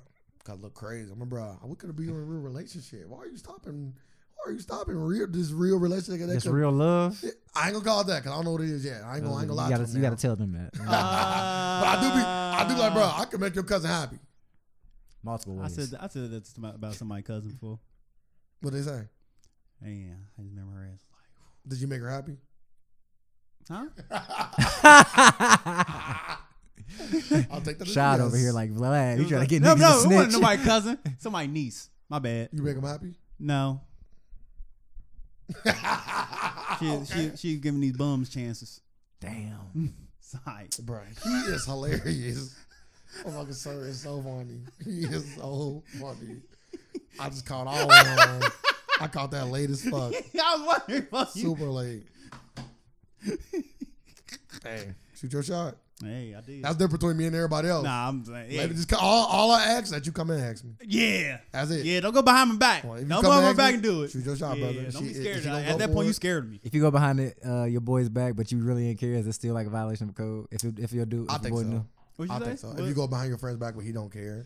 [SPEAKER 2] cause look crazy. I'm a bro. We could have been in a real relationship. Why are you stopping? Why are you stopping real this real relationship? that
[SPEAKER 3] It's
[SPEAKER 2] could-
[SPEAKER 3] real love.
[SPEAKER 2] [LAUGHS]
[SPEAKER 3] Uh,
[SPEAKER 2] I ain't gonna call it that because I don't know what it is yet. I ain't gonna, I ain't gonna lie
[SPEAKER 3] you gotta,
[SPEAKER 2] to
[SPEAKER 3] you
[SPEAKER 2] him.
[SPEAKER 3] gotta
[SPEAKER 2] now.
[SPEAKER 3] tell them that
[SPEAKER 2] but I do be, I do like, bro. I can make your cousin happy.
[SPEAKER 3] multiple
[SPEAKER 1] I
[SPEAKER 3] ways.
[SPEAKER 1] said I said that to my, about somebody's cousin before.
[SPEAKER 2] What they say?
[SPEAKER 1] Yeah, I just remember her as
[SPEAKER 2] Did you make her happy?
[SPEAKER 1] like,
[SPEAKER 2] I'll take that. as a
[SPEAKER 3] Shot over
[SPEAKER 2] yes.
[SPEAKER 3] here like Vlad.
[SPEAKER 1] huh?
[SPEAKER 3] You trying to get
[SPEAKER 1] no,
[SPEAKER 3] niggas
[SPEAKER 1] no,
[SPEAKER 3] to
[SPEAKER 1] it wasn't
[SPEAKER 3] snitch.
[SPEAKER 1] nobody cousin,
[SPEAKER 3] [LAUGHS]
[SPEAKER 1] somebody niece. My bad.
[SPEAKER 2] you make him happy.
[SPEAKER 1] No, she she she's giving these bums chances. [LAUGHS]
[SPEAKER 3] Damn.
[SPEAKER 1] Sorry.
[SPEAKER 2] Bro, he is hilarious. [LAUGHS] Oh my god, sir, it's so funny. He is so funny. I just caught all of them. I caught that late as fuck.
[SPEAKER 1] [LAUGHS] I was wondering about you.
[SPEAKER 2] Super late. Hey, shoot your shot.
[SPEAKER 1] Hey, I did.
[SPEAKER 2] That's different between me and everybody else.
[SPEAKER 1] Nah, I'm saying.
[SPEAKER 2] Let me
[SPEAKER 1] Yeah.
[SPEAKER 2] just ca- all, all I ask that you come in and ask me.
[SPEAKER 1] yeah.
[SPEAKER 2] That's it.
[SPEAKER 1] Yeah, don't go behind my back.
[SPEAKER 2] Well, if you
[SPEAKER 1] don't
[SPEAKER 2] come
[SPEAKER 1] go behind my
[SPEAKER 2] ask me,
[SPEAKER 1] back and do it.
[SPEAKER 2] shoot your shot,
[SPEAKER 1] yeah,
[SPEAKER 2] brother. If
[SPEAKER 1] Don't
[SPEAKER 2] she-
[SPEAKER 1] be
[SPEAKER 2] if
[SPEAKER 1] scared.
[SPEAKER 2] she don't go
[SPEAKER 1] At that
[SPEAKER 2] for
[SPEAKER 1] point,
[SPEAKER 2] it-
[SPEAKER 1] you scared of me.
[SPEAKER 3] If you go behind it, uh, your boy's back, but you really ain't care, is it still like a violation of code? If you, if your dude,
[SPEAKER 2] I
[SPEAKER 3] if your
[SPEAKER 2] think
[SPEAKER 3] boy
[SPEAKER 2] so.
[SPEAKER 3] knew?
[SPEAKER 1] What you
[SPEAKER 2] I
[SPEAKER 1] say?
[SPEAKER 2] think so. If
[SPEAKER 1] What-
[SPEAKER 2] you go behind your friend's back, but he don't care,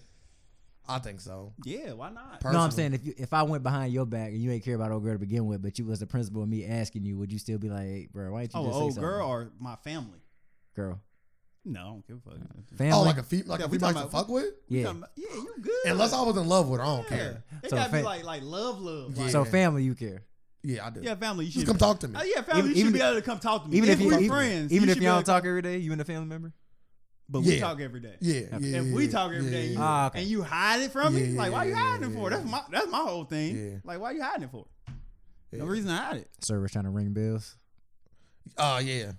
[SPEAKER 2] I think so.
[SPEAKER 1] yeah, why not?
[SPEAKER 3] No, I'm
[SPEAKER 2] Personally.
[SPEAKER 3] saying if you, if I went behind your back and you ain't care about old girl to begin with, but you was the principal of me asking you, would you still be like, hey, bro, why ain't you
[SPEAKER 1] oh,
[SPEAKER 3] just say
[SPEAKER 1] old
[SPEAKER 3] something?
[SPEAKER 1] girl or my family?
[SPEAKER 3] girl,
[SPEAKER 1] No, I don't give a fuck.
[SPEAKER 3] family?
[SPEAKER 2] Oh, like a fe- like
[SPEAKER 1] Yeah,
[SPEAKER 2] a
[SPEAKER 1] we
[SPEAKER 2] female I can
[SPEAKER 1] talking about-
[SPEAKER 2] fuck with?
[SPEAKER 1] You
[SPEAKER 3] yeah.
[SPEAKER 1] talking about- yeah, you good.
[SPEAKER 2] Unless I was in love with her, I don't
[SPEAKER 1] yeah.
[SPEAKER 2] care.
[SPEAKER 1] It
[SPEAKER 3] So
[SPEAKER 1] gotta be
[SPEAKER 3] fa-
[SPEAKER 1] like like love, love. Like,
[SPEAKER 3] So
[SPEAKER 2] Yeah.
[SPEAKER 3] family, you care.
[SPEAKER 2] Yeah, I do.
[SPEAKER 1] yeah, family. You
[SPEAKER 2] Just
[SPEAKER 1] should
[SPEAKER 2] come talk to me.
[SPEAKER 1] Uh, yeah, family.
[SPEAKER 3] Even-
[SPEAKER 1] you should
[SPEAKER 3] even
[SPEAKER 1] be
[SPEAKER 3] if-
[SPEAKER 1] able to come talk to me.
[SPEAKER 3] Even if, you
[SPEAKER 1] we're
[SPEAKER 3] even,
[SPEAKER 1] friends,
[SPEAKER 3] even
[SPEAKER 1] you
[SPEAKER 3] if
[SPEAKER 1] should be
[SPEAKER 3] y'all
[SPEAKER 1] able
[SPEAKER 3] don't
[SPEAKER 1] to-
[SPEAKER 3] talk every day, you and a family member.
[SPEAKER 1] but we
[SPEAKER 2] Yeah.
[SPEAKER 1] talk every day.
[SPEAKER 2] Yeah, yeah.
[SPEAKER 1] if
[SPEAKER 2] yeah,
[SPEAKER 1] we talk every
[SPEAKER 2] yeah,
[SPEAKER 1] day,
[SPEAKER 2] yeah,
[SPEAKER 1] you-
[SPEAKER 2] yeah.
[SPEAKER 3] Ah, okay.
[SPEAKER 1] and you hide it from me,
[SPEAKER 2] Yeah,
[SPEAKER 1] like why you
[SPEAKER 2] yeah,
[SPEAKER 1] hiding it
[SPEAKER 2] yeah,
[SPEAKER 1] for? That's
[SPEAKER 2] yeah.
[SPEAKER 1] my that's my whole thing.
[SPEAKER 2] Yeah.
[SPEAKER 1] Like why you hiding it for? No
[SPEAKER 2] Yeah.
[SPEAKER 1] reason to hide it.
[SPEAKER 3] Service trying to ring bells.
[SPEAKER 2] Oh yeah,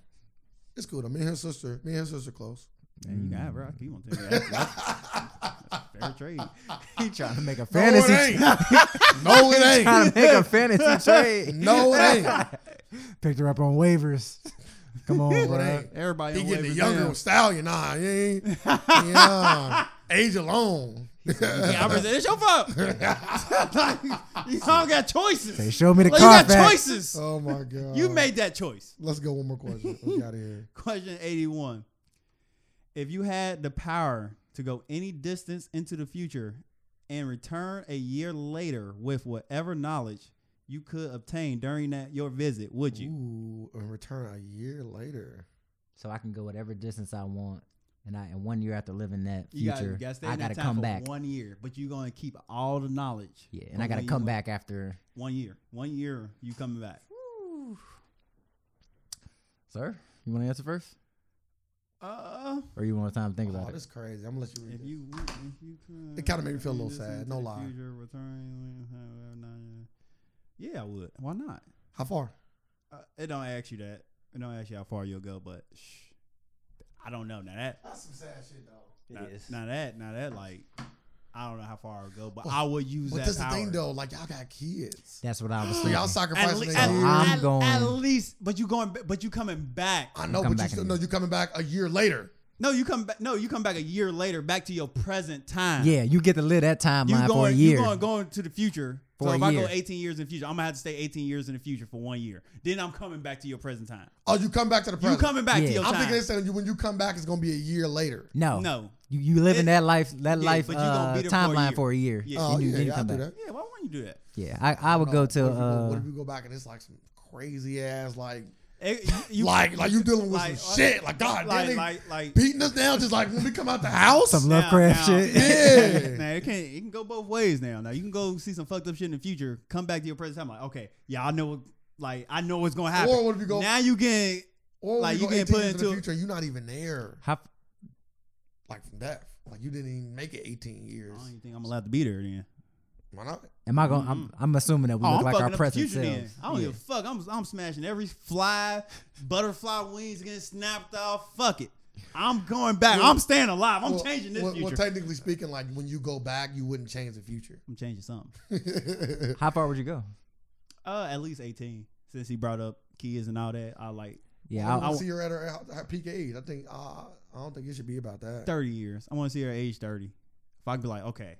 [SPEAKER 2] it's cool. though. Me and her sister, me and her sister close.
[SPEAKER 1] Man, you got it, bro. I keep on telling you that. That's,
[SPEAKER 2] [LAUGHS]
[SPEAKER 1] that's fair trade. [LAUGHS]
[SPEAKER 3] He trying to make a
[SPEAKER 2] No, it
[SPEAKER 3] fantasy.
[SPEAKER 2] ain't. no, it
[SPEAKER 3] trying
[SPEAKER 2] ain't.
[SPEAKER 3] to [LAUGHS] make a fantasy trade.
[SPEAKER 2] No,
[SPEAKER 3] [LAUGHS]
[SPEAKER 2] it
[SPEAKER 1] [LAUGHS]
[SPEAKER 2] ain't.
[SPEAKER 3] Picked her up on waivers. [LAUGHS] Come on,
[SPEAKER 2] No, it
[SPEAKER 3] bro.
[SPEAKER 2] ain't.
[SPEAKER 1] Everybody
[SPEAKER 2] He
[SPEAKER 1] on
[SPEAKER 2] getting the
[SPEAKER 1] waivers
[SPEAKER 2] younger
[SPEAKER 1] now.
[SPEAKER 2] stallion. Nah, he ain't.
[SPEAKER 1] [LAUGHS]
[SPEAKER 2] Yeah, age alone.
[SPEAKER 1] Yeah, I present it's your fault. like, [LAUGHS] you all got choices.
[SPEAKER 3] They showed me the
[SPEAKER 1] like, you
[SPEAKER 3] car
[SPEAKER 1] got
[SPEAKER 3] back.
[SPEAKER 1] choices.
[SPEAKER 2] [LAUGHS] oh my god.
[SPEAKER 1] you made that choice.
[SPEAKER 2] Let's go one more question. Let's get out of here.
[SPEAKER 1] Question 81. If you had the power to go any distance into the future and return a year later with whatever knowledge you could obtain during that your visit, would you?
[SPEAKER 2] Ooh, and return a year later.
[SPEAKER 3] so I can go whatever distance I want. And I, and one year after living that
[SPEAKER 1] You gotta,
[SPEAKER 3] future,
[SPEAKER 1] you gotta stay in
[SPEAKER 3] I
[SPEAKER 1] that
[SPEAKER 3] gotta
[SPEAKER 1] time
[SPEAKER 3] come
[SPEAKER 1] for
[SPEAKER 3] back.
[SPEAKER 1] one year, but you're gonna keep all the knowledge.
[SPEAKER 3] yeah,
[SPEAKER 1] from
[SPEAKER 3] and I gotta
[SPEAKER 1] when you
[SPEAKER 3] come
[SPEAKER 1] went-
[SPEAKER 3] back after,
[SPEAKER 1] One year, one year, you coming back?
[SPEAKER 3] sir. You want to answer first,
[SPEAKER 1] Uh,
[SPEAKER 3] or you want time to think
[SPEAKER 2] Oh,
[SPEAKER 3] about
[SPEAKER 2] this
[SPEAKER 3] it?
[SPEAKER 2] is crazy. I'm gonna let you read
[SPEAKER 1] if
[SPEAKER 2] this.
[SPEAKER 1] you, if you could,
[SPEAKER 2] It kinda made me feel a little
[SPEAKER 1] this
[SPEAKER 2] sad,
[SPEAKER 1] into
[SPEAKER 2] no
[SPEAKER 1] the
[SPEAKER 2] lie.
[SPEAKER 1] future, return- Yeah, I would. Why not?
[SPEAKER 2] How far?
[SPEAKER 1] Uh, it don't ask you that. It don't ask you how far you'll go, but shh, I don't know. Now that,
[SPEAKER 2] That's some sad shit though.
[SPEAKER 1] now, now that, now that, like, I don't know how far I'll go, but I
[SPEAKER 2] Well,
[SPEAKER 1] would use
[SPEAKER 2] But
[SPEAKER 1] that
[SPEAKER 2] that's the
[SPEAKER 1] power.
[SPEAKER 2] thing though, like y'all got kids.
[SPEAKER 3] That's what I was
[SPEAKER 2] So
[SPEAKER 3] thinking.
[SPEAKER 2] y'all
[SPEAKER 1] At,
[SPEAKER 2] sacrificing
[SPEAKER 1] le-
[SPEAKER 2] their
[SPEAKER 1] at,
[SPEAKER 2] kids.
[SPEAKER 3] I'm
[SPEAKER 1] at,
[SPEAKER 3] going-
[SPEAKER 1] at least, but you going, ba- but you coming back.
[SPEAKER 2] I know,
[SPEAKER 3] come
[SPEAKER 2] but you
[SPEAKER 3] back
[SPEAKER 2] still
[SPEAKER 3] in a
[SPEAKER 2] know
[SPEAKER 3] year.
[SPEAKER 2] you coming back a year later.
[SPEAKER 1] No, you come back. No, you come back a year later, back to your present time.
[SPEAKER 3] yeah, you get to live that
[SPEAKER 1] you
[SPEAKER 3] timeline
[SPEAKER 1] going,
[SPEAKER 3] for a year.
[SPEAKER 1] You going going to the future.
[SPEAKER 3] For
[SPEAKER 1] so
[SPEAKER 3] a
[SPEAKER 1] if I go
[SPEAKER 3] year.
[SPEAKER 1] 18 years in the future, I'm gonna have to stay 18 years in the future for one year. Then I'm coming back to your present time.
[SPEAKER 2] Oh, you come back to the
[SPEAKER 1] You
[SPEAKER 2] present.
[SPEAKER 1] coming back to
[SPEAKER 3] Yeah.
[SPEAKER 1] your
[SPEAKER 2] I'm
[SPEAKER 1] time?
[SPEAKER 2] thinking they saying you when you come back, it's gonna be a year later.
[SPEAKER 3] no,
[SPEAKER 1] no.
[SPEAKER 3] you you living
[SPEAKER 1] It-
[SPEAKER 3] that life that
[SPEAKER 1] yeah,
[SPEAKER 3] life
[SPEAKER 1] but you gonna
[SPEAKER 3] uh,
[SPEAKER 1] be there for a
[SPEAKER 3] timeline
[SPEAKER 1] year.
[SPEAKER 3] for a year.
[SPEAKER 1] Yeah.
[SPEAKER 2] Oh
[SPEAKER 3] And you-
[SPEAKER 2] yeah,
[SPEAKER 3] then you
[SPEAKER 2] yeah, I
[SPEAKER 3] come
[SPEAKER 2] do
[SPEAKER 3] back.
[SPEAKER 2] that.
[SPEAKER 1] Yeah, why wouldn't you do that?
[SPEAKER 3] Yeah, I, I would
[SPEAKER 2] Oh,
[SPEAKER 3] go to
[SPEAKER 2] What if, you go, what
[SPEAKER 3] uh,
[SPEAKER 2] if you go back and it's like some crazy ass like
[SPEAKER 1] Eh, you- you-
[SPEAKER 2] like like you dealing with
[SPEAKER 1] like, uh,
[SPEAKER 2] some shit like God damn
[SPEAKER 1] like
[SPEAKER 2] they
[SPEAKER 1] like like
[SPEAKER 2] beating us down just like when we come out the house.
[SPEAKER 3] some Lovecraft shit.
[SPEAKER 2] Yeah.
[SPEAKER 1] now it can it can go both ways now. Now you can go see some fucked up shit in the future, come back to your present time. Like, okay, yeah, I know what like I know what's gonna happen.
[SPEAKER 2] Or what if you go-
[SPEAKER 1] now you getting
[SPEAKER 2] or
[SPEAKER 1] like,
[SPEAKER 2] like
[SPEAKER 1] you
[SPEAKER 2] you
[SPEAKER 1] getting
[SPEAKER 2] get
[SPEAKER 1] put
[SPEAKER 2] put into
[SPEAKER 1] into a-
[SPEAKER 2] the future, and you're not even there.
[SPEAKER 3] [LAUGHS] How,
[SPEAKER 2] Like from death, like you didn't even make it 18
[SPEAKER 1] I
[SPEAKER 2] years.
[SPEAKER 1] don't even think I'm allowed to be there then.
[SPEAKER 2] Why not?
[SPEAKER 3] am I going? to I'm, I'm assuming that we
[SPEAKER 1] Oh,
[SPEAKER 3] look
[SPEAKER 1] I'm
[SPEAKER 3] like
[SPEAKER 1] fucking
[SPEAKER 3] our
[SPEAKER 1] up the
[SPEAKER 3] present
[SPEAKER 1] future then.
[SPEAKER 3] selves.
[SPEAKER 1] I don't
[SPEAKER 3] yeah.
[SPEAKER 1] give a fuck. I'm I'm smashing every fly, butterfly wings getting snapped off. Fuck it. I'm going back. I'm staying alive. I'm
[SPEAKER 2] Well,
[SPEAKER 1] changing this
[SPEAKER 2] well,
[SPEAKER 1] future.
[SPEAKER 2] Well, technically speaking, like when you go back, you wouldn't change the future. [LAUGHS]
[SPEAKER 1] I'm changing something.
[SPEAKER 3] How far would you go?
[SPEAKER 1] Uh, at least 18. Since he brought up kids and all that, I like
[SPEAKER 3] Yeah,
[SPEAKER 2] I
[SPEAKER 3] I,
[SPEAKER 2] want
[SPEAKER 1] w-
[SPEAKER 2] to see her at her at her peak age. I think uh, I don't think it should be about that.
[SPEAKER 1] 30 years. I want to see her age 30. If I could be like, okay,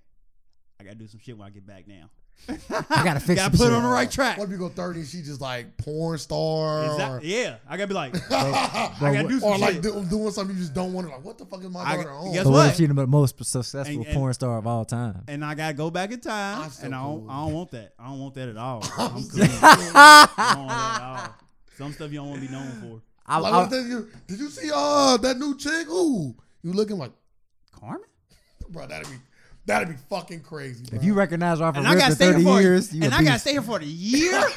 [SPEAKER 1] I gotta do some shit when I get back now.
[SPEAKER 3] I gotta fix.
[SPEAKER 1] gotta
[SPEAKER 3] some
[SPEAKER 1] put
[SPEAKER 3] shit.
[SPEAKER 1] her on the right track.
[SPEAKER 2] Uh, What if you go 30 and she just like porn star
[SPEAKER 1] Exact- yeah, I gotta
[SPEAKER 2] [LAUGHS]
[SPEAKER 1] be like,
[SPEAKER 2] or,
[SPEAKER 1] I gotta do some
[SPEAKER 2] or like
[SPEAKER 1] shit.
[SPEAKER 2] do, doing something you just don't want to like what the fuck is my
[SPEAKER 1] I-
[SPEAKER 2] daughter on?
[SPEAKER 1] guess
[SPEAKER 3] But what
[SPEAKER 1] what?
[SPEAKER 3] if she's the most successful
[SPEAKER 1] And- and-
[SPEAKER 3] porn star of all time? [LAUGHS]
[SPEAKER 1] and I gotta go back in time,
[SPEAKER 2] I'm so
[SPEAKER 1] and I don't,
[SPEAKER 2] cool.
[SPEAKER 1] I don't want that. I don't want that
[SPEAKER 2] [LAUGHS]
[SPEAKER 1] at all. I'm
[SPEAKER 2] I'm
[SPEAKER 1] cool.
[SPEAKER 2] so
[SPEAKER 1] I
[SPEAKER 2] cool.
[SPEAKER 1] don't want that at all. Some stuff you don't want to be known for.
[SPEAKER 3] I,
[SPEAKER 2] Like,
[SPEAKER 3] I-
[SPEAKER 2] what did, you, did you see uh that new chick? Ooh, you looking like,
[SPEAKER 1] Carmen.
[SPEAKER 2] bro? That'd be that'd be fucking crazy. Bro.
[SPEAKER 3] if
[SPEAKER 2] [LAUGHS]
[SPEAKER 1] [LAUGHS]
[SPEAKER 3] you recognize her off a
[SPEAKER 1] and I
[SPEAKER 3] rip
[SPEAKER 1] gotta
[SPEAKER 3] for
[SPEAKER 1] stay here
[SPEAKER 3] thirty
[SPEAKER 1] for
[SPEAKER 3] years, you
[SPEAKER 1] and
[SPEAKER 3] a
[SPEAKER 1] I gotta
[SPEAKER 3] beast.
[SPEAKER 1] stay here for the year. [LAUGHS]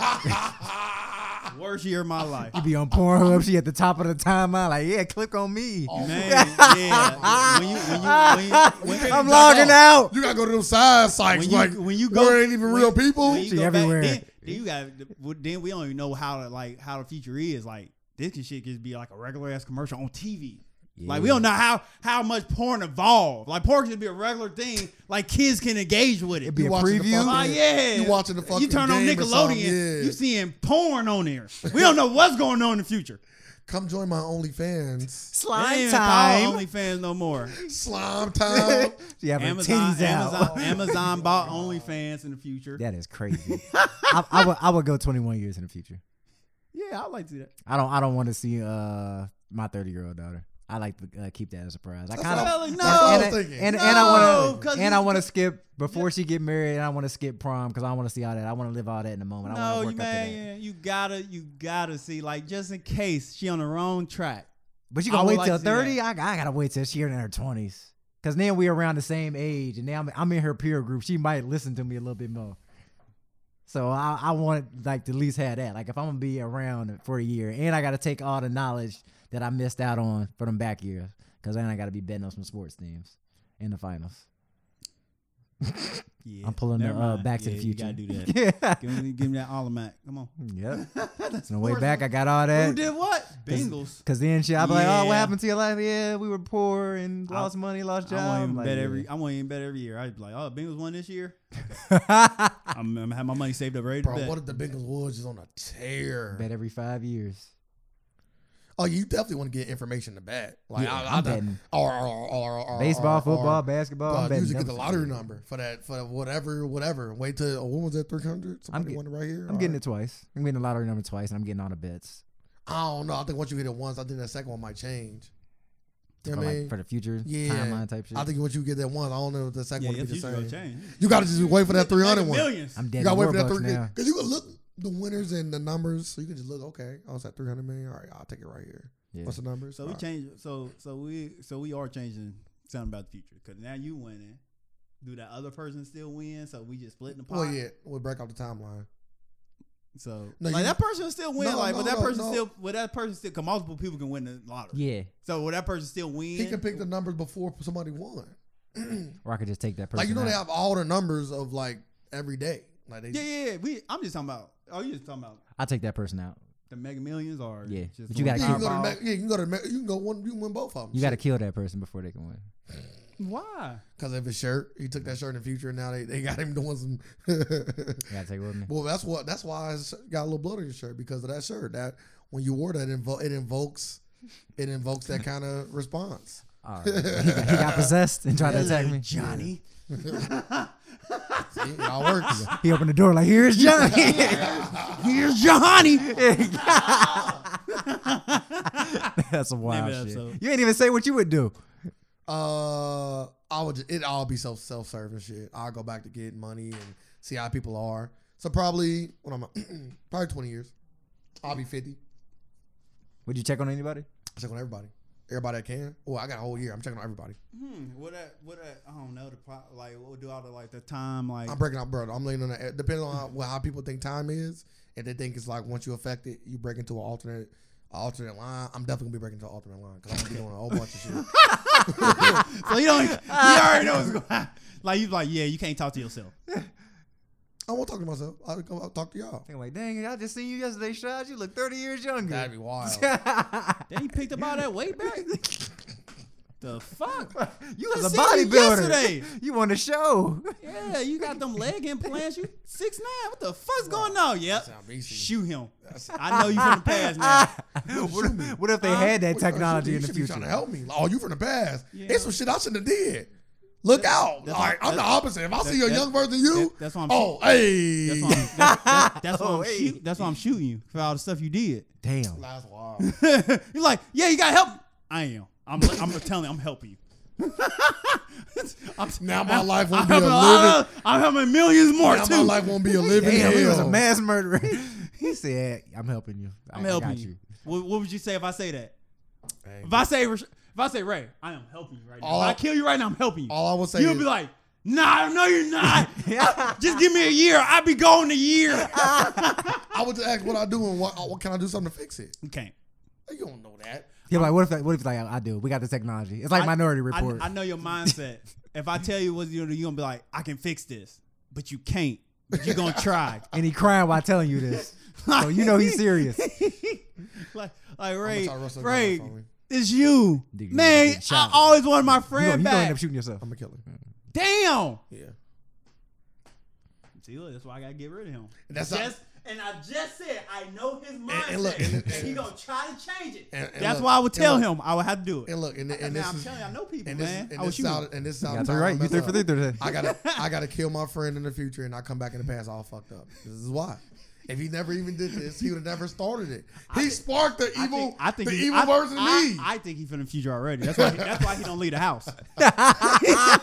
[SPEAKER 1] Worst year of my life,
[SPEAKER 3] You be on Pornhub. She at the top of the timeline. Like, yeah, click on me.
[SPEAKER 2] Oh, [LAUGHS]
[SPEAKER 1] man. Yeah, when you when you
[SPEAKER 3] [LAUGHS]
[SPEAKER 1] when you when,
[SPEAKER 3] I'm logging out.
[SPEAKER 2] you gotta go to those side sites
[SPEAKER 1] when you
[SPEAKER 2] like
[SPEAKER 1] when you go
[SPEAKER 2] where ain't even
[SPEAKER 1] when-
[SPEAKER 2] real people.
[SPEAKER 1] when you
[SPEAKER 3] She
[SPEAKER 1] go back,
[SPEAKER 3] everywhere.
[SPEAKER 1] then, then you got then we don't even know how to like how the future is like. This can shit could be like a regular ass commercial on TV. Like we don't know how how much porn evolved. Like porn should be a regular thing. Like kids can engage with it.
[SPEAKER 3] It'd be
[SPEAKER 2] You
[SPEAKER 3] a
[SPEAKER 2] watching the
[SPEAKER 3] preview.
[SPEAKER 2] fucking-
[SPEAKER 1] Oh yeah,
[SPEAKER 2] You watching the fucking
[SPEAKER 1] You turn on
[SPEAKER 2] game or
[SPEAKER 1] Nickelodeon,
[SPEAKER 2] something, yeah.
[SPEAKER 1] you seeing porn on there. We don't know what's going on in the future.
[SPEAKER 2] Come join my
[SPEAKER 1] [LAUGHS]
[SPEAKER 2] OnlyFans.
[SPEAKER 1] They ain't
[SPEAKER 3] Slime
[SPEAKER 1] even called
[SPEAKER 3] time.
[SPEAKER 1] OnlyFans no more.
[SPEAKER 2] Slime time.
[SPEAKER 3] She have her
[SPEAKER 1] Amazon,
[SPEAKER 3] titties out.
[SPEAKER 1] Amazon, Amazon bought OnlyFans in the future.
[SPEAKER 3] [LAUGHS] That is crazy. I, I would I would go 21 years in the future.
[SPEAKER 1] Yeah, I like to do that.
[SPEAKER 3] I don't I don't want to see uh my 30 year old daughter. I like to uh, keep that as a surprise. I kind
[SPEAKER 2] what I
[SPEAKER 3] of
[SPEAKER 2] was that's what
[SPEAKER 1] Hell no.
[SPEAKER 2] I
[SPEAKER 3] and,
[SPEAKER 2] was
[SPEAKER 3] and,
[SPEAKER 2] thinking.
[SPEAKER 3] and, and I
[SPEAKER 1] No,
[SPEAKER 3] want
[SPEAKER 1] 'cause
[SPEAKER 3] to and
[SPEAKER 1] you-
[SPEAKER 3] I want to skip before she get married, and I want to skip prom because I want to see all that. I want to live all that in the moment. I
[SPEAKER 1] No,
[SPEAKER 3] want to
[SPEAKER 1] you
[SPEAKER 3] work up to that.
[SPEAKER 1] man, you gotta, you gotta see, like, just in case she on the wrong track.
[SPEAKER 3] But you
[SPEAKER 1] I
[SPEAKER 3] gonna
[SPEAKER 1] would
[SPEAKER 3] wait
[SPEAKER 1] like
[SPEAKER 3] till
[SPEAKER 1] to see that.
[SPEAKER 3] 30? I, I gotta wait till she in her 20s because then we around the same age, and now I'm, I'm in her peer group. She might listen to me a little bit more. So I, I want like to at least have that. Like if I'm gonna be around for a year, and I gotta take all the knowledge that I missed out on for them back years, because then I gotta be betting on some sports teams in the finals.
[SPEAKER 1] Yeah,
[SPEAKER 3] I'm pulling the
[SPEAKER 1] never
[SPEAKER 3] uh,
[SPEAKER 1] mind.
[SPEAKER 3] Back to
[SPEAKER 1] Yeah,
[SPEAKER 3] the Future.
[SPEAKER 1] You gotta do that.
[SPEAKER 3] yeah. [LAUGHS]
[SPEAKER 1] give, me, give me that Olimac. Come on.
[SPEAKER 3] Yep. On the way back, I got all
[SPEAKER 1] Who
[SPEAKER 3] that. [LAUGHS]
[SPEAKER 1] did what? Bengals.
[SPEAKER 3] Cause then she, I'll be like, oh, what
[SPEAKER 1] Yeah.
[SPEAKER 3] happened to your life? Yeah, we were poor and
[SPEAKER 1] I-
[SPEAKER 3] lost money, lost
[SPEAKER 1] I
[SPEAKER 3] job.
[SPEAKER 1] won't
[SPEAKER 3] I'm
[SPEAKER 1] even
[SPEAKER 3] like,
[SPEAKER 1] bet
[SPEAKER 3] yeah.
[SPEAKER 1] every. I won't even bet every year. I'd be like, oh, Bengals won
[SPEAKER 3] [LAUGHS]
[SPEAKER 1] this year. I'm, I'm have my money saved up ready to
[SPEAKER 2] Bro,
[SPEAKER 1] bet.
[SPEAKER 2] what if the Bengals was just on a tear?
[SPEAKER 3] bet every five years.
[SPEAKER 2] Oh, you definitely want to get information to bet. Like
[SPEAKER 3] Yeah,
[SPEAKER 2] I, I,
[SPEAKER 3] I'm betting.
[SPEAKER 2] Or, or, or, or
[SPEAKER 3] Baseball,
[SPEAKER 2] or,
[SPEAKER 3] football,
[SPEAKER 2] or,
[SPEAKER 3] basketball. I'm
[SPEAKER 2] Dog,
[SPEAKER 3] betting
[SPEAKER 2] you should get the
[SPEAKER 3] them.
[SPEAKER 2] lottery number for that for whatever, whatever. Wait till oh, when was that three hundred? Somebody
[SPEAKER 3] get-
[SPEAKER 2] won it right here.
[SPEAKER 3] I'm getting it twice. I'm getting the lottery number twice, and I'm getting all the bets.
[SPEAKER 2] I don't know. I think once you hit it once, I think that second one might change. You
[SPEAKER 3] for
[SPEAKER 2] know what I
[SPEAKER 3] like
[SPEAKER 2] mean?
[SPEAKER 3] for the future
[SPEAKER 2] Yeah.
[SPEAKER 3] timeline type shit.
[SPEAKER 2] I think once you get that one, I don't know if the second
[SPEAKER 1] Yeah,
[SPEAKER 2] one will
[SPEAKER 1] it's
[SPEAKER 2] be the
[SPEAKER 1] usually gonna
[SPEAKER 2] same.
[SPEAKER 1] change.
[SPEAKER 2] You gotta just wait for that 300 one.
[SPEAKER 1] Millions.
[SPEAKER 3] I'm
[SPEAKER 2] You
[SPEAKER 3] dead.
[SPEAKER 2] gotta wait for that
[SPEAKER 3] Warbucks
[SPEAKER 2] 300
[SPEAKER 3] now.
[SPEAKER 2] Because you can look the winners and the numbers. So you can just look, okay, I was at 300 million. All right, I'll take it right here.
[SPEAKER 3] Yeah.
[SPEAKER 2] What's the numbers?
[SPEAKER 1] So we
[SPEAKER 2] All right.
[SPEAKER 1] change. So so we so we are changing something about the future because now you winning. Do that other person still win? So we just splitting the pot.
[SPEAKER 2] Well, yeah, we'll break off the timeline.
[SPEAKER 1] So
[SPEAKER 2] No,
[SPEAKER 1] like
[SPEAKER 2] you-
[SPEAKER 1] that person still win.
[SPEAKER 2] No,
[SPEAKER 1] like,
[SPEAKER 2] no,
[SPEAKER 1] but that
[SPEAKER 2] no,
[SPEAKER 1] person
[SPEAKER 2] no.
[SPEAKER 1] still. But that person still. Cause multiple people can win the lottery.
[SPEAKER 3] Yeah,
[SPEAKER 1] So will that person still win?
[SPEAKER 2] He can pick the numbers before somebody won.
[SPEAKER 3] or I could just take that person.
[SPEAKER 2] like you know,
[SPEAKER 3] out.
[SPEAKER 2] they have all the numbers of like every day. Like they,
[SPEAKER 1] Yeah, yeah, yeah. We. I'm just talking about. Oh, you just talking about
[SPEAKER 3] I'll take that person out.
[SPEAKER 1] the Mega Millions or
[SPEAKER 3] Yeah,
[SPEAKER 1] Just
[SPEAKER 3] but you
[SPEAKER 1] the
[SPEAKER 3] gotta
[SPEAKER 2] Yeah, you can go to the,
[SPEAKER 1] Powerball?
[SPEAKER 2] Mac- yeah, you can go to the Mac- you can go one, you can win both of them.
[SPEAKER 3] You got to kill that person before they can win.
[SPEAKER 1] Why?
[SPEAKER 2] because of his shirt. He took that shirt in the future, and now they, they got him doing some.
[SPEAKER 3] You
[SPEAKER 2] [LAUGHS]
[SPEAKER 3] got to take it with me.
[SPEAKER 2] well, that's what that's why it's got a little blood on your shirt because of that shirt. That when you wore that, it, invo- it invokes it invokes that kind of response.
[SPEAKER 3] All right. he, got, he
[SPEAKER 2] [LAUGHS]
[SPEAKER 3] got possessed and tried to attack me.
[SPEAKER 1] Johnny.
[SPEAKER 2] See, it all works.
[SPEAKER 3] He opened the door like, "Here's
[SPEAKER 1] [LAUGHS]
[SPEAKER 3] Johnny. Here's Johnny." That's a wild
[SPEAKER 1] Name it
[SPEAKER 3] shit.
[SPEAKER 1] episode.
[SPEAKER 3] You ain't even say what you would do.
[SPEAKER 2] Uh, I would. Just, it all be self self serving shit. I'll go back to get money and see how people are. So probably when I'm [CLEARS THROAT] probably twenty years, I'll be fifty.
[SPEAKER 3] Would you check on anybody?
[SPEAKER 2] I check on everybody, everybody I can. Oh, I got a whole year. I'm checking on everybody.
[SPEAKER 1] Hmm. What? That, what? That, I don't know. The pro, like what do all the like the time like.
[SPEAKER 2] I'm breaking out, bro. I'm laying on that. Depending on how, well, how people think time is, if they think it's like once you affect it, you break into an alternate. Alternate line, I'm definitely gonna be breaking into an alternate line because I'm gonna be doing a whole bunch of [LAUGHS] shit.
[SPEAKER 1] so you
[SPEAKER 3] [LAUGHS]
[SPEAKER 1] don't. You already know what's going. on. Like you like yeah. You can't talk to yourself.
[SPEAKER 2] I won't talk to myself. I'll, I'll talk to y'all.
[SPEAKER 3] I'm like, dang, I just seen you yesterday, Shad. You look 30 years younger.
[SPEAKER 2] That'd
[SPEAKER 3] [LAUGHS]
[SPEAKER 2] be wild.
[SPEAKER 1] They picked up all that weight back. the fuck?
[SPEAKER 3] you was
[SPEAKER 1] I
[SPEAKER 3] a
[SPEAKER 1] seen you
[SPEAKER 3] bodybuilder.
[SPEAKER 1] yesterday.
[SPEAKER 3] [LAUGHS] You on the show.
[SPEAKER 1] Yeah, you got them leg
[SPEAKER 3] [LAUGHS]
[SPEAKER 1] implants. You six nine. What the fuck's going on? Yep.
[SPEAKER 2] sound beastly.
[SPEAKER 1] Shoot him. I know you from the past now.
[SPEAKER 3] [LAUGHS] what, if, what if they had that
[SPEAKER 2] What you-
[SPEAKER 3] technology
[SPEAKER 2] you
[SPEAKER 3] in the
[SPEAKER 2] should be
[SPEAKER 3] future?
[SPEAKER 2] Trying to help me. Like, oh, you from the past.
[SPEAKER 1] Yeah.
[SPEAKER 2] It's some shit I shouldn't have did. Look out!
[SPEAKER 1] that's-
[SPEAKER 2] All right, I'm the
[SPEAKER 1] that's-
[SPEAKER 2] opposite. If I see a
[SPEAKER 1] that-
[SPEAKER 2] young version of you,
[SPEAKER 1] that- that's what I'm
[SPEAKER 2] Oh, hey,
[SPEAKER 1] [LAUGHS] That's why I'm, that, that, that's why
[SPEAKER 3] [LAUGHS] Oh,
[SPEAKER 1] I'm
[SPEAKER 3] hey.
[SPEAKER 1] shoot, that's why I'm shooting you for all the stuff you did. [LAUGHS]
[SPEAKER 2] [LAUGHS]
[SPEAKER 3] Damn.
[SPEAKER 2] that's wild.
[SPEAKER 1] You're like, yeah, you got help. I am. I'm. I'm telling. you, I'm helping you. [LAUGHS] I'm,
[SPEAKER 2] Now my life won't
[SPEAKER 1] [LAUGHS] I'm
[SPEAKER 2] be a living.
[SPEAKER 1] helping, a lot of- I'm helping millions more
[SPEAKER 2] now
[SPEAKER 1] too.
[SPEAKER 2] my life won't be
[SPEAKER 1] [LAUGHS]
[SPEAKER 2] a living
[SPEAKER 3] Damn, he was a
[SPEAKER 2] hell.
[SPEAKER 3] mass murderer.
[SPEAKER 2] [LAUGHS]
[SPEAKER 3] he said, "I'm helping you. I-
[SPEAKER 1] I'm
[SPEAKER 3] I
[SPEAKER 1] helping
[SPEAKER 3] got
[SPEAKER 1] you. What, what would you say if I say that?
[SPEAKER 2] Hey.
[SPEAKER 1] If I say Rash- if I say Ray, I am helping you right now.
[SPEAKER 2] All
[SPEAKER 1] if
[SPEAKER 2] I-
[SPEAKER 1] I kill you right now, I'm helping you.
[SPEAKER 2] All I would say
[SPEAKER 1] You'll
[SPEAKER 2] is,
[SPEAKER 1] be like, Nah, no, you're
[SPEAKER 2] [LAUGHS]
[SPEAKER 1] not.
[SPEAKER 3] [LAUGHS]
[SPEAKER 1] Just give me a year. I'll be gone in a year.
[SPEAKER 2] I would just ask what I do and what, what can I do something to fix it. [LAUGHS]
[SPEAKER 1] you can't.
[SPEAKER 2] You don't know that.
[SPEAKER 3] Yeah, but like what if what if like I do? We got the technology. It's like
[SPEAKER 1] I-
[SPEAKER 3] Minority
[SPEAKER 1] I-
[SPEAKER 3] Report.
[SPEAKER 1] I, know your mindset. if I tell you what you do, you're gonna be like, I can fix this, but you can't. But you're gonna try. [LAUGHS]
[SPEAKER 3] and he crying while telling you this, so you know he's serious.
[SPEAKER 1] like, like Ray,
[SPEAKER 2] try Russell
[SPEAKER 1] Ray,
[SPEAKER 2] Gunn on my phone.
[SPEAKER 1] it's you,
[SPEAKER 3] Dude, you
[SPEAKER 1] man.
[SPEAKER 3] get
[SPEAKER 1] I
[SPEAKER 3] shot.
[SPEAKER 1] always wanted my
[SPEAKER 3] You gonna,
[SPEAKER 1] friend
[SPEAKER 3] you gonna end
[SPEAKER 1] back.
[SPEAKER 3] up shooting yourself.
[SPEAKER 2] I'm a killer.
[SPEAKER 1] Damn.
[SPEAKER 2] Yeah.
[SPEAKER 1] See, look, that's why I gotta get rid of him.
[SPEAKER 2] That's
[SPEAKER 1] just, and I just said I know his mindset.
[SPEAKER 2] and look, and- and-
[SPEAKER 1] he gonna try to change it.
[SPEAKER 2] And- and
[SPEAKER 1] that's
[SPEAKER 2] look,
[SPEAKER 1] why I would
[SPEAKER 2] and
[SPEAKER 1] tell
[SPEAKER 2] look,
[SPEAKER 1] him I would have to do it.
[SPEAKER 2] And look, and, and
[SPEAKER 1] now
[SPEAKER 2] this
[SPEAKER 1] I'm
[SPEAKER 2] is,
[SPEAKER 1] telling you, I know people,
[SPEAKER 2] and this,
[SPEAKER 1] man.
[SPEAKER 2] and
[SPEAKER 1] I would
[SPEAKER 2] this
[SPEAKER 1] shoot.
[SPEAKER 2] sound,
[SPEAKER 1] him.
[SPEAKER 2] and this sound.
[SPEAKER 3] That's all right. You
[SPEAKER 2] messed
[SPEAKER 3] three for
[SPEAKER 2] up.
[SPEAKER 3] three today.
[SPEAKER 2] I
[SPEAKER 1] [LAUGHS]
[SPEAKER 2] gotta, I gotta kill my friend in the future, and I come back in the past all fucked up. This is why. If he never even did this, he would have never started it. He sparked the
[SPEAKER 1] I
[SPEAKER 2] evil,
[SPEAKER 1] think, I think
[SPEAKER 2] the
[SPEAKER 1] he-
[SPEAKER 2] evil
[SPEAKER 1] I,
[SPEAKER 2] version of
[SPEAKER 1] I,
[SPEAKER 2] me.
[SPEAKER 1] I think he's from the future already. That's why. He, that's why [LAUGHS] he don't leave the house.
[SPEAKER 2] I,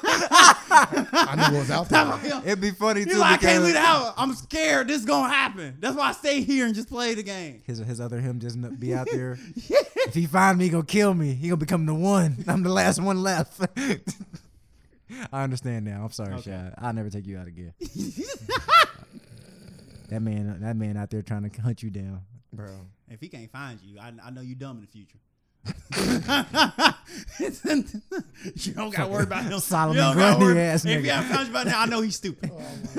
[SPEAKER 2] knew it was out
[SPEAKER 1] [LAUGHS]
[SPEAKER 2] there.
[SPEAKER 1] He's
[SPEAKER 3] It'd be funny too.
[SPEAKER 1] like, I can't
[SPEAKER 3] because
[SPEAKER 1] leave the house. I'm scared. This is gonna happen. That's why I stay here and just play the game.
[SPEAKER 3] His his other him just n- be out
[SPEAKER 1] [LAUGHS]
[SPEAKER 3] there. If he find me, he gonna kill me. He gonna become the one. [LAUGHS] I'm the last one left. [LAUGHS] I understand now. I'm sorry,
[SPEAKER 1] Okay.
[SPEAKER 3] Shad. I'll never take you out
[SPEAKER 1] [LAUGHS]
[SPEAKER 3] again. that man, that man out there trying to hunt you down.
[SPEAKER 2] Bro,
[SPEAKER 1] If he can't find you, I, I know you dumb in the future. [LAUGHS] you don't got to worry about him.
[SPEAKER 3] Solomon
[SPEAKER 1] you don't gotta
[SPEAKER 3] Grundy
[SPEAKER 1] worry-
[SPEAKER 3] ass
[SPEAKER 1] If he
[SPEAKER 3] nigga.
[SPEAKER 1] haven't found you by now, I know he's [LAUGHS] stupid.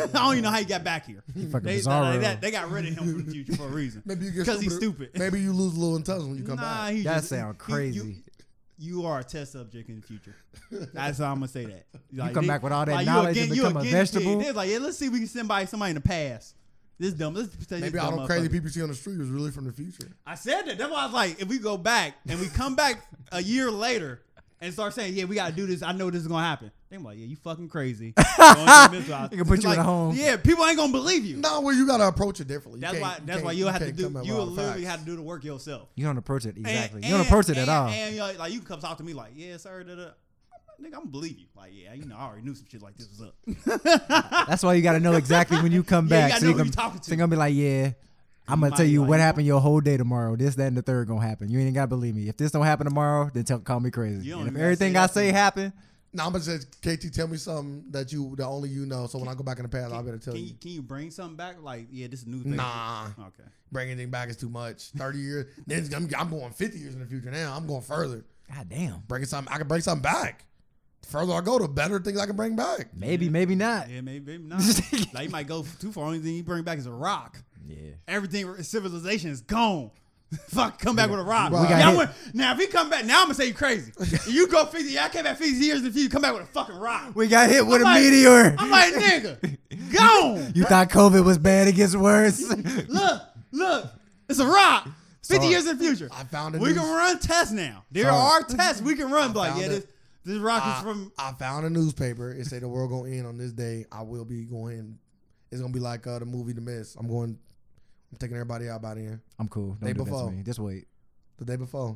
[SPEAKER 1] I don't even know how Oh he got back here.
[SPEAKER 3] fucking
[SPEAKER 1] They,
[SPEAKER 3] Bizarro.
[SPEAKER 1] they, they, they got rid of him from the future for a reason.
[SPEAKER 2] maybe you get
[SPEAKER 1] because he's
[SPEAKER 2] stupider.
[SPEAKER 1] stupid.
[SPEAKER 2] Maybe you lose a little intelligence when you come
[SPEAKER 1] nah,
[SPEAKER 2] back.
[SPEAKER 1] he
[SPEAKER 3] That
[SPEAKER 1] just-
[SPEAKER 3] sound
[SPEAKER 1] he- he- you-
[SPEAKER 3] crazy.
[SPEAKER 1] you are a test subject in the future. That's how I'm gonna say that. Like,
[SPEAKER 3] come
[SPEAKER 1] they-
[SPEAKER 3] back with all that
[SPEAKER 1] you
[SPEAKER 3] knowledge and
[SPEAKER 1] guinea- you
[SPEAKER 3] become a
[SPEAKER 1] guinea pig.
[SPEAKER 3] vegetable?
[SPEAKER 1] They're like, yeah, let's see if we can send by somebody in the past. This dumb. Let's say this
[SPEAKER 2] Maybe all
[SPEAKER 1] dumb
[SPEAKER 2] them crazy
[SPEAKER 1] motherfucker.
[SPEAKER 2] people you see on the street was really from the future.
[SPEAKER 1] I said that. That's why I was like, if we go back and we come back a year later and start saying, yeah, we gotta do this. I know this is gonna happen. They gonna be like, yeah, you fucking crazy. you
[SPEAKER 3] They gonna put you in a home.
[SPEAKER 1] Yeah, people ain't gonna believe you.
[SPEAKER 2] No, well, you gotta approach it differently. You
[SPEAKER 1] that's
[SPEAKER 2] can't-
[SPEAKER 1] why.
[SPEAKER 2] you
[SPEAKER 1] That's why
[SPEAKER 2] can't-
[SPEAKER 1] you'll have to
[SPEAKER 2] can't
[SPEAKER 1] do.
[SPEAKER 2] come up
[SPEAKER 1] You will
[SPEAKER 2] with
[SPEAKER 1] literally
[SPEAKER 2] facts.
[SPEAKER 1] have to do the work yourself.
[SPEAKER 3] You don't approach it
[SPEAKER 1] And-
[SPEAKER 3] exactly. you don't approach it at
[SPEAKER 1] and-
[SPEAKER 3] all.
[SPEAKER 1] And you're like, like, you can come talk to me like, yeah, sir, da, da. I'm- nigga, I'm gonna believe you. Like, yeah, you know, I already knew some shit like this was up. [LAUGHS]
[SPEAKER 3] That's why you got to know exactly when you come
[SPEAKER 1] Yeah, you
[SPEAKER 3] back.
[SPEAKER 1] gotta
[SPEAKER 3] so
[SPEAKER 1] know
[SPEAKER 3] you
[SPEAKER 1] who
[SPEAKER 3] gonna,
[SPEAKER 1] you talking
[SPEAKER 3] so you
[SPEAKER 1] to.
[SPEAKER 3] gonna be like, yeah, I'm
[SPEAKER 1] might
[SPEAKER 3] gonna tell
[SPEAKER 1] be
[SPEAKER 3] you
[SPEAKER 1] like,
[SPEAKER 3] what
[SPEAKER 1] you
[SPEAKER 3] happened your whole day tomorrow. This, that, and the third gonna happen. You ain't gotta believe me. If this don't happen tomorrow, then tell, call me crazy.
[SPEAKER 1] You don't
[SPEAKER 3] And if
[SPEAKER 1] even gotta say
[SPEAKER 3] everything
[SPEAKER 1] that
[SPEAKER 3] I
[SPEAKER 1] to
[SPEAKER 3] say
[SPEAKER 1] me.
[SPEAKER 3] happen,
[SPEAKER 2] No, I'm gonna say, KT, tell me something that you that only you know. So when I go back in the past, I better tell
[SPEAKER 1] can
[SPEAKER 2] you.
[SPEAKER 1] you can you bring something back? Like, yeah, this is new thing.
[SPEAKER 2] Nah,
[SPEAKER 1] Okay.
[SPEAKER 2] bring anything back is too much. Thirty years, then it's- I'm, I'm going fifty years in the future. Now I'm going further.
[SPEAKER 3] god damn,
[SPEAKER 2] Bringing something, I can bring something back. The further I go, the better things I can bring back.
[SPEAKER 3] maybe, maybe not.
[SPEAKER 1] Yeah,
[SPEAKER 3] [LAUGHS]
[SPEAKER 1] maybe, maybe not. like, you might go too far. Only thing you bring back is a rock.
[SPEAKER 3] Yeah.
[SPEAKER 1] Everything civilization is gone. [LAUGHS] Fuck, come back with a rock.
[SPEAKER 2] Right. We got
[SPEAKER 1] Y'all
[SPEAKER 3] hit.
[SPEAKER 1] went- now, if he come back, now I'm gonna say you
[SPEAKER 3] [LAUGHS]
[SPEAKER 1] crazy. you go fifty. Y'all came back fifty years in the future. Come back with a fucking rock.
[SPEAKER 3] We got hit with
[SPEAKER 1] I'm
[SPEAKER 3] a
[SPEAKER 1] like-
[SPEAKER 3] meteor.
[SPEAKER 1] [LAUGHS] I'm
[SPEAKER 3] [LAUGHS]
[SPEAKER 1] like, nigga, gone.
[SPEAKER 3] you thought COVID was bad? It gets
[SPEAKER 1] [LAUGHS]
[SPEAKER 3] worse.
[SPEAKER 1] look, look, it's a rock. 50
[SPEAKER 3] Sorry.
[SPEAKER 1] years in the future.
[SPEAKER 2] I found a
[SPEAKER 1] We
[SPEAKER 2] new-
[SPEAKER 1] can run tests now. There
[SPEAKER 3] Sorry.
[SPEAKER 1] are tests we can run. But
[SPEAKER 2] found
[SPEAKER 1] yeah,
[SPEAKER 2] it.
[SPEAKER 1] this, this rock
[SPEAKER 2] I,
[SPEAKER 3] Ah,
[SPEAKER 1] is from.
[SPEAKER 2] I found a newspaper. It say the world gonna end on this day. I will be going. It's gonna be like uh, the movie The Mist. I'm going. I'm taking everybody out by then.
[SPEAKER 3] I'm cool. Don't
[SPEAKER 2] Day
[SPEAKER 3] do that
[SPEAKER 2] before.
[SPEAKER 3] to me. Just wait.
[SPEAKER 2] The day before.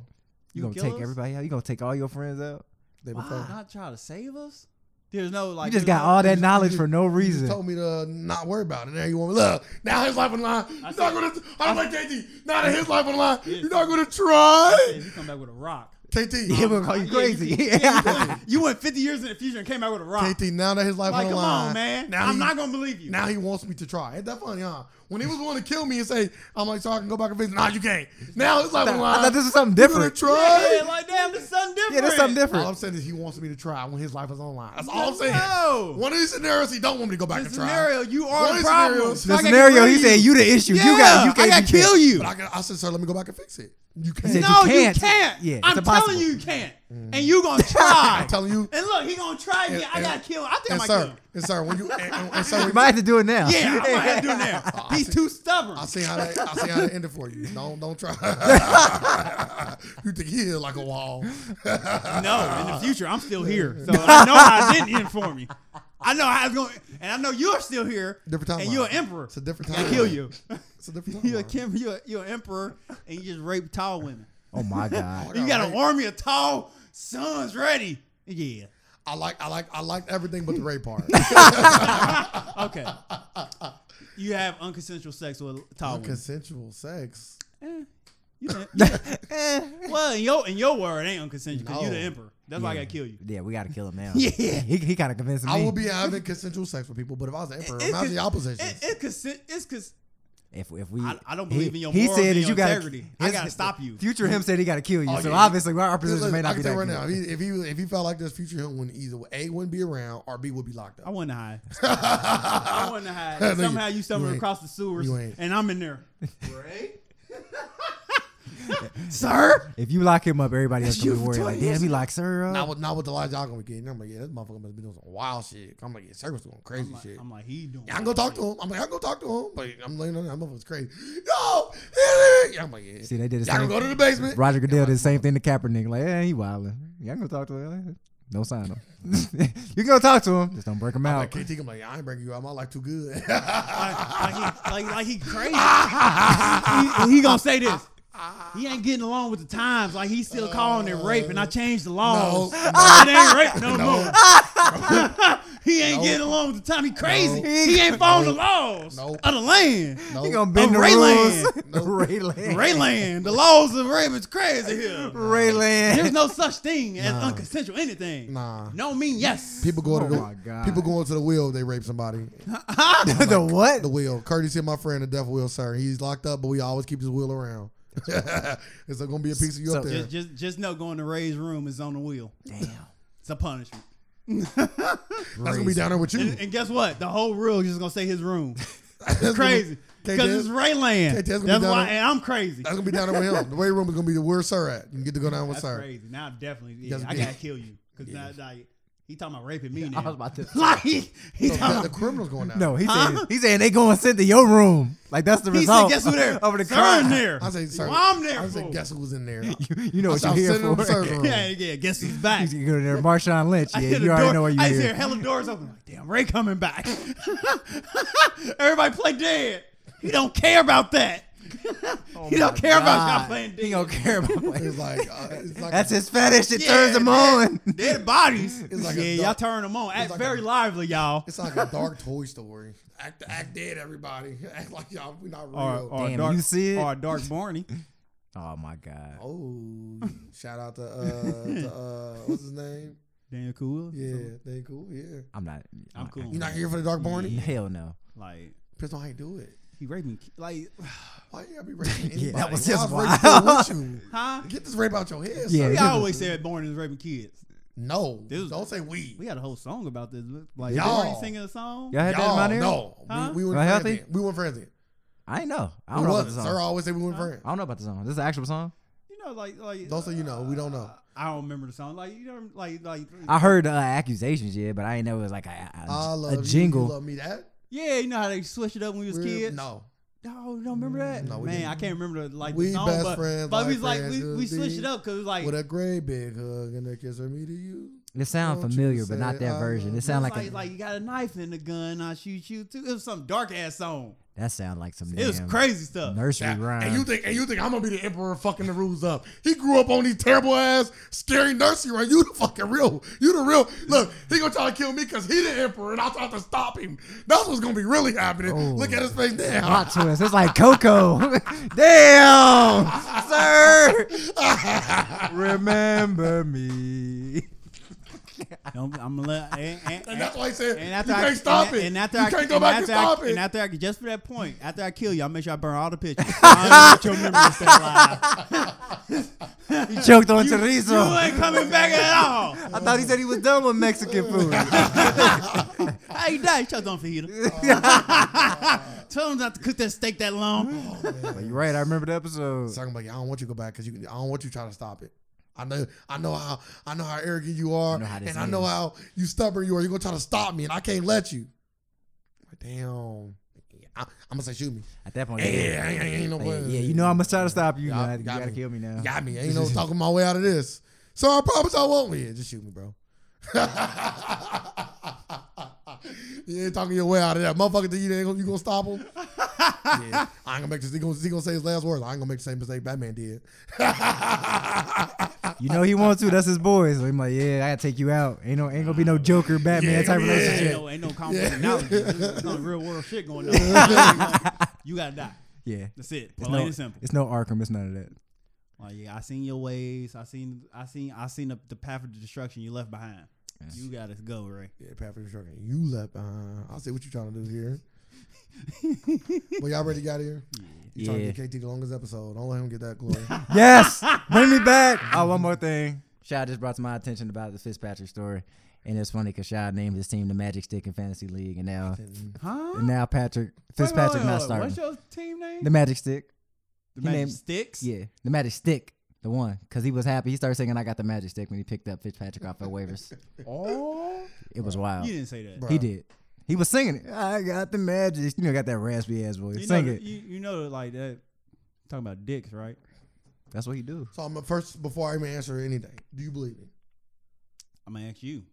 [SPEAKER 3] You,
[SPEAKER 1] You
[SPEAKER 3] gonna
[SPEAKER 1] kill
[SPEAKER 3] take
[SPEAKER 1] us?
[SPEAKER 3] everybody out? You gonna take all your friends out?
[SPEAKER 2] The day
[SPEAKER 1] Why
[SPEAKER 2] before.
[SPEAKER 1] not try to save us? There's no like.
[SPEAKER 3] You just
[SPEAKER 1] there's
[SPEAKER 3] got
[SPEAKER 1] no-
[SPEAKER 3] all that
[SPEAKER 2] you
[SPEAKER 3] knowledge
[SPEAKER 2] just-
[SPEAKER 3] for no
[SPEAKER 2] You just
[SPEAKER 3] reason.
[SPEAKER 2] told me to not worry about it. Now you want me look. Now his life on the line. You're not
[SPEAKER 1] said-
[SPEAKER 2] gonna. I don't like KT. Now that his life on the line,
[SPEAKER 1] Yes.
[SPEAKER 2] you're not gonna try.
[SPEAKER 1] [LAUGHS] If you come back with a rock.
[SPEAKER 2] KT.
[SPEAKER 3] [LAUGHS] Yeah, we're gonna call Oh, you
[SPEAKER 1] [LAUGHS] Yeah, you
[SPEAKER 3] crazy. [LAUGHS]
[SPEAKER 1] can- yeah, you- you went 50 years in the future and came out with a rock.
[SPEAKER 2] KT. Now that his life
[SPEAKER 1] like,
[SPEAKER 2] on the
[SPEAKER 1] come
[SPEAKER 2] line,
[SPEAKER 1] on, man.
[SPEAKER 2] Now
[SPEAKER 1] I'm
[SPEAKER 2] he,
[SPEAKER 1] not gonna believe you.
[SPEAKER 2] Now he wants me to try. Ain't that funny, huh? When he was willing to kill me and say, "I'm like, so I can go back and fix," it. nah, you can't. Now his life on
[SPEAKER 3] I
[SPEAKER 2] the line.
[SPEAKER 3] thought this was something
[SPEAKER 2] You gonna
[SPEAKER 3] different.
[SPEAKER 2] try?
[SPEAKER 1] [LAUGHS] yeah, like damn, this is something different.
[SPEAKER 3] Yeah, that's something
[SPEAKER 2] All I'm
[SPEAKER 3] different.
[SPEAKER 2] saying is he wants me to try when his life is online. That's all I'm saying.
[SPEAKER 1] No.
[SPEAKER 2] One of these scenarios, he don't want me to go back
[SPEAKER 1] The
[SPEAKER 2] and try.
[SPEAKER 1] scenario, you are
[SPEAKER 2] What
[SPEAKER 1] the
[SPEAKER 2] is
[SPEAKER 1] problem.
[SPEAKER 2] scenarios?
[SPEAKER 1] If
[SPEAKER 3] The
[SPEAKER 1] I can't
[SPEAKER 3] scenario
[SPEAKER 1] get rid
[SPEAKER 3] he
[SPEAKER 1] of
[SPEAKER 3] said you the issue.
[SPEAKER 1] Yeah,
[SPEAKER 3] you got you
[SPEAKER 1] I
[SPEAKER 3] can't
[SPEAKER 1] got
[SPEAKER 3] be
[SPEAKER 1] kill you.
[SPEAKER 2] But I, can, I said, sir, let me go back and fix it. You can't.
[SPEAKER 3] said
[SPEAKER 1] no, you can't.
[SPEAKER 3] can't. Yeah, it's
[SPEAKER 1] I'm
[SPEAKER 3] impossible.
[SPEAKER 1] telling
[SPEAKER 3] Mm.
[SPEAKER 1] you, you can't. And you
[SPEAKER 3] [LAUGHS]
[SPEAKER 1] gonna try.
[SPEAKER 2] I'm telling
[SPEAKER 1] [LAUGHS]
[SPEAKER 2] you.
[SPEAKER 1] And look, he gonna try me. I
[SPEAKER 2] and-
[SPEAKER 1] gotta kill. him. I think I
[SPEAKER 2] And
[SPEAKER 1] might
[SPEAKER 2] sir,
[SPEAKER 1] kill. him.
[SPEAKER 2] and sir, when you and, and, and sir, when
[SPEAKER 3] You
[SPEAKER 2] you-
[SPEAKER 3] might have to do it now.
[SPEAKER 1] Yeah, I might have to do it
[SPEAKER 2] [LAUGHS]
[SPEAKER 1] now. He's too stubborn.
[SPEAKER 2] I see how that I see how that ended for you. Don't don't
[SPEAKER 1] [LAUGHS]
[SPEAKER 2] try. [LAUGHS] you think he is like a wall? [LAUGHS]
[SPEAKER 1] No, in the future, I'm still here. So I know I didn't inform you. I know I was going, and I know you're still here.
[SPEAKER 2] Different time.
[SPEAKER 1] And you're an emperor.
[SPEAKER 2] It's a different
[SPEAKER 1] I
[SPEAKER 2] time.
[SPEAKER 1] kill you.
[SPEAKER 2] It's a different time.
[SPEAKER 1] [LAUGHS] You're a king, you're, you're an emperor, and you just rape tall women.
[SPEAKER 3] Oh
[SPEAKER 1] [LAUGHS]
[SPEAKER 3] my god.
[SPEAKER 1] You got an army of tall sons ready. Yeah.
[SPEAKER 2] I like I like I like everything but the rape [LAUGHS] part.
[SPEAKER 1] Okay. You have unconsensual sex with tall women.
[SPEAKER 2] Consensual sex.
[SPEAKER 1] You [LAUGHS] done- well, in your in your word, it ain't unconsensual because you the
[SPEAKER 2] No.
[SPEAKER 1] emperor. That's why I got to kill you.
[SPEAKER 3] Yeah, we gotta kill him now.
[SPEAKER 1] Yeah.
[SPEAKER 3] he, he kind of convinced me.
[SPEAKER 2] I would be having consensual sex with people, but if I was an emperor,
[SPEAKER 1] It's
[SPEAKER 2] imagine
[SPEAKER 1] con-
[SPEAKER 2] the opposition.
[SPEAKER 1] It, it consent. It's cons-
[SPEAKER 3] if if we,
[SPEAKER 1] I, I don't
[SPEAKER 3] he-
[SPEAKER 1] believe in your
[SPEAKER 3] he
[SPEAKER 1] morals
[SPEAKER 3] said
[SPEAKER 1] and
[SPEAKER 3] that
[SPEAKER 1] your
[SPEAKER 3] you gotta-
[SPEAKER 1] integrity. I
[SPEAKER 3] it's-
[SPEAKER 1] gotta stop you.
[SPEAKER 3] Future him said he gotta kill you,
[SPEAKER 2] Oh,
[SPEAKER 3] so
[SPEAKER 2] yeah.
[SPEAKER 3] obviously our position
[SPEAKER 2] Listen,
[SPEAKER 3] may
[SPEAKER 2] I
[SPEAKER 3] not be
[SPEAKER 2] can tell
[SPEAKER 3] that
[SPEAKER 2] you right
[SPEAKER 3] good.
[SPEAKER 2] now, if he, if he if he felt like this future him wouldn't either A wouldn't be around or B would be locked
[SPEAKER 1] I
[SPEAKER 2] up.
[SPEAKER 1] want
[SPEAKER 2] [LAUGHS]
[SPEAKER 1] to hide. I want to hide.
[SPEAKER 2] No, you-
[SPEAKER 1] Somehow you stumble
[SPEAKER 2] you ain't.
[SPEAKER 1] across the sewers,
[SPEAKER 2] You ain't.
[SPEAKER 1] and I'm in there. Sir,
[SPEAKER 3] If you lock him up, everybody else
[SPEAKER 1] That's
[SPEAKER 3] gonna be
[SPEAKER 1] you for
[SPEAKER 3] worried. Like,
[SPEAKER 1] 20 years.
[SPEAKER 3] damn, he locked sir uh,
[SPEAKER 2] Not
[SPEAKER 3] up.
[SPEAKER 2] with not with the lies y'all gonna be getting. I'm like, yeah, this motherfucker must be doing some wild shit. I'm like, yeah, Circus doing crazy
[SPEAKER 1] I'm like,
[SPEAKER 2] shit.
[SPEAKER 1] I'm like, he doing.
[SPEAKER 2] Yeah, I can go talk to him. I'm like, I can go talk to him. But I'm like, no, that motherfucker's crazy. No, hit it. Yeah, I'm like, yeah.
[SPEAKER 3] See, they did the
[SPEAKER 2] Y'all
[SPEAKER 3] same.
[SPEAKER 2] can go to the basement.
[SPEAKER 3] Roger Goodell did the same thing to Kaepernick. Like, yeah, he wilding. Y'all gonna talk to him? No sign him. [LAUGHS] you can go talk to him. Just don't break him
[SPEAKER 2] I'm
[SPEAKER 3] out.
[SPEAKER 2] like, KT, I'm like, I ain't breaking you out. My life
[SPEAKER 3] [LAUGHS]
[SPEAKER 2] too good.
[SPEAKER 1] Like, like he, like, like he
[SPEAKER 2] [LAUGHS]
[SPEAKER 1] crazy. he, he gonna say this. He ain't getting along with the times. Like he's still calling it rape, and I changed the laws.
[SPEAKER 2] No.
[SPEAKER 1] It ain't rape no,
[SPEAKER 2] No.
[SPEAKER 1] more.
[SPEAKER 2] [LAUGHS]
[SPEAKER 1] he ain't
[SPEAKER 2] No.
[SPEAKER 1] getting along with the time. He crazy.
[SPEAKER 2] No.
[SPEAKER 1] He ain't following the laws
[SPEAKER 2] No.
[SPEAKER 1] of the land.
[SPEAKER 2] no.
[SPEAKER 3] He gonna bend the [LAUGHS]
[SPEAKER 1] Rayland.
[SPEAKER 3] rules. Rayland.
[SPEAKER 1] Rayland, the laws of rape is crazy here.
[SPEAKER 3] Rayland.
[SPEAKER 2] [LAUGHS]
[SPEAKER 1] There's no such thing as unconsensual anything.
[SPEAKER 2] Nah.
[SPEAKER 1] No mean yes.
[SPEAKER 2] People going
[SPEAKER 3] Oh
[SPEAKER 2] to
[SPEAKER 3] my
[SPEAKER 2] the,
[SPEAKER 3] God.
[SPEAKER 2] people going to the wheel. They rape somebody.
[SPEAKER 3] [LAUGHS] the what?
[SPEAKER 2] The wheel. Curtis hit my friend, the deaf wheel, sir. He's locked up, but we always keep his wheel around. [LAUGHS] It's gonna be a piece of you up
[SPEAKER 3] So-
[SPEAKER 2] there.
[SPEAKER 1] Just, just, just know going to Ray's room is on the wheel.
[SPEAKER 3] Damn.
[SPEAKER 1] It's a punishment.
[SPEAKER 2] That's gonna be down there with you.
[SPEAKER 1] And, and guess what? The whole rule is just gonna say his room.
[SPEAKER 2] [LAUGHS] That's
[SPEAKER 1] crazy.
[SPEAKER 2] Gonna,
[SPEAKER 1] Because it's
[SPEAKER 2] KTS
[SPEAKER 1] Rayland.
[SPEAKER 2] gonna be
[SPEAKER 1] That's
[SPEAKER 2] down
[SPEAKER 1] why,
[SPEAKER 2] there.
[SPEAKER 1] and I'm
[SPEAKER 2] [LAUGHS]
[SPEAKER 1] crazy.
[SPEAKER 2] that's gonna be down there with him. The weight room is gonna be the where sir at. You get to go down with
[SPEAKER 1] That's
[SPEAKER 2] sir.
[SPEAKER 1] crazy. Now I'm definitely, yeah,
[SPEAKER 2] That's
[SPEAKER 1] I
[SPEAKER 2] good.
[SPEAKER 1] gotta kill you. Because now, like, He talking about raping me
[SPEAKER 7] I
[SPEAKER 1] now.
[SPEAKER 7] was about
[SPEAKER 1] [LAUGHS]
[SPEAKER 7] to.
[SPEAKER 1] like he
[SPEAKER 2] So
[SPEAKER 1] talking
[SPEAKER 2] the,
[SPEAKER 1] about
[SPEAKER 2] the criminals going down.
[SPEAKER 3] No, he said he saying they going to send to your room. Like that's the
[SPEAKER 1] he said,
[SPEAKER 3] result.
[SPEAKER 1] guess
[SPEAKER 7] [LAUGHS]
[SPEAKER 1] who there?
[SPEAKER 3] [LAUGHS] Over the
[SPEAKER 1] Sir
[SPEAKER 3] crime.
[SPEAKER 1] in there.
[SPEAKER 2] I say, sir,
[SPEAKER 1] Mom there.
[SPEAKER 2] I said,
[SPEAKER 1] fool.
[SPEAKER 2] guess who was in
[SPEAKER 1] [LAUGHS]
[SPEAKER 2] there?
[SPEAKER 3] You know what
[SPEAKER 2] I
[SPEAKER 3] you're
[SPEAKER 2] said,
[SPEAKER 3] here
[SPEAKER 2] "Send him to
[SPEAKER 3] for.
[SPEAKER 2] server room."
[SPEAKER 1] Yeah, yeah. Guess who's
[SPEAKER 3] [LAUGHS]
[SPEAKER 1] back?
[SPEAKER 3] You go there, Marshawn Lynch.
[SPEAKER 1] I
[SPEAKER 3] Yeah,
[SPEAKER 1] hear the
[SPEAKER 3] you already
[SPEAKER 1] door-
[SPEAKER 3] know where you
[SPEAKER 1] I just hear
[SPEAKER 3] here.
[SPEAKER 1] hella doors open. Like, damn, Ray coming back. [LAUGHS] Everybody play dead. He don't care
[SPEAKER 2] [LAUGHS]
[SPEAKER 1] about that.
[SPEAKER 2] Oh
[SPEAKER 1] he don't care about y'all playing dead.
[SPEAKER 3] He don't care about
[SPEAKER 2] It's like, uh, it's like
[SPEAKER 3] That's
[SPEAKER 2] a,
[SPEAKER 3] his fetish. It
[SPEAKER 1] Yeah,
[SPEAKER 3] turns him
[SPEAKER 1] dead-
[SPEAKER 3] on.
[SPEAKER 2] [LAUGHS]
[SPEAKER 1] Dead bodies.
[SPEAKER 2] like a
[SPEAKER 1] yeah, y'all
[SPEAKER 2] dark-
[SPEAKER 1] turn them on. Act
[SPEAKER 2] like
[SPEAKER 1] very
[SPEAKER 2] a-
[SPEAKER 1] lively, y'all.
[SPEAKER 2] It's like a dark Toy Story. Act, act dead, everybody. [LAUGHS] Act like y'all, we not real.
[SPEAKER 1] Or, or
[SPEAKER 3] Damn,
[SPEAKER 1] dark,
[SPEAKER 3] you see it?
[SPEAKER 1] Or dark
[SPEAKER 2] [LAUGHS]
[SPEAKER 1] Barney.
[SPEAKER 3] Oh my god.
[SPEAKER 2] oh, shout out to uh, to uh, what's his name?
[SPEAKER 1] Daniel Cool.
[SPEAKER 2] Yeah, they cool. Yeah,
[SPEAKER 3] I'm not.
[SPEAKER 1] I'm cool.
[SPEAKER 2] you not here for the dark morning?
[SPEAKER 3] Hell no.
[SPEAKER 1] Like
[SPEAKER 2] Pistol, I ain't do it.
[SPEAKER 1] he raped me. Like
[SPEAKER 2] Why you
[SPEAKER 3] [LAUGHS]
[SPEAKER 2] gotta be raping anybody?
[SPEAKER 3] Yeah, that was his
[SPEAKER 2] Why
[SPEAKER 3] wild.
[SPEAKER 2] is rape still
[SPEAKER 3] [LAUGHS]
[SPEAKER 2] with you? [LAUGHS]
[SPEAKER 1] huh?
[SPEAKER 2] Get this rape out your head.
[SPEAKER 3] Yeah,
[SPEAKER 2] son.
[SPEAKER 1] We
[SPEAKER 3] this
[SPEAKER 1] always said Barney was raping kids.
[SPEAKER 2] No,
[SPEAKER 1] This was-
[SPEAKER 2] don't say we.
[SPEAKER 1] We had a whole song about this. Like
[SPEAKER 2] Y'all.
[SPEAKER 1] Barney singing a song.
[SPEAKER 3] Y'all had that in
[SPEAKER 2] Y'all,
[SPEAKER 3] my ear?
[SPEAKER 2] no,
[SPEAKER 1] Huh?
[SPEAKER 2] we, we
[SPEAKER 3] Am I
[SPEAKER 2] weren't friends.
[SPEAKER 3] healthy?
[SPEAKER 2] Then. We weren't friends. Then.
[SPEAKER 3] I ain't know. I
[SPEAKER 2] We
[SPEAKER 3] don't know about
[SPEAKER 2] wasn't.
[SPEAKER 3] the
[SPEAKER 2] Sir
[SPEAKER 3] song.
[SPEAKER 2] always said we weren't friends.
[SPEAKER 3] I don't know about the song. This is an actual song.
[SPEAKER 1] You know, like like uh,
[SPEAKER 2] Don't say you know. We don't know.
[SPEAKER 1] I don't remember the song. Like you know, like like
[SPEAKER 3] I heard uh, accusations, yeah, but I ain't know it was like a, a,
[SPEAKER 2] I love
[SPEAKER 3] a
[SPEAKER 2] you,
[SPEAKER 3] jingle.
[SPEAKER 2] You love me that.
[SPEAKER 1] yeah, you know how they switched it up when we was
[SPEAKER 2] We're-
[SPEAKER 1] kids.
[SPEAKER 2] No,
[SPEAKER 1] no, you don't remember that.
[SPEAKER 2] No, we
[SPEAKER 1] man,
[SPEAKER 2] didn't.
[SPEAKER 1] I can't remember the, like
[SPEAKER 2] We
[SPEAKER 1] the song,
[SPEAKER 2] best
[SPEAKER 1] but,
[SPEAKER 2] friends,
[SPEAKER 1] but
[SPEAKER 2] like
[SPEAKER 1] we was like
[SPEAKER 2] friends
[SPEAKER 1] we,
[SPEAKER 2] could
[SPEAKER 1] we switched
[SPEAKER 2] be.
[SPEAKER 1] it up because it was like
[SPEAKER 2] with a great big hug and a kiss from me to you.
[SPEAKER 3] it sounds
[SPEAKER 2] Don't you
[SPEAKER 3] familiar, but not
[SPEAKER 2] say
[SPEAKER 3] that
[SPEAKER 2] I
[SPEAKER 3] version.
[SPEAKER 2] love
[SPEAKER 3] It sounds like,
[SPEAKER 1] it was
[SPEAKER 3] a,
[SPEAKER 1] like, like you got a knife and a gun, I shoot you too. It was some dark ass song.
[SPEAKER 3] that sound like some
[SPEAKER 1] It was
[SPEAKER 3] damn
[SPEAKER 1] crazy stuff.
[SPEAKER 3] nursery
[SPEAKER 2] Yeah,
[SPEAKER 3] rhyme. [LAUGHS]
[SPEAKER 2] And you think and you think I'm gonna be the emperor fucking the rules up. He grew up on these terrible ass scary nursery rhymes. You the fucking real. You the real. Look, he gonna try to kill me because he the emperor and I tried to stop him. That's what's gonna be really happening.
[SPEAKER 3] Oh.
[SPEAKER 2] Look at his face
[SPEAKER 3] Plot
[SPEAKER 2] now.
[SPEAKER 3] twist. It's like Coco. [LAUGHS] damn,
[SPEAKER 2] [LAUGHS]
[SPEAKER 3] sir. Remember me.
[SPEAKER 1] I'm, I'm gonna let, and,
[SPEAKER 2] [LAUGHS]
[SPEAKER 1] and,
[SPEAKER 2] And that's why he said
[SPEAKER 1] and after
[SPEAKER 2] you
[SPEAKER 1] I,
[SPEAKER 2] can't stop
[SPEAKER 1] and,
[SPEAKER 2] it.
[SPEAKER 1] And after
[SPEAKER 2] you
[SPEAKER 1] I,
[SPEAKER 2] can't go
[SPEAKER 1] and
[SPEAKER 2] back and
[SPEAKER 1] after
[SPEAKER 2] stop
[SPEAKER 1] I,
[SPEAKER 2] it.
[SPEAKER 1] And after I, just for that point, after I kill you, I'll make sure I burn all
[SPEAKER 2] [LAUGHS]
[SPEAKER 1] the pictures. I don't want your memory to stay alive.
[SPEAKER 3] He choked on
[SPEAKER 1] You
[SPEAKER 3] chorizo.
[SPEAKER 1] ain't coming back at all.
[SPEAKER 3] I thought he said he was done with
[SPEAKER 2] [LAUGHS]
[SPEAKER 3] Mexican food. [LAUGHS]
[SPEAKER 1] How you die? Shut down fajita. Tell him not to cook that steak that long.
[SPEAKER 3] But you're right. I remember the episode.
[SPEAKER 2] talking about, yeah, I don't want you to go back because you. I don't want you to try to stop it. I know, I know how, I know how arrogant you are,
[SPEAKER 3] know how this
[SPEAKER 2] and I know
[SPEAKER 3] is.
[SPEAKER 2] how you stubborn you are. You're gonna try to stop me, and I can't let you. Like, damn, I, am gonna say shoot me.
[SPEAKER 3] At that point,
[SPEAKER 2] Yeah,
[SPEAKER 3] yeah,
[SPEAKER 2] ain't, ain't no
[SPEAKER 3] Like,
[SPEAKER 2] plan.
[SPEAKER 3] yeah, you know I'm gonna try to stop you.
[SPEAKER 2] Y'all
[SPEAKER 3] now. you
[SPEAKER 2] got
[SPEAKER 3] gotta
[SPEAKER 2] me.
[SPEAKER 3] kill me now.
[SPEAKER 2] got me. Ain't no talking my way out of this. So I promise I won't. Yeah, just shoot me, bro. [LAUGHS] you ain't talking your way out of that, motherfucker. think You ain't gonna, you gonna stop
[SPEAKER 3] [LAUGHS]
[SPEAKER 2] him? yeah, I ain't gonna make this. He gonna, he gonna say his last words. I ain't gonna make the same mistake Batman did.
[SPEAKER 3] You know he wants to. That's his boy. So I'm like, yeah, I gotta take you out. Ain't no, ain't gonna be no Joker, Batman
[SPEAKER 2] Yeah,
[SPEAKER 3] type
[SPEAKER 2] yeah.
[SPEAKER 1] Ain't
[SPEAKER 3] relationship.
[SPEAKER 1] no, ain't no conflict
[SPEAKER 2] Yeah.
[SPEAKER 1] knowledge. There's no real world shit going [LAUGHS] on. you gotta die.
[SPEAKER 3] Yeah,
[SPEAKER 1] That's it.
[SPEAKER 3] it's
[SPEAKER 1] Plain
[SPEAKER 3] no,
[SPEAKER 1] and simple.
[SPEAKER 3] it's no Arkham. It's none of that.
[SPEAKER 1] Like, yeah, I seen your ways. I seen, I seen, I seen the, the path of destruction you left behind. You gotta go, Ray.
[SPEAKER 2] Yeah, Pat Fisher Trucking. You left behind. I'll say what you trying to
[SPEAKER 3] [LAUGHS]
[SPEAKER 2] do here. well, y'all already got here. You trying
[SPEAKER 3] Yeah.
[SPEAKER 2] to get KT the longest episode. Don't let him get that
[SPEAKER 3] [LAUGHS]
[SPEAKER 2] glory.
[SPEAKER 3] Yes, bring me back. Oh, one more thing. Shad just brought to my attention about the Fitzpatrick story, and it's funny because Shad named his team the Magic Stick in fantasy league, and now,
[SPEAKER 1] Huh?
[SPEAKER 3] and now Patrick Fitzpatrick not starting.
[SPEAKER 1] What's your team name?
[SPEAKER 3] the Magic Stick.
[SPEAKER 1] The
[SPEAKER 3] he
[SPEAKER 1] Magic
[SPEAKER 3] named-
[SPEAKER 1] Sticks.
[SPEAKER 3] Yeah, the Magic Stick. The one, cause he was happy. He started singing, "I got the Magic Stick" when he picked up Fitzpatrick off of waivers.
[SPEAKER 1] Oh,
[SPEAKER 3] It was wild.
[SPEAKER 1] you didn't say that.
[SPEAKER 2] Bruh.
[SPEAKER 3] He did. He was singing it. I got the magic. You know, got that raspy ass voice.
[SPEAKER 1] You
[SPEAKER 3] Sing
[SPEAKER 1] know,
[SPEAKER 3] it.
[SPEAKER 1] You, you know, like that. Talking about dicks, right?
[SPEAKER 3] That's what he [LAUGHS] do.
[SPEAKER 2] So I'm gonna first before I even answer anything. Do you believe me?
[SPEAKER 1] I'm gonna ask you.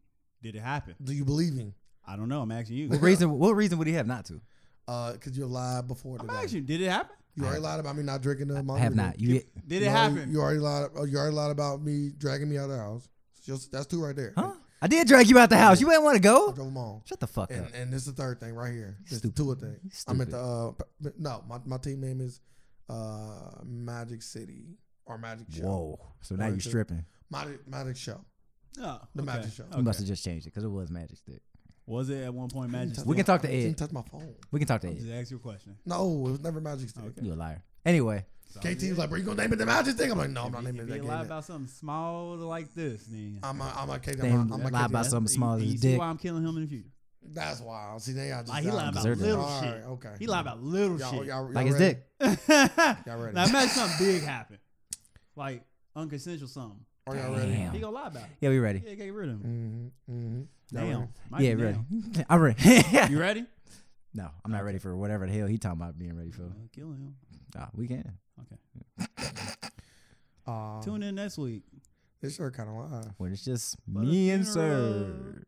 [SPEAKER 1] Did it happen?
[SPEAKER 2] Do you believe me?
[SPEAKER 1] I don't know. I'm asking you.
[SPEAKER 3] What reason? What reason would he have not to?
[SPEAKER 2] Uh, cause you lied before
[SPEAKER 1] I'm
[SPEAKER 2] today.
[SPEAKER 1] asking you. Did it happen?
[SPEAKER 2] you already lied about me not drinking the
[SPEAKER 3] I
[SPEAKER 2] margarita.
[SPEAKER 3] have not. You
[SPEAKER 1] Did it
[SPEAKER 2] You already-
[SPEAKER 1] happen?
[SPEAKER 2] You already lied. oh, You already lied about me dragging me out of the house. It's Just, that's two right there.
[SPEAKER 3] huh? I did drag you out the house. You didn't want to
[SPEAKER 2] I
[SPEAKER 3] go.
[SPEAKER 2] drove them all.
[SPEAKER 3] Shut the fuck up.
[SPEAKER 2] And, and this is the third thing right here. This
[SPEAKER 3] Stupid.
[SPEAKER 2] the Tua thing.
[SPEAKER 3] He's
[SPEAKER 2] I'm at
[SPEAKER 3] stupid.
[SPEAKER 2] the uh, p- p- no. My, my team name is uh, Magic City or Magic Show.
[SPEAKER 3] Whoa. So now
[SPEAKER 2] One,
[SPEAKER 3] you're
[SPEAKER 2] two.
[SPEAKER 3] stripping.
[SPEAKER 2] Magic Magic Show.
[SPEAKER 1] Oh,
[SPEAKER 2] The
[SPEAKER 1] okay.
[SPEAKER 2] Magic Show. You
[SPEAKER 3] We
[SPEAKER 1] Okay.
[SPEAKER 3] must have just changed it because it was magic stick.
[SPEAKER 1] Was it at one point Magic?
[SPEAKER 2] touch
[SPEAKER 1] Stick?
[SPEAKER 3] We can talk to
[SPEAKER 2] I didn't
[SPEAKER 3] Ed.
[SPEAKER 2] touch my phone.
[SPEAKER 3] We can talk to Ed.
[SPEAKER 1] Just ask you a question.
[SPEAKER 2] No, it was never Magic Stick.
[SPEAKER 1] Okay.
[SPEAKER 3] You a liar. Anyway,
[SPEAKER 2] KT was like, "Bro, you gonna name it the Magic Stick?" I'm like, "No, I'm
[SPEAKER 1] If
[SPEAKER 2] not
[SPEAKER 1] you-
[SPEAKER 2] naming it
[SPEAKER 1] if you
[SPEAKER 2] that
[SPEAKER 1] lie
[SPEAKER 2] game."
[SPEAKER 1] about something small like this, then
[SPEAKER 2] I'm a, I'm a KT.
[SPEAKER 3] they
[SPEAKER 2] I'm a, I'm a
[SPEAKER 3] lie
[SPEAKER 2] KT.
[SPEAKER 3] about something
[SPEAKER 1] You-
[SPEAKER 3] small as
[SPEAKER 1] you
[SPEAKER 3] his
[SPEAKER 1] see
[SPEAKER 3] dick.
[SPEAKER 1] why I'm killing him in the future.
[SPEAKER 2] That's wild. See, they I just
[SPEAKER 1] Like he
[SPEAKER 2] y'all-
[SPEAKER 1] lied about
[SPEAKER 3] deserve that.
[SPEAKER 1] little
[SPEAKER 2] All
[SPEAKER 1] shit.
[SPEAKER 2] right, okay.
[SPEAKER 1] He lied about little
[SPEAKER 2] Y'all-
[SPEAKER 1] shit. [LAUGHS]
[SPEAKER 2] y'all- y'all
[SPEAKER 3] like his
[SPEAKER 2] ready?
[SPEAKER 3] dick.
[SPEAKER 1] now
[SPEAKER 2] Y'all ready?
[SPEAKER 1] imagine something big happen, like unconsensual something.
[SPEAKER 2] Are y'all ready?
[SPEAKER 1] He gonna lie about it.
[SPEAKER 3] Yeah, we ready.
[SPEAKER 1] Yeah, get rid of him.
[SPEAKER 2] Mm-hmm, mm-hmm.
[SPEAKER 1] Damn. Mike,
[SPEAKER 3] yeah,
[SPEAKER 1] damn.
[SPEAKER 3] ready. [LAUGHS] I'm ready.
[SPEAKER 1] [LAUGHS] You
[SPEAKER 3] [LAUGHS]
[SPEAKER 1] ready?
[SPEAKER 3] no, I'm not ready for whatever the hell he talking about being ready for.
[SPEAKER 1] I'll kill him.
[SPEAKER 3] Ah, we can.
[SPEAKER 2] Uh,
[SPEAKER 1] Tune in next week.
[SPEAKER 2] this shirt kind of live.
[SPEAKER 3] Well, it's just
[SPEAKER 1] But
[SPEAKER 3] me
[SPEAKER 1] a
[SPEAKER 3] and
[SPEAKER 1] funeral- Oh
[SPEAKER 3] sir.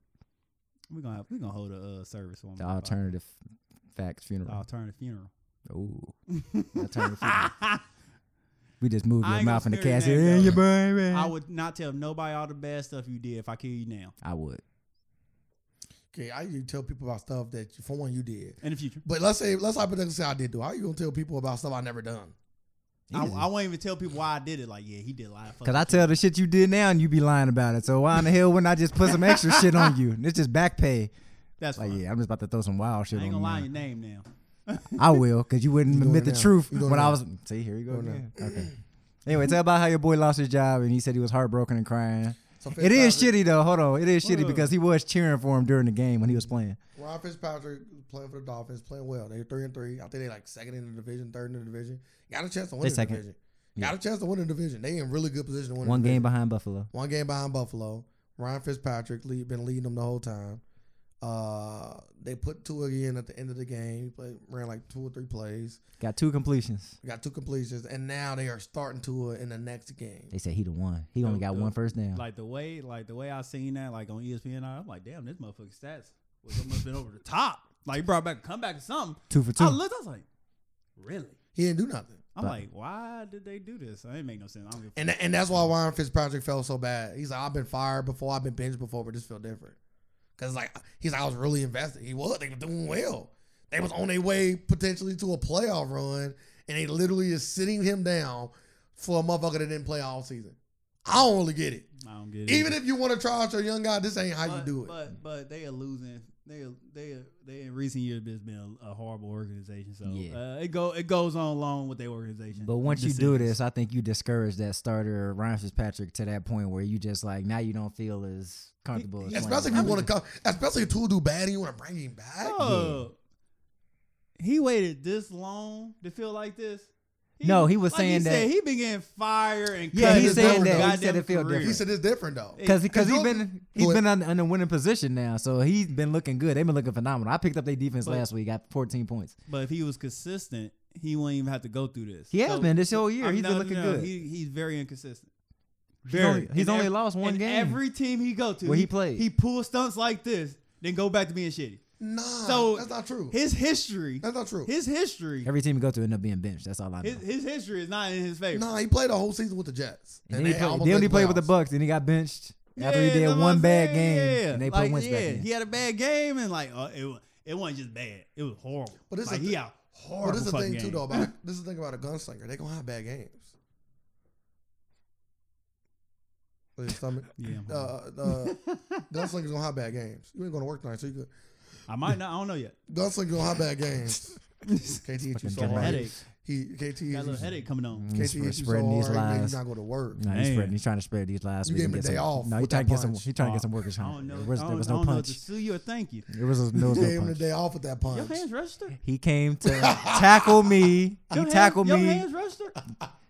[SPEAKER 1] We're gonna have, we gonna hold a uh, service for him.
[SPEAKER 3] The alternative facts
[SPEAKER 1] The
[SPEAKER 3] funeral.
[SPEAKER 1] alternative funeral. [LAUGHS]
[SPEAKER 3] Ooh. alternative funeral. We just moved
[SPEAKER 1] I
[SPEAKER 3] your
[SPEAKER 1] ain't gonna
[SPEAKER 3] mouth in the
[SPEAKER 1] scare your
[SPEAKER 3] casket.
[SPEAKER 1] name,
[SPEAKER 3] "Hey,
[SPEAKER 1] though.
[SPEAKER 3] your brain red."
[SPEAKER 1] I would not tell nobody all the bad stuff you did if I kill you now.
[SPEAKER 3] I would.
[SPEAKER 2] Okay, I you tell people about stuff that for one you did.
[SPEAKER 1] In the future.
[SPEAKER 2] But let's say let's hypothetically say I did do. it. How you gonna tell people about stuff I never done?
[SPEAKER 1] I, I won't even tell people why I did it. Like, yeah, he did a lot of
[SPEAKER 3] Cause
[SPEAKER 1] fucking
[SPEAKER 3] I tell the shit you did now and you be lying about it. So why in the hell wouldn't I just put some
[SPEAKER 1] [LAUGHS]
[SPEAKER 3] extra shit on you? It's just back pay.
[SPEAKER 1] That's
[SPEAKER 3] Like
[SPEAKER 1] fine.
[SPEAKER 3] yeah, I'm just about to throw some wild shit
[SPEAKER 1] Oh, I ain't
[SPEAKER 3] on
[SPEAKER 1] gonna lie
[SPEAKER 3] you.
[SPEAKER 1] your name now.
[SPEAKER 3] I will, cause you wouldn't
[SPEAKER 2] doing
[SPEAKER 3] admit
[SPEAKER 2] it
[SPEAKER 3] the
[SPEAKER 2] now.
[SPEAKER 3] truth
[SPEAKER 2] You doing
[SPEAKER 3] when
[SPEAKER 2] it
[SPEAKER 3] I
[SPEAKER 2] now.
[SPEAKER 3] was. See, here you go
[SPEAKER 2] Doing it
[SPEAKER 3] again. Okay. Anyway, tell about how your boy lost his job and he said he was heartbroken and crying.
[SPEAKER 2] So
[SPEAKER 3] It is
[SPEAKER 2] Fitzpatrick-
[SPEAKER 3] shitty though. Hold on, it is shitty
[SPEAKER 1] Hold on.
[SPEAKER 3] because he was cheering for him during the game when he was playing.
[SPEAKER 2] Ryan Fitzpatrick playing for the Dolphins, playing well. They're three and three. I think they like second in the division, third in the division. Got a chance to win
[SPEAKER 3] They
[SPEAKER 2] the
[SPEAKER 3] second.
[SPEAKER 2] division. Got a chance to win the division. They in really good position to win. the
[SPEAKER 3] One
[SPEAKER 2] division.
[SPEAKER 3] game behind Buffalo.
[SPEAKER 2] One game behind Buffalo. Ryan Fitzpatrick lead, been leading them the whole time. Uh, they put two again at the end of the game. He played, ran like two or three plays.
[SPEAKER 3] Got two completions.
[SPEAKER 2] Got two completions, and now they are starting to in the next game.
[SPEAKER 3] They said he the one. He only
[SPEAKER 1] Dope,
[SPEAKER 3] got
[SPEAKER 1] dope.
[SPEAKER 3] one first down.
[SPEAKER 1] Like the way, like the way I seen that, like on E ESPN, I- I'm like, damn, this motherfucking stats was almost been over the top. Like he brought back a comeback or something.
[SPEAKER 3] Two for
[SPEAKER 1] I
[SPEAKER 3] two.
[SPEAKER 1] looked, I was like, really?
[SPEAKER 2] He didn't do nothing,
[SPEAKER 1] I'm
[SPEAKER 3] But-
[SPEAKER 1] like, why did they do this? It ain't make no sense. I don't give a
[SPEAKER 2] and tha- and that's why Ryan Fitzpatrick felt so bad. He's like, I've been fired before, I've been benched before, but this feel different. Cause like he's like, I was really invested. He was. They were doing well. They was on their way potentially to a playoff run, and they literally is sitting him down for a motherfucker that didn't play all season. I don't really get it.
[SPEAKER 1] I don't get it.
[SPEAKER 2] Even if you want to try out your young guy, this ain't how
[SPEAKER 1] but,
[SPEAKER 2] you do it.
[SPEAKER 1] But but they are losing. They are, they are, they in recent years has been a, a horrible organization. So
[SPEAKER 3] Yeah.
[SPEAKER 1] uh, it go it goes on along with their organization.
[SPEAKER 3] But once you do
[SPEAKER 1] decisions.
[SPEAKER 3] this, I think you discourage that starter Ryan Fitzpatrick to that point where you just like now you don't feel as comfortable. As
[SPEAKER 2] especially if you want to come. Especially if two do bad and you want to bring him back.
[SPEAKER 1] Oh, Dog, he waited this long to feel like this.
[SPEAKER 3] No, he was
[SPEAKER 1] like
[SPEAKER 3] saying that-
[SPEAKER 1] said he been getting fired and
[SPEAKER 3] Yeah,
[SPEAKER 1] cut
[SPEAKER 2] he
[SPEAKER 1] his
[SPEAKER 2] said
[SPEAKER 1] whole
[SPEAKER 2] that. He
[SPEAKER 1] goddamn
[SPEAKER 3] said it feel
[SPEAKER 1] career.
[SPEAKER 2] He said it's different though.
[SPEAKER 3] because because he's
[SPEAKER 2] Cause you'll-
[SPEAKER 3] been he's
[SPEAKER 2] Go ahead.
[SPEAKER 3] been on, on a winning position now, so he's been looking good. They've been looking phenomenal. I picked up their defense
[SPEAKER 1] But-
[SPEAKER 3] last week, got 14 points.
[SPEAKER 1] But if he was consistent, he wouldn't even have to go through this.
[SPEAKER 3] He has been this whole year.
[SPEAKER 1] I mean,
[SPEAKER 3] He's been
[SPEAKER 1] no,
[SPEAKER 3] looking
[SPEAKER 1] no,
[SPEAKER 3] good.
[SPEAKER 1] He, he's very inconsistent.
[SPEAKER 3] He's only, he's
[SPEAKER 1] In
[SPEAKER 3] only
[SPEAKER 1] ev-
[SPEAKER 3] lost one
[SPEAKER 1] in
[SPEAKER 3] game.
[SPEAKER 1] Every team he go to,
[SPEAKER 3] Where he played.
[SPEAKER 1] he pulls stunts like this, then go back to being shitty.
[SPEAKER 2] Nah,
[SPEAKER 1] So
[SPEAKER 2] that's not true.
[SPEAKER 1] His history,
[SPEAKER 2] That's not true.
[SPEAKER 1] his history,
[SPEAKER 3] Every team you go to end up being benched. That's all I know.
[SPEAKER 1] his, his history is not in his [LAUGHS] favor.
[SPEAKER 2] Nah, he played a whole season with the Jets.
[SPEAKER 3] and then he
[SPEAKER 2] they
[SPEAKER 3] play,
[SPEAKER 2] almost
[SPEAKER 3] then
[SPEAKER 2] made
[SPEAKER 3] he played with the
[SPEAKER 2] playoffs.
[SPEAKER 3] Bucks, and he got benched after he
[SPEAKER 1] that's
[SPEAKER 3] did
[SPEAKER 1] what
[SPEAKER 3] one
[SPEAKER 1] I'm
[SPEAKER 3] bad
[SPEAKER 1] saying,
[SPEAKER 3] game,
[SPEAKER 1] yeah.
[SPEAKER 3] and they put
[SPEAKER 1] Like,
[SPEAKER 3] Wentz
[SPEAKER 1] yeah,
[SPEAKER 3] back in.
[SPEAKER 1] He had a bad game, and like uh, it, wa- it wasn't just bad; it was horrible.
[SPEAKER 2] But
[SPEAKER 1] But
[SPEAKER 2] this
[SPEAKER 1] like,
[SPEAKER 2] is
[SPEAKER 1] he
[SPEAKER 2] the-
[SPEAKER 1] had horrible.
[SPEAKER 2] But this is the
[SPEAKER 1] fucking
[SPEAKER 2] thing too,
[SPEAKER 1] game.
[SPEAKER 2] though. About this is the thing about a gunslinger. They gonna have bad games. Look at your stomach.
[SPEAKER 1] [LAUGHS] Yeah, I'm
[SPEAKER 2] Uh, uh, gunslingers gonna have bad games. You ain't gonna work tonight, so you good.
[SPEAKER 1] I might not. I don't
[SPEAKER 3] [LAUGHS]
[SPEAKER 1] know yet.
[SPEAKER 2] Gunslinger gonna have bad
[SPEAKER 1] [LAUGHS]
[SPEAKER 2] games. KT hit you
[SPEAKER 3] Fucking
[SPEAKER 2] so
[SPEAKER 3] got a
[SPEAKER 2] hard.
[SPEAKER 1] Headache.
[SPEAKER 2] He KT hit
[SPEAKER 1] Got a
[SPEAKER 2] you.
[SPEAKER 1] little headache coming on.
[SPEAKER 3] Mm,
[SPEAKER 2] KT
[SPEAKER 3] sp-
[SPEAKER 2] hit you so
[SPEAKER 3] spreading these
[SPEAKER 2] hard. He's
[SPEAKER 3] lies.
[SPEAKER 2] not going to work.
[SPEAKER 3] No, he's
[SPEAKER 1] Man.
[SPEAKER 3] spreading. He's trying to spread these lies. so
[SPEAKER 2] You
[SPEAKER 3] he
[SPEAKER 2] gave
[SPEAKER 3] can
[SPEAKER 2] him a
[SPEAKER 3] get
[SPEAKER 2] day
[SPEAKER 3] some-
[SPEAKER 2] off
[SPEAKER 3] No,
[SPEAKER 2] with
[SPEAKER 3] he's trying
[SPEAKER 2] that
[SPEAKER 3] to get some.
[SPEAKER 2] punch.
[SPEAKER 3] He's trying to
[SPEAKER 1] Uh,
[SPEAKER 3] get some workers.
[SPEAKER 1] I
[SPEAKER 3] comp.
[SPEAKER 1] don't know.
[SPEAKER 3] There was,
[SPEAKER 1] I
[SPEAKER 3] there
[SPEAKER 1] don't,
[SPEAKER 3] was
[SPEAKER 1] I
[SPEAKER 3] no
[SPEAKER 1] don't know if to
[SPEAKER 3] punch.
[SPEAKER 1] sue you or thank you.
[SPEAKER 3] There was there was
[SPEAKER 2] Gave
[SPEAKER 3] no
[SPEAKER 2] him the
[SPEAKER 3] punch.
[SPEAKER 2] day off with that
[SPEAKER 1] Your
[SPEAKER 2] punch.
[SPEAKER 1] hands register.
[SPEAKER 3] He came
[SPEAKER 1] [LAUGHS]
[SPEAKER 3] to tackle me. He
[SPEAKER 1] Your
[SPEAKER 3] tackled
[SPEAKER 1] hands, Your
[SPEAKER 3] me.
[SPEAKER 1] hands register.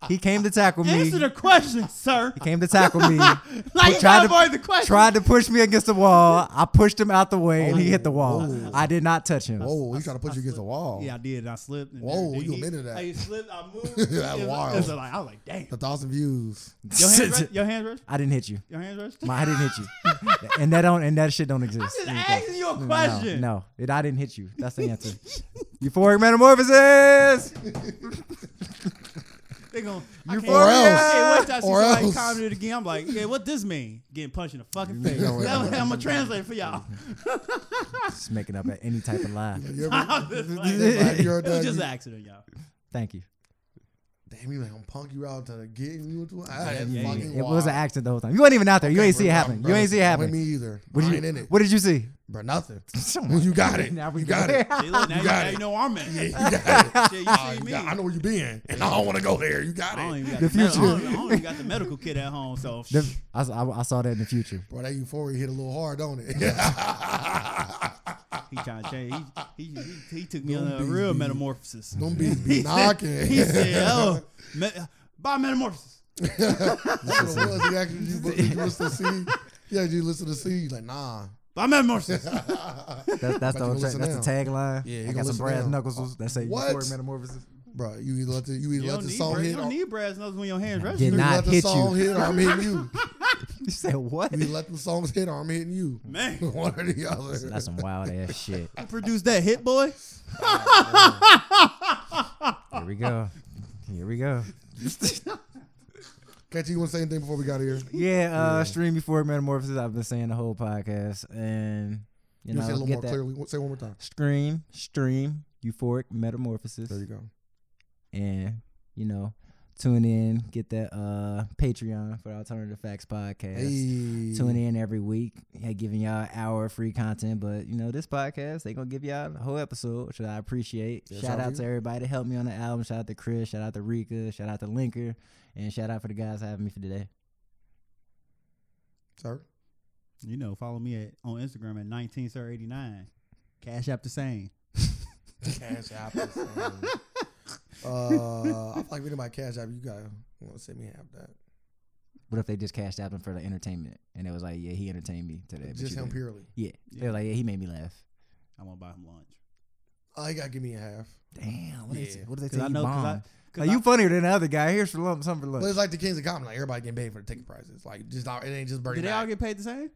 [SPEAKER 3] He came to tackle me.
[SPEAKER 1] Answer the
[SPEAKER 3] He
[SPEAKER 1] question, sir.
[SPEAKER 3] came to tackle me.
[SPEAKER 1] [LAUGHS] Like you
[SPEAKER 3] tried
[SPEAKER 1] gotta
[SPEAKER 3] to-
[SPEAKER 1] avoid the question.
[SPEAKER 3] Tried to push me against the wall. I pushed him out the way, and he hit the wall.
[SPEAKER 2] Oh.
[SPEAKER 3] I did not touch him. [LAUGHS]
[SPEAKER 2] Whoa, he trying to put you against the wall.
[SPEAKER 1] Yeah, I did. and I slipped. And
[SPEAKER 2] Whoa,
[SPEAKER 1] everything.
[SPEAKER 2] you
[SPEAKER 1] He-
[SPEAKER 2] admitted that.
[SPEAKER 1] I slipped. I
[SPEAKER 2] [LAUGHS]
[SPEAKER 1] moved.
[SPEAKER 2] That
[SPEAKER 1] It was-
[SPEAKER 2] wild.
[SPEAKER 1] it was like- I was
[SPEAKER 3] [LAUGHS]
[SPEAKER 1] like, damn.
[SPEAKER 2] A thousand
[SPEAKER 1] [LAUGHS]
[SPEAKER 2] views.
[SPEAKER 1] Your hands, re- your hands register.
[SPEAKER 3] I didn't hit you.
[SPEAKER 1] Your hands register. [LAUGHS]
[SPEAKER 3] My, I didn't
[SPEAKER 2] [LAUGHS]
[SPEAKER 3] hit you. and that don't. And that shit don't exist.
[SPEAKER 1] just
[SPEAKER 3] It don't.
[SPEAKER 1] asking you a
[SPEAKER 3] No,
[SPEAKER 1] question.
[SPEAKER 3] No, it, I didn't hit you. That's the answer. Euphoric metamorphosis.
[SPEAKER 1] They gonna you
[SPEAKER 3] Or
[SPEAKER 2] else.
[SPEAKER 1] Hey, once I see
[SPEAKER 2] Or
[SPEAKER 1] somebody
[SPEAKER 2] else.
[SPEAKER 1] comment it again, I'm like, yeah, what this mean? Getting punched in the fucking face.
[SPEAKER 2] know what-
[SPEAKER 1] That was- I'm gonna translate it
[SPEAKER 2] [LAUGHS]
[SPEAKER 1] for y'all. [LAUGHS]
[SPEAKER 3] Just making up any type of lie.
[SPEAKER 1] [LAUGHS]
[SPEAKER 2] You ever,
[SPEAKER 1] I was just
[SPEAKER 2] you
[SPEAKER 1] like,
[SPEAKER 2] ever, you ever
[SPEAKER 1] it was
[SPEAKER 2] done,
[SPEAKER 1] just
[SPEAKER 2] you-
[SPEAKER 1] an
[SPEAKER 2] [LAUGHS]
[SPEAKER 1] accident, y'all.
[SPEAKER 3] Thank you.
[SPEAKER 2] Damn, he like gonna punk you out to getting you into it. That is
[SPEAKER 1] yeah,
[SPEAKER 2] fucking
[SPEAKER 3] It
[SPEAKER 2] wild.
[SPEAKER 3] was an accident the whole time. You weren't even out there. you ain't see it
[SPEAKER 2] Bro,
[SPEAKER 3] happen.
[SPEAKER 2] bro,
[SPEAKER 3] You ain't see it
[SPEAKER 2] bro,
[SPEAKER 3] happen.
[SPEAKER 2] Me either.
[SPEAKER 3] What
[SPEAKER 2] I
[SPEAKER 3] did,
[SPEAKER 2] ain't in
[SPEAKER 3] you,
[SPEAKER 2] it,
[SPEAKER 3] what did you see?
[SPEAKER 2] bro. Nothing.
[SPEAKER 3] [LAUGHS] Come on.
[SPEAKER 2] You got
[SPEAKER 3] [LAUGHS]
[SPEAKER 2] it.
[SPEAKER 3] Now we
[SPEAKER 2] You got
[SPEAKER 3] go.
[SPEAKER 2] it.
[SPEAKER 1] See, look, now, you,
[SPEAKER 2] got
[SPEAKER 1] now
[SPEAKER 2] it.
[SPEAKER 1] you know where I'm at.
[SPEAKER 2] Yeah,
[SPEAKER 3] [LAUGHS]
[SPEAKER 2] you got it.
[SPEAKER 1] Shit, you
[SPEAKER 2] Ah,
[SPEAKER 1] see
[SPEAKER 2] you
[SPEAKER 1] me.
[SPEAKER 2] got- I know where you been, and I don't want to go there. You got
[SPEAKER 1] I don't
[SPEAKER 2] it,
[SPEAKER 1] even got
[SPEAKER 3] The
[SPEAKER 1] the, medical- I
[SPEAKER 3] future.
[SPEAKER 1] don't- I don't even got the medical kit at
[SPEAKER 2] [LAUGHS]
[SPEAKER 1] home, so
[SPEAKER 3] The- I, s- I- I saw that in the future.
[SPEAKER 2] bro. That euphoria hit a little hard,
[SPEAKER 3] [LAUGHS]
[SPEAKER 2] don't it? [LAUGHS]
[SPEAKER 1] he trying to change. He, he, he, he took me
[SPEAKER 2] Don't
[SPEAKER 1] on a
[SPEAKER 2] be-
[SPEAKER 1] real
[SPEAKER 2] be-
[SPEAKER 1] metamorphosis.
[SPEAKER 2] Don't be, be
[SPEAKER 1] [LAUGHS] He
[SPEAKER 2] [LAUGHS]
[SPEAKER 1] said-
[SPEAKER 2] knocking.
[SPEAKER 3] oh.
[SPEAKER 1] He said, "Oh, me- by metamorphosis."
[SPEAKER 2] That's what it was. You actually you, you listen to C. Yeah, you listen to C. You like nah.
[SPEAKER 1] I'm
[SPEAKER 2] [LAUGHS]
[SPEAKER 1] at Morpheus.
[SPEAKER 3] That's, that's, the,
[SPEAKER 2] you
[SPEAKER 3] whole
[SPEAKER 2] listen
[SPEAKER 3] track- that's the tagline.
[SPEAKER 2] Yeah, you
[SPEAKER 3] I
[SPEAKER 2] gonna
[SPEAKER 3] got some
[SPEAKER 2] listen
[SPEAKER 3] brass
[SPEAKER 2] now.
[SPEAKER 3] knuckles that say
[SPEAKER 2] What?
[SPEAKER 3] before metamorphosis. [LAUGHS]
[SPEAKER 2] bro. You either let the you either
[SPEAKER 1] You
[SPEAKER 2] let
[SPEAKER 1] don't
[SPEAKER 2] the
[SPEAKER 1] need,
[SPEAKER 2] song
[SPEAKER 1] brass-
[SPEAKER 2] hit.
[SPEAKER 1] you don't
[SPEAKER 2] or-
[SPEAKER 1] need brass knuckles when your hands
[SPEAKER 3] Did
[SPEAKER 1] register.
[SPEAKER 2] you
[SPEAKER 3] not
[SPEAKER 2] let the
[SPEAKER 3] hit
[SPEAKER 2] song
[SPEAKER 3] you.
[SPEAKER 2] hit or I'm hitting you.
[SPEAKER 3] You said
[SPEAKER 2] [LAUGHS]
[SPEAKER 3] what?
[SPEAKER 2] You let the songs hit or I'm hitting you.
[SPEAKER 1] Man,
[SPEAKER 2] [LAUGHS] One or the other.
[SPEAKER 3] That's some wild ass shit.
[SPEAKER 1] I produced that hit, boy.
[SPEAKER 3] Here we go. Here we go.
[SPEAKER 2] Catch you want to say anything before we got here?
[SPEAKER 3] Yeah, uh, stream before metamorphosis. I've been saying the whole podcast, and you
[SPEAKER 2] You
[SPEAKER 3] know,
[SPEAKER 2] say a little
[SPEAKER 3] get
[SPEAKER 2] more
[SPEAKER 3] that
[SPEAKER 2] clearly. Say it one more time.
[SPEAKER 3] scream, stream, euphoric metamorphosis.
[SPEAKER 2] There you go.
[SPEAKER 3] and you know tune in get that uh patreon for alternative facts podcast
[SPEAKER 2] Hey.
[SPEAKER 3] tune in every week yeah, giving y'all an hour of free content but you know this podcast they gonna give y'all a whole episode which i appreciate
[SPEAKER 2] Yes,
[SPEAKER 3] shout
[SPEAKER 2] I
[SPEAKER 3] out
[SPEAKER 2] do.
[SPEAKER 3] to everybody that helped me on the album shout out to chris shout out to rika shout out to linker and shout out for the guys having me for today
[SPEAKER 2] Sir.
[SPEAKER 1] You know, follow me at, on Instagram at 19sir89. Cash app the same.
[SPEAKER 2] Cash app. um, [LAUGHS] uh, I feel like if anybody cash app, you got you want to send me half that.
[SPEAKER 3] what if they just cashed out them for the entertainment and it was like yeah he entertained me today but
[SPEAKER 2] Just
[SPEAKER 3] you
[SPEAKER 2] him
[SPEAKER 3] didn't.
[SPEAKER 2] purely.
[SPEAKER 3] yeah they were like yeah he made me laugh
[SPEAKER 1] I'm gonna buy him lunch.
[SPEAKER 2] Oh, you gotta give me a half.
[SPEAKER 3] damn what, is
[SPEAKER 2] Yeah.
[SPEAKER 3] what did they
[SPEAKER 1] Cause
[SPEAKER 3] say
[SPEAKER 1] I
[SPEAKER 3] you
[SPEAKER 1] know, cause I,
[SPEAKER 3] bombed?
[SPEAKER 1] cause
[SPEAKER 3] Like,
[SPEAKER 1] I-
[SPEAKER 3] you funnier than the other guy. Here's for lump, something for
[SPEAKER 2] But
[SPEAKER 3] lunch.
[SPEAKER 2] it's like the Kings of Comedy. Like everybody getting paid for the ticket prices. Like just not, it ain't just
[SPEAKER 1] do
[SPEAKER 2] Bernie.
[SPEAKER 1] they all
[SPEAKER 2] Mac.
[SPEAKER 1] get paid the same?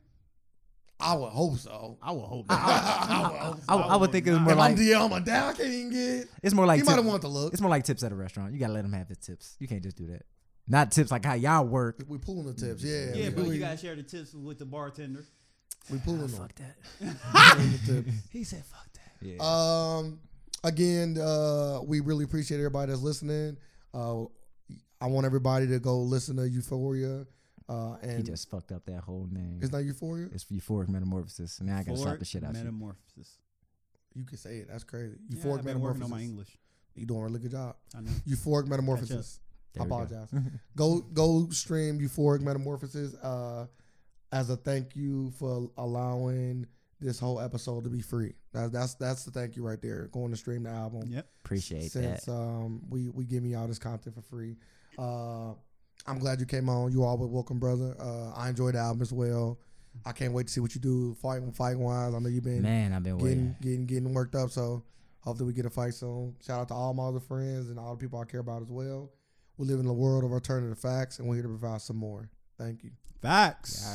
[SPEAKER 2] I would hope so.
[SPEAKER 1] [LAUGHS] I would hope.
[SPEAKER 2] I would hope so.
[SPEAKER 3] I, I would think it's
[SPEAKER 1] not.
[SPEAKER 3] more
[SPEAKER 2] If I'm
[SPEAKER 3] like
[SPEAKER 2] DM, I'm down. I can't even get.
[SPEAKER 3] it's more like
[SPEAKER 2] he might
[SPEAKER 3] tip-
[SPEAKER 2] have want the look.
[SPEAKER 3] it's more like tips at a restaurant. You gotta let them have his tips. You can't just do that. Not tips like how y'all work.
[SPEAKER 2] We pulling the tips. Yeah.
[SPEAKER 1] Yeah,
[SPEAKER 2] we,
[SPEAKER 1] but
[SPEAKER 2] we,
[SPEAKER 1] you gotta share the tips with the bartender.
[SPEAKER 2] we pulling them.
[SPEAKER 3] Fuck that.
[SPEAKER 2] pulling the tips. [LAUGHS]
[SPEAKER 1] [LAUGHS] He said, "Fuck that."
[SPEAKER 3] Yeah.
[SPEAKER 2] Um, again, uh, we really appreciate everybody that's listening. Uh, I want everybody to go listen to Euphoria. Uh,
[SPEAKER 3] he
[SPEAKER 2] and
[SPEAKER 3] just fucked up that whole name.
[SPEAKER 2] it's not Euphoria.
[SPEAKER 3] It's euphoric metamorphosis. Now I gotta slap the shit out of you.
[SPEAKER 1] Metamorphosis.
[SPEAKER 2] You can say it. That's crazy.
[SPEAKER 1] Yeah,
[SPEAKER 2] Euphoric
[SPEAKER 1] I've been working
[SPEAKER 2] metamorphosis.
[SPEAKER 1] on my English.
[SPEAKER 2] You're doing a really good job.
[SPEAKER 1] I know.
[SPEAKER 2] Euphoric metamorphosis.
[SPEAKER 3] There
[SPEAKER 2] I
[SPEAKER 3] we go. [LAUGHS]
[SPEAKER 2] apologize. go go stream Euphoric Metamorphosis uh, as a thank you for allowing this whole episode to be free. That, that's that's the thank you right there. Going to stream the album.
[SPEAKER 1] Yep.
[SPEAKER 3] Appreciate
[SPEAKER 2] since
[SPEAKER 3] that.
[SPEAKER 2] um we we giving y'all this content for free. Uh, I'm glad you came on. You all were welcome, brother. Uh, I enjoyed the album as well. I can't wait to see what you do fighting fighting wise. I know you've been
[SPEAKER 3] Man, I've been
[SPEAKER 2] getting
[SPEAKER 3] waiting.
[SPEAKER 2] getting getting worked up. So hopefully we get a fight soon. Shout out to all my other friends and all the people I care about as well. We live in the world of alternative facts, and we're here to provide some more. Thank you.
[SPEAKER 1] Facts.